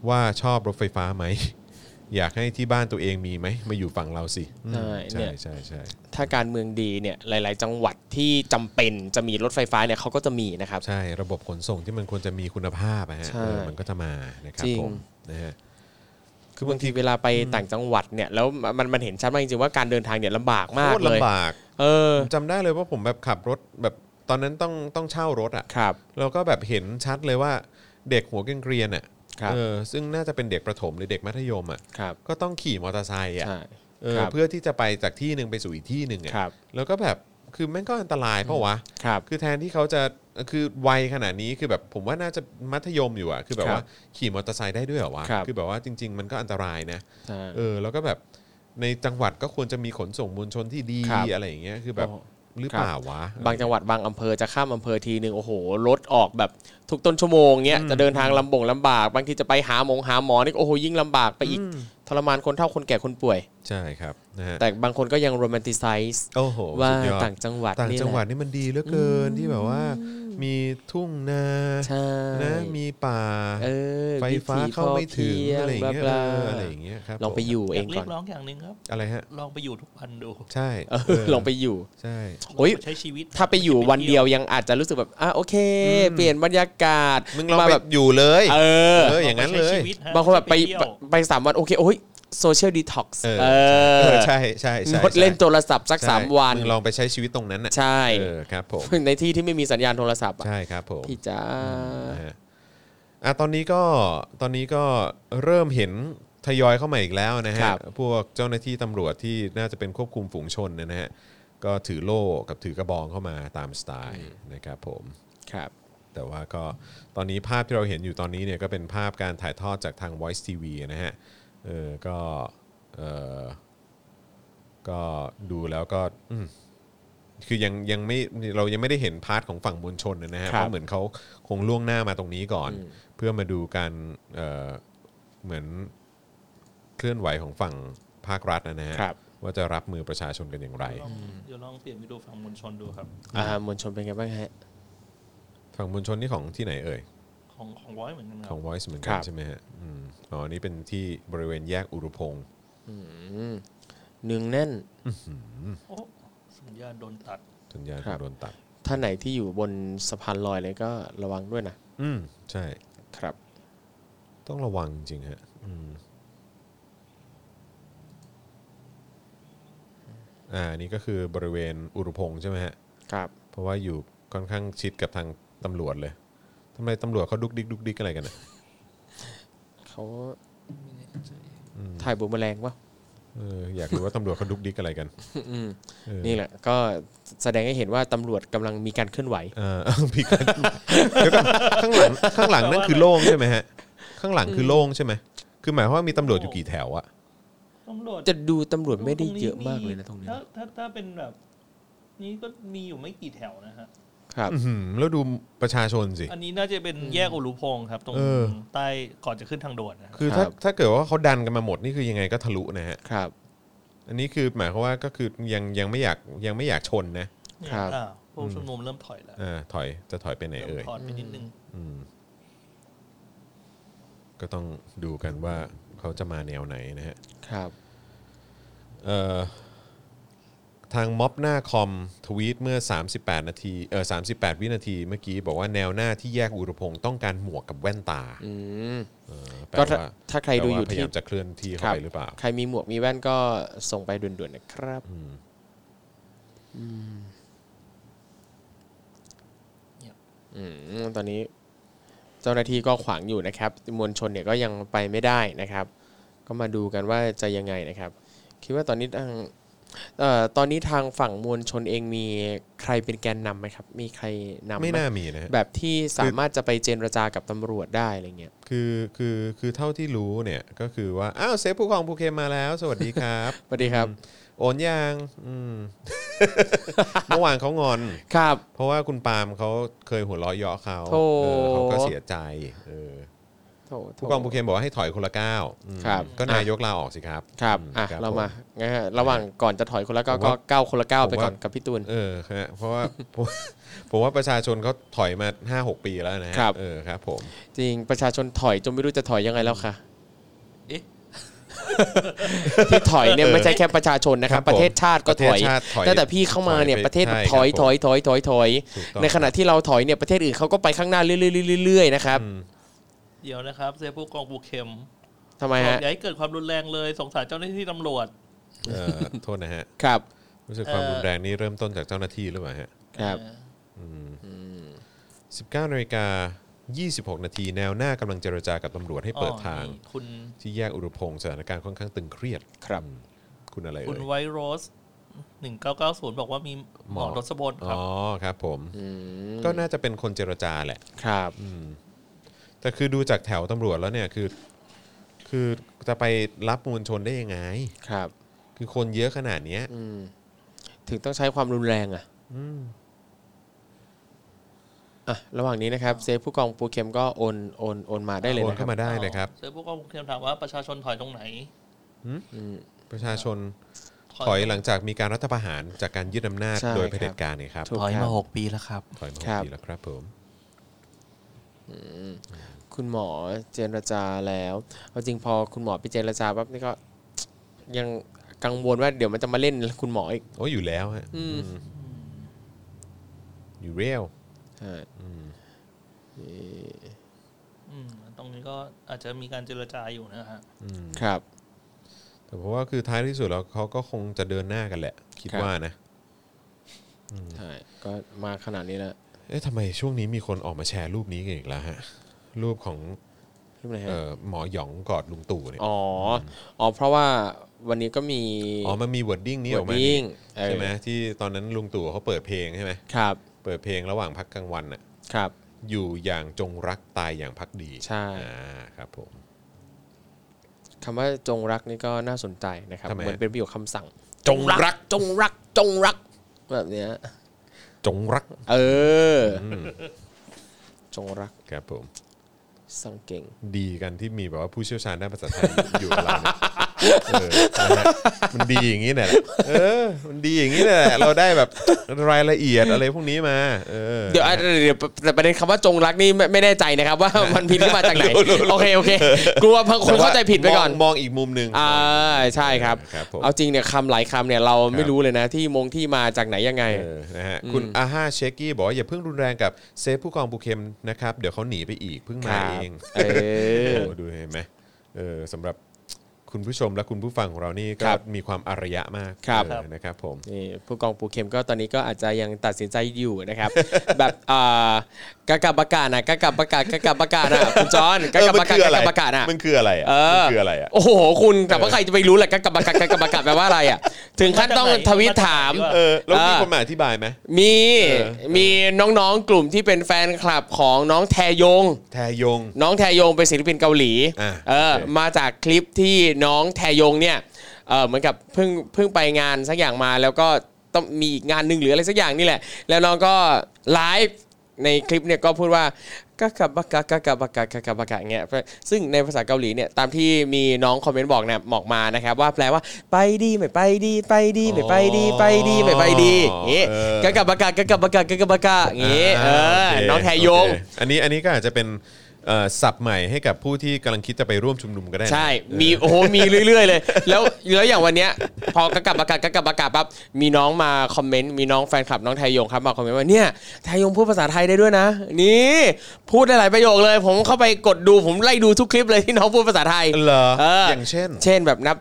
Speaker 1: ว่าชอบรถไฟฟ้าไหม อยากให้ที่บ้านตัวเองมีไหมมาอยู่ฝั่งเราสิอืมใช่
Speaker 2: ใช่เนี่ย
Speaker 1: ใช่ใช่
Speaker 2: ถ้าการเมืองดีเนี่ยหลาย ๆ จังหวัดที่จำเป็นจะมีรถไฟฟ้าเนี่ยเขาก็จะมีนะครับ
Speaker 1: ใช่ระบบขนส่งที่มันควรจะมีคุณภาพอะฮะ
Speaker 2: ใช่
Speaker 1: เออมันก็จะมานะครับ
Speaker 2: จริง
Speaker 1: ผมนะฮะ
Speaker 2: คือบางทีเวลาไปต่างจังหวัดเนี่ยแล้วมันมันเห็นชัดมากจริงๆว่าการเดินทางเนี่ยลำบากมาก
Speaker 1: โคตร
Speaker 2: เลย
Speaker 1: ลำบาก
Speaker 2: เออ
Speaker 1: ผมจำได้เลยว่าผมแบบขับรถแบบตอนนั้นต้องต้องเช่ารถอ่ะ
Speaker 2: ครับ
Speaker 1: แล้วก็แบบเห็นชัดเลยว่าเด็กหัวเกรียนๆอ่ะ
Speaker 2: ครับ
Speaker 1: เออซึ่งน่าจะเป็นเด็กประถมหรือเด็กมัธยมอ่ะ
Speaker 2: ครับ
Speaker 1: ก็ต้องขี่มอเตอร์ไซค์อ่ะ
Speaker 2: ใช่
Speaker 1: เออ
Speaker 2: ครับ
Speaker 1: เพื่อที่จะไปจากที่หนึ่งไปสู่อีกที่หนึ่งอ่ะ
Speaker 2: ครับ
Speaker 1: แล้วก็แบบคือแม่งก็อันตรายเพราะวะ
Speaker 2: ครับ
Speaker 1: คือแทนที่เขาจะคือวัยขนาดนี้คือแบบผมว่าน่าจะมัธยมอยู่อะคือแบบ
Speaker 2: ครับ
Speaker 1: ว่าขี่มอเตอร์ไซค์ได้ด้วยเหรอวะ
Speaker 2: ครับ
Speaker 1: อแบบว่าจริง ๆ มันก็อันตรายนะ
Speaker 2: ใช่
Speaker 1: เออแล้วก็แบบในจังหวัดก็ควรจะมีขนส่งมวลชนที่ดี
Speaker 2: ครับ
Speaker 1: อะไรอย่างเงี้ยคือแบบ
Speaker 2: โอ้
Speaker 1: หรือ
Speaker 2: ครับ
Speaker 1: เปล่าวะ
Speaker 2: บางจังหวัดบางอำเภอจะข้ามอำเภอทีหนึ่งโอ้โหรถออกแบบทุกต้นชั่วโมงเนี้ยจะเดินทางลำบงลำบาก บางทีจะไปหาหมงหาหมอนี่โอ้โหยิ่งลำบากไปอีกทรมานคนเฒ่าคนแก่คนป่วย
Speaker 1: ใช่ครับนะฮะ
Speaker 2: แต่บางคนก็ยังโรแมนติไซส์
Speaker 1: โอ้โห
Speaker 2: ว่า
Speaker 1: สุดยอด
Speaker 2: ต่างจังหวัด
Speaker 1: ต่าง
Speaker 2: นี่แะ
Speaker 1: จังหวัดนี่มันดีเหลือเกินที่แบบว่า มีทุ่งนา
Speaker 2: ใช่
Speaker 1: นะมีป่า
Speaker 2: เออ
Speaker 1: ไฟฟ้าเข้าไม่ถึง
Speaker 2: วิธีพ
Speaker 1: อะไรอย่างเงี้ย
Speaker 2: บลา
Speaker 1: เออ
Speaker 2: ๆ
Speaker 1: อะไรอย่างเงี้ยครับ
Speaker 2: ลองไปอยู่เอย
Speaker 4: อาง กเรี
Speaker 2: ก่อย น
Speaker 4: กร้องอย่างหนึ่งครับ
Speaker 1: อะไรฮะ
Speaker 4: ลองไปอยู่ทุกวันดู
Speaker 1: ใช่
Speaker 2: เออ
Speaker 1: เ
Speaker 2: ลองไปอยู่
Speaker 1: ใช่
Speaker 2: โอ้ย
Speaker 4: ใช้ชีวิต
Speaker 2: ถ้าไปอยู่วันเดียวยังอาจจะรู้สึกแบบอ่ะโอเค เปลี่ยนบรรยากาศ
Speaker 1: มึงลอง
Speaker 2: มา
Speaker 1: แบ
Speaker 2: แบบ บ
Speaker 1: อยู่เลย
Speaker 2: เออ
Speaker 1: เอออย่างนั้นเลย
Speaker 2: บางคนแบบไปไปไปสามวัน โอเค โอ้ยโซเชียลดีท็อกซ์
Speaker 1: เออ
Speaker 2: เอ
Speaker 1: เออ
Speaker 2: อ
Speaker 1: ใช่ใช่ใช่
Speaker 2: งดเล่นโทรศัพท์สัก
Speaker 1: ใช่
Speaker 2: สามวัน
Speaker 1: มึงลองไปใช้ชีวิตตรงนั้นน่ะ
Speaker 2: ใช่
Speaker 1: เออครับผม
Speaker 2: ในที่ที่ไม่มีสัญญาณโทรศัพท์อะ
Speaker 1: ใช่ครับผม
Speaker 2: พี่จ้า
Speaker 1: นะฮะอ่ะตอนนี้ก็ตอนนี้ก็เริ่มเห็นทยอยเข้ามาอีกแล้วนะฮะ
Speaker 2: ครับ
Speaker 1: พวกเจ้าหน้าที่ตำรวจที่น่าจะเป็นควบคุมฝูงชนเนยนะฮะก็ถือโล่กับถือกระบองเข้ามาตามสไตล์นะครับผม
Speaker 2: ครับ
Speaker 1: แต่ว่าก็ตอนนี้ภาพที่เราเห็นอยู่ตอนนี้เนี่ยก็เป็นภาพการถ่ายทอดจากทาง Voice TV นะฮะ เออ ก็เออก็ดูแล้วก็อืมคือยังยังไม่เรายังไม่ได้เห็นพาร์ทของฝั่งมวลชนนะฮะ
Speaker 2: ครั
Speaker 1: เพ
Speaker 2: บ
Speaker 1: ราะเหมือนเขาคงล่วงหน้ามาตรงนี้ก่อน เพื่อมาดูการเออเหมือนเคลื่อนไหวของฝั่งภาครัฐนะฮะ
Speaker 2: ครับ
Speaker 1: ว่าจะรับมือประชาชนกันอย่างไร
Speaker 4: เดี๋ยวลองเปลี่ยนไปดูฝั่งมวลชนดูครับ
Speaker 2: อ่ามวลชนเป็นไงบ้างฮะ
Speaker 1: ฝั่งมวลชนนี่ของที่ไหนเอ่ย
Speaker 4: ของของร้อยเหมือนกันค
Speaker 1: ข
Speaker 4: รั
Speaker 1: อบง Voice เหมือนกั
Speaker 2: คน รับ
Speaker 1: ใช่ไหมฮะอืมอ๋อนี่เป็นที่บริเวณแยกอุรุพงศ์
Speaker 2: หนึ่งแน่น
Speaker 4: โอ้สัญญาณโดนตัด
Speaker 1: สัญญาณ
Speaker 2: ครับ
Speaker 1: โดนตัด
Speaker 2: ท่านไหนที่อยู่บนสะพานลอยเลยก็ระวังด้วยนะ
Speaker 1: อืมใช่
Speaker 2: ครับ
Speaker 1: ต้องระวังจริงๆฮะอืมอ่า นี่ก็คือบริเวณอุรุพงศ์ใช่ไหมฮะ
Speaker 2: ครับ
Speaker 1: เพราะว่าอยู่ค่อนข้างชิดกับทางตำรวจเลยทำไมตำรวจเขาดุกดิกดุกดิกอะไรกันอ่ะ
Speaker 2: เขาถ่ายบุมแมลงวะ
Speaker 1: เอออยากรู้ว่าตำรวจเขาดุกดิกอะไรกันเออ
Speaker 2: นี่แหละ ก็แสดงให้เห็นว่าตำรวจกำลังมีการ เคลื่อนไหว
Speaker 1: เออ พี่กันเดี๋ยวก่อนข้างหลังข้างหลังนั่นคือโล่งใช่ไหมฮะ ข้างหลังคือโล่งใช่ไหมคือหมายความว่ามีตำรวจอยู่กี่แถวอะ
Speaker 4: ตำรวจ
Speaker 2: จะดูตำรวจไม่ได้เยอะมากเลยนะตรงนี้
Speaker 4: ถ้าถ้าถ้าเป็นแบบ นี้ก็มีอยู่ไม่กี่แถวนะฮะ
Speaker 2: ครับ
Speaker 1: อื้อหือแล้วดูประชาชนสิ
Speaker 4: อันนี้น่าจะเป็นแยกอุรุพงศ์ครับ ตรง
Speaker 1: เออ
Speaker 4: ใต้ก่อนจะขึ้นทางด่วนนะครับ
Speaker 1: คือถ้า
Speaker 2: ครับ
Speaker 1: ถ้าเกิดว่าเขาดันกันมาหมดนี่คือยังไงก็ทะลุนะฮะ
Speaker 2: ครับ
Speaker 1: อันนี้คือหมายความว่าก็คือยังยังไม่อยากยังไม่อยากชนนะครับ
Speaker 4: อ่าพวกชุมนุมเริ่มถอยแล้ว
Speaker 1: อ่าถอยจะถอยไปไหน
Speaker 4: เริ่ม
Speaker 1: เอ่ย
Speaker 4: ถอยไปนิดนึง
Speaker 1: อืมก็ต้องดูกันว่าเขาจะมาแนวไหนนะฮะ
Speaker 2: ครับ
Speaker 1: เอ่อทางม็อบหน้าคอมทวีตเมื่อ 38 นาทีเออ38 วินาทีเมื่อกี้บอกว่าแนวหน้าที่แยกอุรพงศ์ต้องการหมวกกับแว่นตา
Speaker 2: อืม
Speaker 1: เออแปล
Speaker 2: ก็ถ้า
Speaker 1: ว่า
Speaker 2: ถ้าใครดูอยู่
Speaker 1: แปลว่าพยา
Speaker 2: ที่
Speaker 1: ยามจะเคลื่อนที่เข้า
Speaker 2: ครับ
Speaker 1: ไปหรือเปล่า
Speaker 2: ใครมีหมวกมีแว่นก็ส่งไปด่วนๆนะครับ
Speaker 4: เงียบ
Speaker 2: อืม ตอนนี้ เจ้าหน้าที่ก็ขวางอยู่นะครับ มวลชนเนี่ยก็ยังไปไม่ได้นะครับ ก็มาดูกันว่าจะยังไงนะครับ คิดว่าตอนนี้ทางเอ่อตอนนี้ทางฝั่งมวลชนเองมีใครเป็นแกนนำไหมครับ มีใครนำห
Speaker 1: ไม่น่ามีนะฮะ
Speaker 2: แบบที่สามารถจะไปเจรจากับตำรวจได้อะไรเงี้ย
Speaker 1: คือคือคือเท่าที่รู้เนี่ยก็คือว่า อ้าวเซฟผู้กองภูเคมาแล้ว สวัสดีครับ
Speaker 2: สวัสดีครับ
Speaker 1: โอนยางอืม เมื่อวานเขางอน
Speaker 2: ครับ
Speaker 1: เพราะว่าคุณปาล์มเขาเคยหัวเราะเยาะเขา
Speaker 2: โธ่
Speaker 1: เออเขาก็เสียใจเออ
Speaker 2: โถโถ
Speaker 1: ผู้กองภูเคนบอกว่าให้ถอยคนละก้าวอืม
Speaker 2: ครับ
Speaker 1: ก็นายกลาออกสิครับ
Speaker 2: ครับ
Speaker 1: ม
Speaker 2: อ่ะ เรามา
Speaker 1: ผ
Speaker 2: งั้นฮะระหว่างก่อนจะถอยคนละก้าว
Speaker 1: ผม
Speaker 2: ก็
Speaker 1: ว่า
Speaker 2: ก้าวคนละก้าว
Speaker 1: ผ
Speaker 2: ไป
Speaker 1: มว่า
Speaker 2: ก่อนกับพี่ตูน
Speaker 1: เออฮะเพราะ ว่าผมผมว่าประชาชนเขาถอยมา 5-6 ปีแล้วนะฮะ
Speaker 2: ครับ
Speaker 1: เออครับ ผม
Speaker 2: จริง ประชาชนถอยจนไม่รู้จะถอยยังไงแล้วค่ะ
Speaker 4: เอ๊ะ
Speaker 2: ที่ถอยเนี่ยไม่ใช่แค่ประชาชนนะครับ
Speaker 1: ผม
Speaker 2: ประเทศชาติก็
Speaker 1: ประเท
Speaker 2: ถ
Speaker 1: ศ
Speaker 2: อย
Speaker 1: ชาติถอย
Speaker 2: ตั้งแต่พี่เข้ามาเนี่ย
Speaker 1: ถอ
Speaker 2: ประเทศ
Speaker 1: ใช่
Speaker 2: ถอย
Speaker 1: ครับ
Speaker 2: ถ
Speaker 1: ผม
Speaker 2: อยถอยถอยถอย
Speaker 1: ถูกต้อง
Speaker 2: ในขณะที่เราถอยเนี่ยประเทศอื่นเขาก็ไปข้างหน้าเรื่อยๆเรื่อยๆนะครับ
Speaker 4: เดี๋ยวนะครับเซฟผู้กองบูเข็ม
Speaker 2: ทำไม
Speaker 4: บอก
Speaker 2: ฮะ
Speaker 4: อย่าให้เกิดความรุนแรงเลย สงสารเจ้าหน้าที่ตำรวจ
Speaker 1: เออโทษนะฮะ
Speaker 2: ครับ
Speaker 1: รู้สึกความ
Speaker 4: เอ่อ
Speaker 1: รุนแรงนี่เริ่มต้นจากเจ้าหน้าที่หรือเปล่าฮะ
Speaker 2: ครับ
Speaker 4: เออ
Speaker 1: 19นาฬิกา26 นาทีแนวหน้ากำลังเจรจากับตำรวจให้เปิดทาง
Speaker 4: นี่คุณ
Speaker 1: ที่แยกอุรุพงศ์สถานการณ์ค่อนข้างตึงเครียด
Speaker 2: ครับ
Speaker 1: อืมคุณอะไร
Speaker 4: คุณ
Speaker 1: เอ่ย
Speaker 4: ไวโรสหนึ่งเก้าเก้าศูนย์บอกว่ามีห
Speaker 1: ห
Speaker 4: มอก
Speaker 1: มอก
Speaker 4: รสบนค
Speaker 1: อ๋
Speaker 4: รับ
Speaker 1: อครับ ผม
Speaker 2: อืม
Speaker 1: ก็น่าจะเป็นคนเจรจาแหละ
Speaker 2: ครับ
Speaker 1: แต่คือดูจากแถวตำรวจแล้วเนี่ยคือ คือจะไปรับมวลชนได้ยังไง
Speaker 2: ครับ
Speaker 1: คือคนเยอะขนาดเนี้ย
Speaker 2: อืม ถึงต้องใช้ความรุนแรงอ่ะอ่ะ ระหว่างนี้นะครับเซฟผู้กองปูเข็มก็โอนโอนโอนมาได้เลย
Speaker 1: โอน
Speaker 2: นะครั
Speaker 1: เข้า
Speaker 2: บ
Speaker 1: มาได้นะครับ
Speaker 4: เซฟผู้กองบูเข็มถามว่าประชาชนถอยตรงไหน
Speaker 1: ประชาชนถอยหลังจากมีการรัฐประหารจากการยึดอำนาจ
Speaker 2: ใช่
Speaker 1: โดยเผด็จการเนี่ยครับ
Speaker 2: ถูก
Speaker 9: ถอยมาหกปีแล้วครับ
Speaker 1: ถอยมาห
Speaker 2: ครั
Speaker 1: ก
Speaker 2: บ
Speaker 1: ปีแล้วครับ ผม
Speaker 2: คุณหมอเจรจาแล้วเอาจริงพอคุณหมอไปเจรจาปั๊บนี่ก็ ยังกังวลว่าเดี๋ยวมันจะมาเล่นคุณหมออีก
Speaker 1: โอ้ยอยู่แล้วฮะ
Speaker 2: อืม
Speaker 1: อืมอยู่เรียว
Speaker 2: ใช่
Speaker 4: อืมตรงนี้ก็อาจจะมีการเจรจาอยู่นะฮะ
Speaker 2: ครับ
Speaker 1: แต่เพราะว่าคือท้ายที่สุดแล้วเขาก็คงจะเดินหน้ากันแหละ คิด
Speaker 2: ครับ
Speaker 1: ว่านะ
Speaker 2: ใช่ก็มาขนาดนี้แล้ว
Speaker 1: เอ๊ะทำไมช่วงนี้มีคนออกมาแชร์รูปนี้กันอีกแล้วฮะ รูปของ
Speaker 2: รูปไหนฮะ
Speaker 1: เอ่อหมอหยองกอดลุงตู่เนี่ย
Speaker 2: อ๋ออ๋อเพราะว่าวันนี้ก็มี
Speaker 1: อ๋อมันมีวอร์ดดิ้งนี้ออกมา
Speaker 2: วิ่
Speaker 1: นี่
Speaker 2: ง
Speaker 1: ใช่ไหมที่ตอนนั้นลุงตู่เขาเปิดเพลงใช่ไหม
Speaker 2: ครับ
Speaker 1: เปิดเพลงระหว่างพักกลางวันน่ะ
Speaker 2: ครับ
Speaker 1: อยู่อย่างจงรักตายอย่างพักดี
Speaker 2: ใช่
Speaker 1: อ่าครับผม
Speaker 2: คำว่าจงรักนี่ก็น่าสนใจนะครับ
Speaker 1: ทำไม
Speaker 2: เหมือนเป็นประโยคคำสั่ง
Speaker 1: จงรัก
Speaker 2: จงรักจงรัก แบบเนี้ย
Speaker 1: จงรัก
Speaker 2: เอออจงรัก
Speaker 1: ครับผม
Speaker 2: สังเก่ง
Speaker 1: ดีกันที่มีแบบว่าผู้เชี่ยวชาญด้านภาษาไทยอยู่กับเราเนี่ยเออนะฮะมันดีอย่างนี้เนี่ยแหละเออ มันดีอย่างนี้เนี่ยแหละเราได้แบบรายละเอียดอะไรพวกนี้มา เออ
Speaker 2: เดี๋ยวอ่ะเดี๋ยวแต่ประเด็นคำว่าจงรักนี่ไม่ไม่แน่ใจนะครับ ว่ามันพิมพ์ขึ้นมาจากไหน โอเค โอเค กลัวบางคนเข้าใจผิดไปก่อน
Speaker 1: มงมองอีกมุมหนึ่ง
Speaker 2: อ่าใช่ครับ
Speaker 1: ครับผม
Speaker 2: เอาจริงเนี่ยคำหลายคำเนี่ยเรา
Speaker 1: ค
Speaker 2: ไม่
Speaker 1: รับ
Speaker 2: รู้เลยนะ ที่มงที่มาจากไหนยังไง
Speaker 1: เออนะฮะคุณอาฮาเชคกี้บอกว่าอย่าเพิ่งรุนแรงกับเซฟผู้กองปูเข็มนะครับเดี๋ยวเขาหนีไปอีกเพิ่ง
Speaker 2: ค
Speaker 1: มา
Speaker 2: รับ
Speaker 1: เอง
Speaker 2: เออ
Speaker 1: โอ้ดูเห็นไหมเออสำหรับ คุณผู้ชมและคุณผู้ฟังของเรานี่ก็
Speaker 2: ครับ
Speaker 1: มีความอารยะมาก
Speaker 2: ครับ
Speaker 1: เออนะครับผม
Speaker 2: นี่ผู้กองปูเข็มก็ตอนนี้ก็อาจจะยังตัดสินใจอยู่นะครับ แบบอ่ากะกับประกาศนะกะกับประกาศกะกับประกาศนะคุณจอนกะกับประกาศกะกับประกาศนะ
Speaker 1: มันคืออะไรอ่ะ
Speaker 2: เออ
Speaker 1: มันคืออะไรอ่ะ
Speaker 2: โอ้โห คุณแต่ว่าใครจะไปรู้แหละกกบกกกบกแปลว่าอะไรอ่ะ ถึงขั้นต้องทวิตถาม
Speaker 1: เออแล้วมี
Speaker 2: เออ
Speaker 1: คนมาอธิบายไหม
Speaker 2: มี
Speaker 1: เออ
Speaker 2: มีน้องๆ กลุ่มที่เป็นแฟนคลับของน้องแทยง
Speaker 1: แทยง
Speaker 2: น้องแทยงเป็นศิลปินเกาหลี
Speaker 1: อ่ะ
Speaker 2: เออ
Speaker 1: โอเค
Speaker 2: มาจากคลิปที่น้องแทยงเนี่ยเออเหมือนกับเพิ่งเพิ่งไปงานสักอย่างมาแล้วก็ต้องมีอีกงานหนึ่งหรืออะไรสักอย่างนี่แหละ แล้วน้องก็ไลฟ์ในคลิปเนี่ยก็พูดว่ากะกะบะกะกะกะบะกะกะกะบะกะเงี้ยซึ่งในภาษาเกาหลีเนี่ยตามที่มีน้องคอมเมนต์บอกเนี่ยบอกมานะครับ ว่าแปลว่าไปดีไม่ไปดีไปดีไม่ไปดีไปดีไม่ไปดีอย่างงี้
Speaker 1: เออ
Speaker 2: กะกะบะกะกะกะบะกะกะกะบะกะอย่างงี้เออ
Speaker 1: โค
Speaker 2: น้องแทยง
Speaker 1: โอเคอันนี้อันนี้ก็อาจจะเป็นเอ่อศัพท์ใหม่ให้กับผู้ที่กำลังคิดจะไปร่วมชุมนุมก็ได้นะ
Speaker 2: ใช่
Speaker 1: เออ
Speaker 2: มีโอ้โห มีเรื่อย ๆ เลย แล้ว แล้วอย่างวันเนี้ย พอกระกลับมากลับกระกลับมากลับปั๊บ มีน้องมาคอมเมนต์ มีน้องแฟนคลับน้องไทยยงครับมาคอมเมนต์ว่าเนี่ย ไทยยงพูดภาษาไทยได้ด้วยนะ นี่ พูดได้หลายประโยคเลย ผมเข้าไปกดดู ผมไล่ดูทุกคลิปเลยที่น้องพูดภาษาไทย
Speaker 1: เหรอ
Speaker 2: เอออ
Speaker 1: อย่างเช่น
Speaker 2: เช่นแบบนับ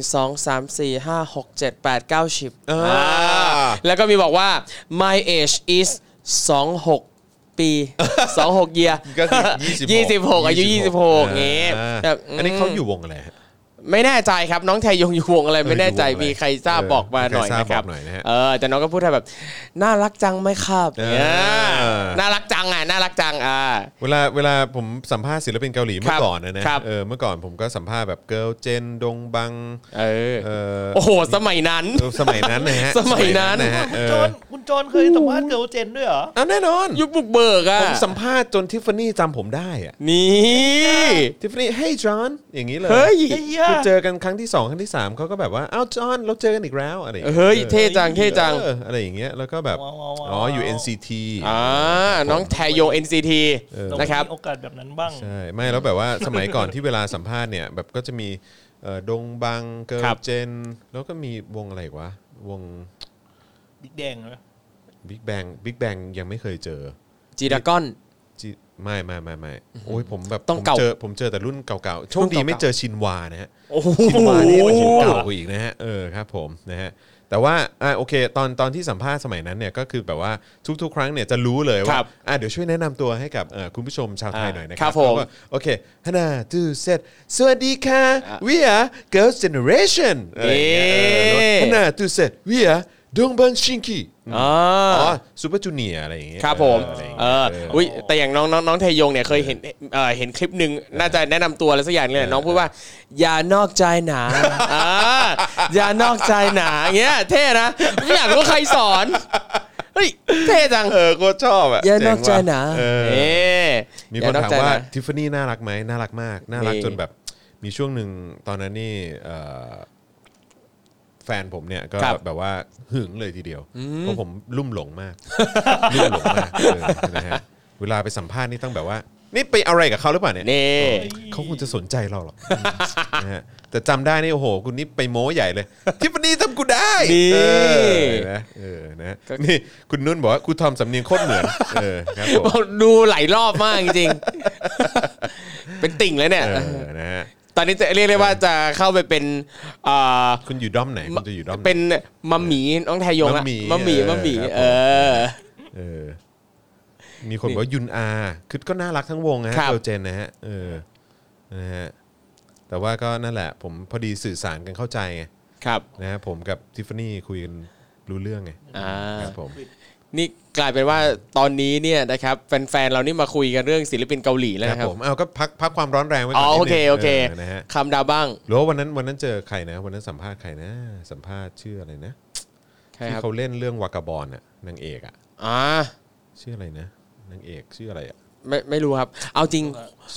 Speaker 2: 1 2 3 4 5 6 7 8 9 10
Speaker 1: อ่า
Speaker 2: แล้วก็มีบอกว่า my age is 26 ปี 26 เยีย
Speaker 1: ก็คือ
Speaker 2: 26 อายุ 26อย่างงี้
Speaker 1: อ่า
Speaker 2: แบบ
Speaker 1: อันนี้เขาอยู่วงอะไรฮะ
Speaker 2: ไม่แน่ใจครับน้องไทยยงอยู่วงอะไรไม่แน่ใจ
Speaker 1: เอออยู่วงอะไร
Speaker 2: มีใครทราบบอกมาหน่อย
Speaker 1: มีใครทราบ
Speaker 2: นะครับ
Speaker 1: บอกหน่อยนะฮะ
Speaker 2: เออแต่น้องก็พูดไทยแบบ น่ารักจังไหมครับ
Speaker 1: เออ
Speaker 2: เนี่ยน่ารักจังอ่ะน่ารักจังอ่า
Speaker 1: เวลาเวลาผมสัมภาษณ์ศิลปินเกาหลี
Speaker 2: ค
Speaker 1: เมื่
Speaker 2: รั
Speaker 1: อบ ก่อนนะนะครับ เออเมื่อก่อนผมก็สัมภาษณ์แบบเกิลเจนดงบัง
Speaker 2: เออ
Speaker 1: เออ
Speaker 2: โอ้โห สมัยนั้น
Speaker 1: เออสมัยนั้นนะฮะ
Speaker 2: สมัยนั้น
Speaker 1: นะฮะเอ
Speaker 4: คุณโจ
Speaker 1: อน
Speaker 4: คุณโจนเคยสัมภาษณ์เกิร์ลเจนด้วยเหรอ
Speaker 1: เอาแน่นอน
Speaker 2: ยุคบุกเบิกอ่ะ
Speaker 1: ผมสัมภาษณ์จนทิฟฟานี่จำผมได้อะ
Speaker 2: นี่
Speaker 1: ทิฟฟานี่เฮ้ยจอห์นอย่างนี้เลย
Speaker 2: เฮ้ย
Speaker 4: ไอ้เหี้ย
Speaker 1: คือเจอกันครั้งที่ 2 ครั้งที่ 3เขาก็แบบว่า อ้าวจอห์นเราเจอกันอีกแล้วอะไรอย่างงี้
Speaker 2: เฮ้ยเท่จังเท่จัง
Speaker 1: เอออะไรอย่างเงี้ยแล้วก็แบบ
Speaker 4: ว้าวว้าวว้าว
Speaker 1: อ๋ออยู่ NCT
Speaker 2: อ่าน้องไทยยง NCT นะครับ
Speaker 4: เามีโอกาสแบบนั้นบ้าง
Speaker 1: ใช่ ไม่แล้วแบบว่าสมัยก่อนที่เวลาสัมภาษณ์เนี่ย แบบก็จะมีเอ่อดงบังเกิ
Speaker 2: ครั
Speaker 1: ร์
Speaker 2: บ
Speaker 1: เจน แล้วก็มีวงอะไรอีกวะ วง
Speaker 4: บิ๊กแดงนะ
Speaker 1: บิ๊กแบงบิ๊กแบงยังไม่เคยเจอ
Speaker 2: จีดากอน
Speaker 1: จิไม่ไม่ไม่ไม่โอ้ยผมแบบ
Speaker 2: ต้อง
Speaker 1: ผม
Speaker 2: เก่า
Speaker 1: จอผมเจอแต่รุ่นเก่าๆโชคดี
Speaker 2: รุ่นเก่าๆ
Speaker 1: ไม่เจอชินวานะฮะ
Speaker 2: โอ้โห
Speaker 1: ชินวานี่มันชินเก่ากว่าอีกนะฮะเออครับผมนะฮะแต่ว่าอ่ะโอเคตอนตอนที่สัมภาษณ์สมัยนั้นเนี่ยก็คือแบบว่าทุกๆ ครั้งเนี่ยจะรู้เลย
Speaker 2: ค
Speaker 1: ว่า
Speaker 2: รับ
Speaker 1: อ่ะเดี๋ยวช่วยแนะนำตัวให้กับเอ่อคุณผู้ชมชาวไทย
Speaker 2: อ่า
Speaker 1: หน่อยนะค
Speaker 2: ครั
Speaker 1: รับบ
Speaker 2: ผม
Speaker 1: แล้วก็โอเคฮันนาดูเซตสวัสดีค่ะ
Speaker 2: อ่ะ
Speaker 1: we are girls generation อะไรอย่างเงี้ยเออแล้วฮันนาดูเซต we are ดงบังชิงกี
Speaker 2: อ๋อ
Speaker 1: อ๋
Speaker 2: อ
Speaker 1: อซูเปอร์จูเนียอะไรอย่างเงี้ย
Speaker 2: ครับผม
Speaker 1: เอออะไรอย่าง
Speaker 2: เอ
Speaker 1: เงี้ย
Speaker 2: อ
Speaker 1: เออ
Speaker 2: อุ้ยแต่อย่างน้องน้องน้องไทยยงเนี่ยเคยเห็นเออเห็นคลิปหนึ่งน่าจะแนะนำตัวอะไรสักอย่างเนี่ยแหละน้องพูดว่า อย่านอกใจหนา อ่าอย่านอกใจหนาเงี้ยเท่นะไม่อยากรู้ใครสอนเฮ้ยเท่จัง
Speaker 1: เออโคตรชอบอ่ะ
Speaker 2: อย่านอกใจหนา
Speaker 1: เจ๋งว่ะเออ
Speaker 2: เอ๊ะ
Speaker 1: มี
Speaker 2: อ
Speaker 1: ค
Speaker 2: ย่
Speaker 1: น
Speaker 2: อก
Speaker 1: ถาม
Speaker 2: ใจห
Speaker 1: ว่าทิฟฟานี่น่ารักไหมน่ารักมาก น่ารัก
Speaker 2: นี่
Speaker 1: จนแบบมีช่วงหนึ่งตอนนั้นนี่เอ่อแฟนผมเนี่ยก็แบบว่าหึงเลยทีเดียวเพราะผมลุ่มหลงมาก ลุ่มหลงมากเออนะฮะเวลาไปสัมภาษณ์นี่ต้องแบบว่า นี่ไปอะไรกับเขาหรือเปล่าเนี่ย
Speaker 2: นี่
Speaker 1: เขาคงจะสนใจเราหรอกนะฮะแต่จำได้นี่โอ้โห คุณนี่ไปโม้ใหญ่เลยทิฟฟานี่ทำกูได้
Speaker 2: นี่
Speaker 1: เออเห็นะเออนะนี่คุณนุ่นบอกว่าคุณทอมสำเนียงโคตรเหมือนเออครับผม
Speaker 2: ดูหลายรอบมากจริงๆ เป็นติ่งเลยเนี่ย
Speaker 1: เออนะฮะ
Speaker 2: ตอนนี้จะเรียกได้ว่าจะเข้าไปเป็นอ่า
Speaker 1: คุณอยู่ด้อมไหนคุณจะอยู่ด้อมไห
Speaker 2: เป็นมัมหมีน้องไทยยง
Speaker 1: มั
Speaker 2: ละ
Speaker 1: มหมี่
Speaker 2: มัมหมี
Speaker 1: เออ
Speaker 2: มัมหมี
Speaker 1: ครับผม
Speaker 2: เออ
Speaker 1: เออ มีคนบอกว่ายุนอาคือก็น่ารักทั้งวงนะฮะ
Speaker 2: ครับ
Speaker 1: เกลเจนนะฮะเออนะฮะแต่ว่าก็นั่นแหละ ผมพอดีสื่อสารกันเข้าใจไง
Speaker 2: ครับ
Speaker 1: นะฮะผมกับทิฟฟานี่คุยกันรู้เรื่องไง
Speaker 2: อ่า
Speaker 1: ครับผม
Speaker 2: นี่กลายเป็นว่าตอนนี้เนี่ยนะครับแฟนๆเรานี่มาคุยกันเรื่องศิลปินเกาหลีแล้ว
Speaker 1: ครั
Speaker 2: นะ
Speaker 1: บ
Speaker 2: ครับ
Speaker 1: ผมเอาก็พักพักความร้อนแรงไว้ก่
Speaker 2: อ๋
Speaker 1: อ
Speaker 2: อน
Speaker 1: นิดนึง
Speaker 2: โอเคโอเค
Speaker 1: นะฮะ
Speaker 2: คำดาวบ้าง
Speaker 1: หรือว่าวันนั้นวันนั้นเจอใครนะ วันนั้นสัมภาษณ์ใครนะ สัมภาษณ์ชื่ออะไรนะ
Speaker 2: ใคร
Speaker 1: ที่
Speaker 2: ครับ
Speaker 1: เขาเล่นเรื่องวากาบอลน่ะนางเอกอ่ะ
Speaker 2: อ่า
Speaker 1: ชื่ออะไรนะนางเอกชื่ออะไรอ่ะ
Speaker 2: ไม่ไม่รู้ครับ เอาจริง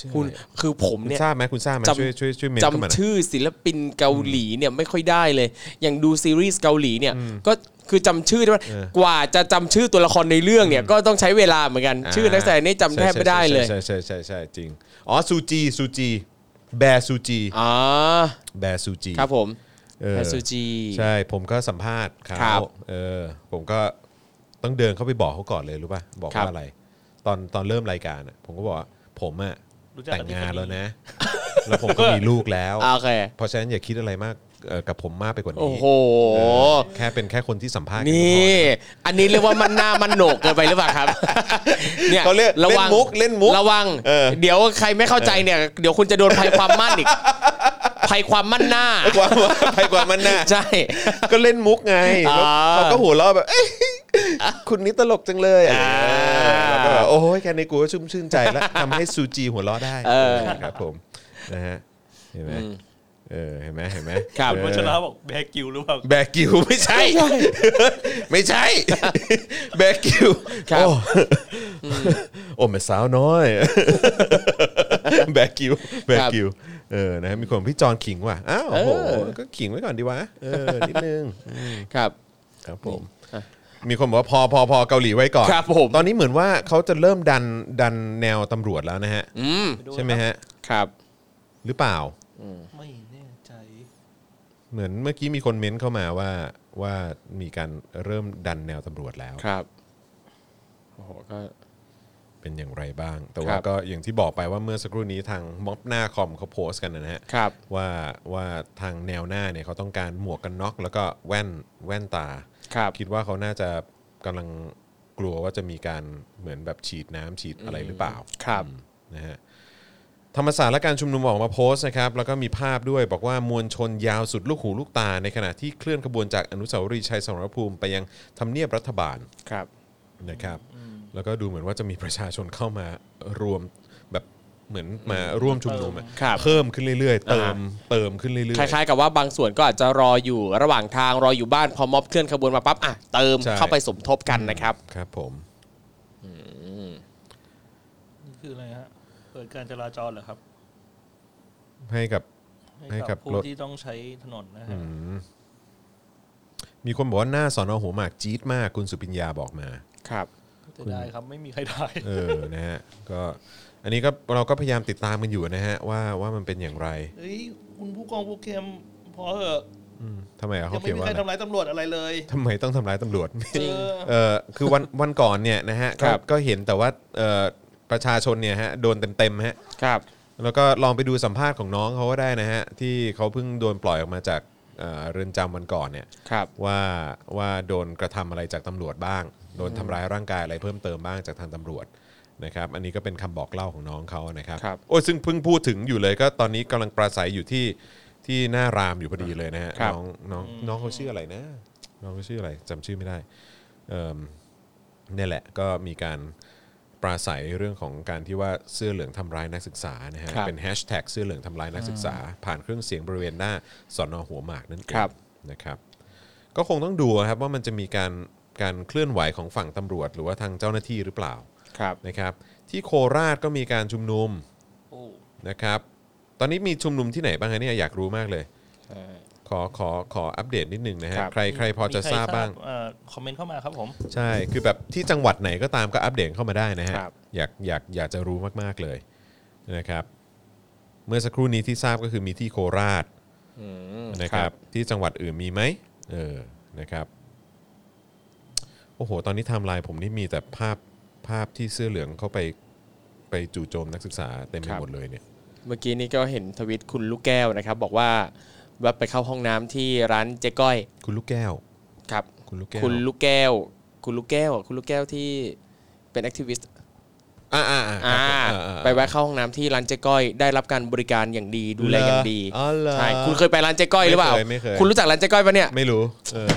Speaker 1: ชื่อ
Speaker 2: คุณ
Speaker 1: อะไรอะ
Speaker 2: คือผม
Speaker 1: คุณ
Speaker 2: เนี่ย
Speaker 1: ทราบไหมคุณทราบไหม
Speaker 2: จำ
Speaker 1: ช่วยช่วยช่วยเมนเข้ามาหน่อย
Speaker 2: จำชื่อศิลปินเกาหลีเนี่ยไม่ค่อยได้เลย อย่างดูซีรีส์เกาหลีเนี่ยก็คือจำชื่อได้ว่า
Speaker 1: เออ
Speaker 2: กว่าจะจำชื่อตัวละครในเรื่องเนี่ยก็ต้องใช้เวลาเหมือนกัน ชื่อนักแสดงนี่จำแทบไม่ได้เลย
Speaker 1: ใช่ใช่ใช่ใช่ใช่จริง อ๋อซูจีซูจีแบร์ซูจี
Speaker 2: อ๋อ
Speaker 1: แบร์ซูจี
Speaker 2: ครับผม
Speaker 1: เออ
Speaker 2: แพซูจี
Speaker 1: ใช่ ผมก็สัมภาษณ์
Speaker 2: ครั
Speaker 1: เขา
Speaker 2: บ
Speaker 1: เออผมก็ต้องเดินเข้าไปบอกเขาก่อนเลยรู้ป่ะ บอก
Speaker 2: ครับ
Speaker 1: ว่าอะไร ตอนตอนเริ่มรายการอะผมก็บอกว่าผมอะ
Speaker 4: รู้จัก
Speaker 1: แต่
Speaker 4: กับ
Speaker 1: ง
Speaker 4: ทิฟ
Speaker 1: งา
Speaker 4: ฟาน นี่
Speaker 1: แล้วนะ แล้วผมก็มีลูกแล้ว
Speaker 2: โอเค
Speaker 1: เพราะฉะนั้นอย่าคิดอะไรมากเอ่อกับผมมากไปกว่านี้
Speaker 2: โอ้โห
Speaker 1: เออแค่เป็นแค่คนที่สัมภาษณ์กั
Speaker 2: นี่ อันนี้เรียกว่ามันหน้ามันโหนกเกินไปหรือเปล่า ครับ
Speaker 1: พอเขาเรียก
Speaker 2: ระ
Speaker 1: เล่น
Speaker 2: วัง
Speaker 1: มุกเล่นมุก
Speaker 2: ระวัง
Speaker 1: เออ
Speaker 2: เดี๋ยวใครไม่เข้าใจเนี่ย เดี๋ยวคุณจะโดนภัยความมั่น อีก ภัยความมั่นหน้า
Speaker 1: กว่าไปกว่ามันน่ะ
Speaker 2: ใช่
Speaker 1: ก็เล่นมุกไง
Speaker 2: อ่า
Speaker 1: แล้วเขาก็หัวเราะแบบเอ้ยคุณนี่ตลกจังเลยอะไร
Speaker 2: อ่า
Speaker 1: แล้วก็แบบโอ้ยแค่ในกูก็ชุ่มชื่นใจแล้วทำให้ซูจีหัวเราะได้
Speaker 2: เออ
Speaker 1: ครับผมนะฮะเห็นไหมเออเห็นไหมเห็นไหม
Speaker 2: ครับ
Speaker 1: เออ
Speaker 4: วัชระบอกแบกกิวหรือเปล่า
Speaker 1: แบกกิวไม่ใช่ ไม่ใช่ แบกกิว
Speaker 2: ครับ
Speaker 1: โอ้โอ้แม่สาวน้อย แบกกิวแบกกิวเออนะฮะมีคนพี่จอนขิงว่ะอ้าวโอ้โหก็ขิงไว้ก่อนดีวะเออนิดนึง
Speaker 2: ครับ
Speaker 1: ครับผมมีคนบอกว่าพอพอพอเกาหลีไว้ก่อน
Speaker 2: ครับผม
Speaker 1: ตอนนี้เหมือนว่าเขาจะเริ่มดันดันแนวตำรวจแล้วนะฮะ
Speaker 2: อืม
Speaker 4: ดู
Speaker 1: ใช่ไหมฮะ
Speaker 2: ครับ
Speaker 1: หรือเปล่า
Speaker 4: ไม่แน่ใจ
Speaker 1: เหมือนเมื่อกี้มีคนเม้นเข้ามาว่าว่ามีการเริ่มดันแนวตำรวจแล้ว
Speaker 2: ครับโอ้โหก็
Speaker 1: เป็นอย่างไรบ้าง แต่
Speaker 2: ค
Speaker 1: ว่า
Speaker 2: รับ
Speaker 1: ก็อย่างที่บอกไปว่าเมื่อสักครู่นี้ทางม็อบหน้าคอมเขาโพสต์กันนะฮะ
Speaker 2: ครับ
Speaker 1: ว่าว่าทางแนวหน้าเนี่ยเขาต้องการหมวกกันน็อกแล้วก็แว่นแว่นตา
Speaker 2: ครับ
Speaker 1: คิดว่าเขาน่าจะกำลังกลัวว่าจะมีการเหมือนแบบฉีดน้ำฉีดอะไรหรือเปล่า
Speaker 2: ครับ
Speaker 1: อืมนะฮะธรรมศาสตร์และการชุมนุมออกมาโพสต์นะครับแล้วก็มีภาพด้วยบอกว่ามวลชนยาวสุดลูกหูลูกตา ในขณะที่เคลื่อนขบวนจากอนุสาวรีย์ชัยสมรภูมิไปยังทำเนียบรัฐบาล
Speaker 2: ครับ
Speaker 1: นะครับแล้วก็ดูเหมือนว่าจะมีประชาชนเข้ามารวมแบบเหมือนมาร่วมชุมนุมอะ
Speaker 2: ครับ
Speaker 1: เพิ่มขึ้นเรื่อยๆ เติม
Speaker 2: อ่า
Speaker 1: เติมขึ้นเรื่อย
Speaker 2: คล้ายๆกับว่าบางส่วนก็อาจจะรออยู่ระหว่างทางรออยู่บ้านพอม็อบเคลื่อนขบวนมาปั๊บอ่ะเติมเข้าไปสมทบกันนะครับ
Speaker 1: ๆครับผม
Speaker 4: นี่คืออะไรฮะ เปิดการจราจรเหรอครับ
Speaker 1: ให้กับ ให้
Speaker 4: ให้
Speaker 1: กั
Speaker 4: กั
Speaker 1: บบ
Speaker 4: ผู้
Speaker 1: รถ
Speaker 4: ที่ต้องใช้ถนนนะฮะ
Speaker 1: มีคนบอกว่าหน้าสอนอหัวหมากจี๊ดมาก คุณสุปิญญาบอกมา
Speaker 2: ครับ
Speaker 4: จะได้ครับไม่มีใครได้
Speaker 1: เออ นะฮะก็อันนี้ก็เราก็พยายามติดตามกันอยู่นะฮะว่าว่ามันเป็นอย่างไร
Speaker 4: เฮ้ย คุณผู้กองผู้เกมพอเถอะ
Speaker 1: อืมทำไมอะ
Speaker 4: ยั
Speaker 1: เขา
Speaker 4: งไม่
Speaker 1: เขียน
Speaker 4: มี
Speaker 1: ว่า
Speaker 4: ใคร
Speaker 1: อะไร
Speaker 4: ทำร้ายตำรวจอะไรเลย
Speaker 1: ทำไมต้องทำร้ายตำรวจ
Speaker 4: จริง
Speaker 1: เออคือวันวันก่อนเนี่ยนะฮะก็
Speaker 2: ครับ
Speaker 1: ก็เห็นแต่ว่าเออประชาชนเนี่ยฮะโดนเต็มๆฮะ
Speaker 2: ครับ
Speaker 1: แล้วก็ลองไปดูสัมภาษณ์ของน้องเขาก็ได้นะฮะ ที่เขาเพิ่งโดนปล่อยออกมาจากเอ่อเรือนจำวันก่อนเนี่ย
Speaker 2: ครับ
Speaker 1: ว่าว่าโดนกระทำอะไรจากตำรวจบ้าง โดนทำร้ายร่างกายอะไรเพิ่มเติมบ้างจากทางตำรวจนะครับอันนี้ก็เป็นคำบอกเล่าของน้องเขานะครับ
Speaker 2: ครับ
Speaker 1: โอ้ยซึ่งเพิ่งพูดถึงอยู่เลยก็ตอนนี้กำลังปราศัยอยู่ที่ที่หน้ารามอยู่พอดีเลยนะฮะ
Speaker 2: ครับ
Speaker 1: น้องน้องน้องเขาชื่ออะไรนะน้องเขาชื่ออะไรจำชื่อไม่ได้เอิ่มเนี่ยแหละก็มีการ ปราศัยเรื่องของการที่ว่าเสื้อเหลืองทำร้ายนักศึกษานะฮะ
Speaker 2: ครับ
Speaker 1: เป็นแฮชแท็กเสื้อเหลืองทำร้ายนักศึกษา ผ่านเครื่องเสียงบริเวณหน้าสอนอหัวหมากนั่นเอง
Speaker 2: ครับ
Speaker 1: นะครับ ก็คงต้องดูครับว่ามันจะมีการการเคลื่อนไหวของฝั่งตำรวจ หรือว่าทางเจ้าหน้าที่หรือเปล่า
Speaker 2: ครับ
Speaker 1: นะครับ ที่โคราชก็มีการชุมนุม
Speaker 4: โอ้
Speaker 1: นะครับ ตอนนี้มีชุมนุมที่ไหนบ้างฮะเนี่ยอยากรู้มากเลย ขอขอขออัปเดตนิดนึงนะฮะ
Speaker 2: ครับ
Speaker 1: ใครใครพอจะ
Speaker 4: มีใค
Speaker 1: ทราบบ้าง
Speaker 4: เอ่อคอมเมนต์เข้ามาครับผม
Speaker 1: ใช่ คือแบบที่จังหวัดไหนก็ตามก็อัปเดตเข้ามาได้นะฮะ
Speaker 2: ครับ
Speaker 1: อยากอยากอยากจะรู้มาก ๆ เลยนะครับ เมื่อสักครู่นี้ที่ทราบก็คือมีที่โคราชนะครับ ที่จังหวัดอื่นมีไหมเออ นะครับ โอ้โห ตอนนี้ไทม์ไลน์ผมนี่มีแต่ภาพภาพที่เสื้อเหลืองเข้าไปไปจู่โจมนักศึกษาเต็มไปหมดเลยเนี่ย
Speaker 2: เมื่อกี้นี้ก็เห็นทวิตคุณลูกแก้วนะครับ บอกว่าแว่าไปเข้าห้องน้ำที่ร้านเจ๊ก้อย
Speaker 1: คุณลูกแก้ว
Speaker 2: ครับ
Speaker 1: คุณลูกแก้ว
Speaker 2: คุณลูกแก้ว คุณลูกแก้วอ่ะคุณลูกแก้วที่เป็นแอคทิวิสต์
Speaker 1: อ่าอ่าอ่า
Speaker 2: อ่า
Speaker 1: อ่าอ่า
Speaker 2: ไปแวะเข้าห้องน้ำที่ร้านเจ๊ก้อย ได้รับการบริการอย่างดีดูแลอย่างดี
Speaker 1: เหรออ๋อเหรอ
Speaker 2: ใช่คุณเคยไปร้านเจ๊ก้อยหรือเปล่า
Speaker 1: ไม่เคยไม่เคย
Speaker 2: คุณรู้จักร้านเจ๊ก้อยปะเนี่ย
Speaker 1: ไม่รู้ เออ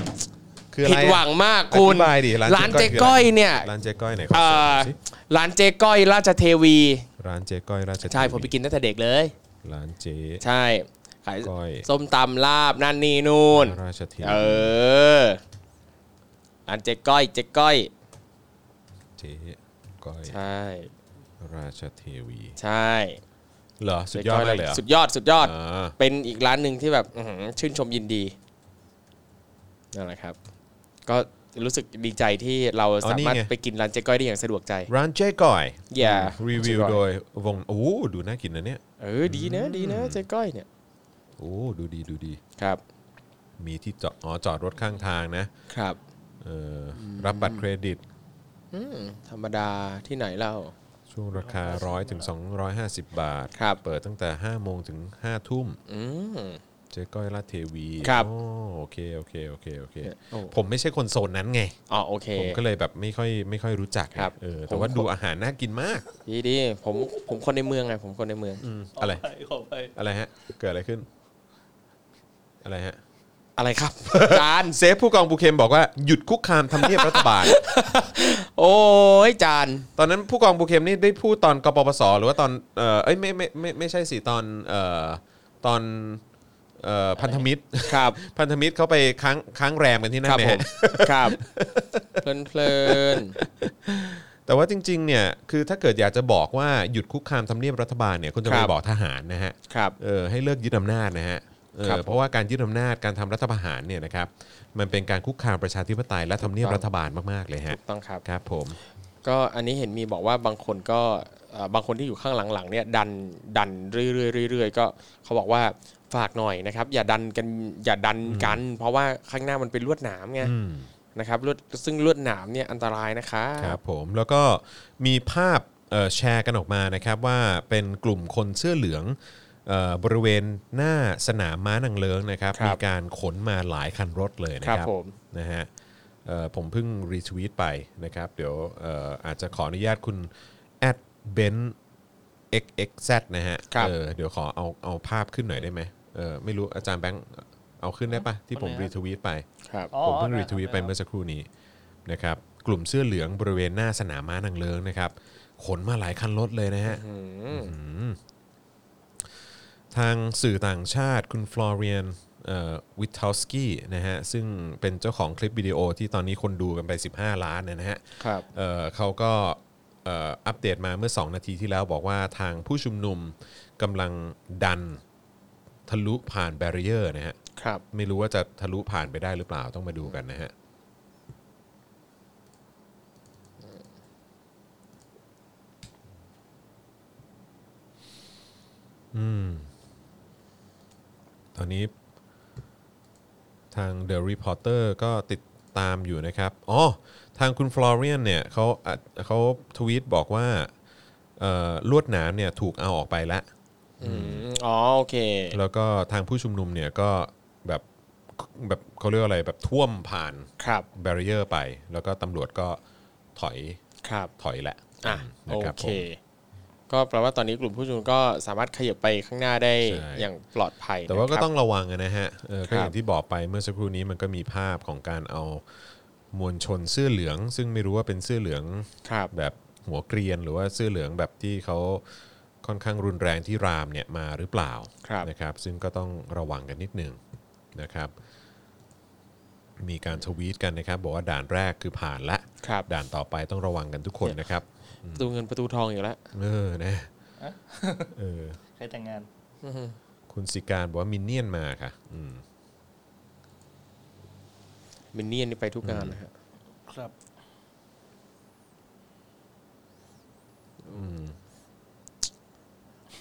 Speaker 1: คืออะไร
Speaker 2: ผิด
Speaker 1: อะ
Speaker 2: หวังมากคุณ
Speaker 1: อธิบายดิ
Speaker 2: ร้านเจ๊ก้อยเนี่ย
Speaker 1: ร้านเจ๊ก้อยไหนขอ
Speaker 2: เอ่
Speaker 1: เสิร์ชหน่อ
Speaker 2: อ
Speaker 1: ยสิ
Speaker 2: ร้านเจ๊ก้อยราชเทวี
Speaker 1: ร้านเจ๊ก้อยราชเทวี
Speaker 2: ใช่ผมไปกินตั้งแต่เด็กเลย
Speaker 1: ร้านเจ๊
Speaker 2: ใช่ขาย
Speaker 1: ก้อย
Speaker 2: ส้มตำลาบนั่นนี่นู่น
Speaker 1: ราชเท
Speaker 2: เอ
Speaker 1: วี
Speaker 2: อร้านเจ๊ก้อยเจ๊ก้อย
Speaker 1: เจ๊ก้อย
Speaker 2: ใช่
Speaker 1: ราชเทวี
Speaker 2: ใช่
Speaker 1: เหรอสุดยอดมากเลยเหรอ
Speaker 2: สุดยอดสุดยอด
Speaker 1: อ่า
Speaker 2: เป็นอีกร้านหนึ่งที่แบบอื้อหือชื่นชมยินดีนั่นแหละครับ ก็รู้สึกดีใจที่เราสามารถไปกินร้านเจ๊ก้อยได้อย่างสะดวกใจ
Speaker 1: ร้านเจ๊ก้อย
Speaker 2: Yeah
Speaker 1: รีวิว
Speaker 2: เจ๊ก้อย
Speaker 1: โดยวงโอ้โหดูน่ากินนะเนี่ย
Speaker 2: เออดีนะดีนะเจ๊ก้อยเนี่ย
Speaker 1: โอ้ดูดีดูดี
Speaker 2: ครับ
Speaker 1: มีที่จอดอ๋อจอดรถข้างทางนะครับ เอออรับบัตรเครดิต
Speaker 2: ธรรมดาที่ไหนเล่า
Speaker 1: ช่วงราคา 100ถึง250 บาท
Speaker 2: ครับ
Speaker 1: เปิดตั้งแต่ 5 โมงถึง 5 ทุ่ม
Speaker 2: อืม
Speaker 1: เจ๊ก้อยลาดเทวี
Speaker 2: ครับ
Speaker 1: โอ้โอเค โอเค โอเค โอเค
Speaker 2: โอ้
Speaker 1: ผมไม่ใช่คนโซนนั้นไง
Speaker 2: อ๋อโอเค
Speaker 1: ผมก็เลยแบบไม่ค่อยไม่ค่อยรู้จักไง
Speaker 2: ครับ
Speaker 1: เออ แต่ว่า
Speaker 2: ผม
Speaker 1: ดูอาหารน่ากินมาก
Speaker 2: ดีดีผมผมคนในเมืองไงผมคนในเมือง
Speaker 1: อะไร
Speaker 4: ขอปขอไป
Speaker 1: อะไรฮะ เกิดอะไรขึ้น อะไรฮะ
Speaker 2: อะไรครับ จาน
Speaker 1: เซฟผู้กองปูเข็มบอกว่าหยุดคุกคามทำเนียบรัฐ บาล
Speaker 2: โอ้ยจาน
Speaker 1: ตอนนั้นผู้กองปูเข็มนี่ได้พูดตอนกปปสหรือว่าตอนเออเอ้ยไม่ไม่ไม่ไม่ใช่สิตอนเอ่อตอนเอ่อพันธมิตร
Speaker 2: ครับ
Speaker 1: พันธมิตรเขาไปค้างค้างแรมกันที่นั่
Speaker 2: คน รับ
Speaker 1: เนี่
Speaker 2: ผ
Speaker 1: ย
Speaker 2: ม ครับ เพลินเพลิน
Speaker 1: แต่ว่าจริงๆเนี่ยคือถ้าเกิดอยากจะบอกว่าหยุดคุกคามทำเนียบรัฐบาลเนี่ยคุณจะไปบอกทหารนะฮะ
Speaker 2: ครับ
Speaker 1: เออให้เลิกยึดอำนาจนะฮะเออ
Speaker 2: ครับผม
Speaker 1: เพราะว่าการยึดอำนาจการทำรัฐประหารเนี่ยนะครับมันเป็นการคุกคามประชาธิปไตยและทำเนียบ
Speaker 2: ถูกต้อง
Speaker 1: รัฐบาลมากๆเลยฮะ
Speaker 2: ต้องครับ
Speaker 1: ครับผม
Speaker 2: ก็อันนี้เห็นมีบอกว่าบางคนก็เอ่อบางคนที่อยู่ข้างหลังๆเนี่ยดันดันเรื่อยๆเรื่อยๆก็เขาบอกว่าฝากหน่อยนะครับ อย่าดันกันอย่าดันกัน เพราะว่าข้างหน้ามันเป็นลวดหนามไง
Speaker 1: อืม
Speaker 2: นะครับลวดซึ่งลวดหนามเนี่ยอันตรายนะคะ
Speaker 1: ครับผมแล้วก็มีภาพเอ่อแชร์กันออกมานะครับว่าเป็นกลุ่มคนเสื้อเหลืองเอ่อบริเวณหน้าสนามม้านางเลิงนะครับ
Speaker 2: ครับ
Speaker 1: มีการขนมาหลายคันรถเลยนะค
Speaker 2: ครั
Speaker 1: รับบ
Speaker 2: ผม
Speaker 1: นะฮะเอ่อผมเพิ่งรีทวีตไปนะครับเดี๋ยวเอ่ออาจจะขออนุญาตคุณแอดเบน xxz นะฮะ
Speaker 2: ครับ
Speaker 1: เออเดี๋ยวขอเอาเอาภาพขึ้นหน่อยได้ไหมเออไม่รู้อาจารย์แบงค์เอาขึ้นได้ปะที่ผม
Speaker 4: เอาเลย
Speaker 1: รี
Speaker 4: ฮะ
Speaker 1: ทวีตไป
Speaker 2: ครับ
Speaker 4: อ๋อ
Speaker 1: ผมเพิ่ง
Speaker 4: ได้
Speaker 1: รีทวีต
Speaker 4: ได้
Speaker 1: ไปเมื่อสักครู่นี้นะครับกลุ่มเสื้อเหลืองบริเวณหน้าสนามม้านางเลิงนะครับขนมาหลายคันรถเลยนะฮะอื้อหือทางสื่อต่างชาติคุณฟลอเรียนวิท t วสกี้นะฮะซึ่งเป็นเจ้าของคลิปวิดีโอที่ตอนนี้คนดูกันไป 15 ล้านเนี่ยนะฮะ
Speaker 2: ครับ
Speaker 1: เอ่อเขาก็เอ่ออัปเดตมาเมื่อ 2 นาทีที่แล้วบอกว่าทางผู้ชุมนุมกำลังดันทะลุผ่านแบรีเออร์นะฮะ
Speaker 2: ครับ
Speaker 1: ไม่รู้ว่าจะทะลุผ่านไปได้หรือเปล่าต้องมาดูกันนะฮะ อืม ตอนนี้ทาง The Reporter ก็ติดตามอยู่นะครับ อ๋อ ทางคุณฟลอเรียนเนี่ยเขาอ่ะเขาทวีตบอกว่าเอ่อลวดหนามเนี่ยถูกเอาออกไปแล้ว
Speaker 2: อืมอ๋อโอเค
Speaker 1: แล้วก็ทางผู้ชุมนุมเนี่ยก็แบบแบบเขาเรียกว่าอะไรแบบท่วมผ่าน
Speaker 2: ครับ
Speaker 1: แบรีเออร์ไป แล้วก็ตำรวจก็ถอย
Speaker 2: ครับ
Speaker 1: ถอยแหละ
Speaker 2: อ่ะ
Speaker 1: นะ
Speaker 2: โอ
Speaker 1: รับ
Speaker 2: เค
Speaker 1: ผม
Speaker 2: ก็แปลว่าตอนนี้กลุ่มผู้ชุมนุมก็สามารถขยับไปข้างหน้าได้
Speaker 1: ใช่
Speaker 2: อย่างปลอดภัย
Speaker 1: แต่ว่าก็
Speaker 2: นะครับ
Speaker 1: ต้องระวังนะฮะเออก็อย่า
Speaker 2: ครั
Speaker 1: ง
Speaker 2: บ
Speaker 1: ที่บอกไปเมื่อสักครู่นี้มันก็มีภาพของการเอามวลชนเสื้อเหลือง ซึ่งไม่รู้ว่าเป็นเสื้อเหลือง
Speaker 2: ครับ
Speaker 1: แบบหัวเกรียน หรือว่าเสื้อเหลืองแบบที่เขาค่อนข้างรุนแรงที่รามเนี่ยมาหรือเปล่า
Speaker 2: ครับ
Speaker 1: นะครับ ซึ่งก็ต้องระวังกันนิดนึงนะครับ มีการทวีตกันนะครับ บอกว่าด่านแรกคือผ่านละ
Speaker 2: ครับ
Speaker 1: ด่านต่อไปต้องระวังกันทุกคนนะครับ
Speaker 2: ประตูเงินประตูทองอยู่แล้ว
Speaker 1: เออนะเออ
Speaker 4: ใครแต่งงาน
Speaker 1: คุณสิการบอกว่ามินเนี่ยนมาค่ะ อืม
Speaker 2: มินเนี่ยนนี่ไปทุกงานนะฮะ
Speaker 4: ครับ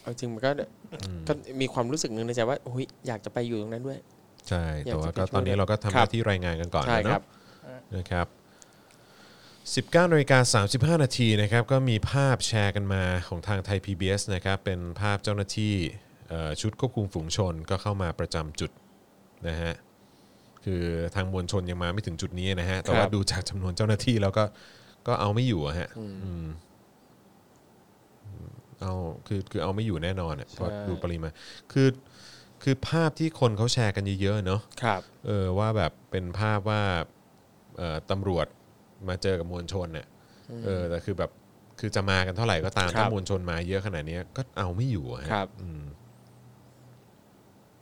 Speaker 2: เอาจริงมันก็ก็มีความรู้สึกหนึงในใจว่าหุยอยากจะไปอยู่ตรงนั้นด้วย
Speaker 1: ใช่
Speaker 2: อยาก
Speaker 1: แต่ว่า
Speaker 2: จะไป
Speaker 1: ก็
Speaker 2: ช่วย
Speaker 1: ตอนนี้เราก็ทำห
Speaker 2: ครั
Speaker 1: น้า
Speaker 2: บ
Speaker 1: ที่รายงานกันก่อน
Speaker 2: ใช่
Speaker 1: แล้ว
Speaker 2: ค
Speaker 1: เน
Speaker 2: รับ
Speaker 1: อะนะครับ 19นาฬิกา35 นาทีนะครับ ก็มีภาพแชร์กันมาของทางไทย PBS นะครับ เป็นภาพเจ้าหน้าที่เอ่อชุดควบคุมฝูงชนก็เข้ามาประจำจุดนะฮะ คือทางมวลชนยังมาไม่ถึงจุดนี้นะฮะ แต่ว่า
Speaker 2: ครับ
Speaker 1: ดูจากจำนวนเจ้าหน้าที่แล้วก็ก็เอาไม่อยู่อะฮะอืมเอาคือคือเอาไม่อยู่แน่นอนอะเพราะดูปริมาณคือคือภาพที่คนเขาแชร์กันเยอะๆเนาะ
Speaker 2: ครับ
Speaker 1: เออว่าแบบเป็นภาพว่าเอ่อตำรวจมาเจอกับมวลชนเนี่ยเออแต่คือแบบคือจะมากันเท่าไหร่ก็ตาม
Speaker 2: ครับ
Speaker 1: ถ้ามวลชนมาเยอะขนาดเนี้ยก็เอาไม่อยู่อะฮะ
Speaker 2: ครับ
Speaker 1: อืม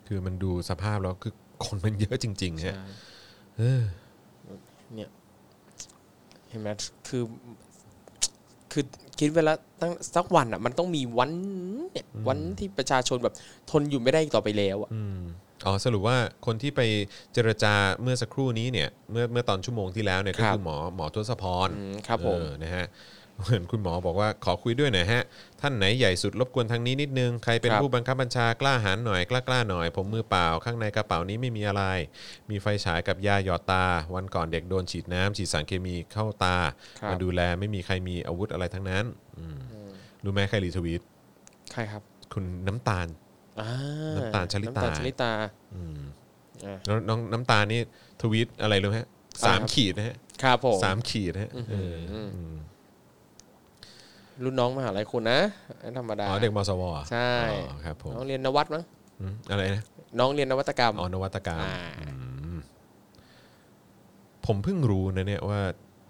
Speaker 1: คือมันดูสภาพแล้วคือคนมันเยอะจริงๆฮะ
Speaker 2: ใช่
Speaker 1: เออ
Speaker 2: เนี่ยเห็นไหมคือ คือคิดเวลาตั้งสักวันอ่ะ มันต้องมีวันเนี่ยวันที่ประชาชนแบบทนอยู่ไม่ได้อีกต่อไปแล้วอ่ะ
Speaker 1: อืมอ๋อสรุปว่าคนที่ไปเจรจาเมื่อสักครู่นี้เนี่ย เมื่อเมื่อตอนชั่วโมงที่แล้วเนี่ยก็
Speaker 2: ครับ
Speaker 1: คือหมอหมอทศพร
Speaker 2: อืมครับผม
Speaker 1: เออนะฮะเหมือนคุณหมอบอกว่าขอคุยด้วยหน่อยฮะ ท่านไหนใหญ่สุดรบกวนทางนี้นิดนึง ใครเป็น
Speaker 2: ครับ
Speaker 1: ผู้บังคับบัญชากล้าหาญหน่อยกล้ากล้าหน่อย ผมมือเปล่า ข้างในกระเป๋านี้ไม่มีอะไร มีไฟฉายกับยาหยอดตา วันก่อนเด็กโดนฉีดน้ำฉีดสารเคมีเข้าตา
Speaker 2: ครับ
Speaker 1: มาดูแลไม่มีใครมีอาวุธอะไรทั้งนั้นอืม รู้ไหมใครรีทวีต
Speaker 2: ใครครับ
Speaker 1: คุณน้ำตาล
Speaker 2: อ่า
Speaker 1: น้ำตาลชลิตา
Speaker 2: น้ำตาลชลิตา
Speaker 1: อืม
Speaker 2: อ่า
Speaker 1: น้องน้องน้ำตาลนี่ทวีตอะไรรู้ไหมฮะสาม
Speaker 2: อะไรครับ
Speaker 1: ขีดนะฮะ
Speaker 2: ครับผม
Speaker 1: สามขีดนะฮะเอออืม
Speaker 2: รุ่นน้องมหาลัยคุณนะไม่ธรรมดา
Speaker 1: อ๋อเด็กมสวอ่ะ
Speaker 2: ใช่
Speaker 1: อ๋อครับผม
Speaker 2: น้องเรียนนวัตมั้ง
Speaker 1: อืมอะไรนะ
Speaker 2: น้องเรียนนวัตกรรม
Speaker 1: อ๋อนวัตกรรม
Speaker 2: อ่า
Speaker 1: อืมผมเพิ่งรู้นะเนี่ยว่า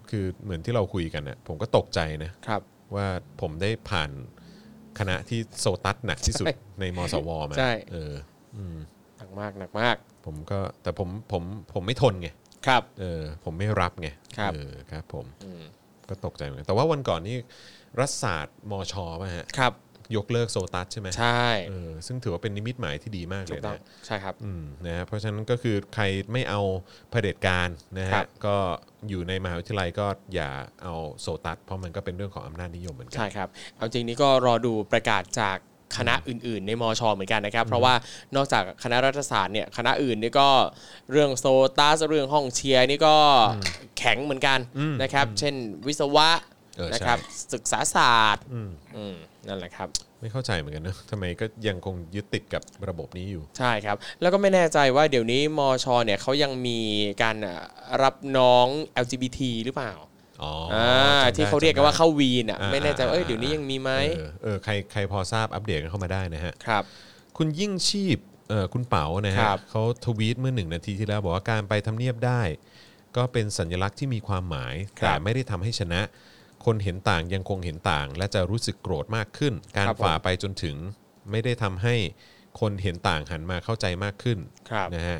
Speaker 1: คือเหมือนที่เราคุยกันนะผมก็ตกใจนะครับ ว่าผมได้ผ่านคณะที่โซตัสหนักที่สุด
Speaker 2: ใช่
Speaker 1: ในมสวมา
Speaker 2: ใช่
Speaker 1: เอออืม
Speaker 2: หนักมากหนักมาก
Speaker 1: ผมก็แต่ผมผมผมไม่ทนไง
Speaker 2: ครับ
Speaker 1: เออผมไม่รับไง
Speaker 2: ครับ
Speaker 1: เออครับ ผม
Speaker 2: อืม
Speaker 1: ก็ตกใจเหมือนกันแต่ว่าวันก่อนนี่รัฐศาสตร์มชป่ะฮะ
Speaker 2: ครับ
Speaker 1: ยกเลิกโซตัสใช่ไหม
Speaker 2: ใช่
Speaker 1: เออซึ่งถือว่าเป็นนิมิตหมายที่ดีมากเล
Speaker 2: ถู
Speaker 1: ย
Speaker 2: ก
Speaker 1: นะ
Speaker 2: ต้อง
Speaker 1: ฮะ
Speaker 2: ใช่ครับ
Speaker 1: อืมนะฮะเพราะฉะนั้นก็คือใครไม่เอาเผด็จการนะ
Speaker 2: ครั
Speaker 1: ฮะ
Speaker 2: บ
Speaker 1: ก็อยู่ในมหาวิทยาลัยก็อย่าเอาโซตัสเพราะมันก็เป็นเรื่องของอำนาจนิยมเหมือนกั
Speaker 2: ใช่ครับ เอาจริงนี้ก็รอดูประกาศจากคณะอื่น ๆ ในมอชอเหมือนกันนะครับ เพราะว่านอกจากคณะรัฐศาสตร์เนี่ยคณะอื่นนี่ก็เรื่องโซตัสเรื่องห้องเชียร์นี่ก็แข็งเหมือนกันนะครับ เช่นวิศวะ
Speaker 1: เออ
Speaker 2: นะ
Speaker 1: ใช่
Speaker 2: ครับศึกษาศาสตร์อืมนั่นแหละครับ
Speaker 1: ไม่เข้าใจเหมือนกันนะทำไมก็ยังคงยึดติดกับระบบนี้อยู่
Speaker 2: ใช่ครับ แล้วก็ไม่แน่ใจว่าเดี๋ยวนี้มอชอเนี่ยเขายังมีการเอ่อรับน้อง LGBT หรือเปล่า
Speaker 1: อ๋อ
Speaker 2: อ่า
Speaker 1: จำได้
Speaker 2: ที่เขาเรียกกันว่า
Speaker 1: จำได้
Speaker 2: เข้าวีนอ่ะ
Speaker 1: อ่า
Speaker 2: ไม่แน่ใจว่าเอ้ย
Speaker 1: า
Speaker 2: เดี๋ยวนี้ยังมีไหม
Speaker 1: เออเออใครใครพอทราบอัปเดตกันเข้ามาได้นะฮะ
Speaker 2: ครับ
Speaker 1: คุณยิ่งชีพเอ่อคุณเป๋านะ
Speaker 2: ค
Speaker 1: ฮะ
Speaker 2: รับ
Speaker 1: เขาทวีตเมื่อหนึ่งนาทีที่แล้วบอกว่าการไปทำเนียบได้ ก็เป็นสัญลักษณ์ที่มีความหมาย แต่ไม่ได้ทำให้ชนะ คนเห็นต่างยังคงเห็นต่าง และจะรู้สึกโกรธมากขึ้น การฝ่าไปจนถึงไม่ได้ทำให้คนเห็นต่างหันมาเข้าใจมากขึ้น
Speaker 2: ครับ
Speaker 1: นะฮะ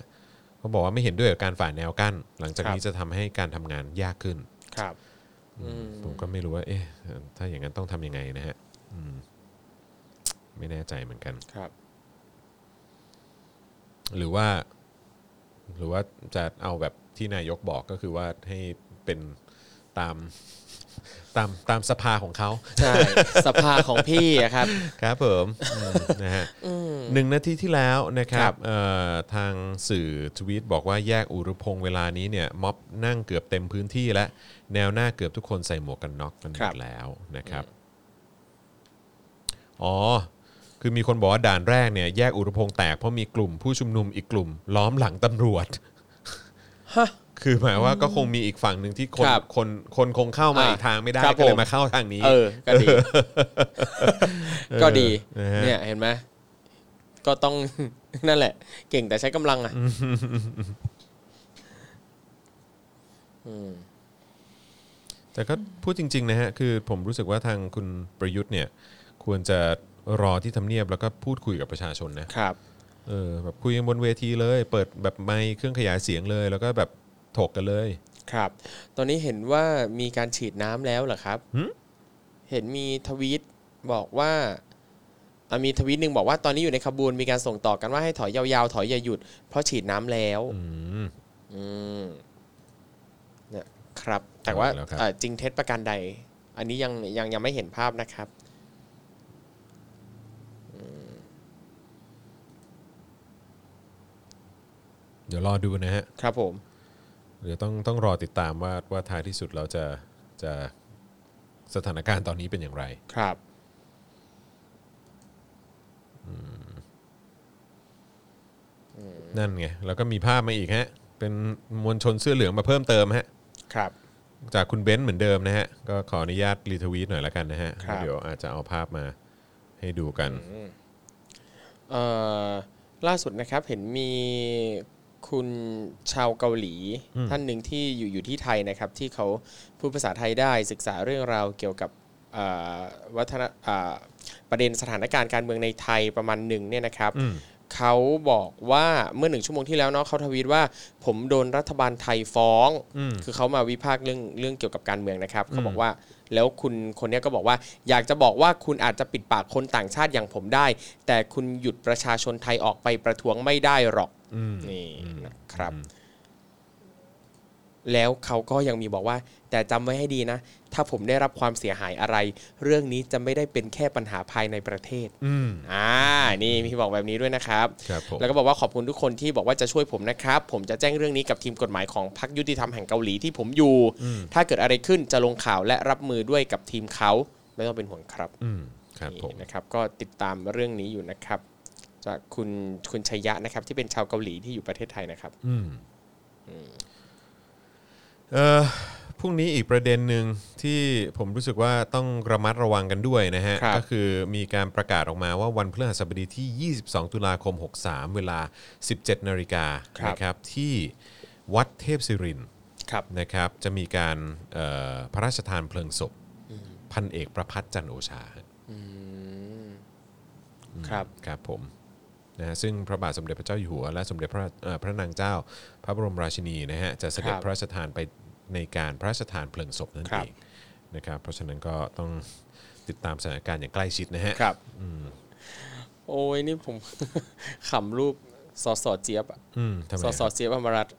Speaker 1: เขาบอกว่าไม่เห็นด้วยกับการฝ่าแนวกั้น หลังจากนี้
Speaker 2: ครับ
Speaker 1: จะทำให้การทำงานยากขึ้น
Speaker 2: ครับ
Speaker 1: ผมก็ไม่รู้ว่าเอ๊ะถ้าอย่างนั้นต้องทำยังไงนะฮะอืมไม่แน่ใจเหมือนกัน
Speaker 2: ครับ
Speaker 1: หรือว่า หรือว่าจะเอาแบบที่นายกบอกก็คือว่าให้เป็นตามตามตามสภาของเขา
Speaker 2: ใช่ สภาของพี่อะครับ
Speaker 1: ครับผมอืมนะฮะหนึ่งนาทีที่แล้วนะครับ
Speaker 2: ครับ
Speaker 1: เอ่อทางสื่อทวีตบอกว่าแยกอุรุพงศ์เวลานี้เนี่ยม็อบนั่งเกือบเต็มพื้นที่และแนวหน้าเกือบทุกคนใส่หมวกกันน็อกกันหมดแล้วนะครับ อ๋อ คือมีคนบอกว่าด่านแรกเนี่ยแยกอุรุพงศ์แตกเพราะมีกลุ่มผู้ชุมนุมอีกกลุ่ม ล้อมหลังตำรวจ
Speaker 2: ฮะ
Speaker 1: คือหมายว่าก็คงมีอีกฝั่งหนึ่งที่คน
Speaker 2: ครับ
Speaker 1: คนคนคงเข้ามา
Speaker 2: อ่า
Speaker 1: อีกทางไม่ได้
Speaker 2: ครับ
Speaker 1: ก็เล
Speaker 2: ผ
Speaker 1: ย
Speaker 2: ม
Speaker 1: มาเข้าทางนี้
Speaker 2: เออ ก็ดี ก็ดี
Speaker 1: นะฮะ
Speaker 2: เนี่ย เห็นไหม ก็ต้อง นั่นแหละ เก่งแต่ใช้กำลังอ่ะ
Speaker 1: แต่ก็พูดจริง ๆ นะฮะ คือผมรู้สึกว่าทางคุณประยุทธ์เนี่ย ควรจะรอที่ทำเนียบแล้วก็พูดคุยกับประชาชนนะ
Speaker 2: ครับ
Speaker 1: เออแบบคุยกันบนเวทีเลย เปิดแบบไมค์เครื่องขยายเสียงเลย แล้วก็แบบถกกันเลย
Speaker 2: ครับ ตอนนี้เห็นว่ามีการฉีดน้ำแล้วเหรอครับ
Speaker 1: หึ
Speaker 2: เห็นมีทวีตบอกว่าอ่ะมีทวีตหนึ่งบอกว่าตอนนี้อยู่ในขบวนมีการส่งต่อกันว่าให้ถอยยาวๆ ถอยอย่าหยุด เพราะฉีดน้ำแล้ว
Speaker 1: อืม
Speaker 2: อืมเนี่ยครับ แต่ว่า
Speaker 1: เอาแล้วครับ
Speaker 2: เอ่อจริงเท็จประการใด อันนี้ยังยังยังไม่เห็นภาพนะครับ
Speaker 1: เดี๋ยวรอดูนะฮะ
Speaker 2: ครับผม
Speaker 1: เดี๋ยวต้องต้องรอติดตามว่าว่าท้ายที่สุดเราจะจะสถานการณ์ตอนนี้เป็นอย่างไร
Speaker 2: ครับ
Speaker 1: นั่นไง แล้วก็มีภาพมาอีกฮะ เป็นมวลชนเสื้อเหลืองมาเพิ่มเติมฮะ
Speaker 2: ครับ
Speaker 1: จากคุณเบนซ์เหมือนเดิมนะฮะ ก็ขออนุญาตรีทวีตหน่อยละกันนะฮะ
Speaker 2: ครับ
Speaker 1: เดี๋ยวอาจจะเอาภาพมาให้ดูกัน
Speaker 2: เอ่อล่าสุดนะครับเห็นมีคุณชาวเกาหลี ท่านหนึ่งที่อยู่อยู่ที่ไทยนะครับ ที่เขาพูดภาษาไทยได้ศึกษาเรื่องราวเกี่ยวกับเอ่อวัฒนเอ่อประเด็นสถานการณ์การเมืองในไทยประมาณหนึ่งเนี่ยนะครับเขาบอกว่าเมื่อหนึ่งชั่วโมงที่แล้วเนาะเขาทวีตว่า ผมโดนรัฐบาลไทยฟ้อง คือเขามาวิพากษ์เรื่องเรื่องเกี่ยวกับการเมืองนะครับเขาบอกว่า แล้วคุณคนเนี้ยก็บอกว่า อยากจะบอกว่าคุณอาจจะปิดปากคนต่างชาติอย่างผมได้ แต่คุณหยุดประชาชนไทยออกไปประท้วงไม่ได้หรอกนี่นะครับ แล้วเขาก็ยังมีบอกว่า แต่จำไว้ให้ดีนะ ถ้าผมได้รับความเสียหายอะไร เรื่องนี้จะไม่ได้เป็นแค่ปัญหาภายในประเทศ
Speaker 1: อืม
Speaker 2: อ่า นี่พี่บอกแบบนี้ด้วยนะครับ
Speaker 1: ครับผม
Speaker 2: แล้วก็บอกว่าขอบคุณทุกคนที่บอกว่าจะช่วยผมนะครับ ผมจะแจ้งเรื่องนี้กับทีมกฎหมายของพรรคยุติธรรมแห่งเกาหลีที่ผมอยู่ ถ้าเกิดอะไรขึ้นจะลงข่าวและรับมือด้วยกับทีมเขาไม่ต้องเป็นห่วงครับ
Speaker 1: อืม ครับผม
Speaker 2: นี่นะครับก็ติดตามเรื่องนี้อยู่นะครับ จากคุณคุณชัยยะนะครับ ที่เป็นชาวเกาหลีที่อยู่ประเทศไทยนะครับ
Speaker 1: อืมเอ่อพรุ่งนี้อีกประเด็นหนึ่งที่ผมรู้สึกว่าต้องระมัดระวังกันด้วยนะฮะ
Speaker 2: ครับ
Speaker 1: ก็คือมีการประกาศออกมาว่าวันพฤหัสบดีที่ 22 ตุลาคม 63 เวลา 17 นาฬิกานะครับ ที่วัดเทพศิรินทร์
Speaker 2: ครับ
Speaker 1: นะครับ จะมีการเอ่อพระราชทานเพลิงศพ พันเอกประพัฒน์จันทร์โอชาฮะ
Speaker 2: ครับ
Speaker 1: ครับผมนะฮะซึ่งพระบาทสมเด็จพระเจ้าอยู่หัว และสมเด็จพระเอ่อพระนางเจ้า พระบรมราชินีนะฮะจะเสด็จ
Speaker 2: ครับ
Speaker 1: พระราชทานไปในการพระราชทานเพลิงศพนั่น
Speaker 2: ครั
Speaker 1: เอบ งนะครับเพราะฉะนั้นก็ต้องติดตามสถานการณ์อย่างใกล้ชิดนะฮะ
Speaker 2: ครับโอ้ยนี่ผม ขำรูปสอสอเจี๊ยบอะ
Speaker 1: อืมทำไม
Speaker 2: สอสอเจี๊ยบอมรัตน์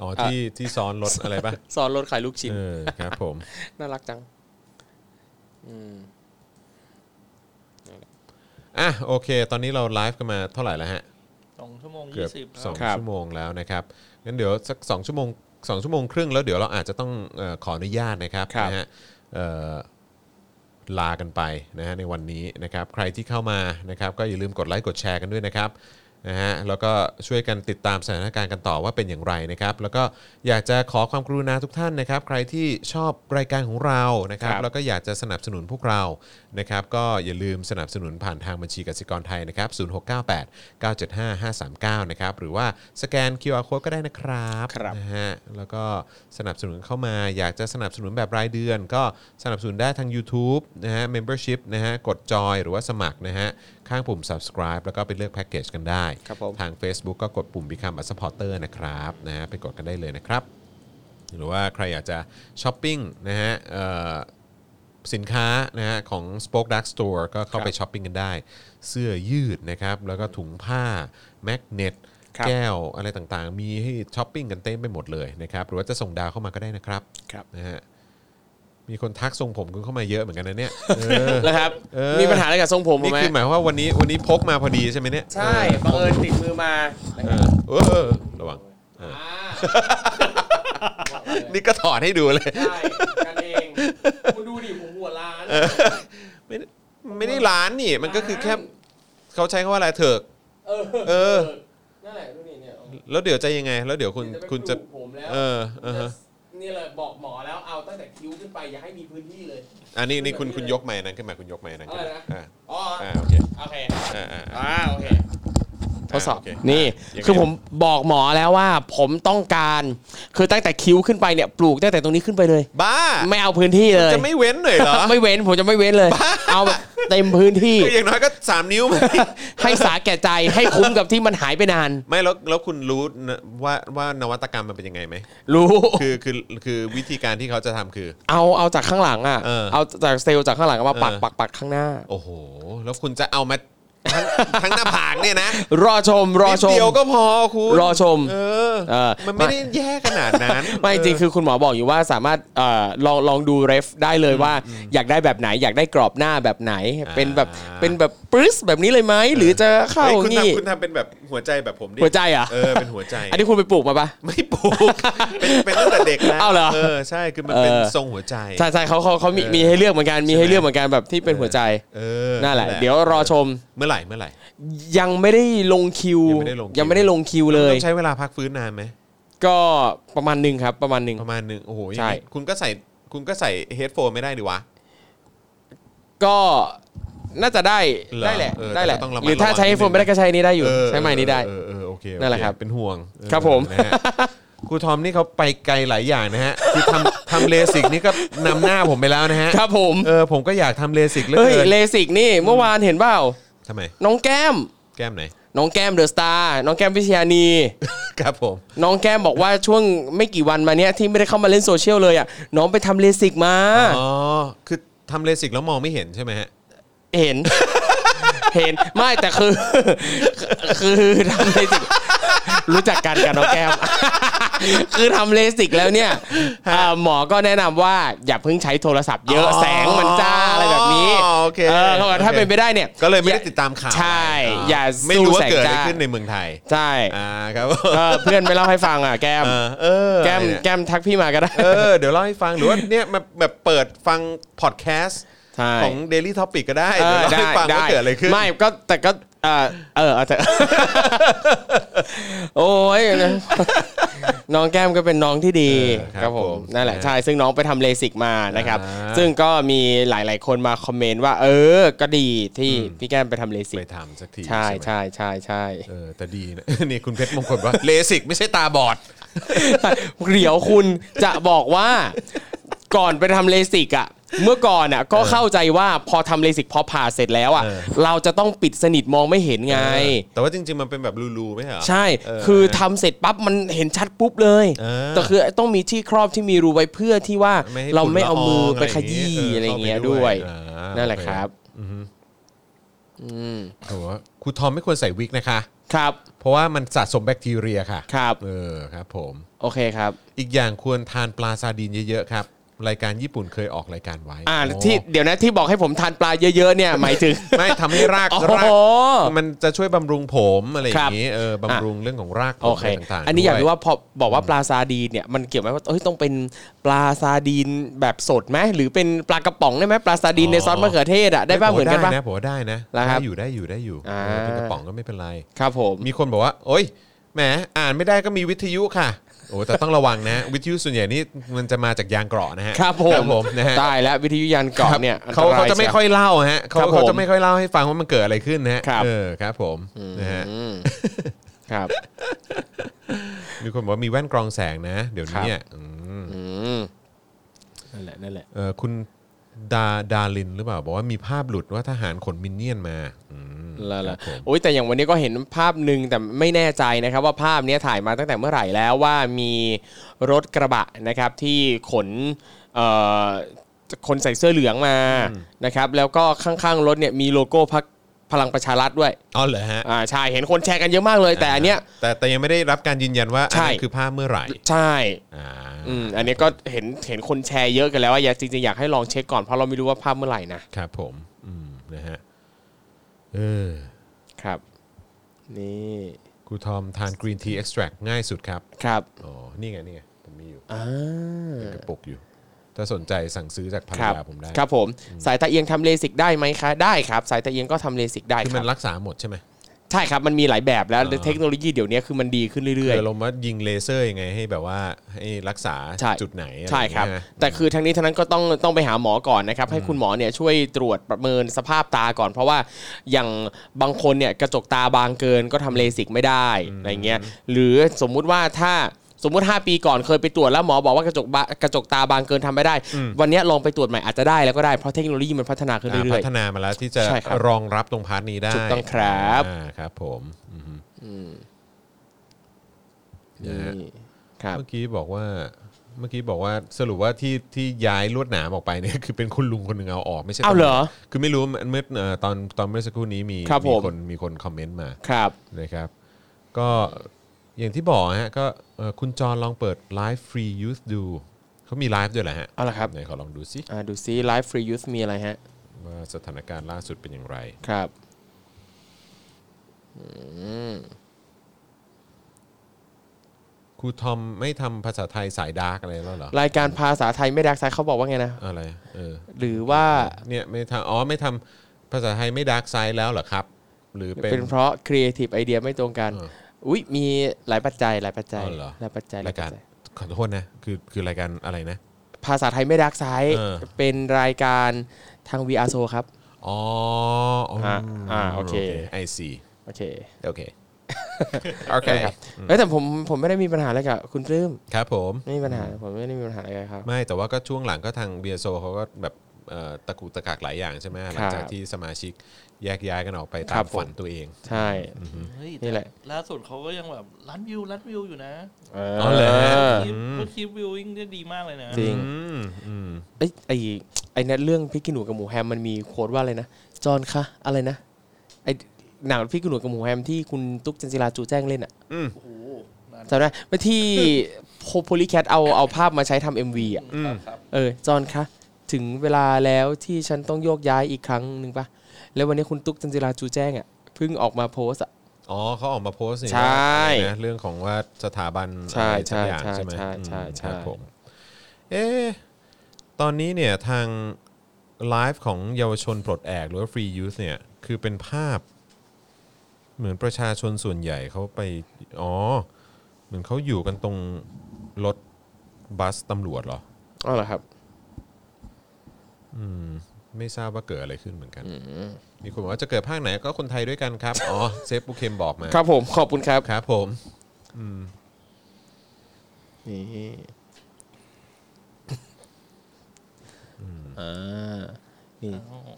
Speaker 1: อ๋อที่ที่ซ้อนรถอะไรปะ
Speaker 2: สอนรถขายลูกชิ้น
Speaker 1: เออครับผม
Speaker 2: น่ารักจัง
Speaker 1: อ่ะโอเค ตอนนี้เราไลฟ์กันมาเท่าไหร่แล้วฮะ
Speaker 4: สองชั่วโมง
Speaker 1: เกื
Speaker 4: ยี่
Speaker 1: อบ
Speaker 4: สิบ
Speaker 1: สอง
Speaker 2: ครับ
Speaker 1: ชั่วโมงแล้วนะครับงั้นเดี๋ยวสักสองชั่วโมงสองชั่วโมงครึ่งแล้วเดี๋ยวเราอาจจะต้องเอ่อขออนุญาตนะครับ
Speaker 2: ครับ
Speaker 1: นะฮะเอ่อลากันไปนะฮะในวันนี้นะครับ ใครที่เข้ามานะครับ ก็อย่าลืมกดไลค์กดแชร์กันด้วยนะครับนะฮะแล้วก็ช่วยกันติดตามสถานการณ์กันต่อว่าเป็นอย่างไรนะครับ แล้วก็อยากจะขอความกรุณาทุกท่านนะครับ ใครที่ชอบรายการของเรานะครับ
Speaker 2: ครับ
Speaker 1: แล้วก็อยากจะสนับสนุนพวกเรานะครับ ก็อย่าลืมสนับสนุนผ่านทางบัญชีกสิกรไทยนะครับ 0698 975 539 นะครับ หรือว่าสแกน QR code ก็ได้นะครับ
Speaker 2: ครับ
Speaker 1: นะฮะแล้วก็สนับสนุนเข้ามา อยากจะสนับสนุนแบบรายเดือน ก็สนับสนุนได้ทาง YouTube นะฮะ membership นะฮะกดจอยหรือว่าสมัครนะฮะข้างปุ่ม subscribe แล้วก็ไปเลือกแพ็กเกจกันได้
Speaker 2: ครับผม
Speaker 1: ทาง Facebook ก็กดปุ่ม Become a supporter นะครับนะฮะไปกดกันได้เลยนะครับ หรือว่าใครอยากจะช้อปปิ้งนะฮะเอ่อสินค้านะฮะของ Spoke Dark Store ก็เข้าไปช้อปปิ้งกันได้ เสื้อยืดนะครับ แล้วก็ถุงผ้า แมกเนต
Speaker 2: ครับ
Speaker 1: แก้วอะไรต่างๆ มีให้ช้อปปิ้งกันเต็มไปหมดเลยนะครับ หรือว่าจะส่งดาวเข้ามาก็ได้นะครับ
Speaker 2: ครับ
Speaker 1: นะฮะมีคนทักทรงผมคุณเข้ามาเยอะเหมือนกันนะเนี่ยเอ อ
Speaker 2: แล้วครับ
Speaker 1: เออ
Speaker 2: มีปัญหาอะไรกับทรงผมผม
Speaker 1: นี่
Speaker 2: ไหม
Speaker 1: คือหมายความว่าวันนี้วันนี้พกมาพอดีใช่ไหมเนี่ย
Speaker 5: ใช่บังเอิญติดมือมา
Speaker 1: เออเออเออระวังเออนี่ก็ถอดให้ดูเลย
Speaker 5: ใช่กันเองคุณดูดิผมหัวล้าน
Speaker 1: ไม่ได้ไม่ได้ร้านนี่ มันก็คือแค่เขาใช้คำว่าอะไรเถิก
Speaker 5: เออ
Speaker 1: เออ
Speaker 5: นั่นแหละดูนี่เนี่ยเอา
Speaker 1: แล้วเดี๋ยวจะยังไง แล้วเดี๋ยวคุณ
Speaker 5: เดี๋ยวจะไป
Speaker 1: คุณจะ
Speaker 5: ปลูกผมแล้ว
Speaker 1: เออเออฮะ
Speaker 5: นี่เลยบอกหมอแล้วเอาตั้งแต่คิ้วขึ้นไปอย่าให้มีพื้นที่เลย
Speaker 1: อันนี้นี่คุณคุณยกไม้นั้นขึ้นมาคุณยกไม้นั้นขึ้นมา
Speaker 5: อะไรนะ
Speaker 1: อ่า
Speaker 5: อ๋อ
Speaker 1: อ่าโอเค
Speaker 5: โอเค
Speaker 1: อ่าอ่าอ่า
Speaker 5: อ่าโอเค
Speaker 2: ทดสอบ
Speaker 1: โอเค
Speaker 2: นี่
Speaker 1: ยังไง
Speaker 2: คือผมบอกหมอแล้วว่า ผมต้องการ คือตั้งแต่คิ้วขึ้นไปเนี่ยปลูกตั้งแต่ตรงนี้ขึ้นไปเลย
Speaker 1: บ้า
Speaker 2: ไม่เอาพื้นที่เลย
Speaker 1: จะไม่เว้นหน่อ ยเหรอ
Speaker 2: ไม่เว้นผมจะไม่เว้นเลย เอาแบบเต็มพื้นที่
Speaker 1: คืออย่างน้อยก็ 3 นิ้วไหม
Speaker 2: ให้สาแก่ใจให้คุ้มกับที่มันหายไปนาน
Speaker 1: ไม่แล้วแล้วคุณรู้นะว่าว่านวัตกรรมมันเป็นยังไงไหม
Speaker 2: รู้
Speaker 1: คือคือคือวิธีการที่เขาจะทำคือ
Speaker 2: เอาเอาจากข้างหลังอ่ะ
Speaker 1: เออ
Speaker 2: เอาจากเซลล์จากข้างหลังมาปัก
Speaker 1: เออ
Speaker 2: ปักปักข้างหน้า
Speaker 1: โอ้โห แล้วคุณจะเอามาทั้งทั้งหน้าผากเนี่ยนะ
Speaker 2: รอชมรอชม
Speaker 1: นิดเดียวก็พอคุณ
Speaker 2: รอชม
Speaker 1: เออ
Speaker 2: เออ
Speaker 1: มันไม่ได้แย่ขนาดนั้น
Speaker 2: ไม่จริงๆคือคุณหมอบอกอยู่ว่าสามารถเอ่อลองลองดูเรฟได้เลยว่า อยากได้แบบไหน อยากได้กรอบหน้าแบบไหน เป็นแบบ
Speaker 1: อ่า
Speaker 2: เป็นแบบปรึ้สแบบนี้เลยไหมหรือจะเข้า
Speaker 1: เฮ้ยคุณ
Speaker 2: นี่
Speaker 1: ทำคุณทำเป็นแบบหัวใจแบบผมดิ
Speaker 2: หัวใจเหรอ่ะ
Speaker 1: เออเป็นหัวใจ
Speaker 2: อันนี้คุณไปปลูกมาปะ
Speaker 1: ไม่ปลูก เป็นเป็นตั้งแต่เด็กแล้ว
Speaker 2: อ้าวเหรอ
Speaker 1: เออใช่คือมันเป็น
Speaker 2: เออ
Speaker 1: ทรงหัวใจ
Speaker 2: ใช่ใช่เขาเขาเขามี
Speaker 1: เออ
Speaker 2: มีให้เลือกเหมือนกันมี
Speaker 1: ใช่ไหม
Speaker 2: ให้เลือกเหมือนกันแบบที่เป็นหัวใจ
Speaker 1: เออ
Speaker 2: นั่นแหละ เดี๋ยวรอชม
Speaker 1: เมื่อไหร่เมื่อไหร่
Speaker 2: ยังไม่ได้ลงคิว
Speaker 1: ยังไม่ได้ลงคิว
Speaker 2: ยังไม่ได้ลงคิวเลย
Speaker 1: ต้องใช้เวลาพักฟื้นนานไหม
Speaker 2: ก็ประมาณหนึ่งครับประมาณหนึ่ง
Speaker 1: ประมาณหนึ่งโอ้โหอย่างนี้
Speaker 2: ใช่
Speaker 1: คุณก็ใส่คุณก็ใส่เฮดโฟนไม่ได้ดิวะ
Speaker 2: ก็น่าจะได้
Speaker 1: เหรอ
Speaker 2: ได้แหละ
Speaker 1: เออ
Speaker 2: ได้แหละ
Speaker 1: แต่ก็ต้องระมัด
Speaker 2: หรือถ้า
Speaker 1: ระวัง
Speaker 2: ใช้
Speaker 1: นิดนึง
Speaker 2: โฟนไม่ได้ก็ใช้นี้ได้อยู่
Speaker 1: เ
Speaker 2: ใช้ไม้นี้ได้
Speaker 1: เออเออเออโอเคโอเ
Speaker 2: นั่นแหละครับ
Speaker 1: เป็นห่วงเออ
Speaker 2: ครับผม
Speaker 1: นะฮะครูทอมนี่เขาไปไกลหลายอย่างนะฮะคือทำทำเลสิกนี่ก็นำหน้าผมไปแล้วนะฮะ
Speaker 2: ครับผม
Speaker 1: เออผมก็อยากทำเลสิกเหลย
Speaker 2: เฮ้ยเลสิกนี่เมื่อวานเห็นเปล่า
Speaker 1: ทำไม
Speaker 2: น้องแก้ม
Speaker 1: แก้มไหน
Speaker 2: น้องแก้มเดอะสตาร์น้องแก้มพิชยานี
Speaker 1: ครับผม
Speaker 2: น้องแก้มบอกว่าช่วงไม่กี่วันมาเนี้ยที่ไม่ได้เข้ามาเล่นโซเชียลเลยอ่ะน้องไปทำเลสิกมา
Speaker 1: อ๋อ คือทำเลสิกแล้วมองไม่เห็นใช่ไหมฮะ
Speaker 2: เห็น เห็นไม่แต่คือ คือทำเลสิก รู้จักกันกับน้องแก้ม คือทำเลสิกแล้วเนี่ยเอ่อหมอก็แนะนำว่าอย่าเพิ่งใช้โทรศัพท์เยอะ
Speaker 1: อ๋อ
Speaker 2: แสงมันจ้าอะไรแบบนี้
Speaker 1: โอเค
Speaker 2: อเขาบอกถ้า
Speaker 1: โอเค
Speaker 2: เป็นไปได้เนี่ย
Speaker 1: ก็เลยไม่ได้
Speaker 2: อา
Speaker 1: ติดตามข่าว
Speaker 2: ใช่อย่า
Speaker 1: ไม่รู้ว่า
Speaker 2: สู้แสง
Speaker 1: เกิดอะไร
Speaker 2: จ้า
Speaker 1: ขึ้นในเมืองไทย
Speaker 2: ใช่
Speaker 1: อ่าครับ
Speaker 2: เออเพื่อนไปเล่าให้ฟังอ่ะแก้ม
Speaker 1: เออเออ
Speaker 2: แก้ม
Speaker 1: อะไรเนี่ย
Speaker 2: แก้มทักพี่มาก็ได้
Speaker 1: เออ เดี๋ยวเล่าให้ฟัง หรือว่าเนี่ยมาแบบเปิดฟังพอดแคสต์
Speaker 2: ใช่
Speaker 1: ของ Daily Topic ก็ได้เดี๋ยวเรา
Speaker 2: ได้
Speaker 1: ให้ฟังว่าเกิดอะไรขึ้น
Speaker 2: ไม่ก็แต่ก็เออเออเอาเถอะ โอ้ยนะน้องแก้มก็เป็นน้องที่ดี
Speaker 1: เออครับ
Speaker 2: ครับ
Speaker 1: ผ
Speaker 2: ผ
Speaker 1: ม
Speaker 2: มนั่นแหละ
Speaker 1: นะ
Speaker 2: ใช่ซึ่งน้องไปทำเลสิกมานะครับ
Speaker 1: อ่า
Speaker 2: ซึ่งก็มีหลาย ๆ คนมาคอมเมนต์ว่า เออ ก็ดีที่พี่แก้มไปทำเลสิ
Speaker 1: ไป
Speaker 2: ก
Speaker 1: ทำสักที
Speaker 2: ใช่
Speaker 1: ไหม
Speaker 2: ใช่ใช่ใช่
Speaker 1: เออแต่ดีนะ นี่คุณเพชรมงคลว่าเลสิกไม่ใช่ตาบอด
Speaker 2: เดี๋ยวคุณจะบอกว่าก่อนไปทำเลสิกอ่ะ เมื่อก่อนอ่ะก็เข้าใจว่าพอทำเลสิกพอผ่าเสร็จแล้วอ่ะ
Speaker 1: เออ
Speaker 2: เราจะต้องปิดสนิทมองไม่เห็นไง
Speaker 1: เออแต่ว่าจริง ๆ มันเป็นแบบรูๆไหมเหรอ
Speaker 2: ใช่
Speaker 1: เ
Speaker 2: คือทำเสร็จปั๊บมันเห็นชัดปุ๊บเลย
Speaker 1: เออ
Speaker 2: แต่คือต้องมีที่ครอบที่มีรูไว้เพื่อที่ว่า
Speaker 1: ไม่ให้
Speaker 2: เราไม่เอามือไปข
Speaker 1: ฝุ่นละออง
Speaker 2: ยี้
Speaker 1: อะ
Speaker 2: อะไร ไรอ
Speaker 1: อา
Speaker 2: ย่ย่าง ง
Speaker 1: เงี้
Speaker 2: เงี้
Speaker 1: ย
Speaker 2: ยด้วย
Speaker 1: อ่านั่
Speaker 2: นั่นแหละครับ อืม
Speaker 1: โอ้โหครูทอมไม่ควรใส่วิกนะคะ
Speaker 2: ครับ
Speaker 1: เพราะว่ามันสะสมแบคทีเรียค่ะ
Speaker 2: ครับ
Speaker 1: เออครับผม
Speaker 2: โอเคครับ
Speaker 1: อีกอย่างควรทานปลาซาดีนเยอะๆครับ รายการญี่ปุ่นเคยออกรายการไว้
Speaker 2: อ่า
Speaker 1: โ
Speaker 2: ที่เดี๋ยวนะที่บอกให้ผมทานปลาเยอะๆเนี่ยหมายถึง
Speaker 1: ไม่ ทำให้ราก
Speaker 2: อ๋อ
Speaker 1: รากมันจะช่วยบำรุงผมอะไรอย่างนี้เออบำรุงเรื่องของรากผ
Speaker 2: โอ
Speaker 1: ม
Speaker 2: เค
Speaker 1: อะไรต่างๆ
Speaker 2: อันนี้อยาก
Speaker 1: ด้ว
Speaker 2: รู้ว่าพอบอกว่าปลาซาดีนเนี่ยมันเกี่ยวไหมว่าเอ้ยต้องเป็นปลาซาดีนแบบสดไหมหรือเป็นปลากระป๋องได้ไหมปลาซาดีนในซอสมะเขือเทศอ่ะได้ป่ะเหมือนกันป่ะ
Speaker 1: ได้นะผมว่าได้นะ
Speaker 2: แล้วครับ
Speaker 1: ได้อยู่ได้อยู่ได้อยู่
Speaker 2: อ่า
Speaker 1: เออเป็นกระป๋องก็ไม่เป็นไร
Speaker 2: ครับผม
Speaker 1: มีคนบอกว่า โอ๊ยแหมอ่านไม่ได้ก็มีวิทยุค่ะ โอ้แต่ต้องระวังนะ วิทยุส่วนใหญ่นี่มันจะมาจากยางเกราะนะฮะ
Speaker 2: ครับผม
Speaker 1: นะฮะ
Speaker 2: ตายแล้ววิทยุยานเกาะเนี่ย
Speaker 1: เขา
Speaker 2: อันตร
Speaker 1: เขาจะไม่
Speaker 2: ใช่
Speaker 1: ค่อยเล่าฮะเขา
Speaker 2: ครับผม
Speaker 1: เขาจะไม่ค่อยเล่าให้ฟังว่ามันเกิดอะไรขึ้นนะฮะ
Speaker 2: ครับ
Speaker 1: เออครับผมนะฮะ
Speaker 2: อืมครับ
Speaker 1: มีคนบอกว่ามีแว่นกรองแสงนะ เดี๋ยวนี้อ่ะอืม
Speaker 2: อืมนั่นแหละนั่นแหละ
Speaker 1: เออคุณดาดาลินหรือเปล่าบอกว่ามีภาพหลุดว่าทหารขนมินเนี่ยนมาอืม
Speaker 2: ละละ
Speaker 1: ครับผม
Speaker 2: โอ้ยแต่อย่างวันนี้ก็เห็นภาพหนึ่งแต่ไม่แน่ใจนะครับ ว่าภาพเนี้ยถ่ายมาตั้งแต่เมื่อไหร่แล้วว่ามีรถกระบะนะครับที่ขนเอ่อคนใส่เสื้อเหลืองมานะครับแล้วก็ข้างๆรถเนี่ยมีโลโก้พักพลังประชารัฐด้วย
Speaker 1: อ๋อเหรอฮะ
Speaker 2: อ่าใช่เห็นคนแชร์กันเยอะมากเลย แต่อันเนี้ย
Speaker 1: แต่แต่ยังไม่ได้รับการยืนยันว่าอัน
Speaker 2: ใช่
Speaker 1: นั้นคือภาพเมื่อไหร่
Speaker 2: ใช่
Speaker 1: อ่า
Speaker 2: อืมอันเนี้ยก็เห็นเห็นคนแชร์เยอะกันแล้วว่าอยากจริงๆอยากให้ลองเช็คก่อนเพราะเราไม่รู้ว่าภาพเมื่อไหร่นะครับ
Speaker 1: ผมอืมนะฮะเออ
Speaker 2: ครับนี่
Speaker 1: ครูทอมทานกรีนทีเอ็กซ์ตรง่ายสุดครับ
Speaker 2: ครับ
Speaker 1: อ๋อ นี่ไง นี่ไง ผมมีอยู่
Speaker 2: อ่า
Speaker 1: เป็นกระปุกอยู่ ถ้าสนใจสั่งซื้อจากภรร
Speaker 2: ครับ
Speaker 1: ยาผมได้
Speaker 2: ครับผมสายตาเอียงทำเลสิกได้ไหมคะได้ครับ สายตาเอียงก็ทำเลสิกได้
Speaker 1: คือ
Speaker 2: ค
Speaker 1: มั
Speaker 2: รับ
Speaker 1: นรักษาหมดใช่ไหม
Speaker 2: ใช่ครับมันมีหลายแบบแล้ว
Speaker 1: อ่า
Speaker 2: เทคโนโลยีเดี๋ยวนี้คือมันดีขึ้นเรื่
Speaker 1: คือ
Speaker 2: อย
Speaker 1: อารมณ์ว่ายิงเลเซอร์ยังไงให้แบบว่าให้รักษา
Speaker 2: ๆใช่
Speaker 1: จุดไหนอะไ
Speaker 2: ใช่ครับ
Speaker 1: อย่างเงี้ยนะ
Speaker 2: แต่คือทั้งนี้ทั้งนั้นก็ต้องต้องไปหาหมอก่อนนะครับ ให้คุณหมอเนี่ยช่วยตรวจประเมินสภาพตาก่อน เพราะว่าอย่างบางคนเนี่ยกระจกตาบางเกินก็ทำเลสิกไม่ได้อะไรเงี้ยหรือสมมุติว่าถ้าสมมุติ 5 ปีก่อนเคยไปตรวจแล้วหมอบอกว่ากระจกบะกระจกตาบางเกินทำไม่ได้ วันเนี้ยลองไปตรวจใหม่อาจจะได้แล้วก็ได้เพราะเทคโนโลยีมันพัฒนาขึ้น
Speaker 1: อ่า
Speaker 2: เรื่
Speaker 1: พั
Speaker 2: อย
Speaker 1: ฒนามาแล้วที่จะ
Speaker 2: ใช่ครับ
Speaker 1: รองรับตรงพาร์ทนี้ได้
Speaker 2: ถูกต้องครับ
Speaker 1: อ่าครับผมอือฮึ
Speaker 2: ๆ
Speaker 1: นะฮะ
Speaker 2: นี่ครับ
Speaker 1: เมื่อกี้บอกว่าเมื่อกี้บอกว่าสรุปว่าที่ที่ย้ายลวดหนามออกไปเนี่ย คือเป็นคุณลุงคนหนึ่งเอาออกไม่ใช่
Speaker 2: อ้าว
Speaker 1: ตำจ
Speaker 2: เหรอ
Speaker 1: คือไม่รู้เมื่อเอ่อตอนตอนเมื่อสักครู่นี้มี
Speaker 2: ครับ
Speaker 1: มี
Speaker 2: ผม
Speaker 1: คนมีคนคอมเมนต์มา
Speaker 2: ครับ
Speaker 1: นะครับ ก็อย่างที่บอกฮะก็เอ่อคุณจอนลองเปิดไลฟ์ฟรียูสดูเขามีไลฟ์ด้วยเหรอฮะ
Speaker 2: เอาล่ะครับ
Speaker 1: ไหนขอลองดูซิ
Speaker 2: อ่าดูซิไลฟ์ฟรียูสมีอะไรฮะ
Speaker 1: ว่าสถานการณ์ล่าสุดเป็นอย่างไร
Speaker 2: ครับ
Speaker 1: ครูทอมไม่ทำภาษาไทยสายดาร์กอะไรแล้วเหรอ
Speaker 2: รายการภาษาไทยไม่ดักไซเขาบอกว่าไงนะ
Speaker 1: อะไรเออ
Speaker 2: หรือว่า
Speaker 1: เนี่ยไม่ทำอ๋อไม่ทำภาษาไทยไม่ดาร์กไซด์แล้วเหรอครับ หรือเป็น
Speaker 2: เป็นเพราะครีเอทีฟไอเดียไม่ตรงกัน
Speaker 1: อ่า
Speaker 2: อุ๊ย มีหลายปัจจัยหลายปัจจัย
Speaker 1: อ๋อเหรอ
Speaker 2: หลายปัจจัยหล
Speaker 1: ราย ย
Speaker 2: ปั
Speaker 1: การ
Speaker 2: จจัย
Speaker 1: ขอโทษนะคือคือรายการอะไรนะ
Speaker 2: ภาษาไทยไม่ดักไซ
Speaker 1: เออ
Speaker 2: เป็นรายการทาง VR Show ครับ
Speaker 1: อ๋ออ๋อ
Speaker 2: อ่าอ่าโอเค
Speaker 1: ไอซี
Speaker 2: โอเค
Speaker 1: โอ เคโอเค
Speaker 2: ครับเอ้ยแต่ผมผมไม่ได้มีปัญหาอะไรกับคุณปลื้ม
Speaker 1: ครับผม
Speaker 2: ไม่มีปัญหาผมไม่ได้มีปัญหาอะไรกับครับ
Speaker 1: ไม่แต่ว่าก็ช่วงหลังก็ทางเบียโซเขาก็แบบเอ่อตะกุกตะกักหลายอย่างใช่ไหมหลังจากที่สมาชิกแยกย้ายกันออกไป
Speaker 2: ค
Speaker 1: ตา
Speaker 2: รั
Speaker 1: ม
Speaker 2: บผม
Speaker 1: ฝันตัวเอง
Speaker 2: ใช่
Speaker 4: เฮ้ย
Speaker 2: นี่แหละ
Speaker 4: ล่าสุดเขาก็ยังแบบล้านวิวล้านวิวอยู่นะ
Speaker 1: อ๋อเหรอฮะ
Speaker 4: คลิปก็คลิปวิวยิ่งได้ดีมากเลยนะ
Speaker 2: จริง
Speaker 1: อืมอืม
Speaker 2: ไอ้ยไอ้ไอ้นั่นเรื่องพริกขี้หนูกับหมูแฮมมันมีโค้ดว่าอะไรนะจอห์นคะอะไรนะไอ้หนังพริกขี้หนูกับหมูแฮมที่คุณตุ๊กจันจิราจูแจ้งเล่นอ่ะ
Speaker 4: โอ้โหนาน
Speaker 2: จำได้ไหมที่โพลีแคทเอาเอาภาพมาใช้ทำเอ็มวีอ่ะ
Speaker 4: ครับ
Speaker 2: เออจอห์นคะถึงเวลาแล้วที่ฉันต้องโยกย้ายอีกครั้งหนึ่งปะแล้ววันนี้คุณตุ๊กจันจิราจูแจ้งอ่ะเพิ่งออกมาโพสต์อ่ะ
Speaker 1: อ๋อเขาออกมาโพสต์นี่
Speaker 2: ใช่
Speaker 1: นะเรื่องของว่าสถาบัน
Speaker 2: ใช่
Speaker 1: อะไรสักอย่าง
Speaker 2: ใช่
Speaker 1: ใช่ไหม
Speaker 2: ใช่ใช่
Speaker 1: อืมค
Speaker 2: ใช่
Speaker 1: รับผมเอ๊ะตอนนี้เนี่ยทาง ไลฟ์ของเยาวชนปลดแอกหรือว่า Free Youth เนี่ย คือเป็นภาพ เหมือนประชาชนส่วนใหญ่เขาไป อ๋อ เหมือนเขาอยู่กันตรงรถบัสตำรวจเหรอ
Speaker 2: อ๋อเหรอครับ
Speaker 1: ไม่ทราบว่าเกิดอะไรขึ้นเหมือนกัน มีคนบอกว่าจะเกิดภาคไหนก็คนไทยด้วยกันครับ อ๋อ เซฟปูเคมบอกมา
Speaker 2: ครับผมขอบคุณครับ
Speaker 1: ครับผม
Speaker 2: นี่ อ่านี่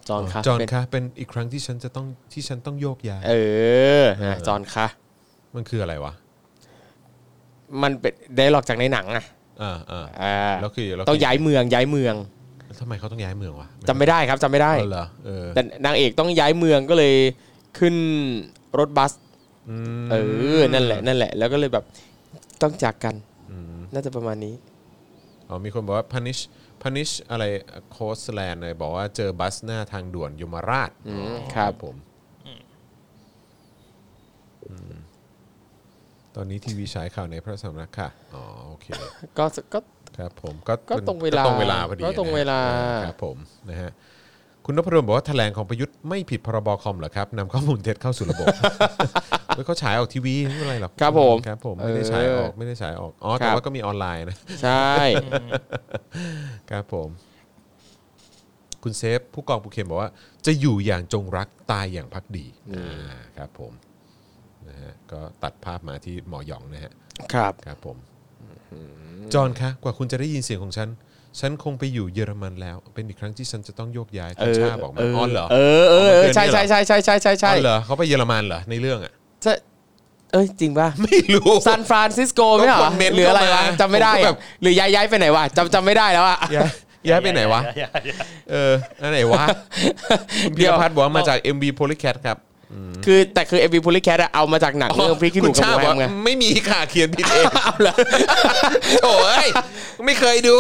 Speaker 2: จอนคะ
Speaker 1: จอห์น
Speaker 2: เป็น
Speaker 1: คะเป็นอีกครั้งที่ฉันจะต้องที่ฉันต้องโยกย้าย
Speaker 2: เออนะจอนคะ
Speaker 1: มันคืออะไรวะ
Speaker 2: มันเป็นได้หลอกจากในหนังอ่ะ
Speaker 1: อ่าอ่า
Speaker 2: อ่า
Speaker 1: แล้วคือแล้วคื
Speaker 2: ต้องย้ายเมืองย้ายเมือง
Speaker 1: ทำไมเขาต้องย้ายเมืองวะ
Speaker 2: จำไม่ได้ครับจำไม่ได้
Speaker 1: เออเหรอเออ
Speaker 2: แต่นางเอกต้องย้ายเมืองก็เลยขึ้นรถบัส
Speaker 1: ม
Speaker 2: เออ นั่นแหละ นั่นแหละ แล้วก็เลยแบบต้องจากกัน น่าจะประมาณนี้
Speaker 1: อ๋อมีคนบอกว่า punish punish อะไรโคสแลนด์เลยบอกว่าเจอบัสหน้าทางด่วนยมราช
Speaker 2: อืมครับ
Speaker 1: ผมอืมตอนนี้ทีวีฉายข่าวในพระสำนักค่ะอ๋อโอเค
Speaker 2: ก็ก็
Speaker 1: ครับผมก็
Speaker 2: ก็ตรงเวลา
Speaker 1: ก็ตรงเวลาพอดี
Speaker 2: ก็ตรงเวลา
Speaker 1: นะฮะครับผมนะฮะคุณนพดลบอกว่าแถลงของประยุทธ์ไม่ผิดพรบคอมเหรอครับนำข้อมูลเท็จเข้าสู่ระบบ ไม่เขาฉายออกทีวีไม่เป็นไรหรอก
Speaker 2: ครับผม
Speaker 1: ครับผมไม่ได้ฉายออก
Speaker 2: เออ
Speaker 1: ไม่ได้ฉายออกอ๋อแต่
Speaker 2: ครับ
Speaker 1: ว่าก็มีออนไลน์นะ
Speaker 2: ใช่
Speaker 1: ครับผม คุณเซฟผู้กองปูเข็มบอกว่า จะอยู่อย่างจงรักตายอย่างพักดีอ่าครับผมนะฮะก็ตัดภาพมาที่หมอหยองนะฮะ
Speaker 2: ครับ
Speaker 1: ครับผมจอห์นคะกว่าคุณจะได้ยินเสียงของฉัน ฉันคงไปอยู่เยอรมันแล้ว เป็นอีกครั้งที่ฉันจะต้องโยกย้ายคุณชาบอกมาอ๋อเหรอ
Speaker 2: เออเออ
Speaker 1: มัน
Speaker 2: เออ
Speaker 1: เกิน
Speaker 2: ใช่
Speaker 1: นี่เหรอ
Speaker 2: ใช่ใช่ใช่ใช่ใช่ใช่
Speaker 1: อ๋อเหรอเขาไปเยอรมันเหรอในเรื่องอ่ะ
Speaker 2: ใช่เอ้ย จริงป่ะ
Speaker 1: ไม่รู้
Speaker 2: ซานฟรานซิสโกไหมเหร
Speaker 1: ก็ค
Speaker 2: อน
Speaker 1: เม้นต์
Speaker 2: หรืออะไร
Speaker 1: เข้าว
Speaker 2: ะ
Speaker 1: มา
Speaker 2: จำไม่ได้
Speaker 1: ผมก็แบ
Speaker 2: อะ
Speaker 1: บ
Speaker 2: หรือย้ายย้ายไปไหนวะจำจำไม่ได้แล้วอะ
Speaker 1: ย้ายย้ายไปไหนวะ เออนั่นไหนว ะคุณพีรพัฒน์บอกว่ามาจาก MV Polycat ครับ
Speaker 2: คือแต่คือเอวีพูลิแคทเอามาจากหนังเรื่องพริกขี้หนู
Speaker 1: คุ
Speaker 2: กั
Speaker 1: ณ
Speaker 2: บห
Speaker 1: ชาบ
Speaker 2: มูแฮ
Speaker 1: อก
Speaker 2: มไง
Speaker 1: ว่าไม่มีค่ะเขียนผิด เองโถ่เอ้ยไม่เคยดู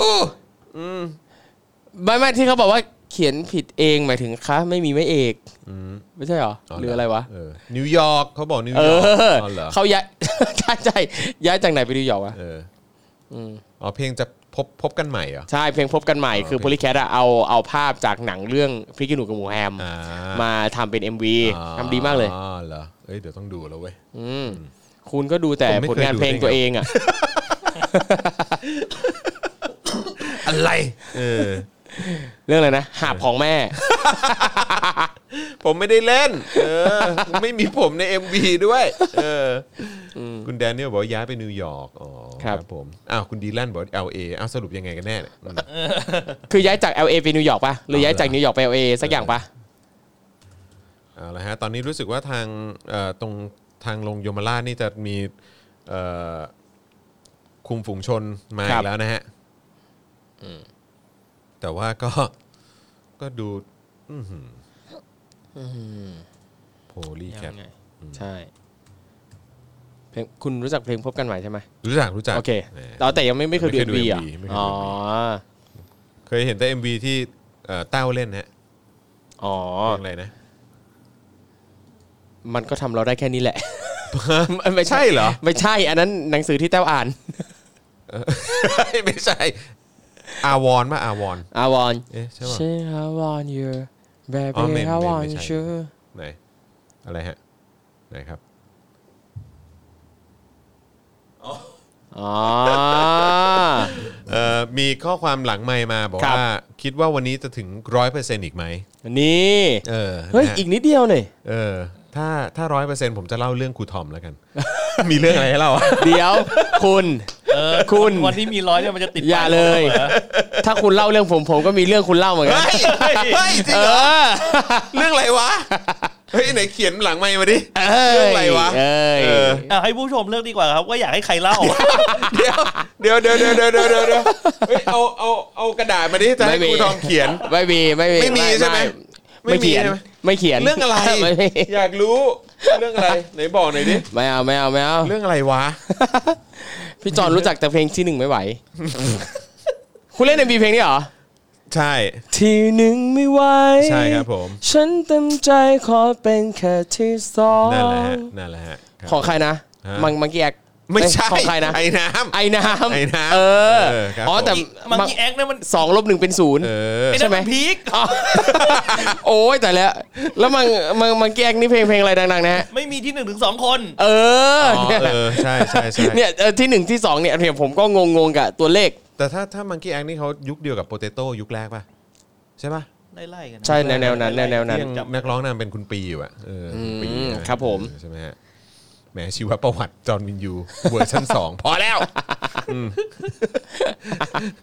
Speaker 2: ไม่ไม่ที่เขาบอกว่าเขียนผิดเองหมายถึงคะไม่มีไม่เอกไม่ใช่เหรอหรืออะไรวะ
Speaker 1: เนิวยอร์กเขาบอกนิว
Speaker 2: เอย
Speaker 1: อร์ก
Speaker 2: อ
Speaker 1: อ๋อเหรอ
Speaker 2: เขาย้ าย ใช่ใช่ย้ายจากไหนไปนิวยอร์กวะ
Speaker 1: เอออ๋อเพลงจะพบพบกันใหม่เหรอ
Speaker 2: ใช่เพลงพบกันใหม่คือ p o l y c a t อะเอาเอาภาพจากหนังเรื่องพริกขี้หนูกับหมูแฮม
Speaker 1: อ่าม
Speaker 2: มาทำเป็น MV ทำดีมากเลย
Speaker 1: อ๋อเหรอเอ้ยเดี๋ยวต้องดูแล้วเว้ย
Speaker 2: มคุณก็ดูแต่
Speaker 1: ผมไม่
Speaker 2: ผลงาน
Speaker 1: เคยดู
Speaker 2: เพลง
Speaker 1: ได้ไง
Speaker 2: ตัวเองอะ
Speaker 1: อะไร เออ
Speaker 2: เรื่องอะไรนะ หาบของแม่
Speaker 1: ผมไม่ได้เล่น เออ ไม่มีผมใน MV ด้วย เอออคุณแดเนียลบอกว่าย้ายไปนิวยอร์ก อ๋อ
Speaker 2: ครับ
Speaker 1: ผมอ้าวคุณดีแลนบอกว่า LA อ้าวสรุปยังไงกันแน่เนี่ยอืม
Speaker 2: คือย้ายจาก LA ไปนิวยอร์กปะหรือย้ายจากนิวยอร์กไป LA สักอย่างปะ
Speaker 1: เอาละฮะตอนนี้รู้สึกว่าทางเอ่อตรงทางลงยมราชนี่จะมีเอ่อคุมฝูงชนมาอีกแล้วนะฮะแต่ว่าก็ ก็ดูโพลีแคป
Speaker 2: ใช่เพลงคุณรู้จักเพลงพบกันใหม่ใช่ไหม
Speaker 1: รู้จักรู้จัก
Speaker 2: โอเค
Speaker 1: แหม
Speaker 2: เราแต่ยังไม่ไม่เคยดู
Speaker 1: ไม่เคยดู
Speaker 2: MV อ่ะ
Speaker 1: MV ไม่เคยดู
Speaker 2: อ๋อ
Speaker 1: เคยเห็นแต่ MV ที่เอ่อเต้าเล่นฮะ
Speaker 2: อ๋อ
Speaker 1: เพลงอะไรนะ
Speaker 2: มันก็ทำเราได้แค่นี้แหละ ไม่
Speaker 1: ใช่เหรอ
Speaker 2: ไม่ใช่ อันนั้นหนังสือที่แต้วอ่าน
Speaker 1: ไม่ ใช่ อาวอนป่ะอาวอน
Speaker 2: I want
Speaker 1: เอ๊ะใช่ป่ะ
Speaker 2: she I want you
Speaker 1: อ๋
Speaker 2: baby
Speaker 1: อไม่ไม่
Speaker 2: I
Speaker 1: ไม่
Speaker 2: want
Speaker 1: ใช่
Speaker 2: you
Speaker 1: ไหนอะไรฮะไหนครับ
Speaker 2: อ๋อ
Speaker 1: เอ่อมีข้อความหลังไมค์มาบอก
Speaker 2: ครับ
Speaker 1: ว่าคิดว่าวันนี้จะถึงร้อยเปอร์เซ็นต์อีกไหม
Speaker 2: นี่
Speaker 1: เออ
Speaker 2: เฮ้ย
Speaker 1: นะฮะ
Speaker 2: อีกนิดเดียวเลย
Speaker 1: เออถ้าถ้าร้อยเปอร์เซ็นต์ผมจะเล่าเรื่องครูทอมแล้วกัน มีเรื่องอะไรให้เล่าอ่ะ
Speaker 2: เดี๋ยว คุณ คุณ
Speaker 4: วันที่มีร้อยเนี่ยมันจะติด
Speaker 2: อย่าเลย ถ้าคุณเล่าเรื่องผมผมก็มีเรื่องคุณเล่าเหมือนกัน
Speaker 1: เฮ้ยเฮ้ยจริง
Speaker 2: เอ
Speaker 1: เหรอ
Speaker 2: อ
Speaker 1: เรื่องอะไรวะ เฮ้ยไหนเขียนหลังไมค์มาดิ
Speaker 2: เอ้ย
Speaker 1: เรื่องอะไรวะ
Speaker 2: เอ้ย
Speaker 1: เออ
Speaker 4: อ่ะให้ผู้ชมเลือกดีกว่าครับ ว่าอยากให้ใครเล่า
Speaker 1: เดี๋ยวเดี๋ยวเดี๋ยวเดี๋ยวเดี๋ยวเดี๋ยวเดี๋ยวเฮ้ยเอาเอาเอากระดาษมาดิจะให้ครูทอมเขียน
Speaker 2: ไม่มี ไม่มี
Speaker 1: ไม่มีใช่ไหม
Speaker 2: ไม่เขียน
Speaker 1: ใช่ไหม
Speaker 2: ไม่เขียน
Speaker 1: เรื่องอะไร
Speaker 2: ม่มี
Speaker 1: อยากรู้เรื่องอะไรไหนบอกหน่อยดิ
Speaker 2: ไม่เอาไม่เอาไม่เอา
Speaker 1: เรื่องอะไรวะ
Speaker 2: พี่จอนรู้จักแต่เพลงที่หนึ่ งไม่ไหว คุณเล่นในบีเพลงนี้เหรอ
Speaker 1: ใช่
Speaker 2: ที่หนึ่งไม่ไหว
Speaker 1: ใช่ครับผม
Speaker 2: ฉันเต็มใจขอเป็นแค่ที่สอง
Speaker 1: นั่นแหละฮะนั่นแหละฮะบ
Speaker 2: ของใครนะ
Speaker 1: ฮะ
Speaker 2: มังมังกี้แอก
Speaker 1: ไม่ใช่
Speaker 2: ของใครนะ
Speaker 1: ไอ้น้ำ
Speaker 2: ไอ้น้ำ
Speaker 1: ไอ้น้ำ
Speaker 2: เออ
Speaker 1: เออครับ
Speaker 2: อ๋อแต่
Speaker 1: ผม
Speaker 4: มังกี้แอคเนี่ยมัน
Speaker 2: สองลบหนึ่งเป็นศูนย์
Speaker 1: เออ
Speaker 4: ไอ้นั่นมัน
Speaker 2: ใช่ไหม
Speaker 4: พีค
Speaker 2: อ๋อ โอ้ยแต่แล้ว แล้วมังมังมังแกงนี่เพลงเพลงอะไรดังๆนะฮะ
Speaker 4: ไม่มีที่หนึ่งถึงสองคน
Speaker 2: เออ
Speaker 1: อ๋อ
Speaker 2: เนี่ย
Speaker 1: เออใช่ใช่ใช่
Speaker 2: เนี่ยเออที่หนึ่งที่สองเนี่ยเนี่ยผมก็งงๆกับตัวเลข
Speaker 1: แต่ถ้าถ้ามังกี้แอคนี่เขายุคเดียวกับโปเตโต้ยุคแรกป่ะ ใช่ป่ะ
Speaker 4: ไล่ๆกัน
Speaker 2: ใช่แนวๆนั้นแนวๆ
Speaker 1: ที่ยังนักร้องนำเป็นคุณปีอยู่อ่ะเออคุณปี
Speaker 2: อืม
Speaker 1: นะครับ
Speaker 2: ผม
Speaker 1: เออใช่ไหมฮะแหมชีวประวัติจอห์นวินยูเวอร์ชันสอง พอแล้ว อืม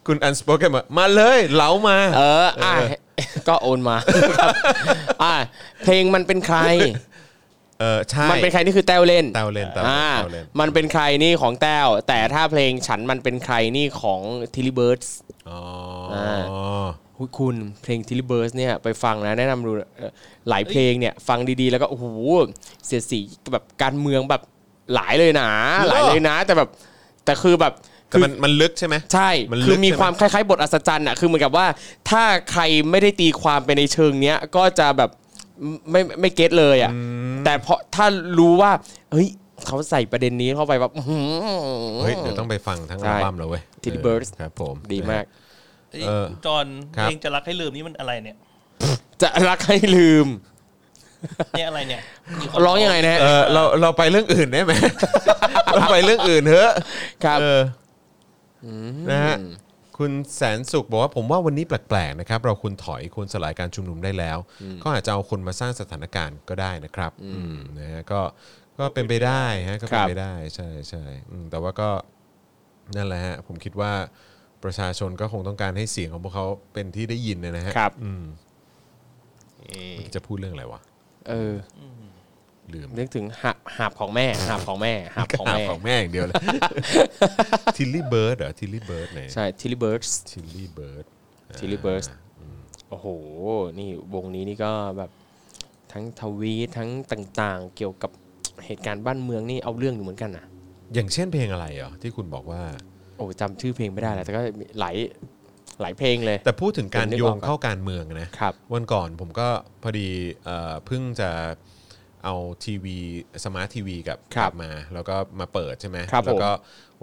Speaker 1: คุณอันสปอ k กนมาเลยเหลามา
Speaker 2: เอออ่ะก็โอนมา ครับอ่ะเพลงมันเป็นใคร
Speaker 1: เออใช่
Speaker 2: มันเป็นใครนี่คือแต้วเล่น
Speaker 1: เตาเลนเตาเลน
Speaker 2: อ่า
Speaker 1: เตาเลน
Speaker 2: มันเป็นใครนี่ของแต้วแต่ถ้าเพลงฉันมันเป็นใครนี่ของทิลิเบิร์ด
Speaker 1: อ๋อ
Speaker 2: อ่
Speaker 1: อ
Speaker 2: หุ้ยคุณเพลง t ิลิเบิร์สเนี่ยไปฟังนะแนะนำดูเอ่อหลายเพลงเนี่ยฟังดีๆ แล้วก็โอ้โหเสียดสีแบบการเมืองแบบหลายเลยนะ
Speaker 1: เหรอ
Speaker 2: หลายเลยนะ แต่แบบแต่คือแบบ
Speaker 1: แต่
Speaker 2: คือ
Speaker 1: มันมันลึกใช่ไหม
Speaker 2: ใช่
Speaker 1: มันลึก
Speaker 2: คือมี
Speaker 1: ใช่ไหม
Speaker 2: ความคล้ายๆ บทอัศจรรย์อ่ะคือเหมือนกับว่าถ้าใครไม่ได้ตีความไปในเชิงเนี้ยก็จะแบบไม่ไม่ไม่เก็ตเลยอ่ะแต่เพราะถ้ารู้ว่าเฮ้ยเขาใส่ประเด็นนี้เข้าไปแบบอื้อหือ
Speaker 1: เฮ้ยเดี๋ยวต้องไปฟังทั้ง
Speaker 2: ใช่
Speaker 1: อัลบั้มแล้วเว้ย
Speaker 2: Teddy Birds
Speaker 1: ครับผม
Speaker 2: ดีมาก
Speaker 4: ไอ้
Speaker 1: เออ
Speaker 4: จอน
Speaker 1: ครับ
Speaker 4: เพลงจะรักให้ลืมนี่มันอะไรเนี่ย
Speaker 2: จะรักให้ลืม
Speaker 4: เนี่ยอะไรเนี่ยมีคน
Speaker 2: ร้องยังไงนะฮะ
Speaker 1: เออเราเราไปเรื่องอื่นได้ไหม เราไปเรื่องอื่นเถอะ
Speaker 2: ครับ
Speaker 1: เอออนะฮะคุณแสนสุขบอกว่าผมว่าวันนี้แปลกๆนะครับ เราควรถอยควรสลายการชุมนุมได้แล้ว ก็อาจจะเอาคนมาสร้างสถานการณ์ก็ได้นะครับอืมนะฮะก็ก็เป็นไปได้ฮะก็เป็นไปได้ใช่ใช่อืมแต่ว่าก็นั่นแหละฮะผมคิดว่าประชาชนก็คงต้องการให้เสียงของพวกเขาเป็นที่ได้ยินนะฮะ
Speaker 2: ครับ
Speaker 1: อืมเมื่อกี้จะพูดเรื่องอะไรวะ
Speaker 2: เออ
Speaker 1: ลืม
Speaker 2: นึกถึงหาบหาบของแม่ หาบของแม่ หาบของ
Speaker 1: หา
Speaker 2: แม่
Speaker 1: ของแม่อย่างเดี ยวเลย ทิลลี่เบิร์ดเหรอทิลลี่เบิร์ดไหน
Speaker 2: ใช่ทิลิเบิร์ส
Speaker 1: ทิลลี่เบิร์ด
Speaker 2: ทิลิเบิร์สโอ้โห นี่วงนี้นี่ก็แบบทั้งทวีตทั้งต่างๆ เกี่ยวกับเหตุการณ์บ้านเมืองนี่เอาเรื่องอยู่เหมือนกันนะ
Speaker 1: อย่างเช่นเพลงอะไรเหรอที่คุณบอกว่า
Speaker 2: โอ้จำชื่อเพลงไม่ได้แล้วแต่ก็มีหลายหลายเพลงเลย
Speaker 1: แต่พูดถึงการ
Speaker 2: ผมนึก
Speaker 1: โย
Speaker 2: ออก
Speaker 1: งเข้าการเมืองนะครับวันก่อนผมก็พอดีเอ่อเพิ่งจะเอาทีวีสมาร์ททีวีกับ
Speaker 2: ครับ
Speaker 1: กลัมา แล้วก็มาเปิดใช่ไหม
Speaker 2: ครับผม
Speaker 1: แล้วก็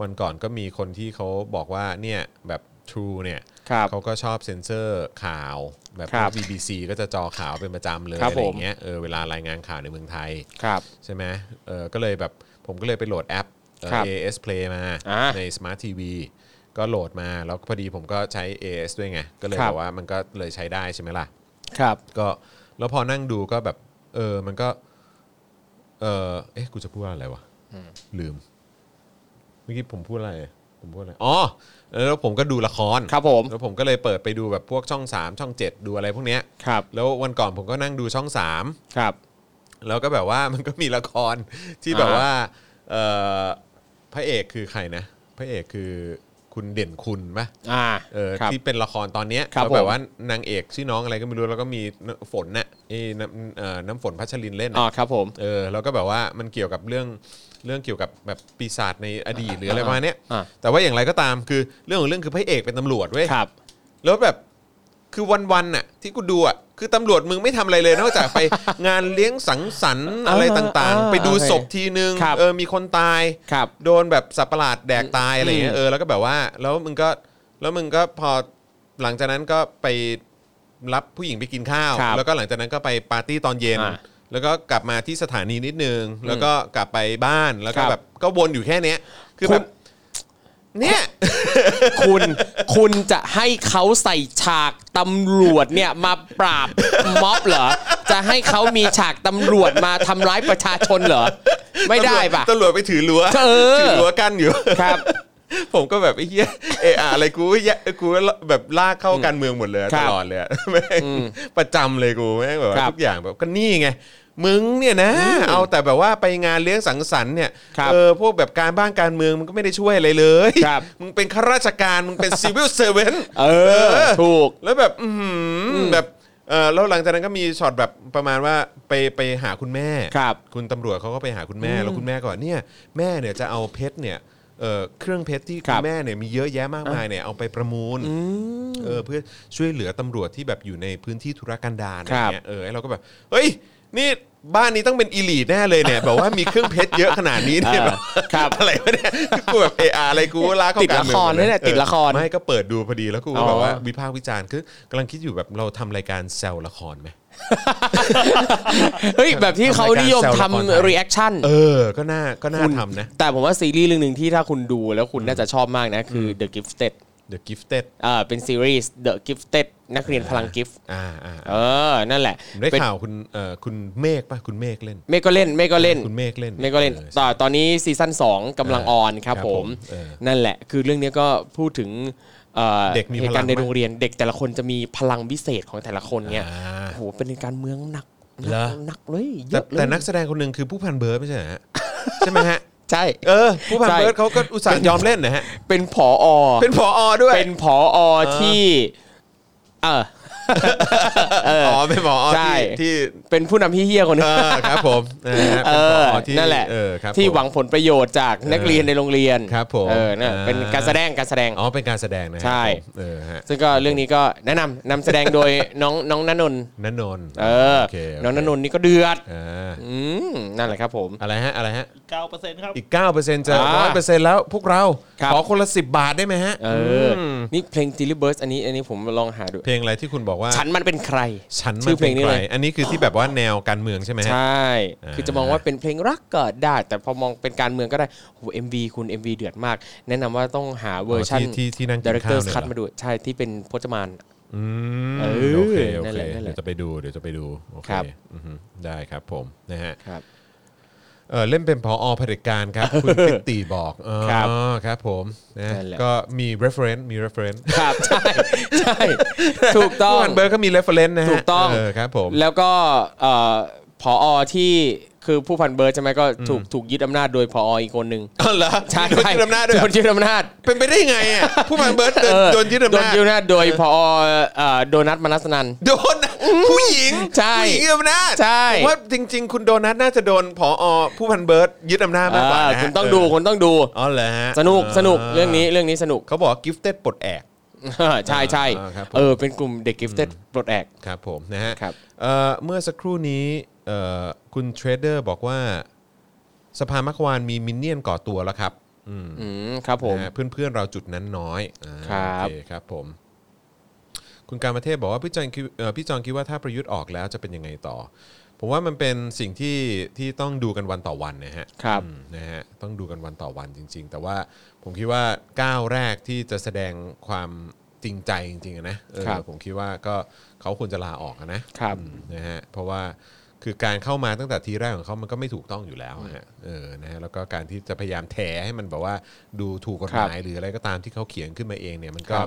Speaker 1: วันก่อนก็มีคนที่เขาบอกว่าเนี่ยแบบ True เนี่ย
Speaker 2: ครับ
Speaker 1: เขาก็ชอบเซ็นเซอร์ข่าว แบบ
Speaker 2: ครั
Speaker 1: พ
Speaker 2: บ
Speaker 1: วก BBC ก็จะจอข่าวเป็นประจำเลย
Speaker 2: ครับ
Speaker 1: อะไรอย่าง
Speaker 2: ผม
Speaker 1: เงี้ยเออเวลารายงานข่าวในเมืองไทย
Speaker 2: ครับ
Speaker 1: ใช่ไหมเออก็เลยแบบผมก็เลยไปโหลดแอปเอ่อ
Speaker 2: ครับ
Speaker 1: AS Play มา
Speaker 2: อ่า
Speaker 1: ใน Smart TV ก็โหลดมาแล้วพอดีผมก็ใช้ AS ด้วยไง ก็เลย
Speaker 2: ครับ
Speaker 1: แบบว่ามันก็เลยใช้ได้ใช่ไหมล่ะ
Speaker 2: ครับ
Speaker 1: ก็แล้วพอนั่งดูก็แบบเออมันก็เออเอ๊ะกูจะพูดว่าอะไรวะลืมเมื่อกี้ผมพูดอะไรผมพูดอะไรอ๋อแล้วผมก็ดูละคร
Speaker 2: ครับผม
Speaker 1: แล้วผมก็เลยเปิดไปดูแบบพวกช่อง 3 ช่อง 7 ดูอะไรพวกเนี้ย
Speaker 2: ครับ
Speaker 1: แล้ววันก่อนผมก็นั่งดูช่อง 3
Speaker 2: ครับ
Speaker 1: แล้วก็แบบว่า มันก็มีละครที่แบบ
Speaker 2: อ่า
Speaker 1: ว่าเอ่อพระเอกคือใครนะพระเอกคือคุณเด่นคุณปะ
Speaker 2: อ่า
Speaker 1: เออ
Speaker 2: ครับ
Speaker 1: ที่เป็นละครตอนเนี้ย
Speaker 2: ครับ
Speaker 1: แล้วแบ
Speaker 2: ผ
Speaker 1: บ
Speaker 2: ม
Speaker 1: ว่านางเอกชื่อน้องอะไรก็ไม่รู้แล้วก็มีฝนน่ะเอ้ยน้ำเอ่อน้ำฝนพัชรินเล่นน่ะ
Speaker 2: อ๋อครับผม
Speaker 1: เออแล้วก็แบบว่ามันเกี่ยวกับเรื่องเรื่องเกี่ยวกับแบบปีศาจในอดีตหรืออะไรประมาณเนี้ย
Speaker 2: อ่า
Speaker 1: แต่ว่าอย่างไรก็ตามคือเรื่องของเรื่องคือพระเอกเป็นตำรวจเว้ย
Speaker 2: ครับ
Speaker 1: แล้วแบบคือวันๆน่ะที่กูดูอ่ะคือตำรวจมึงไม่ทำอะไรเลยนอกจากไป งานเลี้ยงสังสรรค์อะไรต่างๆ
Speaker 2: อ่า
Speaker 1: ไปดู
Speaker 2: โอเค
Speaker 1: ศพทีนึง
Speaker 2: ครับ
Speaker 1: เออมีคนตาย
Speaker 2: ครับ
Speaker 1: โดนแบบสับประหลาดแดกตายอะไรเงี้ยเออแล้วก็แบบว่าแล้วมึงก็แล้วมึงก็พอหลังจากนั้นก็ไปรับผู้หญิงไปกินข้าว
Speaker 2: ครับ
Speaker 1: แล้วก็หลังจากนั้นก็ไปปาร์ตี้ตอนเย็น
Speaker 2: อ่า
Speaker 1: แล้วก็กลับมาที่สถานีนิดนึง แล้วก็กลับไปบ้านแล้วก็
Speaker 2: ครับ
Speaker 1: แบบก็วนอยู่แค่เนี้ยคือแบบ
Speaker 2: คุณ
Speaker 1: เนี่ย
Speaker 2: คุณคุณจะให้เขาใส่ฉากตำรวจเนี่ยมาปราบม็อบเหรอ จะให้เขามีฉากตำรวจมาทำร้ายประชาชนเหรอ ไม่ได้ปะ
Speaker 1: ตำรวจไปถือรั้ว
Speaker 2: เออ
Speaker 1: ถือรั้วกันอยู่
Speaker 2: ครับ
Speaker 1: ผมก็แบบไอ้เหี้ยเอออะไรกูเหี้ยกูแบบลากเข้าการเมืองหมดเลย
Speaker 2: ค
Speaker 1: ต
Speaker 2: รับ
Speaker 1: ลอดเลยอะแม่งประจำเลยกูแม่งแบบ
Speaker 2: ครั
Speaker 1: ว่า
Speaker 2: บ
Speaker 1: ทุกอย่างแบบก็นี่ไงมึงเนี่ยนะ เอาแต่แบบว่าไปงานเลี้ยงสังสรรค์เนี่ย
Speaker 2: ครับ
Speaker 1: เออพวกแบบการบ้านการเมืองมันก็ไม่ได้ช่วยอะไรเลย
Speaker 2: ครับ
Speaker 1: มึงเป็นข้าราชการมึงเป็นซีวิลเซอร์เวน
Speaker 2: เออ ถูก
Speaker 1: แล้วแบบอื้อหือแบบเออแล้วหลังจากนั้นก็มีช็อตแบบประมาณว่าไปไปหาคุณแม่
Speaker 2: ครับ
Speaker 1: คุณตำรวจเขาก็ไปหาคุณแม่แล้วคุณแม่ก็บอกเนี่ยแม่เนี่ยจะเอาเพชรเนี่ยเอ่อเครื่องเพชรที่
Speaker 2: ครั
Speaker 1: คุ
Speaker 2: บ
Speaker 1: ณแม่เนี่ยมีเยอะแยะมากมายเนี่ยเอาไปประมูลเออเพื่อช่วยเหลือตำรวจที่แบบอยู่ในพื้นที่ธุรกันดารอะไร
Speaker 2: ครับ
Speaker 1: เงี้ยเออไอ้เราก็แบบเฮ้ยนี่ บ้านนี้ต้องเป็นอีลีทแน่เลยเนี่ย แบบว่ามีเครื่องเพชรเยอะขนาดนี้เนี่ย
Speaker 2: อ่า
Speaker 1: แบบ
Speaker 2: ครับ
Speaker 1: อะไรวะเนี่ยกูแบบเออาอะไรกูลากเข้า
Speaker 2: ติด
Speaker 1: การ
Speaker 2: ละ
Speaker 1: เมือง
Speaker 2: ค
Speaker 1: ห
Speaker 2: ร
Speaker 1: มด
Speaker 2: ด้วยเนี่ย
Speaker 1: ออ
Speaker 2: ติดละคร
Speaker 1: ไม่ก็เปิดดูพอดีแล้วกู
Speaker 2: อ๋อ
Speaker 1: แบบว่าวิพากษ์วิจารณ์คือกำลังคิดอยู่แบบเราทำรายการแซวละครไหม
Speaker 2: เฮ้ยแบบที่เขานิยม
Speaker 1: ทำรายการแซวละครไทย
Speaker 2: ทำรีแอคชั่น
Speaker 1: เออ ก็น่าก็น่าทำนะ
Speaker 2: แต่ผมว่าซีรีส์เรื่องหนึ่งที่ถ้าคุณดูแล้วคุณน่าจะชอบมากนะ คือ The Gifted
Speaker 1: The Gifted
Speaker 2: อ่าเป็นซีรีส์ The Gifted นักเรียนพลังกิฟต์
Speaker 1: อ่าอ่า
Speaker 2: เออ นั่นแหละ
Speaker 1: ผมได้
Speaker 2: เป็น
Speaker 1: ข่าวคุณเอ่อคุณเมฆป่ะคุณเมฆเล่น
Speaker 2: เมฆก็เล่นเมฆก็เล่น
Speaker 1: คุณเมฆเล่น
Speaker 2: เมฆก็เล่น
Speaker 1: ออ
Speaker 2: ต่อตอนนี้ซีซั่น2กำลัง
Speaker 1: เออ
Speaker 2: ออนครับ
Speaker 1: ครับ
Speaker 2: ผ
Speaker 1: ผม มเออ
Speaker 2: นั่นแหละ คือเรื่องนี้ก็พูดถึงเอ่อ
Speaker 1: เด็กมี
Speaker 2: เหตุกา
Speaker 1: พลั
Speaker 2: รณ์
Speaker 1: ง
Speaker 2: ใน
Speaker 1: ไหม
Speaker 2: โรงเรียนเด็กแต่ละคนจะมีพลังพิเศษของแต่ละคนเนี่ย
Speaker 1: อ่า
Speaker 2: โอ้โหเป็นการเมืองหนัก
Speaker 1: เหรอ
Speaker 2: หนักเลยเย
Speaker 1: แต่
Speaker 2: อะเลย
Speaker 1: แต่นักแสดงคนหนึ่งคือผู้พันเบิร์ดไม่ใช่ เหรอฮะ ใช่ไหมฮะ
Speaker 2: ใช่
Speaker 1: เออ ผู้พัน
Speaker 2: ใช่
Speaker 1: เบิร์ดเขาก็อุตส่าห์ยอมเล่นนะฮะ
Speaker 2: เป็นผอ
Speaker 1: เป็นผอด้วย
Speaker 2: เป็นผออที่ เออ
Speaker 1: อ๋อเป็นผอ
Speaker 2: ใช่
Speaker 1: ที่ที่
Speaker 2: เป็นผู้นำที่เฮี้ยคนหนึ
Speaker 1: เองอครับผมนะฮะ
Speaker 2: เอ
Speaker 1: เป็นผ
Speaker 2: อ
Speaker 1: อที่
Speaker 2: นั่นแหละ
Speaker 1: เออครับ
Speaker 2: ที่
Speaker 1: ผม
Speaker 2: หวังผลประโยชน์จากนักเรียนในโรงเรียน
Speaker 1: ครับผม
Speaker 2: เออน่ะ
Speaker 1: อ่า
Speaker 2: เป็นการแสดงการแสดง
Speaker 1: อ๋อเป็นการแสดงนะฮะ
Speaker 2: ใช่
Speaker 1: ผมเออฮะ
Speaker 2: ซึ่งก็เรื่องนี้ก็แนะนำนำแสดงโดย น้องน้องณนนท์
Speaker 1: นันนนท์
Speaker 2: เออ
Speaker 1: โอเคโเค
Speaker 2: น้องณนนท์นี่ก็เดือด
Speaker 1: อ่า
Speaker 2: อืมนั่นแหละครับผม
Speaker 1: อะไรฮะอะไรฮะ
Speaker 4: เก้าเปอร์เซ็นต์ครับ
Speaker 1: อีก 9%จะ
Speaker 2: อ่า
Speaker 1: 100%แล้วพวกเรา
Speaker 2: ครับ
Speaker 1: ขอคนละ 10 บาทได้ไหมฮะ
Speaker 2: เอออนี่เพลง Tilly Birds อันนี้อันนี้ผมลองหาดู
Speaker 1: เพลงอะไรที่คุณบอกว่า
Speaker 2: ฉันมันเป็นใคร
Speaker 1: ฉัน
Speaker 2: ชื่
Speaker 1: มัน
Speaker 2: อเพ
Speaker 1: เป็
Speaker 2: ล
Speaker 1: น
Speaker 2: งนี้
Speaker 1: ใคร
Speaker 2: เลย
Speaker 1: อันนี้คือที่แบบว่าแนวการเมืองใช่ไหมฮะ
Speaker 2: ใช่
Speaker 1: อ่า
Speaker 2: คือจะมองว่าเป็นเพลงรักก็ได้ แต่พอมองเป็นการเมืองก็ได้โอ้เอ็มวีคุณ MV เดือดมาก แนะนำว่าต้องหาเวอร์ชัน
Speaker 1: ที่ที่ที่นั่งกิ
Speaker 2: ดี
Speaker 1: น
Speaker 2: เรค
Speaker 1: ข้า
Speaker 2: เตอ
Speaker 1: ว
Speaker 2: ร์
Speaker 1: เนี่ย
Speaker 2: คัด
Speaker 1: เหรอ
Speaker 2: มาดู ใช่ ที่เป็นพจมาน
Speaker 1: อืม
Speaker 2: เออ
Speaker 1: โอเคโอ
Speaker 2: นั่น
Speaker 1: เค
Speaker 2: แหละนั่นแหละ
Speaker 1: เดี๋ยวจะไปดูเดี๋ยวจะไปดูโอเค
Speaker 2: ครับ
Speaker 1: อือฮึได้ครับผมนะฮะ
Speaker 2: ครับ
Speaker 1: เออเล่นเป็นพออเผด็จการครับ คุณพิตีบอกอ๋อ
Speaker 2: ครับ
Speaker 1: ครับผมนะ
Speaker 2: นั่นแหละ
Speaker 1: ก็มี reference มี reference
Speaker 2: ครับ ใช่ ใช่ ถูกต้อง
Speaker 1: ผู้พันเบอร์ก็มี reference นะฮะ
Speaker 2: ถูกต้อง
Speaker 1: เออครับผม
Speaker 2: แล้วก็เอ่อผอที่คือผู้พันเบิร์ดใช่ไหมก็ถูกถูกยึดอำนาจโดยผออีกคนหนึ่ง
Speaker 1: อ้าวเหรอ
Speaker 2: ใช่
Speaker 1: โดนยึดอำนาจด้วยเห
Speaker 2: โด
Speaker 1: รอน
Speaker 2: ยึดอำนาจ
Speaker 1: เป็นไปได้ไงอ่ะผู้พันเบิร์ด
Speaker 2: เออ
Speaker 1: โดนยึดอำนาจ
Speaker 2: โดนยึดอำนาจโดยผอเอ่อโดนัทมนัสนัน
Speaker 1: โดนผู้หญิง
Speaker 2: ใช่
Speaker 1: ผู้หญิงยึดอำนาจ
Speaker 2: ใช่
Speaker 1: ผมว่าจริง ๆ คุณโดนัทน่าจะโดนผอผู้พันเบิร์ดยึดอำนาจมากกว่านะ
Speaker 2: อ่า
Speaker 1: ฮะ
Speaker 2: คุณต้องดู
Speaker 1: เ
Speaker 2: คุณต้องดู
Speaker 1: อ๋อเหรอฮะ
Speaker 2: สนุก
Speaker 1: า
Speaker 2: สนุกเรื่องนี้เรื่องนี้สนุก
Speaker 1: เขาบอกว่า gifted ปลดแอก
Speaker 2: ใช่ใช่
Speaker 1: อ่าครับผม
Speaker 2: เออเป็นกลุ่มเด็กกิฟเต็ดปลดแอก
Speaker 1: ครับผมนะฮะ
Speaker 2: ครับ
Speaker 1: เอ่อเมื่อสักครู่นี้เอ่อคุณเทรดเดอร์บอกว่าสภามักวานมีมินเนี่ยนก่อตัวแล้วครับอืมื
Speaker 2: มครับผม
Speaker 1: นะฮะเพื่อนๆเราจุดนั้นน้อยอ่า
Speaker 2: ครั
Speaker 1: โอ
Speaker 2: บ
Speaker 1: เคครับผม คุณการประเทศบอกว่าพี่จอนคิดเอ่อพี่จอนคิดว่าถ้าประยุทธ์ออกแล้วจะเป็นยังไงต่อ ผมว่ามันเป็นสิ่งที่ที่ต้องดูกันวันต่อวันนะฮะ
Speaker 2: ครับ
Speaker 1: อืมนะฮะต้องดูกันวันต่อวันจริง ๆ แต่ว่าผมคิดว่าก้าวแรกที่จะแสดงความจริงใจจริงๆอะนะเออ
Speaker 2: ครับ
Speaker 1: ผมคิดว่าก็เขาควรจะลาออกอะนะครับ อืมนะฮะเพราะว่าคือการเข้ามาตั้งแต่ทีแรกของเขามันก็ไม่ถูกต้องอยู่แล้วอะฮะเออนะฮะแล้วก็การที่จะพยายามแถให้มันแบบว่าดูถูกกฎหมายหรืออะไรก็ตามที่เขาเขียนขึ้นมาเองเนี่ยมันก็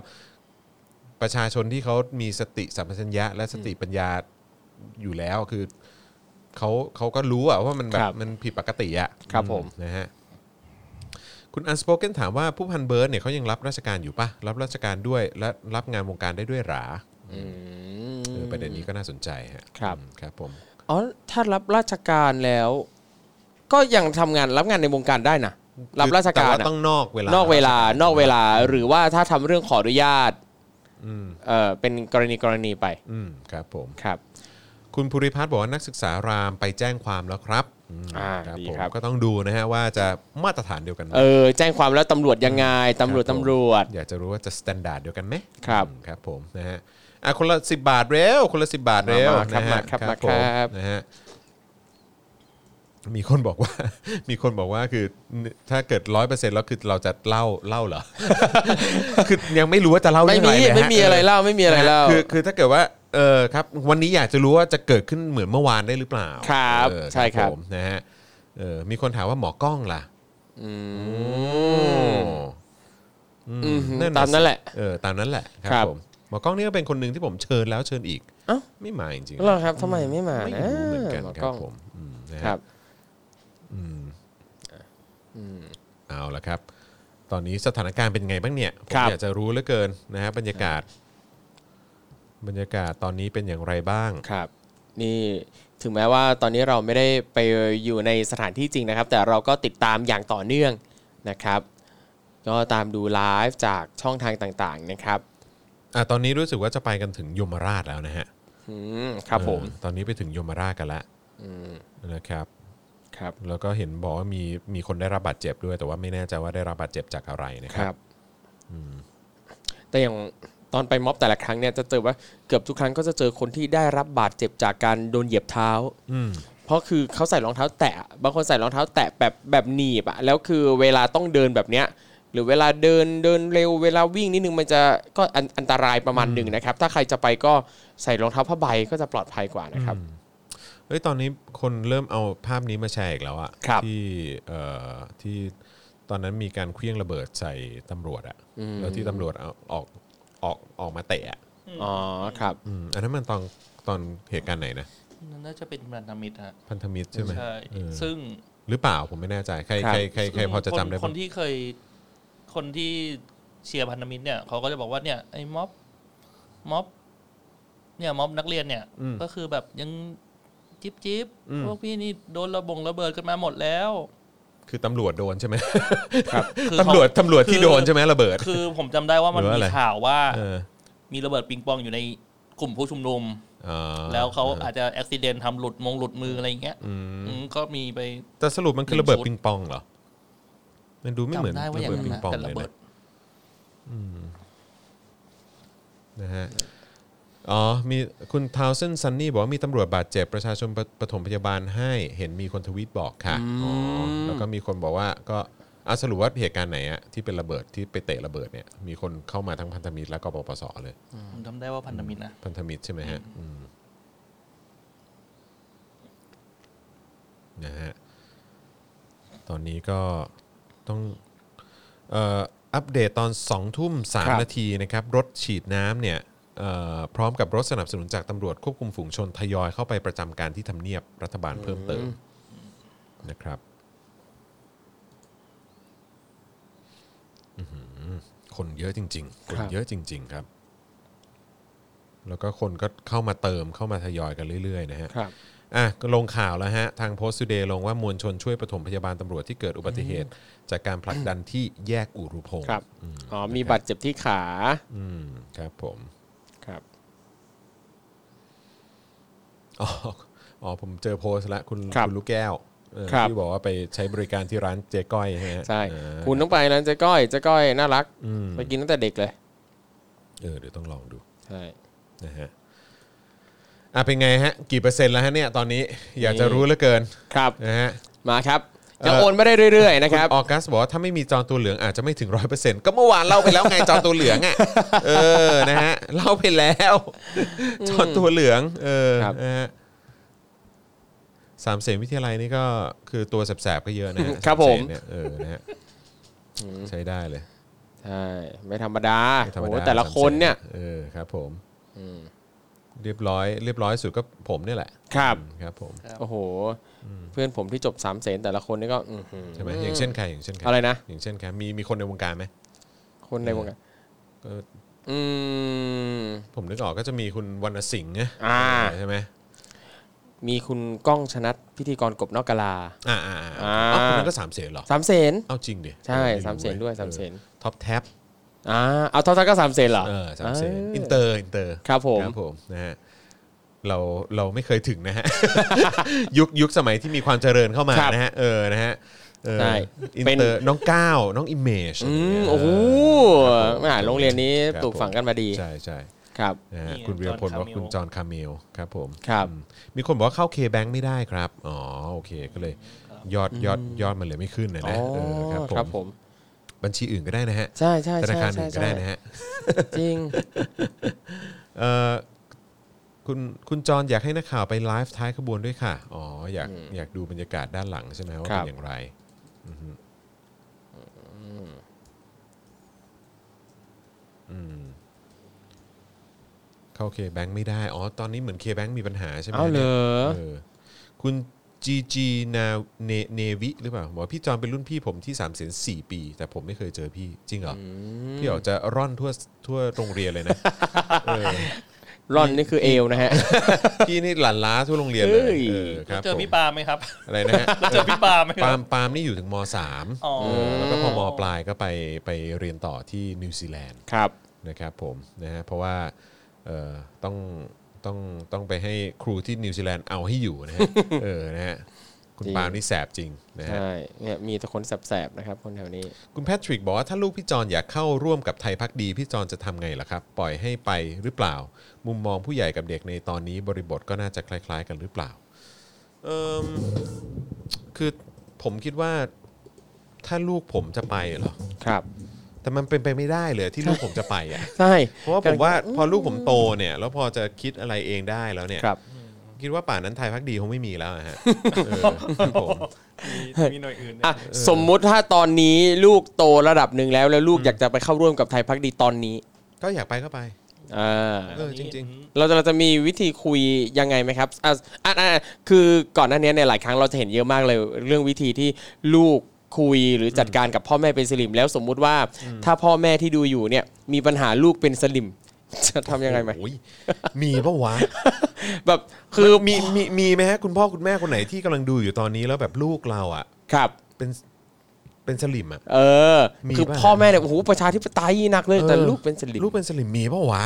Speaker 1: ประชาชนที่เขามีสติสัมปชัญญะ และสติปัญญาอยู่แล้วคือเขาเขาก็รู้อะว่ามันแบ
Speaker 2: ครับ บ
Speaker 1: มันผิดปกติอะ
Speaker 2: ครับผม
Speaker 1: นะฮะคุณอันสโปเกนถามว่าผู้พันเบิร์ดเนี่ยเขายังรับราชการอยู่ปะรับราชการด้วยและรับงานวงการได้ด้วยหรา
Speaker 2: อื
Speaker 1: เออ
Speaker 2: ม
Speaker 1: ประเด็นนี้ก็น่าสนใจฮะ
Speaker 2: ครับ
Speaker 1: อืมครับผม
Speaker 2: อ๋อถ้ารับราชการแล้ว ก็ยังทำงานรับงานในวงการได้นะรับราช
Speaker 1: แต่
Speaker 2: การ
Speaker 1: ว่
Speaker 2: อะ
Speaker 1: ต้องนอกเวลาน น
Speaker 2: อกเวลานอกเวลาหรือว่าถ้าทำเรื่องขออนุญาตเออเป็นกรณีกรณีไป
Speaker 1: อืมครับผม
Speaker 2: ครับ
Speaker 1: คุณภูริพัฒน์บอกว่านักศึกษารามไปแจ้งความแล้วครับม
Speaker 2: อ่า
Speaker 1: ครับ
Speaker 2: ดี
Speaker 1: ผม
Speaker 2: ครับ
Speaker 1: ก็ต้องดูนะฮะว่าจะมาตรฐานเดียวกันไหม
Speaker 2: เออแจ้งความแล้วตำรวจยังไงตำรวจ
Speaker 1: คบผม
Speaker 2: ตำรวจ
Speaker 1: อยากจะรู้ว่าจะสแตนดาร์ดเดียวกันไหม
Speaker 2: ครับ
Speaker 1: อืมครับผมนะฮะอ่ะคนละสิบาทเร็วคนละสิบาทเร็ว
Speaker 2: มาครับ
Speaker 1: นะ
Speaker 2: มา
Speaker 1: ฮะ
Speaker 2: ครับมา
Speaker 1: ผ
Speaker 2: ค
Speaker 1: ม
Speaker 2: รับ
Speaker 1: นะฮะ มีคนบอกว่า มีคนบอกว่าคือถ้าเกิดร้อยเปอร์เซ็นต์แล้วคือเราจะเล่าเล่าเหรอ คือยังไม่รู้ว่าจะเล่า
Speaker 2: ไม่
Speaker 1: เรื่อง
Speaker 2: มี
Speaker 1: อะไรนะ
Speaker 2: ไม่มีอะไร
Speaker 1: ฮ
Speaker 2: เล่าไม่มีอะไรเล่า
Speaker 1: คือคือถ้าเกิดว่าเออครับ วันนี้อยากจะรู้ว่าจะเกิดขึ้นเหมือนเมื่อวานได้หรือเปล่า
Speaker 2: ครับ
Speaker 1: เออ
Speaker 2: ใช่ครับ
Speaker 1: ผมนะฮะเออมีคนถามว่าหมอกล้องล่ะอืม
Speaker 2: มตามนั้นแหละ
Speaker 1: เออตามนั้นแหละครั
Speaker 2: ครับ บ
Speaker 1: ผมหมอกล้องนี่ก็เป็นคนหนึ่งที่ผมเชิญแล้วเชิญอีก
Speaker 2: เอ้า
Speaker 1: ไม่มาจริงๆ
Speaker 2: แล้วเหรอครับทำไมไม่มา
Speaker 1: ไม่
Speaker 2: นะ
Speaker 1: รู้เหมือนกัน
Speaker 2: หมอ
Speaker 1: ค
Speaker 2: กล้
Speaker 1: รั
Speaker 2: อบ ง
Speaker 1: ผมอืมนะฮะ
Speaker 2: ครับ
Speaker 1: เอาละครับ ตอนนี้สถานการณ์เป็นไงบ้างเนี่ย ผม
Speaker 2: ครับ
Speaker 1: อยากจะรู้เหลือเกินนะฮะบรรยากาศ บรรยากาศตอนนี้เป็นอย่างไรบ้าง
Speaker 2: ครับนี่ถึงแม้ว่าตอนนี้เราไม่ได้ไปอยู่ในสถานที่จริงนะครับ แต่เราก็ติดตามอย่างต่อเนื่องนะครับ ก็ตามดูไลฟ์จากช่องทางต่างๆนะครับ
Speaker 1: อ่ะตอนนี้รู้สึกว่าจะไปกันถึงยมราชแล้วนะฮะ
Speaker 2: อืมครับผม
Speaker 1: เออตอนนี้ไปถึงยมราชกันละ นะครับ
Speaker 2: ครับ
Speaker 1: แล้วก็เห็นบอกว่ามีมีคนได้รับบาดเจ็บด้วย แต่ว่าไม่แน่ใจว่าได้รับบาดเจ็บจากอะไรนะค
Speaker 2: ค
Speaker 1: รั
Speaker 2: รับ บแต่อย่างตอนไปม็อบแต่ละครั้งเนี่ยจะเจอว่าเกือบทุกครั้งก็จะเจอคนที่ได้รับบาดเจ็บจากการโดนเหยียบเท้า
Speaker 1: อืม
Speaker 2: เพราะคือเขาใส่รองเท้าแตะ บางคนใส่รองเท้าแตะแบบแบบหนีบอะแล้วคือเวลาต้องเดินแบบเนี้ย หรือเวลาเดินเดินเร็วเวลาวิ่งนิดนึงมันจะก็อันอันตรายประมาณหนึ่งนะครับ ถ้าใครจะไปก็ใส่รองเท้าผ้าใบก็จะปลอดภัยกว่านะครับ
Speaker 1: เฮ้ยตอนนี้คนเริ่มเอาภาพนี้มาแชร์อีกแล้วอะ
Speaker 2: ครับ
Speaker 1: ที่เอ่อที่ตอนนั้นมีการเคลี้ยงระเบิดใส่ตำรวจอะแล้วที่ตำรวจเอาออกออกออกมาเตะอะ
Speaker 2: อ๋อครับ
Speaker 1: อืมอันนั้นมันตอนตอนเหตุการณ์ไหนนะ
Speaker 4: น่าจะเป็นพันธมิตรฮะ
Speaker 1: พันธมิตรใช่ไหม
Speaker 4: ใช่
Speaker 1: เออ
Speaker 4: ซึ่ง
Speaker 1: หรือเปล่าผมไม่แน่ใจใคร
Speaker 2: ครับ
Speaker 1: ใครใครใครพอจะ
Speaker 4: คน
Speaker 1: จำได้
Speaker 4: ค
Speaker 1: บ้าง
Speaker 4: นที่เคยคนที่เชียร์พันธมิตรเนี่ยเขาก็จะบอกว่าเนี่ยไอ้ม็อบม็อบ เนี่ยม็อบนักเรียนเนี่ย ก็คือแบบยังจิบจิบพวกพี่นี่โดนระบงระเบิดกันมาหมดแล้ว
Speaker 1: คือตำรวจโดนใช่ไหม
Speaker 2: ครับ
Speaker 4: คือ
Speaker 1: ตำรวจ
Speaker 4: เขา
Speaker 1: ตำรวจที่
Speaker 4: คือ
Speaker 1: โดนใช่ไหมระเบิด
Speaker 4: คือผมจำได้ว่ามัน
Speaker 1: หรือว่าอะ
Speaker 4: มี
Speaker 1: ไร
Speaker 4: ข่าวว่า
Speaker 1: เออ
Speaker 4: มีระเบิดปิงปองอยู่ในกลุ่มผู้ชุมนุม
Speaker 1: อ่า
Speaker 4: แล้วเขาอาจจะอุบิเหตุทำหลุดมงหลุดมืออะไรอย่างเงี้ย
Speaker 1: อืม
Speaker 4: อืมก็มีไป
Speaker 1: แต่สรุปมันคือระเบิด
Speaker 4: หนึ่งชุด
Speaker 1: ปิงปองเหรอมันดูไม่เหมือน
Speaker 4: จำได้ว่า
Speaker 1: ระ
Speaker 4: อย่าง
Speaker 1: เบิด
Speaker 4: นั้น
Speaker 1: ปิง
Speaker 4: นะ
Speaker 1: ปอง
Speaker 4: แต่
Speaker 1: เล
Speaker 4: ระ
Speaker 1: ย
Speaker 4: เบิ
Speaker 1: นะ
Speaker 4: ด
Speaker 1: นะฮะ อ๋อ มีคุณทาวเซนซันนี่บอกว่ามีตำรวจบาดเจ็บ ประชาชนปปฐมพยาบาลให้เห็นมีคนทวีตบอกค่ะอ๋อแล้วก็มีคนบอกว่าก็อาสรุปว่าเหตุการณ์ไหนอะที่เป็นระเบิดที่ไปเตะระเบิดเนี่ย มีคนเข้ามาทั้งพันธมิตรและก็ปปสเลย
Speaker 4: ผมจำได้ว่าพันธมิตรนะ
Speaker 1: พันธมิตรใช่ไหมฮะอืมนะฮะ ตอนนี้ก็ต้องเอ่ออัปเดตตอน 2 ทุ่ม
Speaker 2: ครับ
Speaker 1: 3 นาทีนะครับ รถฉีดน้ำเนี่ยเอ่อพร้อมกับรถสนับสนุนจากตำรวจควบคุมฝูงชนทยอยเข้าไปประจำการที่ทำเนียบรัฐบาลเพิ่มเติมนะครับอื้อหือคนเยอะจริง ๆ คนเยอะจริง ๆ ครับ แล้วก็คนก็เข้ามาเติมเข้ามาทยอยกันเรื่อยๆนะฮะ
Speaker 2: ครับ
Speaker 1: อ่ะก็ลงข่าวแล้วฮะ ทางโพสต์ o d เดย์ลงว่ามวลชนช่วยปฐมพยาบาลตำรวจที่เกิดอุบัติเหตุ จากการผลักดันที่แยกอุรุพงศ์
Speaker 2: ครับ
Speaker 1: อืม
Speaker 2: อ๋อมีบาดเจ็บที่ขา
Speaker 1: อืมครับผม
Speaker 2: ครับ
Speaker 1: อ๋ออ๋อผมเจอโพสต์แล้วคุณ
Speaker 2: ครับ
Speaker 1: คุณลูกแก้วเออ
Speaker 2: ครับ
Speaker 1: ที่บอกว่าไปใช้บริการที่ร้านเจ๊ก้อยฮะ
Speaker 2: ใช่
Speaker 1: อ่า
Speaker 2: คุณต้องไปร้านเจ๊ก้อยเจ๊ก้อยน่ารัก
Speaker 1: อืม
Speaker 2: ไปกินตั้งแต่เด็กเลย
Speaker 1: เออเดี๋ยวต้องลองดู
Speaker 2: ใช่
Speaker 1: นะฮะอ่ะเป็นไงฮะ กี่เปอร์เซ็นต์แล้วฮะเนี่ยตอนนี้อยากจะรู้เหลือเกิน
Speaker 2: ครับ
Speaker 1: นะฮะ
Speaker 2: มาครับจะ
Speaker 1: เอ่อ
Speaker 2: โอนไม่ได้เรื่อย ๆ นะครับ
Speaker 1: ออกัสบอกว่าถ้าไม่มีจอตัวเหลืองอาจจะไม่ถึงร้อยเปอร์เซ็นต์ก็เมื่อวานเล่าไปแล้ว ไง จอตัวเหลืองอ่ะเออนะฮะเล่าไปแล้ว จอตัวเหลืองเออ
Speaker 2: ครับ
Speaker 1: นะฮะสามเสนวิทยาลัยนี่ก็คือตัวแสบๆก็เยอะนะฮะ
Speaker 2: ครับผม
Speaker 1: สาเสนเนี่ยเออนะฮะใช้ได้เลย
Speaker 2: ใช่ไม่ธรรมดา
Speaker 1: ไม่ธรรมดา
Speaker 2: โอ้โหแต่ละคนเนี่ย
Speaker 1: สามสเออครับ ผมเรียบร้อย เรียบร้อยสุดก็ผมเนี่ยแหละ
Speaker 2: ครับ
Speaker 1: ครับ ผม
Speaker 2: โอ้โห เพื่อนผมที่จบสามเสนแต่ละคนนี่ก็อื้อหือ
Speaker 1: ใช่ไหมอย่างเช่นใครอย่างเช่นใคร
Speaker 2: อะไรนะ
Speaker 1: อย่างเช่นใครมีมีคนในวงการไหม
Speaker 2: คนในวงการ
Speaker 1: ก็
Speaker 2: อืม
Speaker 1: ผมนึกออกก็จะมีคุณวรรณสิงห์นะ
Speaker 2: อ่า
Speaker 1: ใช่ไหม
Speaker 2: มีคุณก้องชนัดพิธีกรกบนอกกาลา
Speaker 1: อ่าอ่าอ่า
Speaker 2: อ่า
Speaker 1: เอาคนนั้นก็สามเสนเหรอ
Speaker 2: สามเสน
Speaker 1: เอาจริงดิ
Speaker 2: ใช่
Speaker 1: ออไรู้
Speaker 2: สามเสนด้วยสามเสน
Speaker 1: ออท็อปแท็บ
Speaker 2: อ่าเอาเท่าๆก็สามเสนเหรอ
Speaker 1: เออสามเสน
Speaker 2: อ
Speaker 1: อินเตอร์อินเตอร์
Speaker 2: ครับผม
Speaker 1: ครับผมนะฮะเราเราไม่เคยถึงนะฮะ ยุคยุคสมัยที่มีความเจริญเข้ามา
Speaker 2: ครับ
Speaker 1: นะฮะเออนะฮะเออ
Speaker 2: ใช่
Speaker 1: อิน
Speaker 2: เป็น
Speaker 1: เตอร์น้องก้าวน้องอิมเมจ
Speaker 2: อืมโอ้โหแม่โรงเรียนนี้ปลูกฝังกันมาดี
Speaker 1: ใช่ใช่
Speaker 2: ครับ
Speaker 1: นะฮะ
Speaker 4: นี่
Speaker 1: คุณเวียพล
Speaker 4: จอห์นคาเม
Speaker 1: ว่า
Speaker 4: ล
Speaker 1: คุณจอห์นคาเมลครับผม
Speaker 2: ครับ
Speaker 1: อืมมีคนบอกว่าเข้าเคแบงไม่ได้ครับอ๋อโอเคก็เลย ยอดยอดยอดมันเลยไม่ขึ้นนะ
Speaker 2: อ๋อ
Speaker 1: นะเออครับผม
Speaker 2: ครับผม
Speaker 1: บัญชีอื่นก็ได้นะฮะ
Speaker 2: ใช่ใช่
Speaker 1: ธ
Speaker 2: ใช่
Speaker 1: นาคาร
Speaker 2: ใช่
Speaker 1: อื่นก็
Speaker 2: ใช่
Speaker 1: ได้นะฮะ
Speaker 2: จริง
Speaker 1: เออคุณคุณจรอยากให้นักข่าวไปไลฟ์ท้ายขบวนด้วยค่ะ อ๋อ อยากอยากดูบรรยากาศด้านหลังใช่ไหมว่า
Speaker 2: ครั
Speaker 1: เป็
Speaker 2: บ
Speaker 1: นอย่างไรอือฮึอืมเข้าเคแบงไม่ได้ อ๋อ ตอนนี้เหมือนเคแบงมีปัญหาใช่ไหม
Speaker 2: เอาเหร
Speaker 1: นี่ย
Speaker 2: อ
Speaker 1: เออคุณจีจีนาเนเนวิหรือเปล่าบอกว่าพี่จอมเป็นรุ่นพี่ผมที่3ามเสนสี่ปี แต่ผมไม่เคยเจอพี่จริงเหรอพี่ออกจะร่อนทั่วทั่วโรงเรียนเลยนะ เออ
Speaker 2: ร่อนนี่คือเอวนะฮะ
Speaker 1: พี่นี่หลั่นล้าทั่วโรงเรียนเลย
Speaker 2: เอ้ย
Speaker 1: เออครับ
Speaker 4: เจอ
Speaker 1: ผม
Speaker 4: พี่ปาไหมครับ
Speaker 1: อะไรนะฮะ
Speaker 4: เจอพี่ปาไหมค
Speaker 1: ปา
Speaker 4: รั
Speaker 1: ล์
Speaker 4: บ
Speaker 1: มปาล์มนี่อยู่ถึงมสาม
Speaker 4: อ๋อ
Speaker 1: เออแล้วก็พอมปลายก็ไปไปเรียนต่อที่นิวซีแลนด์
Speaker 2: ครับ
Speaker 1: นะครับผมนะฮะเพราะว่าเอ่อต้อง ต้องต้องไปให้ครูที่นิวซีแลนด์เอาให้อยู่นะ ฮะ เออนะฮะคุณ
Speaker 2: จริง
Speaker 1: ปาล์มนี่แสบจริงนะฮะ
Speaker 2: ใช่เนี่ยมีแต่คนแสบๆนะครับคนแถวนี้
Speaker 1: คุณแพทริกบอกว่าถ้าลูกพี่จอนอยากเข้าร่วมกับไทยพักดีพี่จอนจะทำไงล่ะครับ ปล่อยให้ไปหรือเปล่า มุมมองผู้ใหญ่กับเด็กในตอนนี้บริบทก็น่าจะคล้าย ๆ กันหรือเปล่าเอมคือผมคิดว่าถ้าลูกผมจะไปเหรอ
Speaker 2: ครับ
Speaker 1: แต่มันเป็นไปไม่ได้เลยที่ลูกผมจะไป อ่ะ
Speaker 2: ใช่
Speaker 1: เพราะว่าผมว่าพอลูกผมโตเนี่ย แล้วพอจะคิดอะไรเองได้แล้วเนี่ย
Speaker 2: ครับ
Speaker 1: คิดว่าป่านนั้นไทยพักดีคงไม่มีแล้วอะ ฮะเออครับผม
Speaker 9: มีมีหน่วยอื่นนะ
Speaker 2: อ่ะสมมุติถ้าตอนนี้ลูกโตระดับหนึ่งแล้วแล้วลูกอยากจะไปเข้าร่วมกับไทยพักดีตอนนี้
Speaker 1: ก็อยากไปก็ไป
Speaker 2: อ่า
Speaker 1: เออจริง
Speaker 2: เราจะเราจะมีวิธีคุยยังไงไหมครับอ่ะอ่ะอ่ะคือก่อนหน้านี้เนี่ยหลายครั้งเราจะเห็นเยอะมากเลย เรื่องวิธีที่ลูกคุยหรือจัดการกับพ่อแม่เป็นสลิม แล้วสมมุติว่าถ้าพ่อแม่ที่ดูอยู่เนี่ยมีปัญหาลูกเป็นสลิม จะทำยังไงไหม
Speaker 1: โอ้ยมีปะวะ
Speaker 2: แบบคื
Speaker 1: คือ อมีมีมีไหมฮะคุณพ่อคุณแม่คนไหนที่กำลังดูอยู่ตอนนี้แล้วแบบลูกเราอ่ะ
Speaker 2: ครับ
Speaker 1: เป็นเป็นสลิมอ่ะ
Speaker 2: เออ
Speaker 1: มี
Speaker 2: คือ
Speaker 1: ป่ะ
Speaker 2: พ่อแม่เนี่ยโอ้โหประชาธิปไตยหนักเลยแต่ลูกเป็นสลิม
Speaker 1: ลูกเป็นสลิมมีปะวะ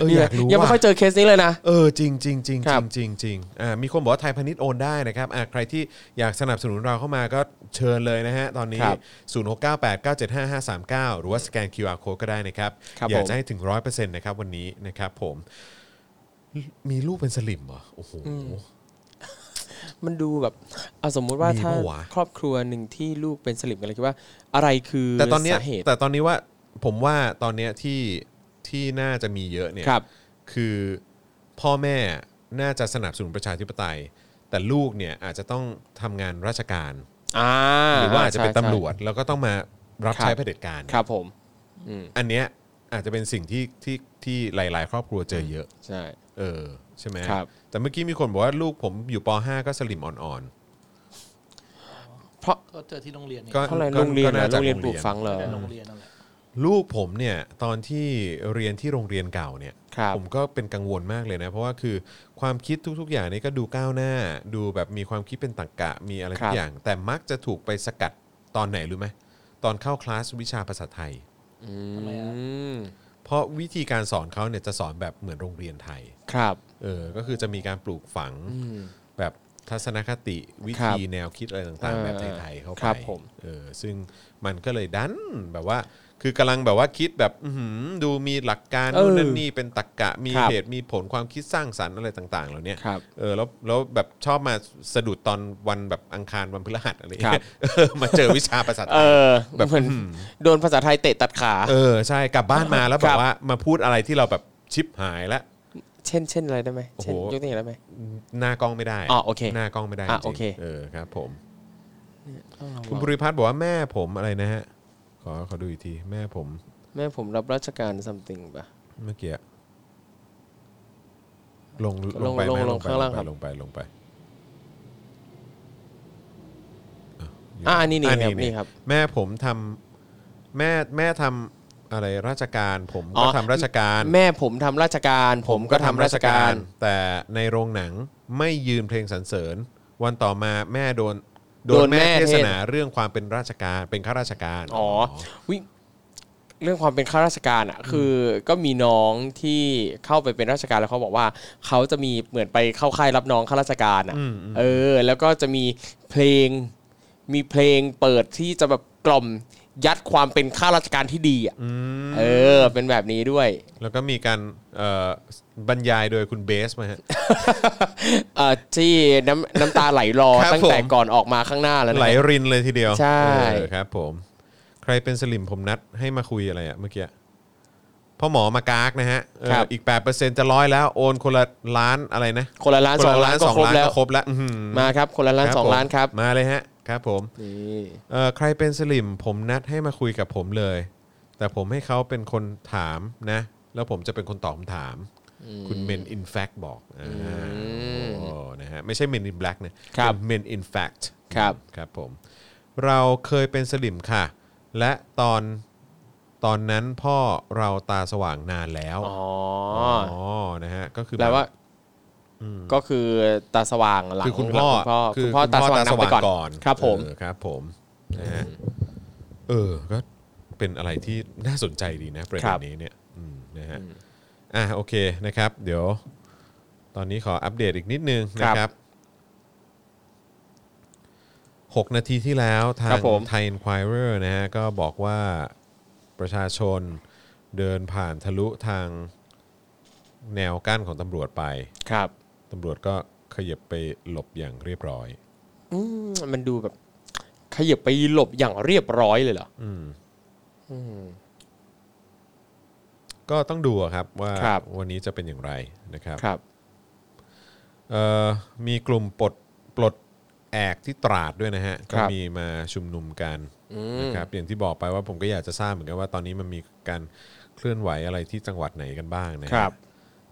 Speaker 1: เอออยากรู้
Speaker 2: ยังไม่ค่อย
Speaker 1: ว่า
Speaker 2: เจอเคสนี้เลยนะ
Speaker 1: เออจริงจริงจริง
Speaker 2: ครับ
Speaker 1: จริงจริงอ่ามีคนบอกว่าไทยพาณิชย์โอนได้นะครับอ่าใครที่อยากสนับสนุนเราเข้ามาก็เชิญเลยนะฮะ ตอนนี้ 0698975539 หรือว่าสแกน QR code ก็ได้นะครับ อยากจะให้ถึง 100%นะครับวันนี้นะครับผมมีลูกเป็นสลิมเหรอโอ้โห
Speaker 2: มันดูแบบเอาสมมุติว่า
Speaker 1: มี
Speaker 2: ถ้า
Speaker 1: ปะวะ
Speaker 2: ครอบครัวหนึ่งที่ลูกเป็นสลิมกันเลยคิดว่า อะไรคือ
Speaker 1: แต่ตอนเนี้ย
Speaker 2: สาเหตุ
Speaker 1: แต่ตอนนี้ว่าผมว่าตอนเนี้ยที่ที่น่าจะมีเยอะเนี่ย
Speaker 2: ครับ
Speaker 1: คือพ่อแม่น่าจะสนับสนุนประชาธิปไตย แต่ลูกเนี่ยอาจจะต้องทำงานราชการ
Speaker 2: อ่า
Speaker 1: หรือว่าอาจจะเป็น
Speaker 2: ใช่
Speaker 1: ตำร
Speaker 2: ใช่
Speaker 1: วจ แล้วก็ต้องมารับใช้
Speaker 2: ครับ
Speaker 1: เผด็จการ
Speaker 2: ครับผม
Speaker 1: อันเนี้ยอาจจะเป็นสิ่งที่ที่ที่หลาย ๆ ครอบครัวเจอเยอะ
Speaker 2: ใช่
Speaker 1: เออใช่ไหม
Speaker 2: ครับ
Speaker 1: แต่เมื่อกี้มีคนบอกว่าลูกผมอยู่ป .5 ก็สลิมอ่อน
Speaker 2: เพราะ
Speaker 4: ก็เจอที่โรงเรียนนี่
Speaker 1: ๆก็
Speaker 2: เพราะอะไรโรงเรียน
Speaker 1: ก็
Speaker 2: เหรอ
Speaker 1: น่าจะ
Speaker 2: โรงเรียนปลูกฝังเหรอ
Speaker 4: ในโรงเรียนนั่นแหละ
Speaker 1: ลูกผมเนี่ยตอนที่เรียนที่โรงเรียนเก่าเนี่ย
Speaker 2: ครับ
Speaker 1: ผมก็เป็นกังวลมากเลยนะ เพราะว่าคือความคิดทุก ๆ อย่างนี่ก็ดูก้าวหน้า ดูแบบมีความคิดเป็นตรรกะมีอะไร
Speaker 2: ค
Speaker 1: ทุ
Speaker 2: รับ
Speaker 1: กอย่าง แต่มักจะถูกไปสกัดตอนไหนรู้ไหมตอนเข้าคลาสวิชาภาษาไทย
Speaker 2: อื
Speaker 4: ทำไมอะ
Speaker 2: ม
Speaker 1: เพราะวิธีการสอนเขาเนี่ยจะสอนแบบเหมือนโรงเรียนไทย
Speaker 2: ครับ
Speaker 1: เออก็คือจะมีการปลูกฝังแบบทัศนคติวิ
Speaker 2: ครับ
Speaker 1: ธีแนวคิดอะไรต่างๆ แบบไทยๆเข้าไป
Speaker 2: ครับผม
Speaker 1: เออซึ่งมันก็เลยดันแบบว่า คือกำลังแบบว่าคิดแบบอื้อหือดูมีหลักการนู่นนั่นนี่เป็นตรรกะมี
Speaker 2: ครับ
Speaker 1: เหตุมีผลความคิดสร้างสรรค์อะไรต่างๆเหล่าเนี้ย
Speaker 2: ครับ
Speaker 1: เออแล้วแล้วแบบชอบมาสะดุดตอนวันแบบอังคารวันพฤหัสอะไรอย่าง
Speaker 2: ครั
Speaker 1: เงี้ย
Speaker 2: บ
Speaker 1: เออมาเจอวิชาภาษาไท
Speaker 2: เอย อ
Speaker 1: แบบ
Speaker 2: เหมือน
Speaker 1: อืม
Speaker 2: โดนภาษาไทยเตะตัดขา
Speaker 1: เออใช่กลับบ้านมาแล้ว
Speaker 2: ค
Speaker 1: แบ
Speaker 2: รั
Speaker 1: บบ ว่ามาพูดอะไรที่เราแบบชิปหายแล้ว
Speaker 2: เช่นเช่นอะไรได้ไหม
Speaker 1: โอ้โห
Speaker 2: เช่นยกตัวอย่างได้ไหม
Speaker 1: หน้ากล้องไม่ได้
Speaker 2: อ๋อโอเค
Speaker 1: หน้ากล้องไม่ได้จ
Speaker 2: อ่ะโอ
Speaker 1: ริง
Speaker 2: เค
Speaker 1: ๆเออครับผม
Speaker 2: ต้องระ
Speaker 1: คุณ
Speaker 2: วัง
Speaker 1: ภูริพัฒน์บอกว่าแม่ผมอะไรนะฮะขอขอดูอีกทีแม่ผม
Speaker 2: แม่ผมรับราชการ something ป่ะ
Speaker 1: เมื่อกี้ลง
Speaker 2: ล
Speaker 1: ล
Speaker 2: ง
Speaker 1: งไปไหม
Speaker 2: ล
Speaker 1: ล
Speaker 2: ง
Speaker 1: งไป
Speaker 2: ข้างล่าง
Speaker 1: ล
Speaker 2: ครับ
Speaker 1: งไปลงไป
Speaker 2: อ่านี่นี่
Speaker 1: อ่ะ
Speaker 2: ครับนี่ครับ
Speaker 1: แม่ผมทำแม่แม่ทำอะไรราชการ ผม
Speaker 2: อ๋
Speaker 1: ก็
Speaker 2: อ
Speaker 1: ทำราชการ
Speaker 2: แม่ผมทำราชการ ผมก็ทำราชการ
Speaker 1: แต่ในโรงหนังไม่ยืนเพลงสรรเสริญ วันต่อมาแม่โดน
Speaker 2: โดนแม่
Speaker 1: เทศนาเรื่องความเป็นราชการเป็นข้าราชการ
Speaker 2: อ๋อวิเรื่องความเป็นข้าราชการอ่ะคือก็มีน้องที่เข้าไปเป็นราชการแล้วเขาบอกว่าเขาจะมีเหมือนไปเข้าค่ายรับน้องข้าราชการอ่ะเออ แล้วก็จะมีเพลงมีเพลงเปิดที่จะแบบกล่อมยัดความเป็นข้าราชการที่ดีอ่ะเออ เป็นแบบนี้ด้วย
Speaker 1: แล้วก็มีการเอ่อบรรยายโดยคุณเบสมาฮะ
Speaker 2: เออที่น้ำน้ำตาไหลรอ
Speaker 1: ครับ
Speaker 2: ตั้ง
Speaker 1: ผ
Speaker 2: แต่
Speaker 1: ม
Speaker 2: ก่อนออกมาข้างหน้าแล้วนะ
Speaker 1: ไหลรินเลยทีเดียว
Speaker 2: ใช่
Speaker 1: เออครับ ผม ใครเป็นสลิมผมนัดให้มาคุยอะไรอะเมื่อกี้พ่อหมอมากากนะฮะเอออีก8%จะร้อยแล้วโอนคนละล้านอะไรนะ
Speaker 2: คนละล้าน
Speaker 1: ค
Speaker 2: ส
Speaker 1: น
Speaker 2: อง
Speaker 1: ละ
Speaker 2: ล้า
Speaker 1: ล้านน
Speaker 2: ก็
Speaker 1: สอง
Speaker 2: ครบ
Speaker 1: ล้าน
Speaker 2: แล้ว
Speaker 1: ก็ครบแล้วอื้อหือ
Speaker 2: มาครับคนละล้าน
Speaker 1: ครับ
Speaker 2: สอง
Speaker 1: ผม
Speaker 2: ล้านครับ
Speaker 1: มาเลยฮะ ครับผม
Speaker 2: นี่
Speaker 1: เอ่อใครเป็นสลิมผมนัดให้มาคุยกับผมเลย แต่ผมให้เขาเป็นคนถามนะ แล้วผมจะเป็นคนตอบคำถาม คุณเมนอินแฟกบอกอาโอ้นะฮะไม่ใช่เมนอินแบล็กนะครับ เมนอินแฟก
Speaker 2: ครับ
Speaker 1: ครับผม เราเคยเป็นสลิมค่ะ และตอนตอนนั้นพ่อเราตาสว่างนานแล้ว
Speaker 2: อ๋อ
Speaker 1: นะฮะก็คือ
Speaker 2: แปล
Speaker 1: บบ
Speaker 2: ว่าก็คือตาสว่างหลัง
Speaker 1: คือคุณพ่อ
Speaker 2: หลังคุณพ่อคุณพ่อตาสว่างนำไปก่อนครับผม
Speaker 1: เออครับผมนะฮะเออก็เป็นอะไรที่น่าสนใจดีนะประเด็
Speaker 2: ครั
Speaker 1: น
Speaker 2: บ
Speaker 1: นี้เนี่ยอืมนะฮะอ่ะโอเคนะครับ เดี๋ยว ตอนนี้ขออัปเดตอีกนิดนึงนะครับ 6 นาทีที่แล้วทา
Speaker 2: ครั
Speaker 1: ง
Speaker 2: บผม
Speaker 1: Thai Inquirer นะฮะก็บอกว่าประชาชนเดินผ่านทะลุทางแนวกั้นของตำรวจไป
Speaker 2: ครับ
Speaker 1: ตำรวจก็ขยับไปหลบอย่างเรียบร้อย
Speaker 2: อืมมันดูแบบขยับไปหลบอย่างเรียบร้อยเลยเหรอ
Speaker 1: อืมก็ต้องดูอะครับว่า
Speaker 2: ครับ
Speaker 1: วันนี้จะเป็นอย่างไรนะครับ
Speaker 2: ครับ
Speaker 1: เอ่อมีกลุ่มปลดปลดแอกที่ตราดด้วยนะฮะ
Speaker 2: ค
Speaker 1: ก็
Speaker 2: รับ
Speaker 1: มีมาชุมนุมกัน
Speaker 2: อืม
Speaker 1: นะครับอย่างที่บอกไปว่าผมก็อยากจะทราบเหมือนกันว่าตอนนี้มันมีการเคลื่อนไหวอะไรที่จังหวัดไหนกันบ้างนะฮะ
Speaker 2: ครับ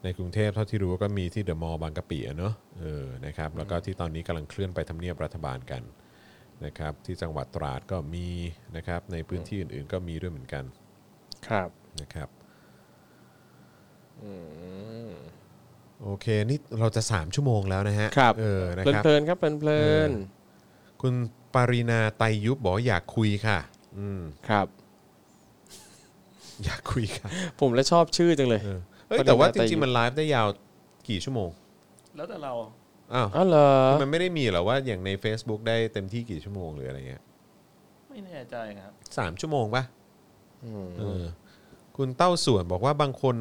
Speaker 1: ในกรุงเทพเท่าที่รู้ก็มีที่เดอะมอลล์บางกะปิอะเนอะเออนะครับแล้วก็ที่ตอนนี้กำลังเคลื่อนไปทำเนียบรัฐบาลกันนะครับที่จังหวัดตราดก็มีนะครับในพื้นที่อื่นๆ ก็มีด้วยเหมือนกัน
Speaker 2: ครับ
Speaker 1: นะครับโอเคนี่เราจะสามชั่วโมงแล้วนะฮะ
Speaker 2: ครับ
Speaker 1: เออนะ
Speaker 2: เพลิ
Speaker 1: คน รับ
Speaker 2: เพลินๆครับเพลินเพลิน
Speaker 1: คุณปารีนาไตรยุบบอกว่าอยากคุยค่ะ อืม
Speaker 2: ๆครับ
Speaker 1: อยากคุยค่ะ
Speaker 2: ผมแล้วชอบชื่อจังเลย
Speaker 1: เออเฮ้ย
Speaker 2: ปารีนา
Speaker 1: แต่ว่าจ
Speaker 2: ไตรยุบ
Speaker 1: ริงๆ มันไลฟ์ได้ยาวกี่ชั่วโมง
Speaker 4: แล้วแต่เรา
Speaker 1: อ้าว
Speaker 2: อ๋อเหรอ
Speaker 1: มันไม่ได้มีเหรอว่าอย่างใน Facebook ได้เต็มที่กี่ชั่วโมงหรืออะไรเงี้ย
Speaker 4: ไม่แน่ใจครับ
Speaker 1: สามชั่วโมงปะเออ คุณเต้าส่วนบอกว่าบางคน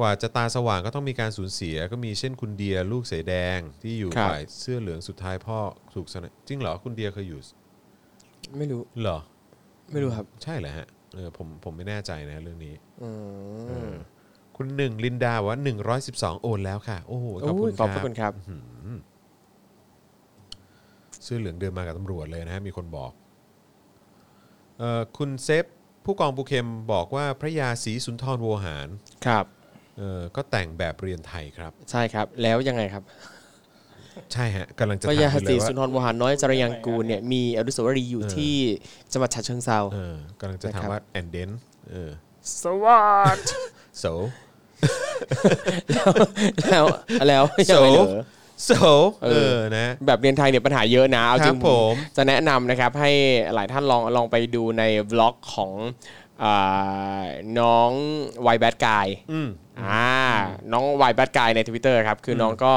Speaker 1: กว่าจะตาสว่างก็ต้องมีการสูญเสีย ก็มีเช่นคุณเดียลูกเสแดงที่อยู่
Speaker 2: ครับ
Speaker 1: ฝ่ายเสื้อเหลืองสุดท้ายพ่อถูกสนบจริงเหรอคุณเดียเคยอยู่
Speaker 2: ไม่รู้
Speaker 1: เหรอ
Speaker 2: ไม่รู้ครับ
Speaker 1: ใช่เหรอฮะเออผมผมไม่แน่ใจนะเรื่องนี้
Speaker 2: อื
Speaker 1: เอ
Speaker 2: ม
Speaker 1: อคุณหนึ่งลินดาบอกว่า 112 โอนแล้วค่ะ โอ้โหข
Speaker 2: โอ้
Speaker 1: อบคุณ
Speaker 2: ยขอบพระ
Speaker 1: ค
Speaker 2: คุ
Speaker 1: รับ
Speaker 2: ณครับ
Speaker 1: เสื้อเหลืองเดินมากับตำรวจเลยนะฮะ มีคนบอกเอ่อคุณเซฟ ผู้กองปูเข็มบอกว่าพระยาศรีสุนทรโวหาร
Speaker 2: ครับ
Speaker 1: เอ่อก็แต่งแบบเรียนไทยครับ
Speaker 2: ใช่ครับ แล้วยังไงครับ
Speaker 1: ใช่ฮะกำลังจะ
Speaker 2: พ
Speaker 1: ถามอย
Speaker 2: ระา
Speaker 1: ยู่เล
Speaker 2: ศรี
Speaker 1: ยว่า
Speaker 2: สุนทรวหารน้อยจรยังกูลเนี่ยมีอนุสาวรีย์อยู่
Speaker 1: เออ
Speaker 2: ที่จังหวัดฉะเชิงเซา
Speaker 1: เออกำลังจะถามว่าแอนเดนเออ
Speaker 2: สวัสด
Speaker 1: โส
Speaker 2: แล้วแล้วยังไงเหรอ
Speaker 1: โสเอ
Speaker 2: เอ
Speaker 1: อ
Speaker 2: อ
Speaker 1: นะ
Speaker 2: แบบเรียนไทยเนี่ยปัญหาเยอะนะเอาจริ
Speaker 1: ค
Speaker 2: ง
Speaker 1: รับผม
Speaker 2: จะแนะนำนะครับให้หลายท่านลองลองไปดูในบล็อกของอาน้องวายแบดกาย
Speaker 1: อืม
Speaker 2: อ่าน้องวายแบดกายใน Twitter ครับ คือน้องก็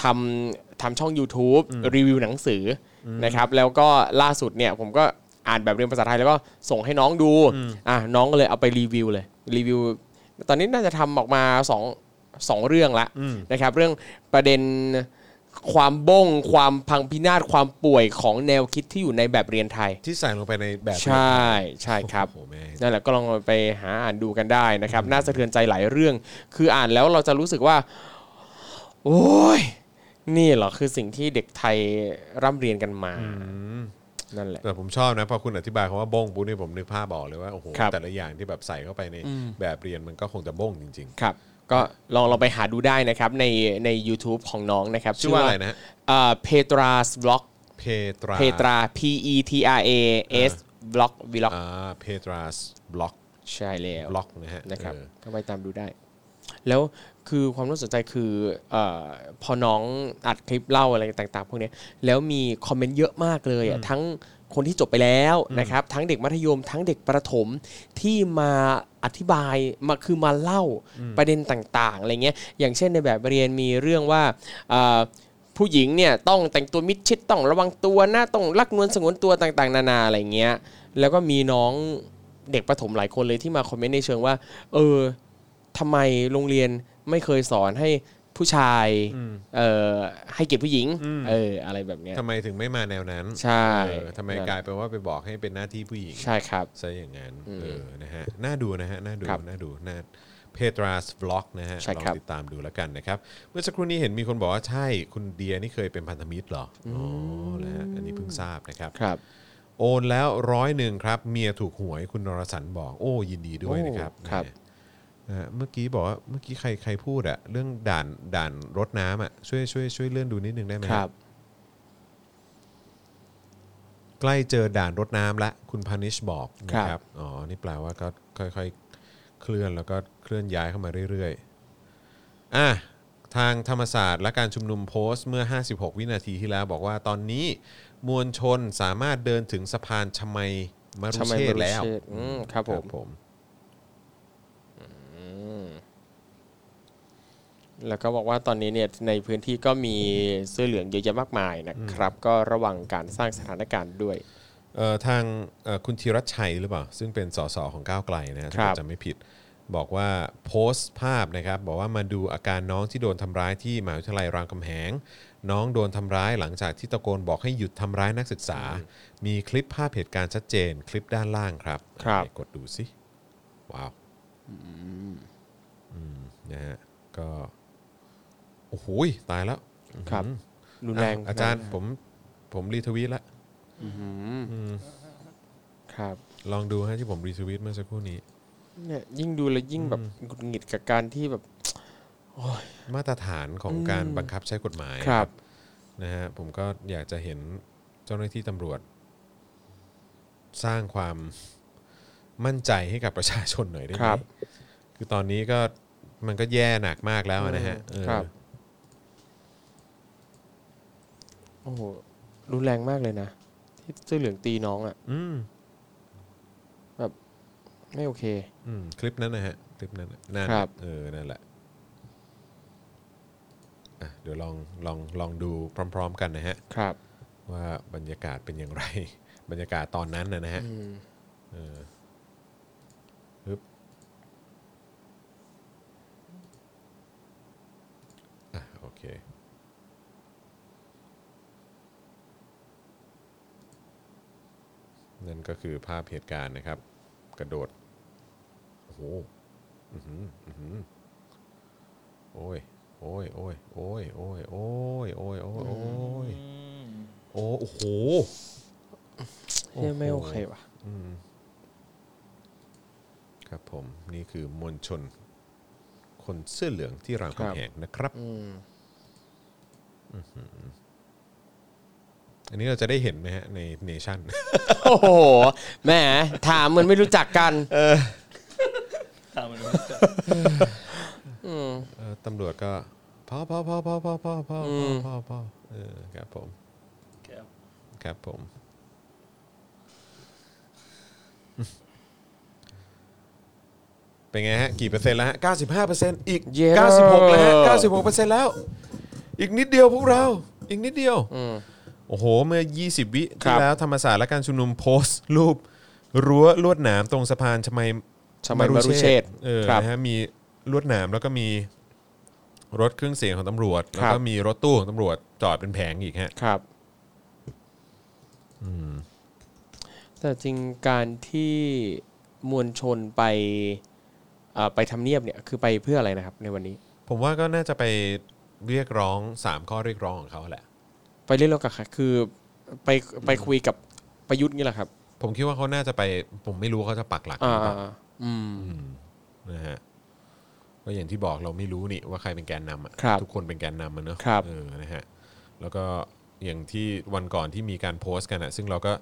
Speaker 2: ทำทำช่อง YouTube รีวิวหนังสืออนะครับแล้วก็ล่าสุดเนี่ยผมก็อ่านแบบเรียนภาษาไทยแล้วก็ส่งให้น้องดูอ่ะน้องก็เลยเอาไปรีวิวเลยรีวิว ตอนนี้น่าจะทำออกมาสองสองเรื่องละ
Speaker 1: อืม
Speaker 2: นะครับ เรื่องประเด็น ความบงความพังพินาศความป่วยของแนวคิดที่อยู่ในแบบเรียนไทย
Speaker 1: ที่ใส่ลงไปในแบบ
Speaker 2: ใช่ใช่ครับ
Speaker 1: โอ้โหแม่
Speaker 2: นั่นแหละก็ลองไปหาอ่านดูกันได้นะครับ น่าสะเทือนใจหลายเรื่อง คืออ่านแล้วเราจะรู้สึกว่า โอ้ย นี่เหรอคือสิ่งที่เด็กไทยร่ำเรียนกันมา นั่นแหละ
Speaker 1: แต่ผมชอบนะพอคุณอธิบายคำว่าบ้งปุ๊บเนี่ยผมนึกภาพบอกเลยว่าโอ้โห
Speaker 2: ครับ
Speaker 1: แต่ละอย่างที่แบบใส่เข้าไปในแบบเรียนมันก็คงจะบ้งจริง
Speaker 2: ครับ ก็ลองลองไปหาดูได้นะครับ ในใน YouTube ของน้องนะครับ
Speaker 1: ๆ ชื่อว่าอะไรนะ
Speaker 2: เพตราสบล็อก
Speaker 1: เพตรา
Speaker 2: เพตรา P E T R A S บล็อกบล็อก
Speaker 1: อ่าเพตราสบล็อก
Speaker 2: ใช่แล้ว
Speaker 1: บล็อกนะฮะ
Speaker 2: นะครับ
Speaker 1: เออ
Speaker 2: ก็ไปตามดูได้ แล้วคือความน่าสนใจคือเออพอน้องอัดคลิปเล่าอะไรต่างๆพวกเนี้ยแล้วมีคอมเมนต์เยอะมากเลยอ่ะทั้งคนที่จบไปแล้วนะครับทั้งเด็กมัธยม ทั้งเด็กประถมที่มาอธิบายมาคือมาเล่าประเด็นต่างๆอะไรเงี้ยอย่างเช่นในแบบเรียนมีเรื่องว่าเอ่อผู้หญิงเนี่ยต้องแต่งตัวมิดชิดต้องระวังตัวนะต้องรักนวลสงวนตัวต่างๆ นานาอะไรเงี้ยแล้วก็มีน้อง เด็กประถมหลายคนเลยที่มาคอมเมนต์ในเชิงว่า เออทำไมโรงเรียนไม่เคยสอนให้ผู้ชาย เออให้เกียรติผู้หญิง เออ อะไรแบบเนี้ย
Speaker 1: ทำไมถึงไม่มาแนวนั้น
Speaker 2: ใช่
Speaker 1: เออทำไม
Speaker 2: นั่น
Speaker 1: กลายเป็นว่าไปบอกให้เป็นหน้าที่ผู้หญิง
Speaker 2: ใช่ครับ
Speaker 1: ซะอย่างนั้นเออนะฮะน่าดูนะฮะน่าดู
Speaker 2: ครับ
Speaker 1: น่าดูน่าเพตราสบล็อกนะฮะ
Speaker 2: ใช่
Speaker 1: ลอ
Speaker 2: ครับ
Speaker 1: งติดตามดูแล้วกันนะครับ เมื่อสักครู่นี้เห็นมีคนบอกว่าใช่คุณเดียนี่เคยเป็นพันธมิตรเหรออ๋อแล้วฮะอันนี้เพิ่งทราบนะครับ
Speaker 2: ครับ
Speaker 1: โอนแล้วร้อยหนึ่งครับ เมียถูกหวยคุณนรสันบอก โอ้ยินดีด้วย
Speaker 2: โอ้
Speaker 1: นะครับ
Speaker 2: ครับ
Speaker 1: นะฮะเมื่อกี้บอกว่าเมื่อกี้ใครใครพูดอะเรื่องด่านด่านรถน้ำอะช่วยช่วยช่วยเลื่อนดูนิดนึงได้ไหม
Speaker 2: ครับ
Speaker 1: ใกล้เจอด่านรถน้ำละคุณพานิชบอกนะค
Speaker 2: ครั
Speaker 1: รับบ อ๋อนี่แปลว่าก็ค่อยๆ เคลื่อนแล้วก็เคลื่อนย้ายเข้ามาเรื่อยๆอ่ะทางธรรมศาสตร์และการชุมนุมโพสต์เมื่อ 56 วินาทีที่แล้วบอกว่าตอนนี้มวลชนสามารถเดินถึงสะพานชมัยมรุ
Speaker 2: ทำไม
Speaker 1: เชษฐ์
Speaker 2: ไม่รู้
Speaker 1: แล้ว
Speaker 2: เชษฐ์อืมครับผม
Speaker 1: ผม
Speaker 2: แล้วก็บอกว่าตอนนี้เนี่ยในพื้นที่ก็มีเสื้อเหลืองเยอะแยะมากมายนะครับ ก็ระวังการสร้างสถานการณ์ด้วย
Speaker 1: เอ่อทางเอ่อคุณธีรชชัยหรือเปล่า ซึ่งเป็นสสของก้าวไกลนะฮะ
Speaker 2: ครั
Speaker 1: ถ้า
Speaker 2: บ
Speaker 1: จำไม่ผิด บอกว่าโพสต์ภาพนะครับ บอกว่ามาดูอาการน้องที่โดนทำร้ายที่มหาวิทยาลัยรามคำแหง น้องโดนทำร้ายหลังจากที่ตะโกนบอกให้หยุดทำร้ายนักศึกษา มีคลิปภาพเหตุการณ์ชัดเจน คลิปด้านล่างครับ
Speaker 2: ครับ
Speaker 1: ไหนกดดูสิว้าวอืมนะฮะก็โอ้โหยตายแล้ว
Speaker 2: ครับ
Speaker 1: อืม
Speaker 2: รุนแรง
Speaker 1: อ่ะอาจารย์ผมผมรีทวีตละ
Speaker 2: ครับ
Speaker 1: ลองดูฮะที่ผมรีทวิตเมื่อสักครู่นี้
Speaker 2: เนี่ยยิ่งดูแล้วยิ่งแบบหงุดหงิดกับการที่แบบ
Speaker 1: มาตรฐานของการบังคับใช้กฎหมาย
Speaker 2: ครับ
Speaker 1: นะฮะผมก็อยากจะเห็นเจ้าหน้าที่ตำรวจ สร้างความมั่นใจให้กับประชาชนหน่อยได้ไห
Speaker 2: ค
Speaker 1: ม
Speaker 2: รับ
Speaker 1: คือตอนนี้ก็มันก็แย่หนักมากแล้วนะฮะเออ
Speaker 2: ครับ โอ้โห รุนแรงมากเลยนะ ที่เสื้อเหลืองตีน้องอ่ะ
Speaker 1: อืม
Speaker 2: ไม่โอเค
Speaker 1: อืมคลิปนั้นนะฮะ คลิปนั้นน่ะนั่น
Speaker 2: ครับ
Speaker 1: เออนั่นแหละอ่ะเดี๋ยวลองลองลองดูพร้อม ๆ กันนะฮะ
Speaker 2: ครับ
Speaker 1: ว่าบรรยากาศเป็นอย่างไร บรรยากาศตอนนั้นนะนะฮะเออฮึบอ่ะโอเคนั่นก็คือภาพเหตุการณ์นะครับ กระโดด โอ้โหอือหืออือหือโอ้ยโอ้ยโอ้ยโอ้ยโอ้ยโอ้ยโอ้ยโอ้ยโอ้ย
Speaker 4: อืม
Speaker 1: โอ้โอ้โห
Speaker 2: เฮ้ยไม่โอเคว่ะ
Speaker 1: ครับผมนี่คือมวลชน คนเสื้อเหลืองที่ราม
Speaker 2: ครับ
Speaker 1: คำแหงนะครับ อันนี้เราจะได้เห็นไหมฮะในเนชั่น
Speaker 2: โอ้โห แหม ถามเหมันไม่รู้จักกัน
Speaker 4: ตามมันดู
Speaker 1: เอ่อตำรวจก็พอพอพอพอพอพอพอพอพอพอเออครับผม
Speaker 4: ครับ
Speaker 1: ครับผมเป็นไงฮะ กี่เปอร์เซ็นต์แล้วฮะ 95%อีก
Speaker 2: เย้แล้ว
Speaker 1: 96 แล้วฮะ 96%แล้ว อีกนิดเดียวพวกเรา อีกนิดเดียว โอ้โห เมื่อ 20 วิ
Speaker 2: ครั
Speaker 1: ที่
Speaker 2: บ
Speaker 1: แล้วธรรมศาสตร์และการชุมนุมโพสต์ รูป รั้วลวดหนามตรงสะพานชมัย
Speaker 2: ชมัยมรุเชษฐ์
Speaker 1: เออ
Speaker 2: ครับ
Speaker 1: นะฮะมีลวดหนามแล้วก็มีรถเครื่องเสียงของตำรวจ แล้ว
Speaker 2: ค
Speaker 1: ก็
Speaker 2: รับ
Speaker 1: มีรถตู้ของตำรวจจอดเป็นแผงอีกฮะ
Speaker 2: ครับแต่จริงการที่มวลชนไปเอ่อไปทำเนียบเนี่ย คือไปเพื่ออะไรนะครับ ในวันนี้
Speaker 1: ผมว่าก็น่าจะไปเรียกร้อง 3 ข้อเรียกร้องของเขาแหละ
Speaker 2: ไปเล่นโลกกับใครคือไปไปคุยกับประยุทธ์นี่แหละครับ
Speaker 1: ผมคิดว่าเขาน่าจะไป ผมไม่รู้เขาจะปักหลักห
Speaker 2: อ่า
Speaker 1: รือเปล่า
Speaker 2: อืม
Speaker 1: นะฮะก็อย่างที่บอกเราไม่รู้นี่ว่าใครเป็นแกนนำอะ
Speaker 2: ครับ
Speaker 1: ทุกคนเป็นแกนนำมันเนอะ
Speaker 2: ครับ
Speaker 1: เออนะฮะแล้วก็อย่างที่วันก่อนที่มีการโพสต์กันอะซึ่งเราก็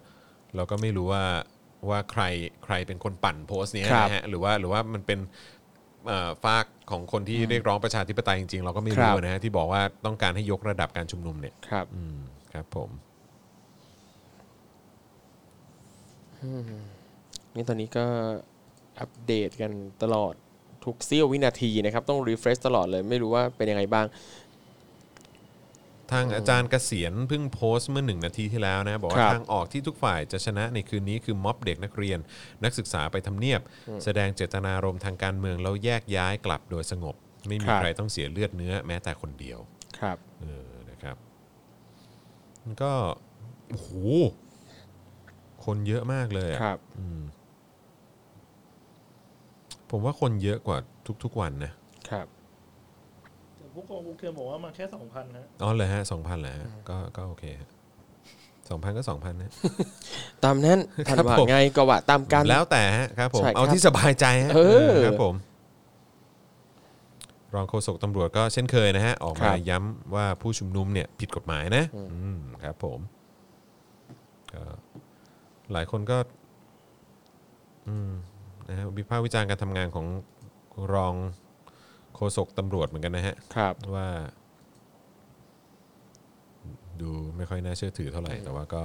Speaker 1: เราก็ไม่รู้ว่าว่าใครใครเป็นคนปั่นโพสต์เนี้ยนะฮะหรือว่าหรือว่ามันเป็น เอ่อฝากของคนที่เรียกร้องประชาธิปไตยจริงๆ เราก็ไม่รู้
Speaker 2: ครับ
Speaker 1: นะฮะที่บอกว่าต้องการให้ยกระดับการชุมนุมเนี่ย
Speaker 2: ครับ
Speaker 1: อืมครับผม
Speaker 2: นี่ตอนนี้ก็อัปเดตกันตลอดทุกเสี้ยววินาทีนะครับ ต้องรีเฟรชตลอดเลย ไม่รู้ว่าเป็นยังไงบ้าง
Speaker 1: ทางอาจารย์เกษียณเพิ่งโพสต์เมื่อหนึ่งนาทีที่แล้วนะ บอก
Speaker 2: ครั
Speaker 1: ว่า
Speaker 2: บ
Speaker 1: ทางออกที่ทุกฝ่ายจะชนะในคืนนี้คือม็อบเด็กนักเรียน นักศึกษาไปทำเนียบ แสดงเจตนารมณ์ทางการเมืองแล้วแยกย้ายกลับโดยสงบ ไม่มี
Speaker 2: ครับ
Speaker 1: ใครต้องเสียเลือดเนื้อแม้แต่คนเดียว
Speaker 2: ครับ
Speaker 1: เออนะครับมันก็โอ้โหคนเยอะมากเลยอะ
Speaker 2: ครับ
Speaker 1: ผมว่าคนเยอะกว่าทุก ๆ วันนะ
Speaker 2: ครับ
Speaker 4: แต่พวกกองบุกเคียนบอกว่ามันแค่สองพันนะ
Speaker 1: อ๋อเลยฮะสองพันเหรอฮะก็ก็โอเคฮะสองพันก็สองพันนะ
Speaker 2: ตามนั้นทัน
Speaker 1: ครับ
Speaker 2: ว่า
Speaker 1: ผม
Speaker 2: ไงก็ว่าตามกัน
Speaker 1: แล้วแต่ฮะครับผม
Speaker 2: ใช่ครับ
Speaker 1: เอาที่สบายใจฮะ
Speaker 2: เออ
Speaker 1: ครับผม รองโฆษกตำรวจก็เช่นเคยนะฮะ ออก
Speaker 2: ครั
Speaker 1: มา
Speaker 2: บ
Speaker 1: ย้ำว่าผู้ชุมนุมเนี่ย ผิดกฎหมายนะ อืมครับผมก็หลายคนก็ อืมนะฮะวิพากษ์วิจารณ์การทำงานของรองโฆษกตำรวจเหมือนกันนะฮะ
Speaker 2: ครับ
Speaker 1: ว่า ดูไม่ค่อยน่าเชื่อถือเท่าไหร่ แต่ว่าก็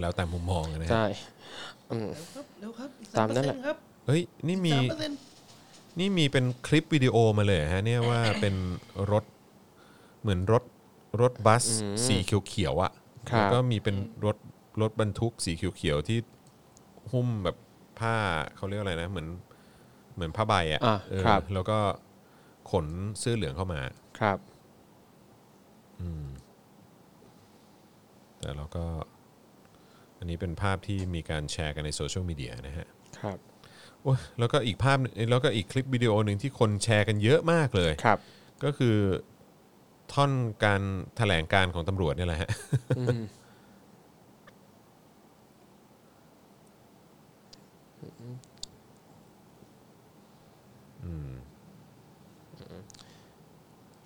Speaker 1: แล้วแต่มุมมองนะฮะ
Speaker 2: ใช่
Speaker 4: เร็วครับอีก
Speaker 2: ตามนั้นแหละ
Speaker 4: 3%ครับ
Speaker 1: เฮ้ย นี่มี
Speaker 4: สามเปอร์เซ็นต์
Speaker 1: นี่มีเป็นคลิปวิดีโอมาเลยเหรอฮะเนี่ยว่า เป็นรถเหมือนรถรถบัสสีเขียวๆอะ่ะ
Speaker 2: ครับ
Speaker 1: แล้วก็มีเป็นรถรถบรรทุกสีเขียวๆที่หุ้มแบบผ้าเขาเรียกอะไรนะ เหมือนเหมือนผ้าใบอะ
Speaker 2: อ่ะ
Speaker 1: เออ
Speaker 2: ครับ
Speaker 1: แล้วก็ขนเสื้อเหลืองเข้ามา
Speaker 2: ครับ
Speaker 1: แต่เราก็ อันนี้เป็นภาพที่มีการแชร์กันในโซเชียลมีเดียนะฮะ
Speaker 2: ครับ
Speaker 1: โอ้ยแล้วก็อีกภาพหนึ่งแล้วก็อีกคลิปวิดีโอหนึ่งที่คนแชร์กันเยอะมากเลย
Speaker 2: ครับ
Speaker 1: ก็คือท่อนการแถลงการของตำรวจเนี่ยแหละฮะ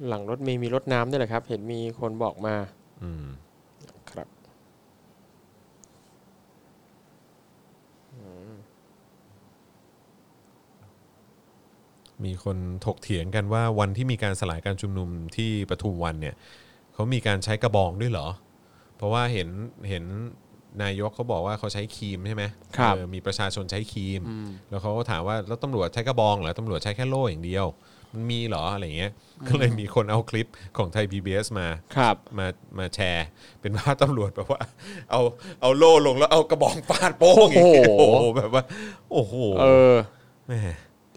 Speaker 2: หลังรถเมย์มีรถน้ำด้วยเหรอครับ เห็นมีคนบอกมา
Speaker 1: อืม
Speaker 2: ครับ
Speaker 1: มีคนถกเถียงกันว่าวันที่มีการสลายการชุมนุมที่ปทุมวันเนี่ยเขามีการใช้กระบองด้วยเหรอ เพราะว่าเห็นเห็นนายกเขาบอกว่าเขาใช้ครีมใช่ไหม
Speaker 2: ครับ
Speaker 1: เออมีประชาชนใช้ครีม แล้วเขาก็ถามว่าแล้วตำรวจใช้กระบองเหรอตำรวจใช้แค่โล่อย่างเดียว มันมีเหรออะไรอย่างเงี้ยก็เลยมีคนเอาคลิปของไทย PBS มา
Speaker 2: ครับ
Speaker 1: มามาแชร์ เป็นว่าตำรวจแบบว่า เอาเอาโล่ลงแล้วเอากระบองฟาดโป้งอย่างเงี้ย
Speaker 2: โอ้โห
Speaker 1: โอ้โหแบบว่า โอ้โห
Speaker 2: เออ
Speaker 1: แม่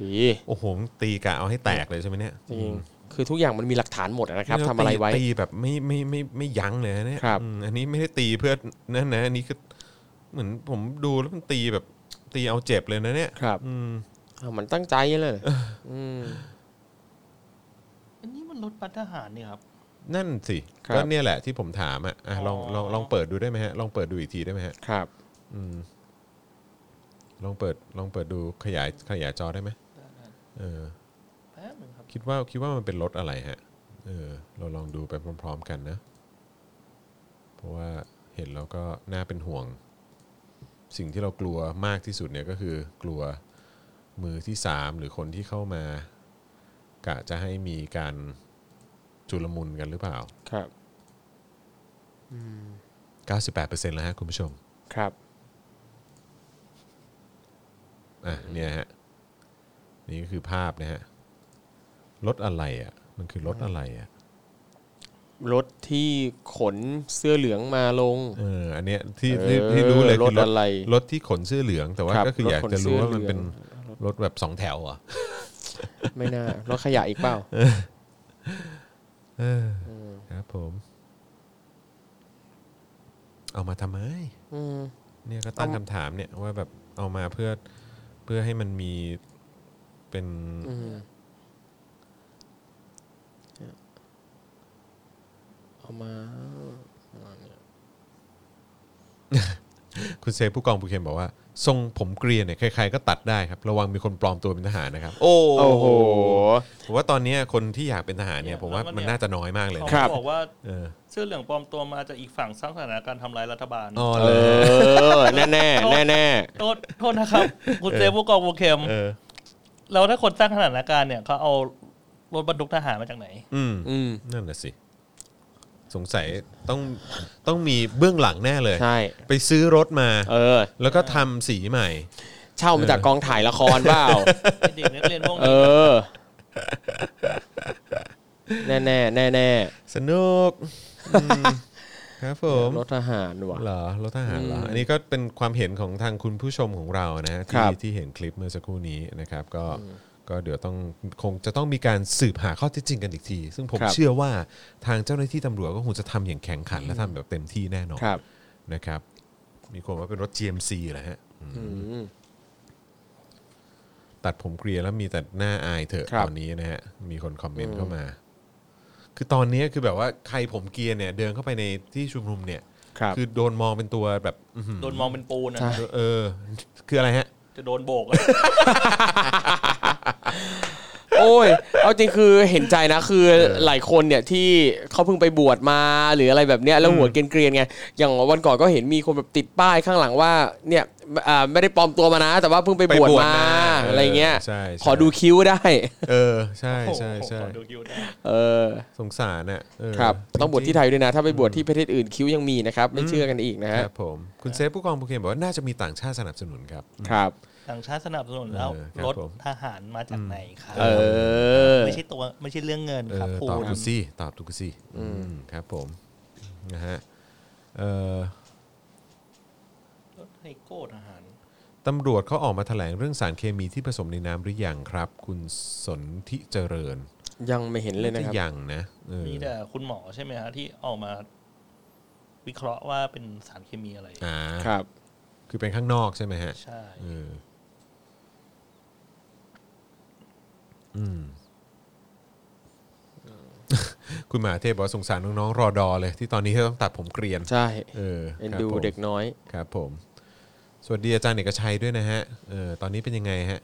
Speaker 2: ดี
Speaker 1: โอ้โหตีกะเอาให้แตกเลยใช่ไหมเนี่ย
Speaker 2: จริง คือทุกอย่างมันมีหลักฐานหมดอะนะครับทำอะไรไว้
Speaker 1: ตีแบบไม่ไม่ไม่ไม่ไม่ยั้งเลยนะเนี่ย
Speaker 2: ครับ
Speaker 1: อืมอันนี้ไม่ได้ตีเพื่อนั่นนะอันนี้คือเหมือนผมดูแล้วมันตีแบบตีเอาเจ็บเลยนะเนี่ย
Speaker 2: ครับ
Speaker 1: อืม
Speaker 2: อ้าวมันตั้งใจเลยอืม
Speaker 4: อันนี้มันรถบัสทหารนี่ครับ
Speaker 1: นั่นสิ
Speaker 2: ครับ
Speaker 1: ก็เนี่ยแหละที่ผมถามอ่ะอ่ะลองลอง
Speaker 4: อ๋อ
Speaker 1: ลองเปิดดูได้ไหมฮะลองเปิดดูอีกทีได้ไหมฮะ
Speaker 2: ครับ
Speaker 1: อืมลองเปิดลองเปิดดูขยายขยายจอได้ไหมเออ
Speaker 4: แป๊บหนึงครับ
Speaker 1: คิดว่าคิดว่ามันเป็นรถอะไรฮะ เออ เราลองดูไปพร้อม ๆ กันนะ เพราะว่าเห็นแล้วก็น่าเป็นห่วง สิ่งที่เรากลัวมากที่สุดเนี่ยก็คือกลัวมือที่สามหรือคนที่เข้ามากะจะให้มีการจุลมุนกันหรือเปล่า
Speaker 2: ครับ
Speaker 1: 98%แล้วฮะคุณผู้ชม
Speaker 2: ครับ
Speaker 1: อ่ะเนี่ยฮะ นี่ก็คือภาพนะฮะ รถอะไรอ่ะ มันคือรถอะไรอ่ะ
Speaker 2: รถที่ขนเสื้อเหลืองมาลง
Speaker 1: เอออันเนี้ยที่
Speaker 2: เออ
Speaker 1: ที่ที่รู้เลยคือ
Speaker 2: รถอะไร
Speaker 1: รถที่ขนเสื้อเหลือง แต่ว่า
Speaker 2: ครับ
Speaker 1: ก็คืออยากจะรู้ว่ามัน
Speaker 2: รถขนเสื้อเหลือง
Speaker 1: เป็นรถแบบสองแถวเหรอ่ะ
Speaker 2: ไม่น่ารถขยะอีกเปล่า
Speaker 1: ครับผม เอามาทำไม
Speaker 2: อืม
Speaker 1: เนี่ยก็ตั้งคำถามเนี่ยว่าแบบเอามาเพื่อเพื่อให้มันมีเป็น
Speaker 2: อืมเอามา
Speaker 1: คุณเซฟผู้กองผู้เข็มบอกว่า ทรงผมเกรียนเนี่ยใครๆก็ตัดได้ครับ ระวังมีคนปลอมตัวเป็นทหารนะครับ โอ้
Speaker 2: โอ้โห
Speaker 1: ผมว่าตอนเนี้ยคนที่อยากเป็นทหารเนี่ยผมว่ามันน่าจะน้อยมากเลย
Speaker 4: เขา
Speaker 1: นะ
Speaker 2: ครับ
Speaker 4: บอกว่า
Speaker 1: เออ
Speaker 4: เสื้อเหลืองปลอมตัวมาจากอีกฝั่งสร้างสถานการณ์ทำร้ายรัฐบาล
Speaker 1: อ๋อ
Speaker 2: เอ
Speaker 1: เลย
Speaker 2: อ แน่แน่แน่แน่
Speaker 4: โทษโทษนะครับ คุณเจผู้กองโบเคม
Speaker 1: เออ
Speaker 4: แล้วถ้าคนสร้างสถานการณ์เนี่ยเขาเอารถบรรทุกทหารมาจากไหน
Speaker 1: อืม
Speaker 2: ๆอืม
Speaker 1: นั่นน่ะสิ สงสัยต้องต้องมีเบื้องหลังแน่เลย
Speaker 2: ใช่
Speaker 1: ไปซื้อรถมา
Speaker 2: เออ
Speaker 1: แล้วก็ทำสีใหม่
Speaker 2: เช่ามาจากกองถ่ายละครเปล่า
Speaker 4: ไอ้เด็กนักเรียนพวก
Speaker 2: เอ
Speaker 4: นี้
Speaker 2: อ แน่แน่แน่แน่
Speaker 1: สนุกอืม ครับผม
Speaker 2: รถทหารว่ะ
Speaker 1: เหรอรถทหารเหรอ
Speaker 2: อืม
Speaker 1: อันนี้ก็เป็นความเห็นของทางคุณผู้ชมของเรานะฮะ
Speaker 2: ครั
Speaker 1: ที่
Speaker 2: บ
Speaker 1: ที่เห็นคลิปเมื่อสักครู่นี้นะครับ ก็ก็เดี๋ยวต้องคงจะต้องมีการสืบหาข้อเท็จจริงกันอีกที ซึ่งผม
Speaker 2: ครับ
Speaker 1: เชื่อว่าทางเจ้าหน้าที่ตำรวจก็คงจะทำอย่างแข็งขันและทำแบบเต็มที่แน่นอน
Speaker 2: ครับ
Speaker 1: นะครับ มีคนว่าเป็นรถ GMC เหรอฮะ
Speaker 2: อืม
Speaker 1: ตัดผมเกลียแล้วมีแต่หน้าอายเถอะ
Speaker 2: ครั
Speaker 1: ต
Speaker 2: บ
Speaker 1: อนนี้นะฮะ มีคนคอมเมนต์เข้ามา คือตอนนี้คือแบบว่าใครผมเกลียเนี่ย เดินเข้าไปในที่ชุมนุมเนี่ย
Speaker 2: ครับ
Speaker 1: คือโดนมองเป็นตัวแบบอื้อหือ
Speaker 4: โดนมองเป็นปูนนะ
Speaker 2: ใช่
Speaker 1: เออ คืออะไรฮะ
Speaker 4: จะโดนโบก
Speaker 2: โอ้ย เอาจริงคือเห็นใจนะคือหลายคนเนี่ยที่เขาเพิ่งไปบวชมาหรืออะไรแบบเนี้ยแล้วหัวเกรียนๆไงอย่างวันก่อนก็เห็นมีคนแบบติดป้ายข้างหลังว่าเนี่ย อ่าไม่ได้ปลอมตัวมานะ แต่ว่าเพิ่งไปบว
Speaker 1: ไป
Speaker 2: ช
Speaker 1: บวช
Speaker 2: มา
Speaker 1: มาเอออ
Speaker 2: อะไรเงี้ย
Speaker 1: ใช่ใช่
Speaker 2: ขอดูคิ้วได้
Speaker 1: เออใช่ใช่ใช่
Speaker 4: โอ้โหขอดูคิวได้
Speaker 2: เออ
Speaker 1: สงสารน่ะเออ
Speaker 2: ครับ
Speaker 1: จริๆ
Speaker 2: ต้องบวชที่ไทยด้วยนะ ถ้าไปบวชที่ประเทศอื่นคิ้วยังมีนะครับ ไม่เชื่อกันอีกนะฮะ
Speaker 1: ครับผมคุณเซฟผู้กองภูเก็ตบอกว่าน่าจะมีต่างชาติสนับสนุนครับ
Speaker 2: ครับ
Speaker 4: ต่างชาติสนับสนุนแล้ว
Speaker 1: เออครับ
Speaker 4: รถ
Speaker 1: ผม
Speaker 4: ทหารมาจากไหนครับ
Speaker 2: เออ
Speaker 4: ไม่ใช่ตัวไม่ใช่เรื่องเงิน
Speaker 1: เอ
Speaker 4: ครับ
Speaker 1: อ
Speaker 4: คุ
Speaker 1: ตอบ
Speaker 4: ณ
Speaker 1: ทุกซี่ตอบทุกซี่อืมครับผมนะฮะเอ่อ
Speaker 4: รถไฮโก้ทหาร
Speaker 1: ตำรวจเขาออกมาแถลงเรื่องสารเคมีที่ผสมในน้ำหรือยังครับ คุณสนธิเจริญ
Speaker 2: ยังไม่เห็นเลยนะครับ
Speaker 1: จะยังนะเออ
Speaker 4: มีแต่คุณหมอใช่ไหมฮะที่ออกมา วิเคราะห์ว่าเป็นสารเคมีอะไร
Speaker 1: อ่า
Speaker 2: ครับ
Speaker 1: คือเป็นข้างนอกใช่ไหมฮะ
Speaker 4: ใช่
Speaker 1: เอออืม คุณหมหาเทพบอกว่าสงสารน้องๆรอดอเลย ที่ตอนนี้ต้องตัดผมเกรียน
Speaker 2: ใช่
Speaker 1: เออ
Speaker 2: เอ็น
Speaker 1: ครับ
Speaker 2: ดู
Speaker 1: ผม
Speaker 2: เด็กน้อย
Speaker 1: ครับผม สวัสดีอาจารย์เอกชัยด้วยนะฮะ เออ ตอนนี้เป็นยังไงฮะ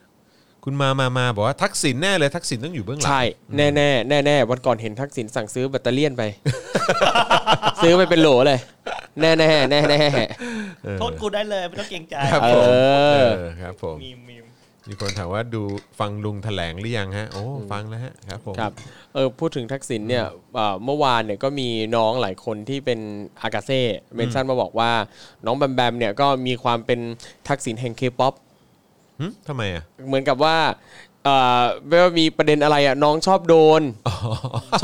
Speaker 1: คุณมามามาบอกว่าทักษิณแน่เลย ทักษิณต้องอยู่เบื้องหลัง
Speaker 2: ใช่ แน่แน่แน่แน่ๆวันก่อนเห็นทักษิณสั่งซื้อแบตเตอเลี่ยนไป ซื้อไปเป็นโหลเลย แน่แน่แน่แน่
Speaker 1: เออ
Speaker 4: โทษกูได้เลยไม่ต้องเกรงใจ
Speaker 1: ครับ
Speaker 2: เอ
Speaker 1: ผมเอ
Speaker 2: อ
Speaker 1: อครับผม
Speaker 4: มีมมีม
Speaker 1: มีคนถามว่าดูฟังลุงแถลงหรือยังฮะ โอ้ ฟังแล้วฮะ ครับผม
Speaker 2: ครับเออพูดถึงทักษิณเนี่ยเอ่อเมื่อวานเนี่ยก็มีน้องหลายคนที่เป็นอากาเซ่เมนชั่นมาบอกว่าน้องแบมแบมเนี่ยก็มีความเป็นทักษิณแห่งเคป๊อป
Speaker 1: หึทำไมอ่ะ
Speaker 2: เหมือนกับว่าเอ่อไม่ว่ามีประเด็นอะไรอ่ะน้องชอบโด น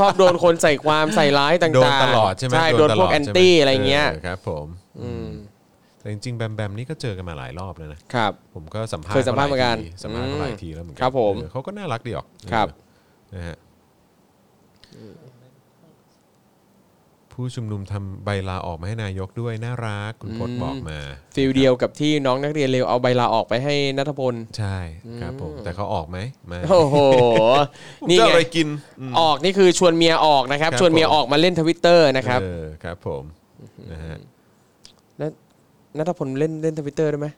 Speaker 2: ชอบโดนคนใส่ความใส่ร้ายต่างๆ
Speaker 1: โดนตลอดใช่ไหม
Speaker 2: ใช่โดนพวก
Speaker 1: ตล
Speaker 2: แอ
Speaker 1: ด
Speaker 2: น
Speaker 1: ใช่ไหม
Speaker 2: ตี้อะไรเงี้ย
Speaker 1: ออครับผมแต่จริงๆแบมแบมนี่ก็เจอกันมาหลายรอบแล้วนะครับ ผมก็สัมภาษณ์
Speaker 2: เคยสัมภาษณ์เหมือนกัน
Speaker 1: ขหลยทีสัมภาษณ์เขาหลายทีแล้วเหมือนกั
Speaker 2: ครับผม
Speaker 1: เออเขาก็น่ารักดีออก
Speaker 2: ครับ
Speaker 1: เออนะฮะผู้ชุมนุมทำใบลาออกมาให้นายกด้วยน่ารักคุณพจน์บอกมา
Speaker 2: ฟิลเดียวกับที่น้องนักเรียนเลวเอาใบลาออกไปให้นัทพล
Speaker 1: ใช่ครับผม แต่เขาออกไหมไม่
Speaker 2: โอ้โห นี่
Speaker 1: เจ้า
Speaker 2: ไง
Speaker 1: อะไรกิน
Speaker 2: ออกนี่คือชวนเมียออกนะครับ
Speaker 1: ครับ
Speaker 2: ชวนเมียออกมาเล่นทวิตเตอร์นะครับ
Speaker 1: เออครับผมนะฮะ
Speaker 2: นัทพลเล่นเล่นทวิตเตอร์ได้ไหม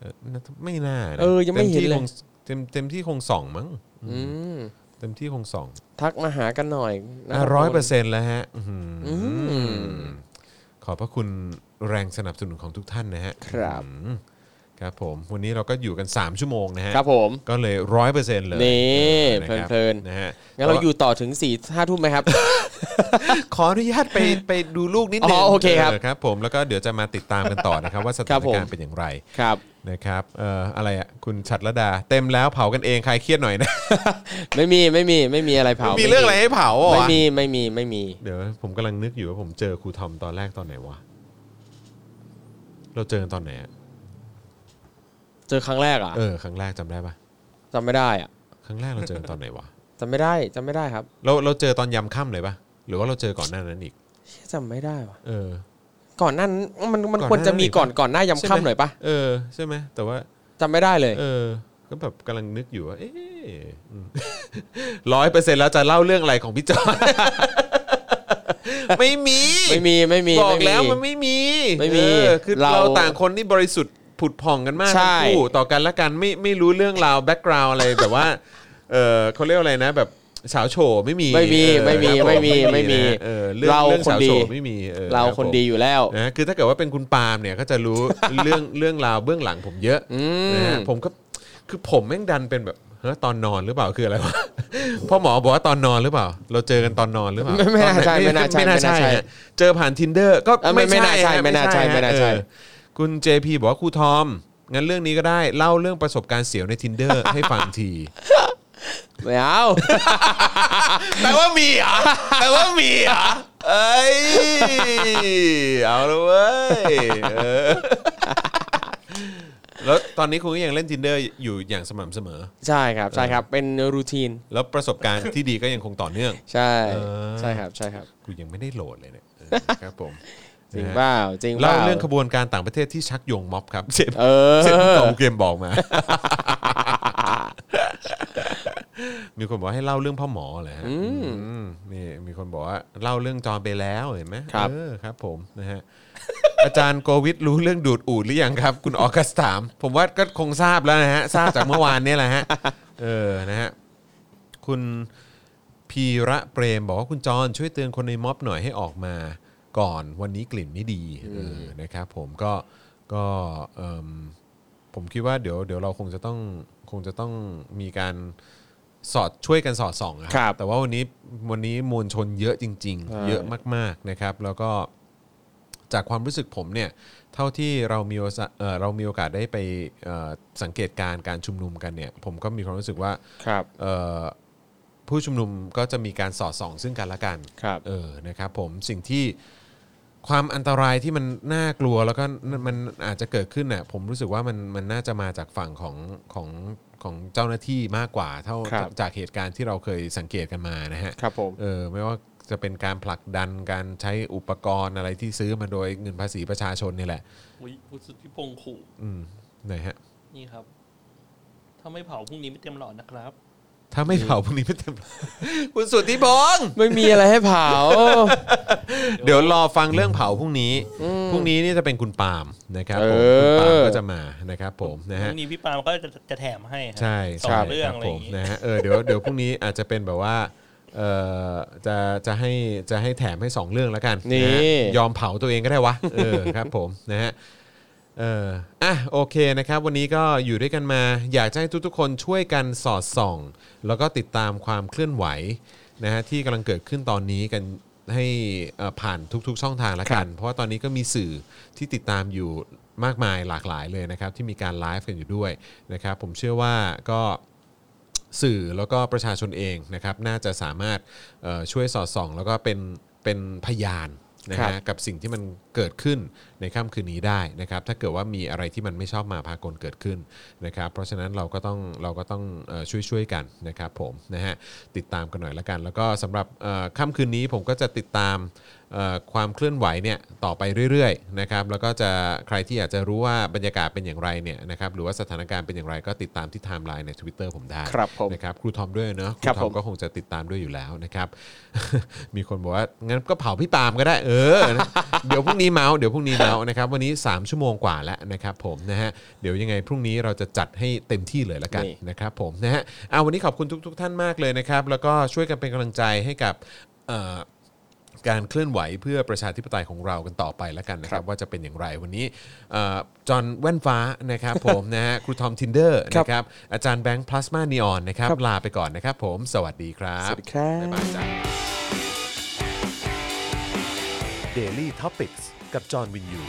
Speaker 1: เออไม่น่านะ
Speaker 2: เออยังไม่เห็นเลย
Speaker 1: เต็มที่คงเต็มเต็มที่คงส่องมั้ง
Speaker 2: อืม
Speaker 1: เต็มที่คงสอง
Speaker 2: ทักมาหากันหน่อยนะ
Speaker 1: ร้อยเปอร์เซ็นต์แล้วฮะอื้อหืออ
Speaker 2: อืม
Speaker 1: ขอบพระคุณแรงสนับสนุนของทุกท่านนะฮะ
Speaker 2: ครับ
Speaker 1: อื้อหือครับผม วันนี้เราก็อยู่กัน 3 ชั่วโมงนะฮะ
Speaker 2: ครับผม
Speaker 1: ก็เลยร้อยเปอร์เซ็นต์เลย
Speaker 2: นี่
Speaker 1: ะ
Speaker 2: เพ
Speaker 1: ครับ
Speaker 2: ลิน
Speaker 1: นะฮะ
Speaker 2: ๆงั้นเราอยู่ต่อถึงสี่ห้าทุ่มไหมครับ
Speaker 1: ขออนุญาตไปไปดูลูกนิดนึง
Speaker 2: อ๋อโอเคครับ
Speaker 1: ครับผมแล้วก็เดี๋ยวจะมาติดตามกันต่อนะครับ ว่าส
Speaker 2: ค
Speaker 1: ถา
Speaker 2: รั
Speaker 1: น
Speaker 2: บผม
Speaker 1: การณ์เป็นอย่างไร
Speaker 2: ครับ
Speaker 1: นะครับเอ่ออะไรอ่ะ คุณชัดละดา เต็มแล้วเผากันเองใครเครียดหน่อยนะ
Speaker 2: ไม่มีไม่มีไม่มีอะไรเผา
Speaker 1: มี
Speaker 2: มี
Speaker 1: เรื่องอะไรให้เผาอ่ะ
Speaker 2: ไม่
Speaker 1: วะ
Speaker 2: มีไม่มีไม่มี
Speaker 1: เดี๋ยวผมกำลังนึกอยู่ว่าผมเจอครูทอมตอนแรกตอนไหนวะ เราเจอกันตอนไหนอะ
Speaker 2: เจอครั้งแรกอ่ะ
Speaker 1: เออครั้งแรกจำได้ปะ
Speaker 2: จำไม่ได้อ่ะ
Speaker 1: ครั้งแรกเราเจอกันตอนไหนวะ
Speaker 2: จำไม่ได้จำไม่ได้ครับ
Speaker 1: เราเราเจอตอนยำค่ำเลยปะหรือว่าเราเจอก่อนหน้านั้นอีก
Speaker 2: เชี่ยจำไม่ได้ว่ะ
Speaker 1: เออ
Speaker 2: ก่อนหนั้นมันมัน
Speaker 1: ก่อนหน้า
Speaker 2: ควรจะ
Speaker 1: นั้น
Speaker 2: มี
Speaker 1: อีก
Speaker 2: ก่อนก่อนหน้า
Speaker 1: ใช่
Speaker 2: ยำ
Speaker 1: ไหม
Speaker 2: ค่ำหน่อยปะ
Speaker 1: เออใช่ไหมแต่ว่า
Speaker 2: จำไม่ได้เลย
Speaker 1: เออ ก็แบบกำลังนึกอยู่ว่าเอ ร้อยเปอร์เซ็นต์ แล้วจะเล่าเรื่องอะไรของพี่จอน ไม่มี
Speaker 2: ไม่มีไม่มี
Speaker 1: บอก
Speaker 2: ไ
Speaker 1: แล้วมันไม่มี
Speaker 2: ไม่มี
Speaker 1: เออคือเรา
Speaker 2: เรา
Speaker 1: ต่างคนนี่บริสุทธิ์ผุดผ่องกันมาก
Speaker 2: ใช่
Speaker 1: ทั้งคู่ต่อกันและกันไม่ไม่รู้เรื่องราวแบ็กกราวอะไร แบบว่าเออเขาเรียกอะไรนะ แบบสาวโฉไม่มี
Speaker 2: ไม่มี
Speaker 1: เออ
Speaker 2: ไม่มี
Speaker 1: ครับผ
Speaker 2: ไม่มีไม่มี
Speaker 1: นะเออเรื่อง
Speaker 2: เรา
Speaker 1: เรื่อง
Speaker 2: คน
Speaker 1: สาว
Speaker 2: ดี
Speaker 1: โฉไม่มีออ
Speaker 2: เรา
Speaker 1: บ
Speaker 2: คน
Speaker 1: ผม
Speaker 2: ดีอยู่แล้ว
Speaker 1: นะคือถ้าเกิดว่าเป็นคุณปาล์มเนี่ยก็จะรู้ เรื่องเรื่องราวเบื้องหลังผมเยอะ
Speaker 2: ม
Speaker 1: นะฮะผมก็คือผมแม่งดันเป็นแบบเฮ้ยตอนนอนหรือเปล่าคืออะไรวะ พ่อหมอบอกว่าตอนนอนหรือเปล่า เราเจอกันตอนนอนหรือเปล่า
Speaker 2: ไม่ไม่น่าใช่ไม่น่าใช่
Speaker 1: ไม่น่าใช่
Speaker 2: ไม่น่าใช่
Speaker 1: ฮะเจอผ่าน tinder ก็
Speaker 2: เออไม่ไม่น่าใช่
Speaker 1: ฮะ
Speaker 2: ไม่น่าใช่
Speaker 1: ฮะ
Speaker 2: ไม่น่าใช่
Speaker 1: เออคุณ JP บอกว่าครูทอม งั้นเรื่องนี้ก็ได้เล่าเรื่องประสบการณ์เสียวใน tinder ให้ฟังที
Speaker 2: ไม่เอา
Speaker 1: แปลว่ามีเหรอแปลว่ามีเหรอเอ้ยเอาเลยเว้ยเออแล้วตอนนี้คุณก็ยังเล่น tinder อยู่อย่างสม่ำเสมอ
Speaker 2: ใช่ครับใช่ครับเป็นรูทีน
Speaker 1: แล้วประสบการณ์ที่ดีก็ยังคงต่อเนื่อง
Speaker 2: ใช่
Speaker 1: เออ
Speaker 2: ใช่ครับใช่ครับ
Speaker 1: กูยังไม่ได้โหลดเลยเนี่ยเออครับผม
Speaker 2: จริงเปล่าจริงเปล่า
Speaker 1: เล่าเรื่องขบวนการต่างประเทศที่ชักโยงม็อบครับเจ็บ
Speaker 2: เออ
Speaker 1: เจ็บที่กองเกมบอกมา มีคนบอกให้เล่าเรื่องพ่อหมอเลยฮะอืมนี่มีคนบอกว่าเล่าเรื่องจอนไปแล้วเห็นไหม
Speaker 2: ครับ
Speaker 1: เออครับ ผมนะฮะ อาจารย์โกวิทรู้เรื่องดูดอูดหรือยังครับ คุณออกัสถาม ผมว่าก็คงทราบแล้วนะฮะ ทราบจากเมื่อวานเนี่ยแหละฮะ เออนะฮะ คุณพีระเปรมบอกว่าคุณจอนช่วยเตือนคนในม็อบหน่อยให้ออกมาก่อนวันนี้กลิ่นไม่ดีเออนะครับผมก็ก็เอิ่ม ผมคิดว่าเดี๋ยวเดี๋ยวเราคงจะต้องคงจะต้องมีการสอดช่วยกันสอดส่องอะ
Speaker 2: ครับ
Speaker 1: แต่ว่าวันนี้วันนี้มวลชนเยอะจริง
Speaker 2: ใช่
Speaker 1: ๆ เยอะมาก ๆนะครับ แล้วก็จากความรู้สึกผมเนี่ยเท่าที่เรามีโอกาสเอ่อเรามีโอกาสได้ไปเอ่อสังเกตการณ์การชุมนุมกันเนี่ย ผมก็มีความรู้สึกว่า
Speaker 2: ครับ
Speaker 1: เอ่อผู้ชุมนุมก็จะมีการสอดส่องซึ่งกันและกัน
Speaker 2: ครับ
Speaker 1: เออนะครับผมสิ่งที่ความอันตรายที่มันน่ากลัวแล้วก็มันอาจจะเกิดขึ้นน่ะผมรู้สึกว่ามันมันน่าจะมาจากฝั่งของของของเจ้าหน้าที่มากกว่าเท่า
Speaker 2: ครับ
Speaker 1: จากเหตุการณ์ที่เราเคยสังเกตกันมานะฮะ
Speaker 2: ครับผม
Speaker 1: เออไม่ว่าจะเป็นการผลักดันการใช้อุปกรณ์อะไรที่ซื้อมาโดยเงินภาษีประชาชนนี่แหละ
Speaker 4: อุ๊ยคุณสุทธิพงษ์ขู่
Speaker 1: อืมไหนฮะ
Speaker 4: นี่ครับ ถ้าไม่เผาพรุ่งนี้ไม่เต็มหลอดนะครับ
Speaker 1: ถ้าไม่เผาพวกนี้ไม่เต็ม คุณสุทธิพงษ์
Speaker 2: ไม่มีอะไรให้เผา
Speaker 1: เดี๋ยวรอฟังเรื่องเผาพรุ่งนี้ พรุ่งนี้นี่จะเป็นคุณปาล์มนะครับผม
Speaker 2: เอ
Speaker 1: คุ
Speaker 2: อ
Speaker 1: ณปาล์มก็จะมานะครับผมนะ
Speaker 4: พ
Speaker 1: ฮะ
Speaker 4: รุ่งนี้พี่ปาล์มก็จะจะแถมให้ฮะ
Speaker 1: ใช่
Speaker 4: สอ
Speaker 1: ใช่
Speaker 4: งเรื่อง
Speaker 1: ค
Speaker 4: อะ
Speaker 1: บ
Speaker 4: ไร
Speaker 1: ผ
Speaker 4: อ
Speaker 1: ม
Speaker 4: ย่างงี้
Speaker 1: นะฮะ เออเดี๋ยวเดี๋ยวพรุ่งนี้อาจจะเป็นแบบว่า เออจะจะให้จะให้แถมให้สองเรื่องแล้วกันะฮะ
Speaker 2: นี่
Speaker 1: ยอมเผาตัวเองก็ได้วะ เออครับผมนะฮะ เอออ่ะโอเคนะครับ วันนี้ก็อยู่ด้วยกันมา อยากจะให้ทุกๆคนช่วยกันสอดส่อง แล้วก็ติดตามความเคลื่อนไหวนะฮะที่กำลังเกิดขึ้นตอนนี้กันให้เอ่อผ่านทุกๆช่องทางละกัน เพราะว่าตอนนี้ก็มีสื่อที่ติดตามอยู่มากมายหลากหลายเลยนะครับ ที่มีการไลฟ์กันอยู่ด้วยนะครับ ผมเชื่อว่าก็ สื่อแล้วก็ประชาชนเองนะครับน่าจะสามารถเอ่อช่วยสอดส่อง แล้วก็เป็นเป็นพยานนะ
Speaker 2: ครั
Speaker 1: ฮะ
Speaker 2: บ
Speaker 1: กับสิ่งที่มันเกิดขึ้นในค่ำคืนนี้ได้นะครับถ้าเกิดว่ามีอะไรที่มันไม่ชอบมาพากลเกิดขึ้นนะครับเพราะฉะนั้นเราก็ต้องเราก็ต้องช่วยช่วยๆกันนะครับผมนะฮะติดตามกันหน่อยละกัน แล้วก็สำหรับเอ่อค่ำคืนนี้ผมก็จะติดตาม เอ่อความเคลื่อนไหวเนี่ยต่อไปเรื่อยๆนะครับแล้วก็จะใครที่อยากจะรู้ว่าบรรยากาศเป็นอย่างไรเนี่ยนะครับหรือว่าสถานการณ์เป็นอย่างไรก็ติดตามที่ไทม์ไลน์ใน Twitter ผมได้
Speaker 2: ครับผม
Speaker 1: นะครับครูทอมด้วยเนอะครู
Speaker 2: ครับ
Speaker 1: ทอ
Speaker 2: ผม ม
Speaker 1: ก็คงจะติดตามด้วยอยู่แล้วนะครับ มีคนบอกว่างั้นก็เผาพี่ปาล์มก็ได้เออ นะเดี๋ยวพรุ่งนี้เมาส์เดี๋ยวพรุ่งนี้เมาส์นะครับวันนี้ 3 ชั่วโมงกว่าแล้วนะครับผมนะฮะเดี๋ยวยังไงพรุ่งนี้เราจะจัดให้เต็มที่เลยละกัน
Speaker 2: นี่
Speaker 1: นะครับผมนะฮะเอาวันนี้ขอบคุณทุกทท่านมากเลยนะครับ แล้วก็ช่วยกันเป็นกำลังใจให้กับเอ่อการเคลื่อนไหวเพื่อประชาธิปไตยของเรากันต่อไปแล้วกันนะครับ ว่าจะเป็นอย่างไรวันนี้เอ่อจอห์นแว่นฟ้านะครับ ผมนะฮะครูทอมทินเดอร์
Speaker 2: ครับ
Speaker 1: นะครับอาจารย์แบงค์พลาสมานีออนนะครับ
Speaker 2: ครับ
Speaker 1: ลาไปก่อนนะครับผม สวัสดีครับ
Speaker 2: สวัสดีครับ
Speaker 1: บ๊ายบายจ้า
Speaker 9: Daily t o p i c กกับจอห์นวินยู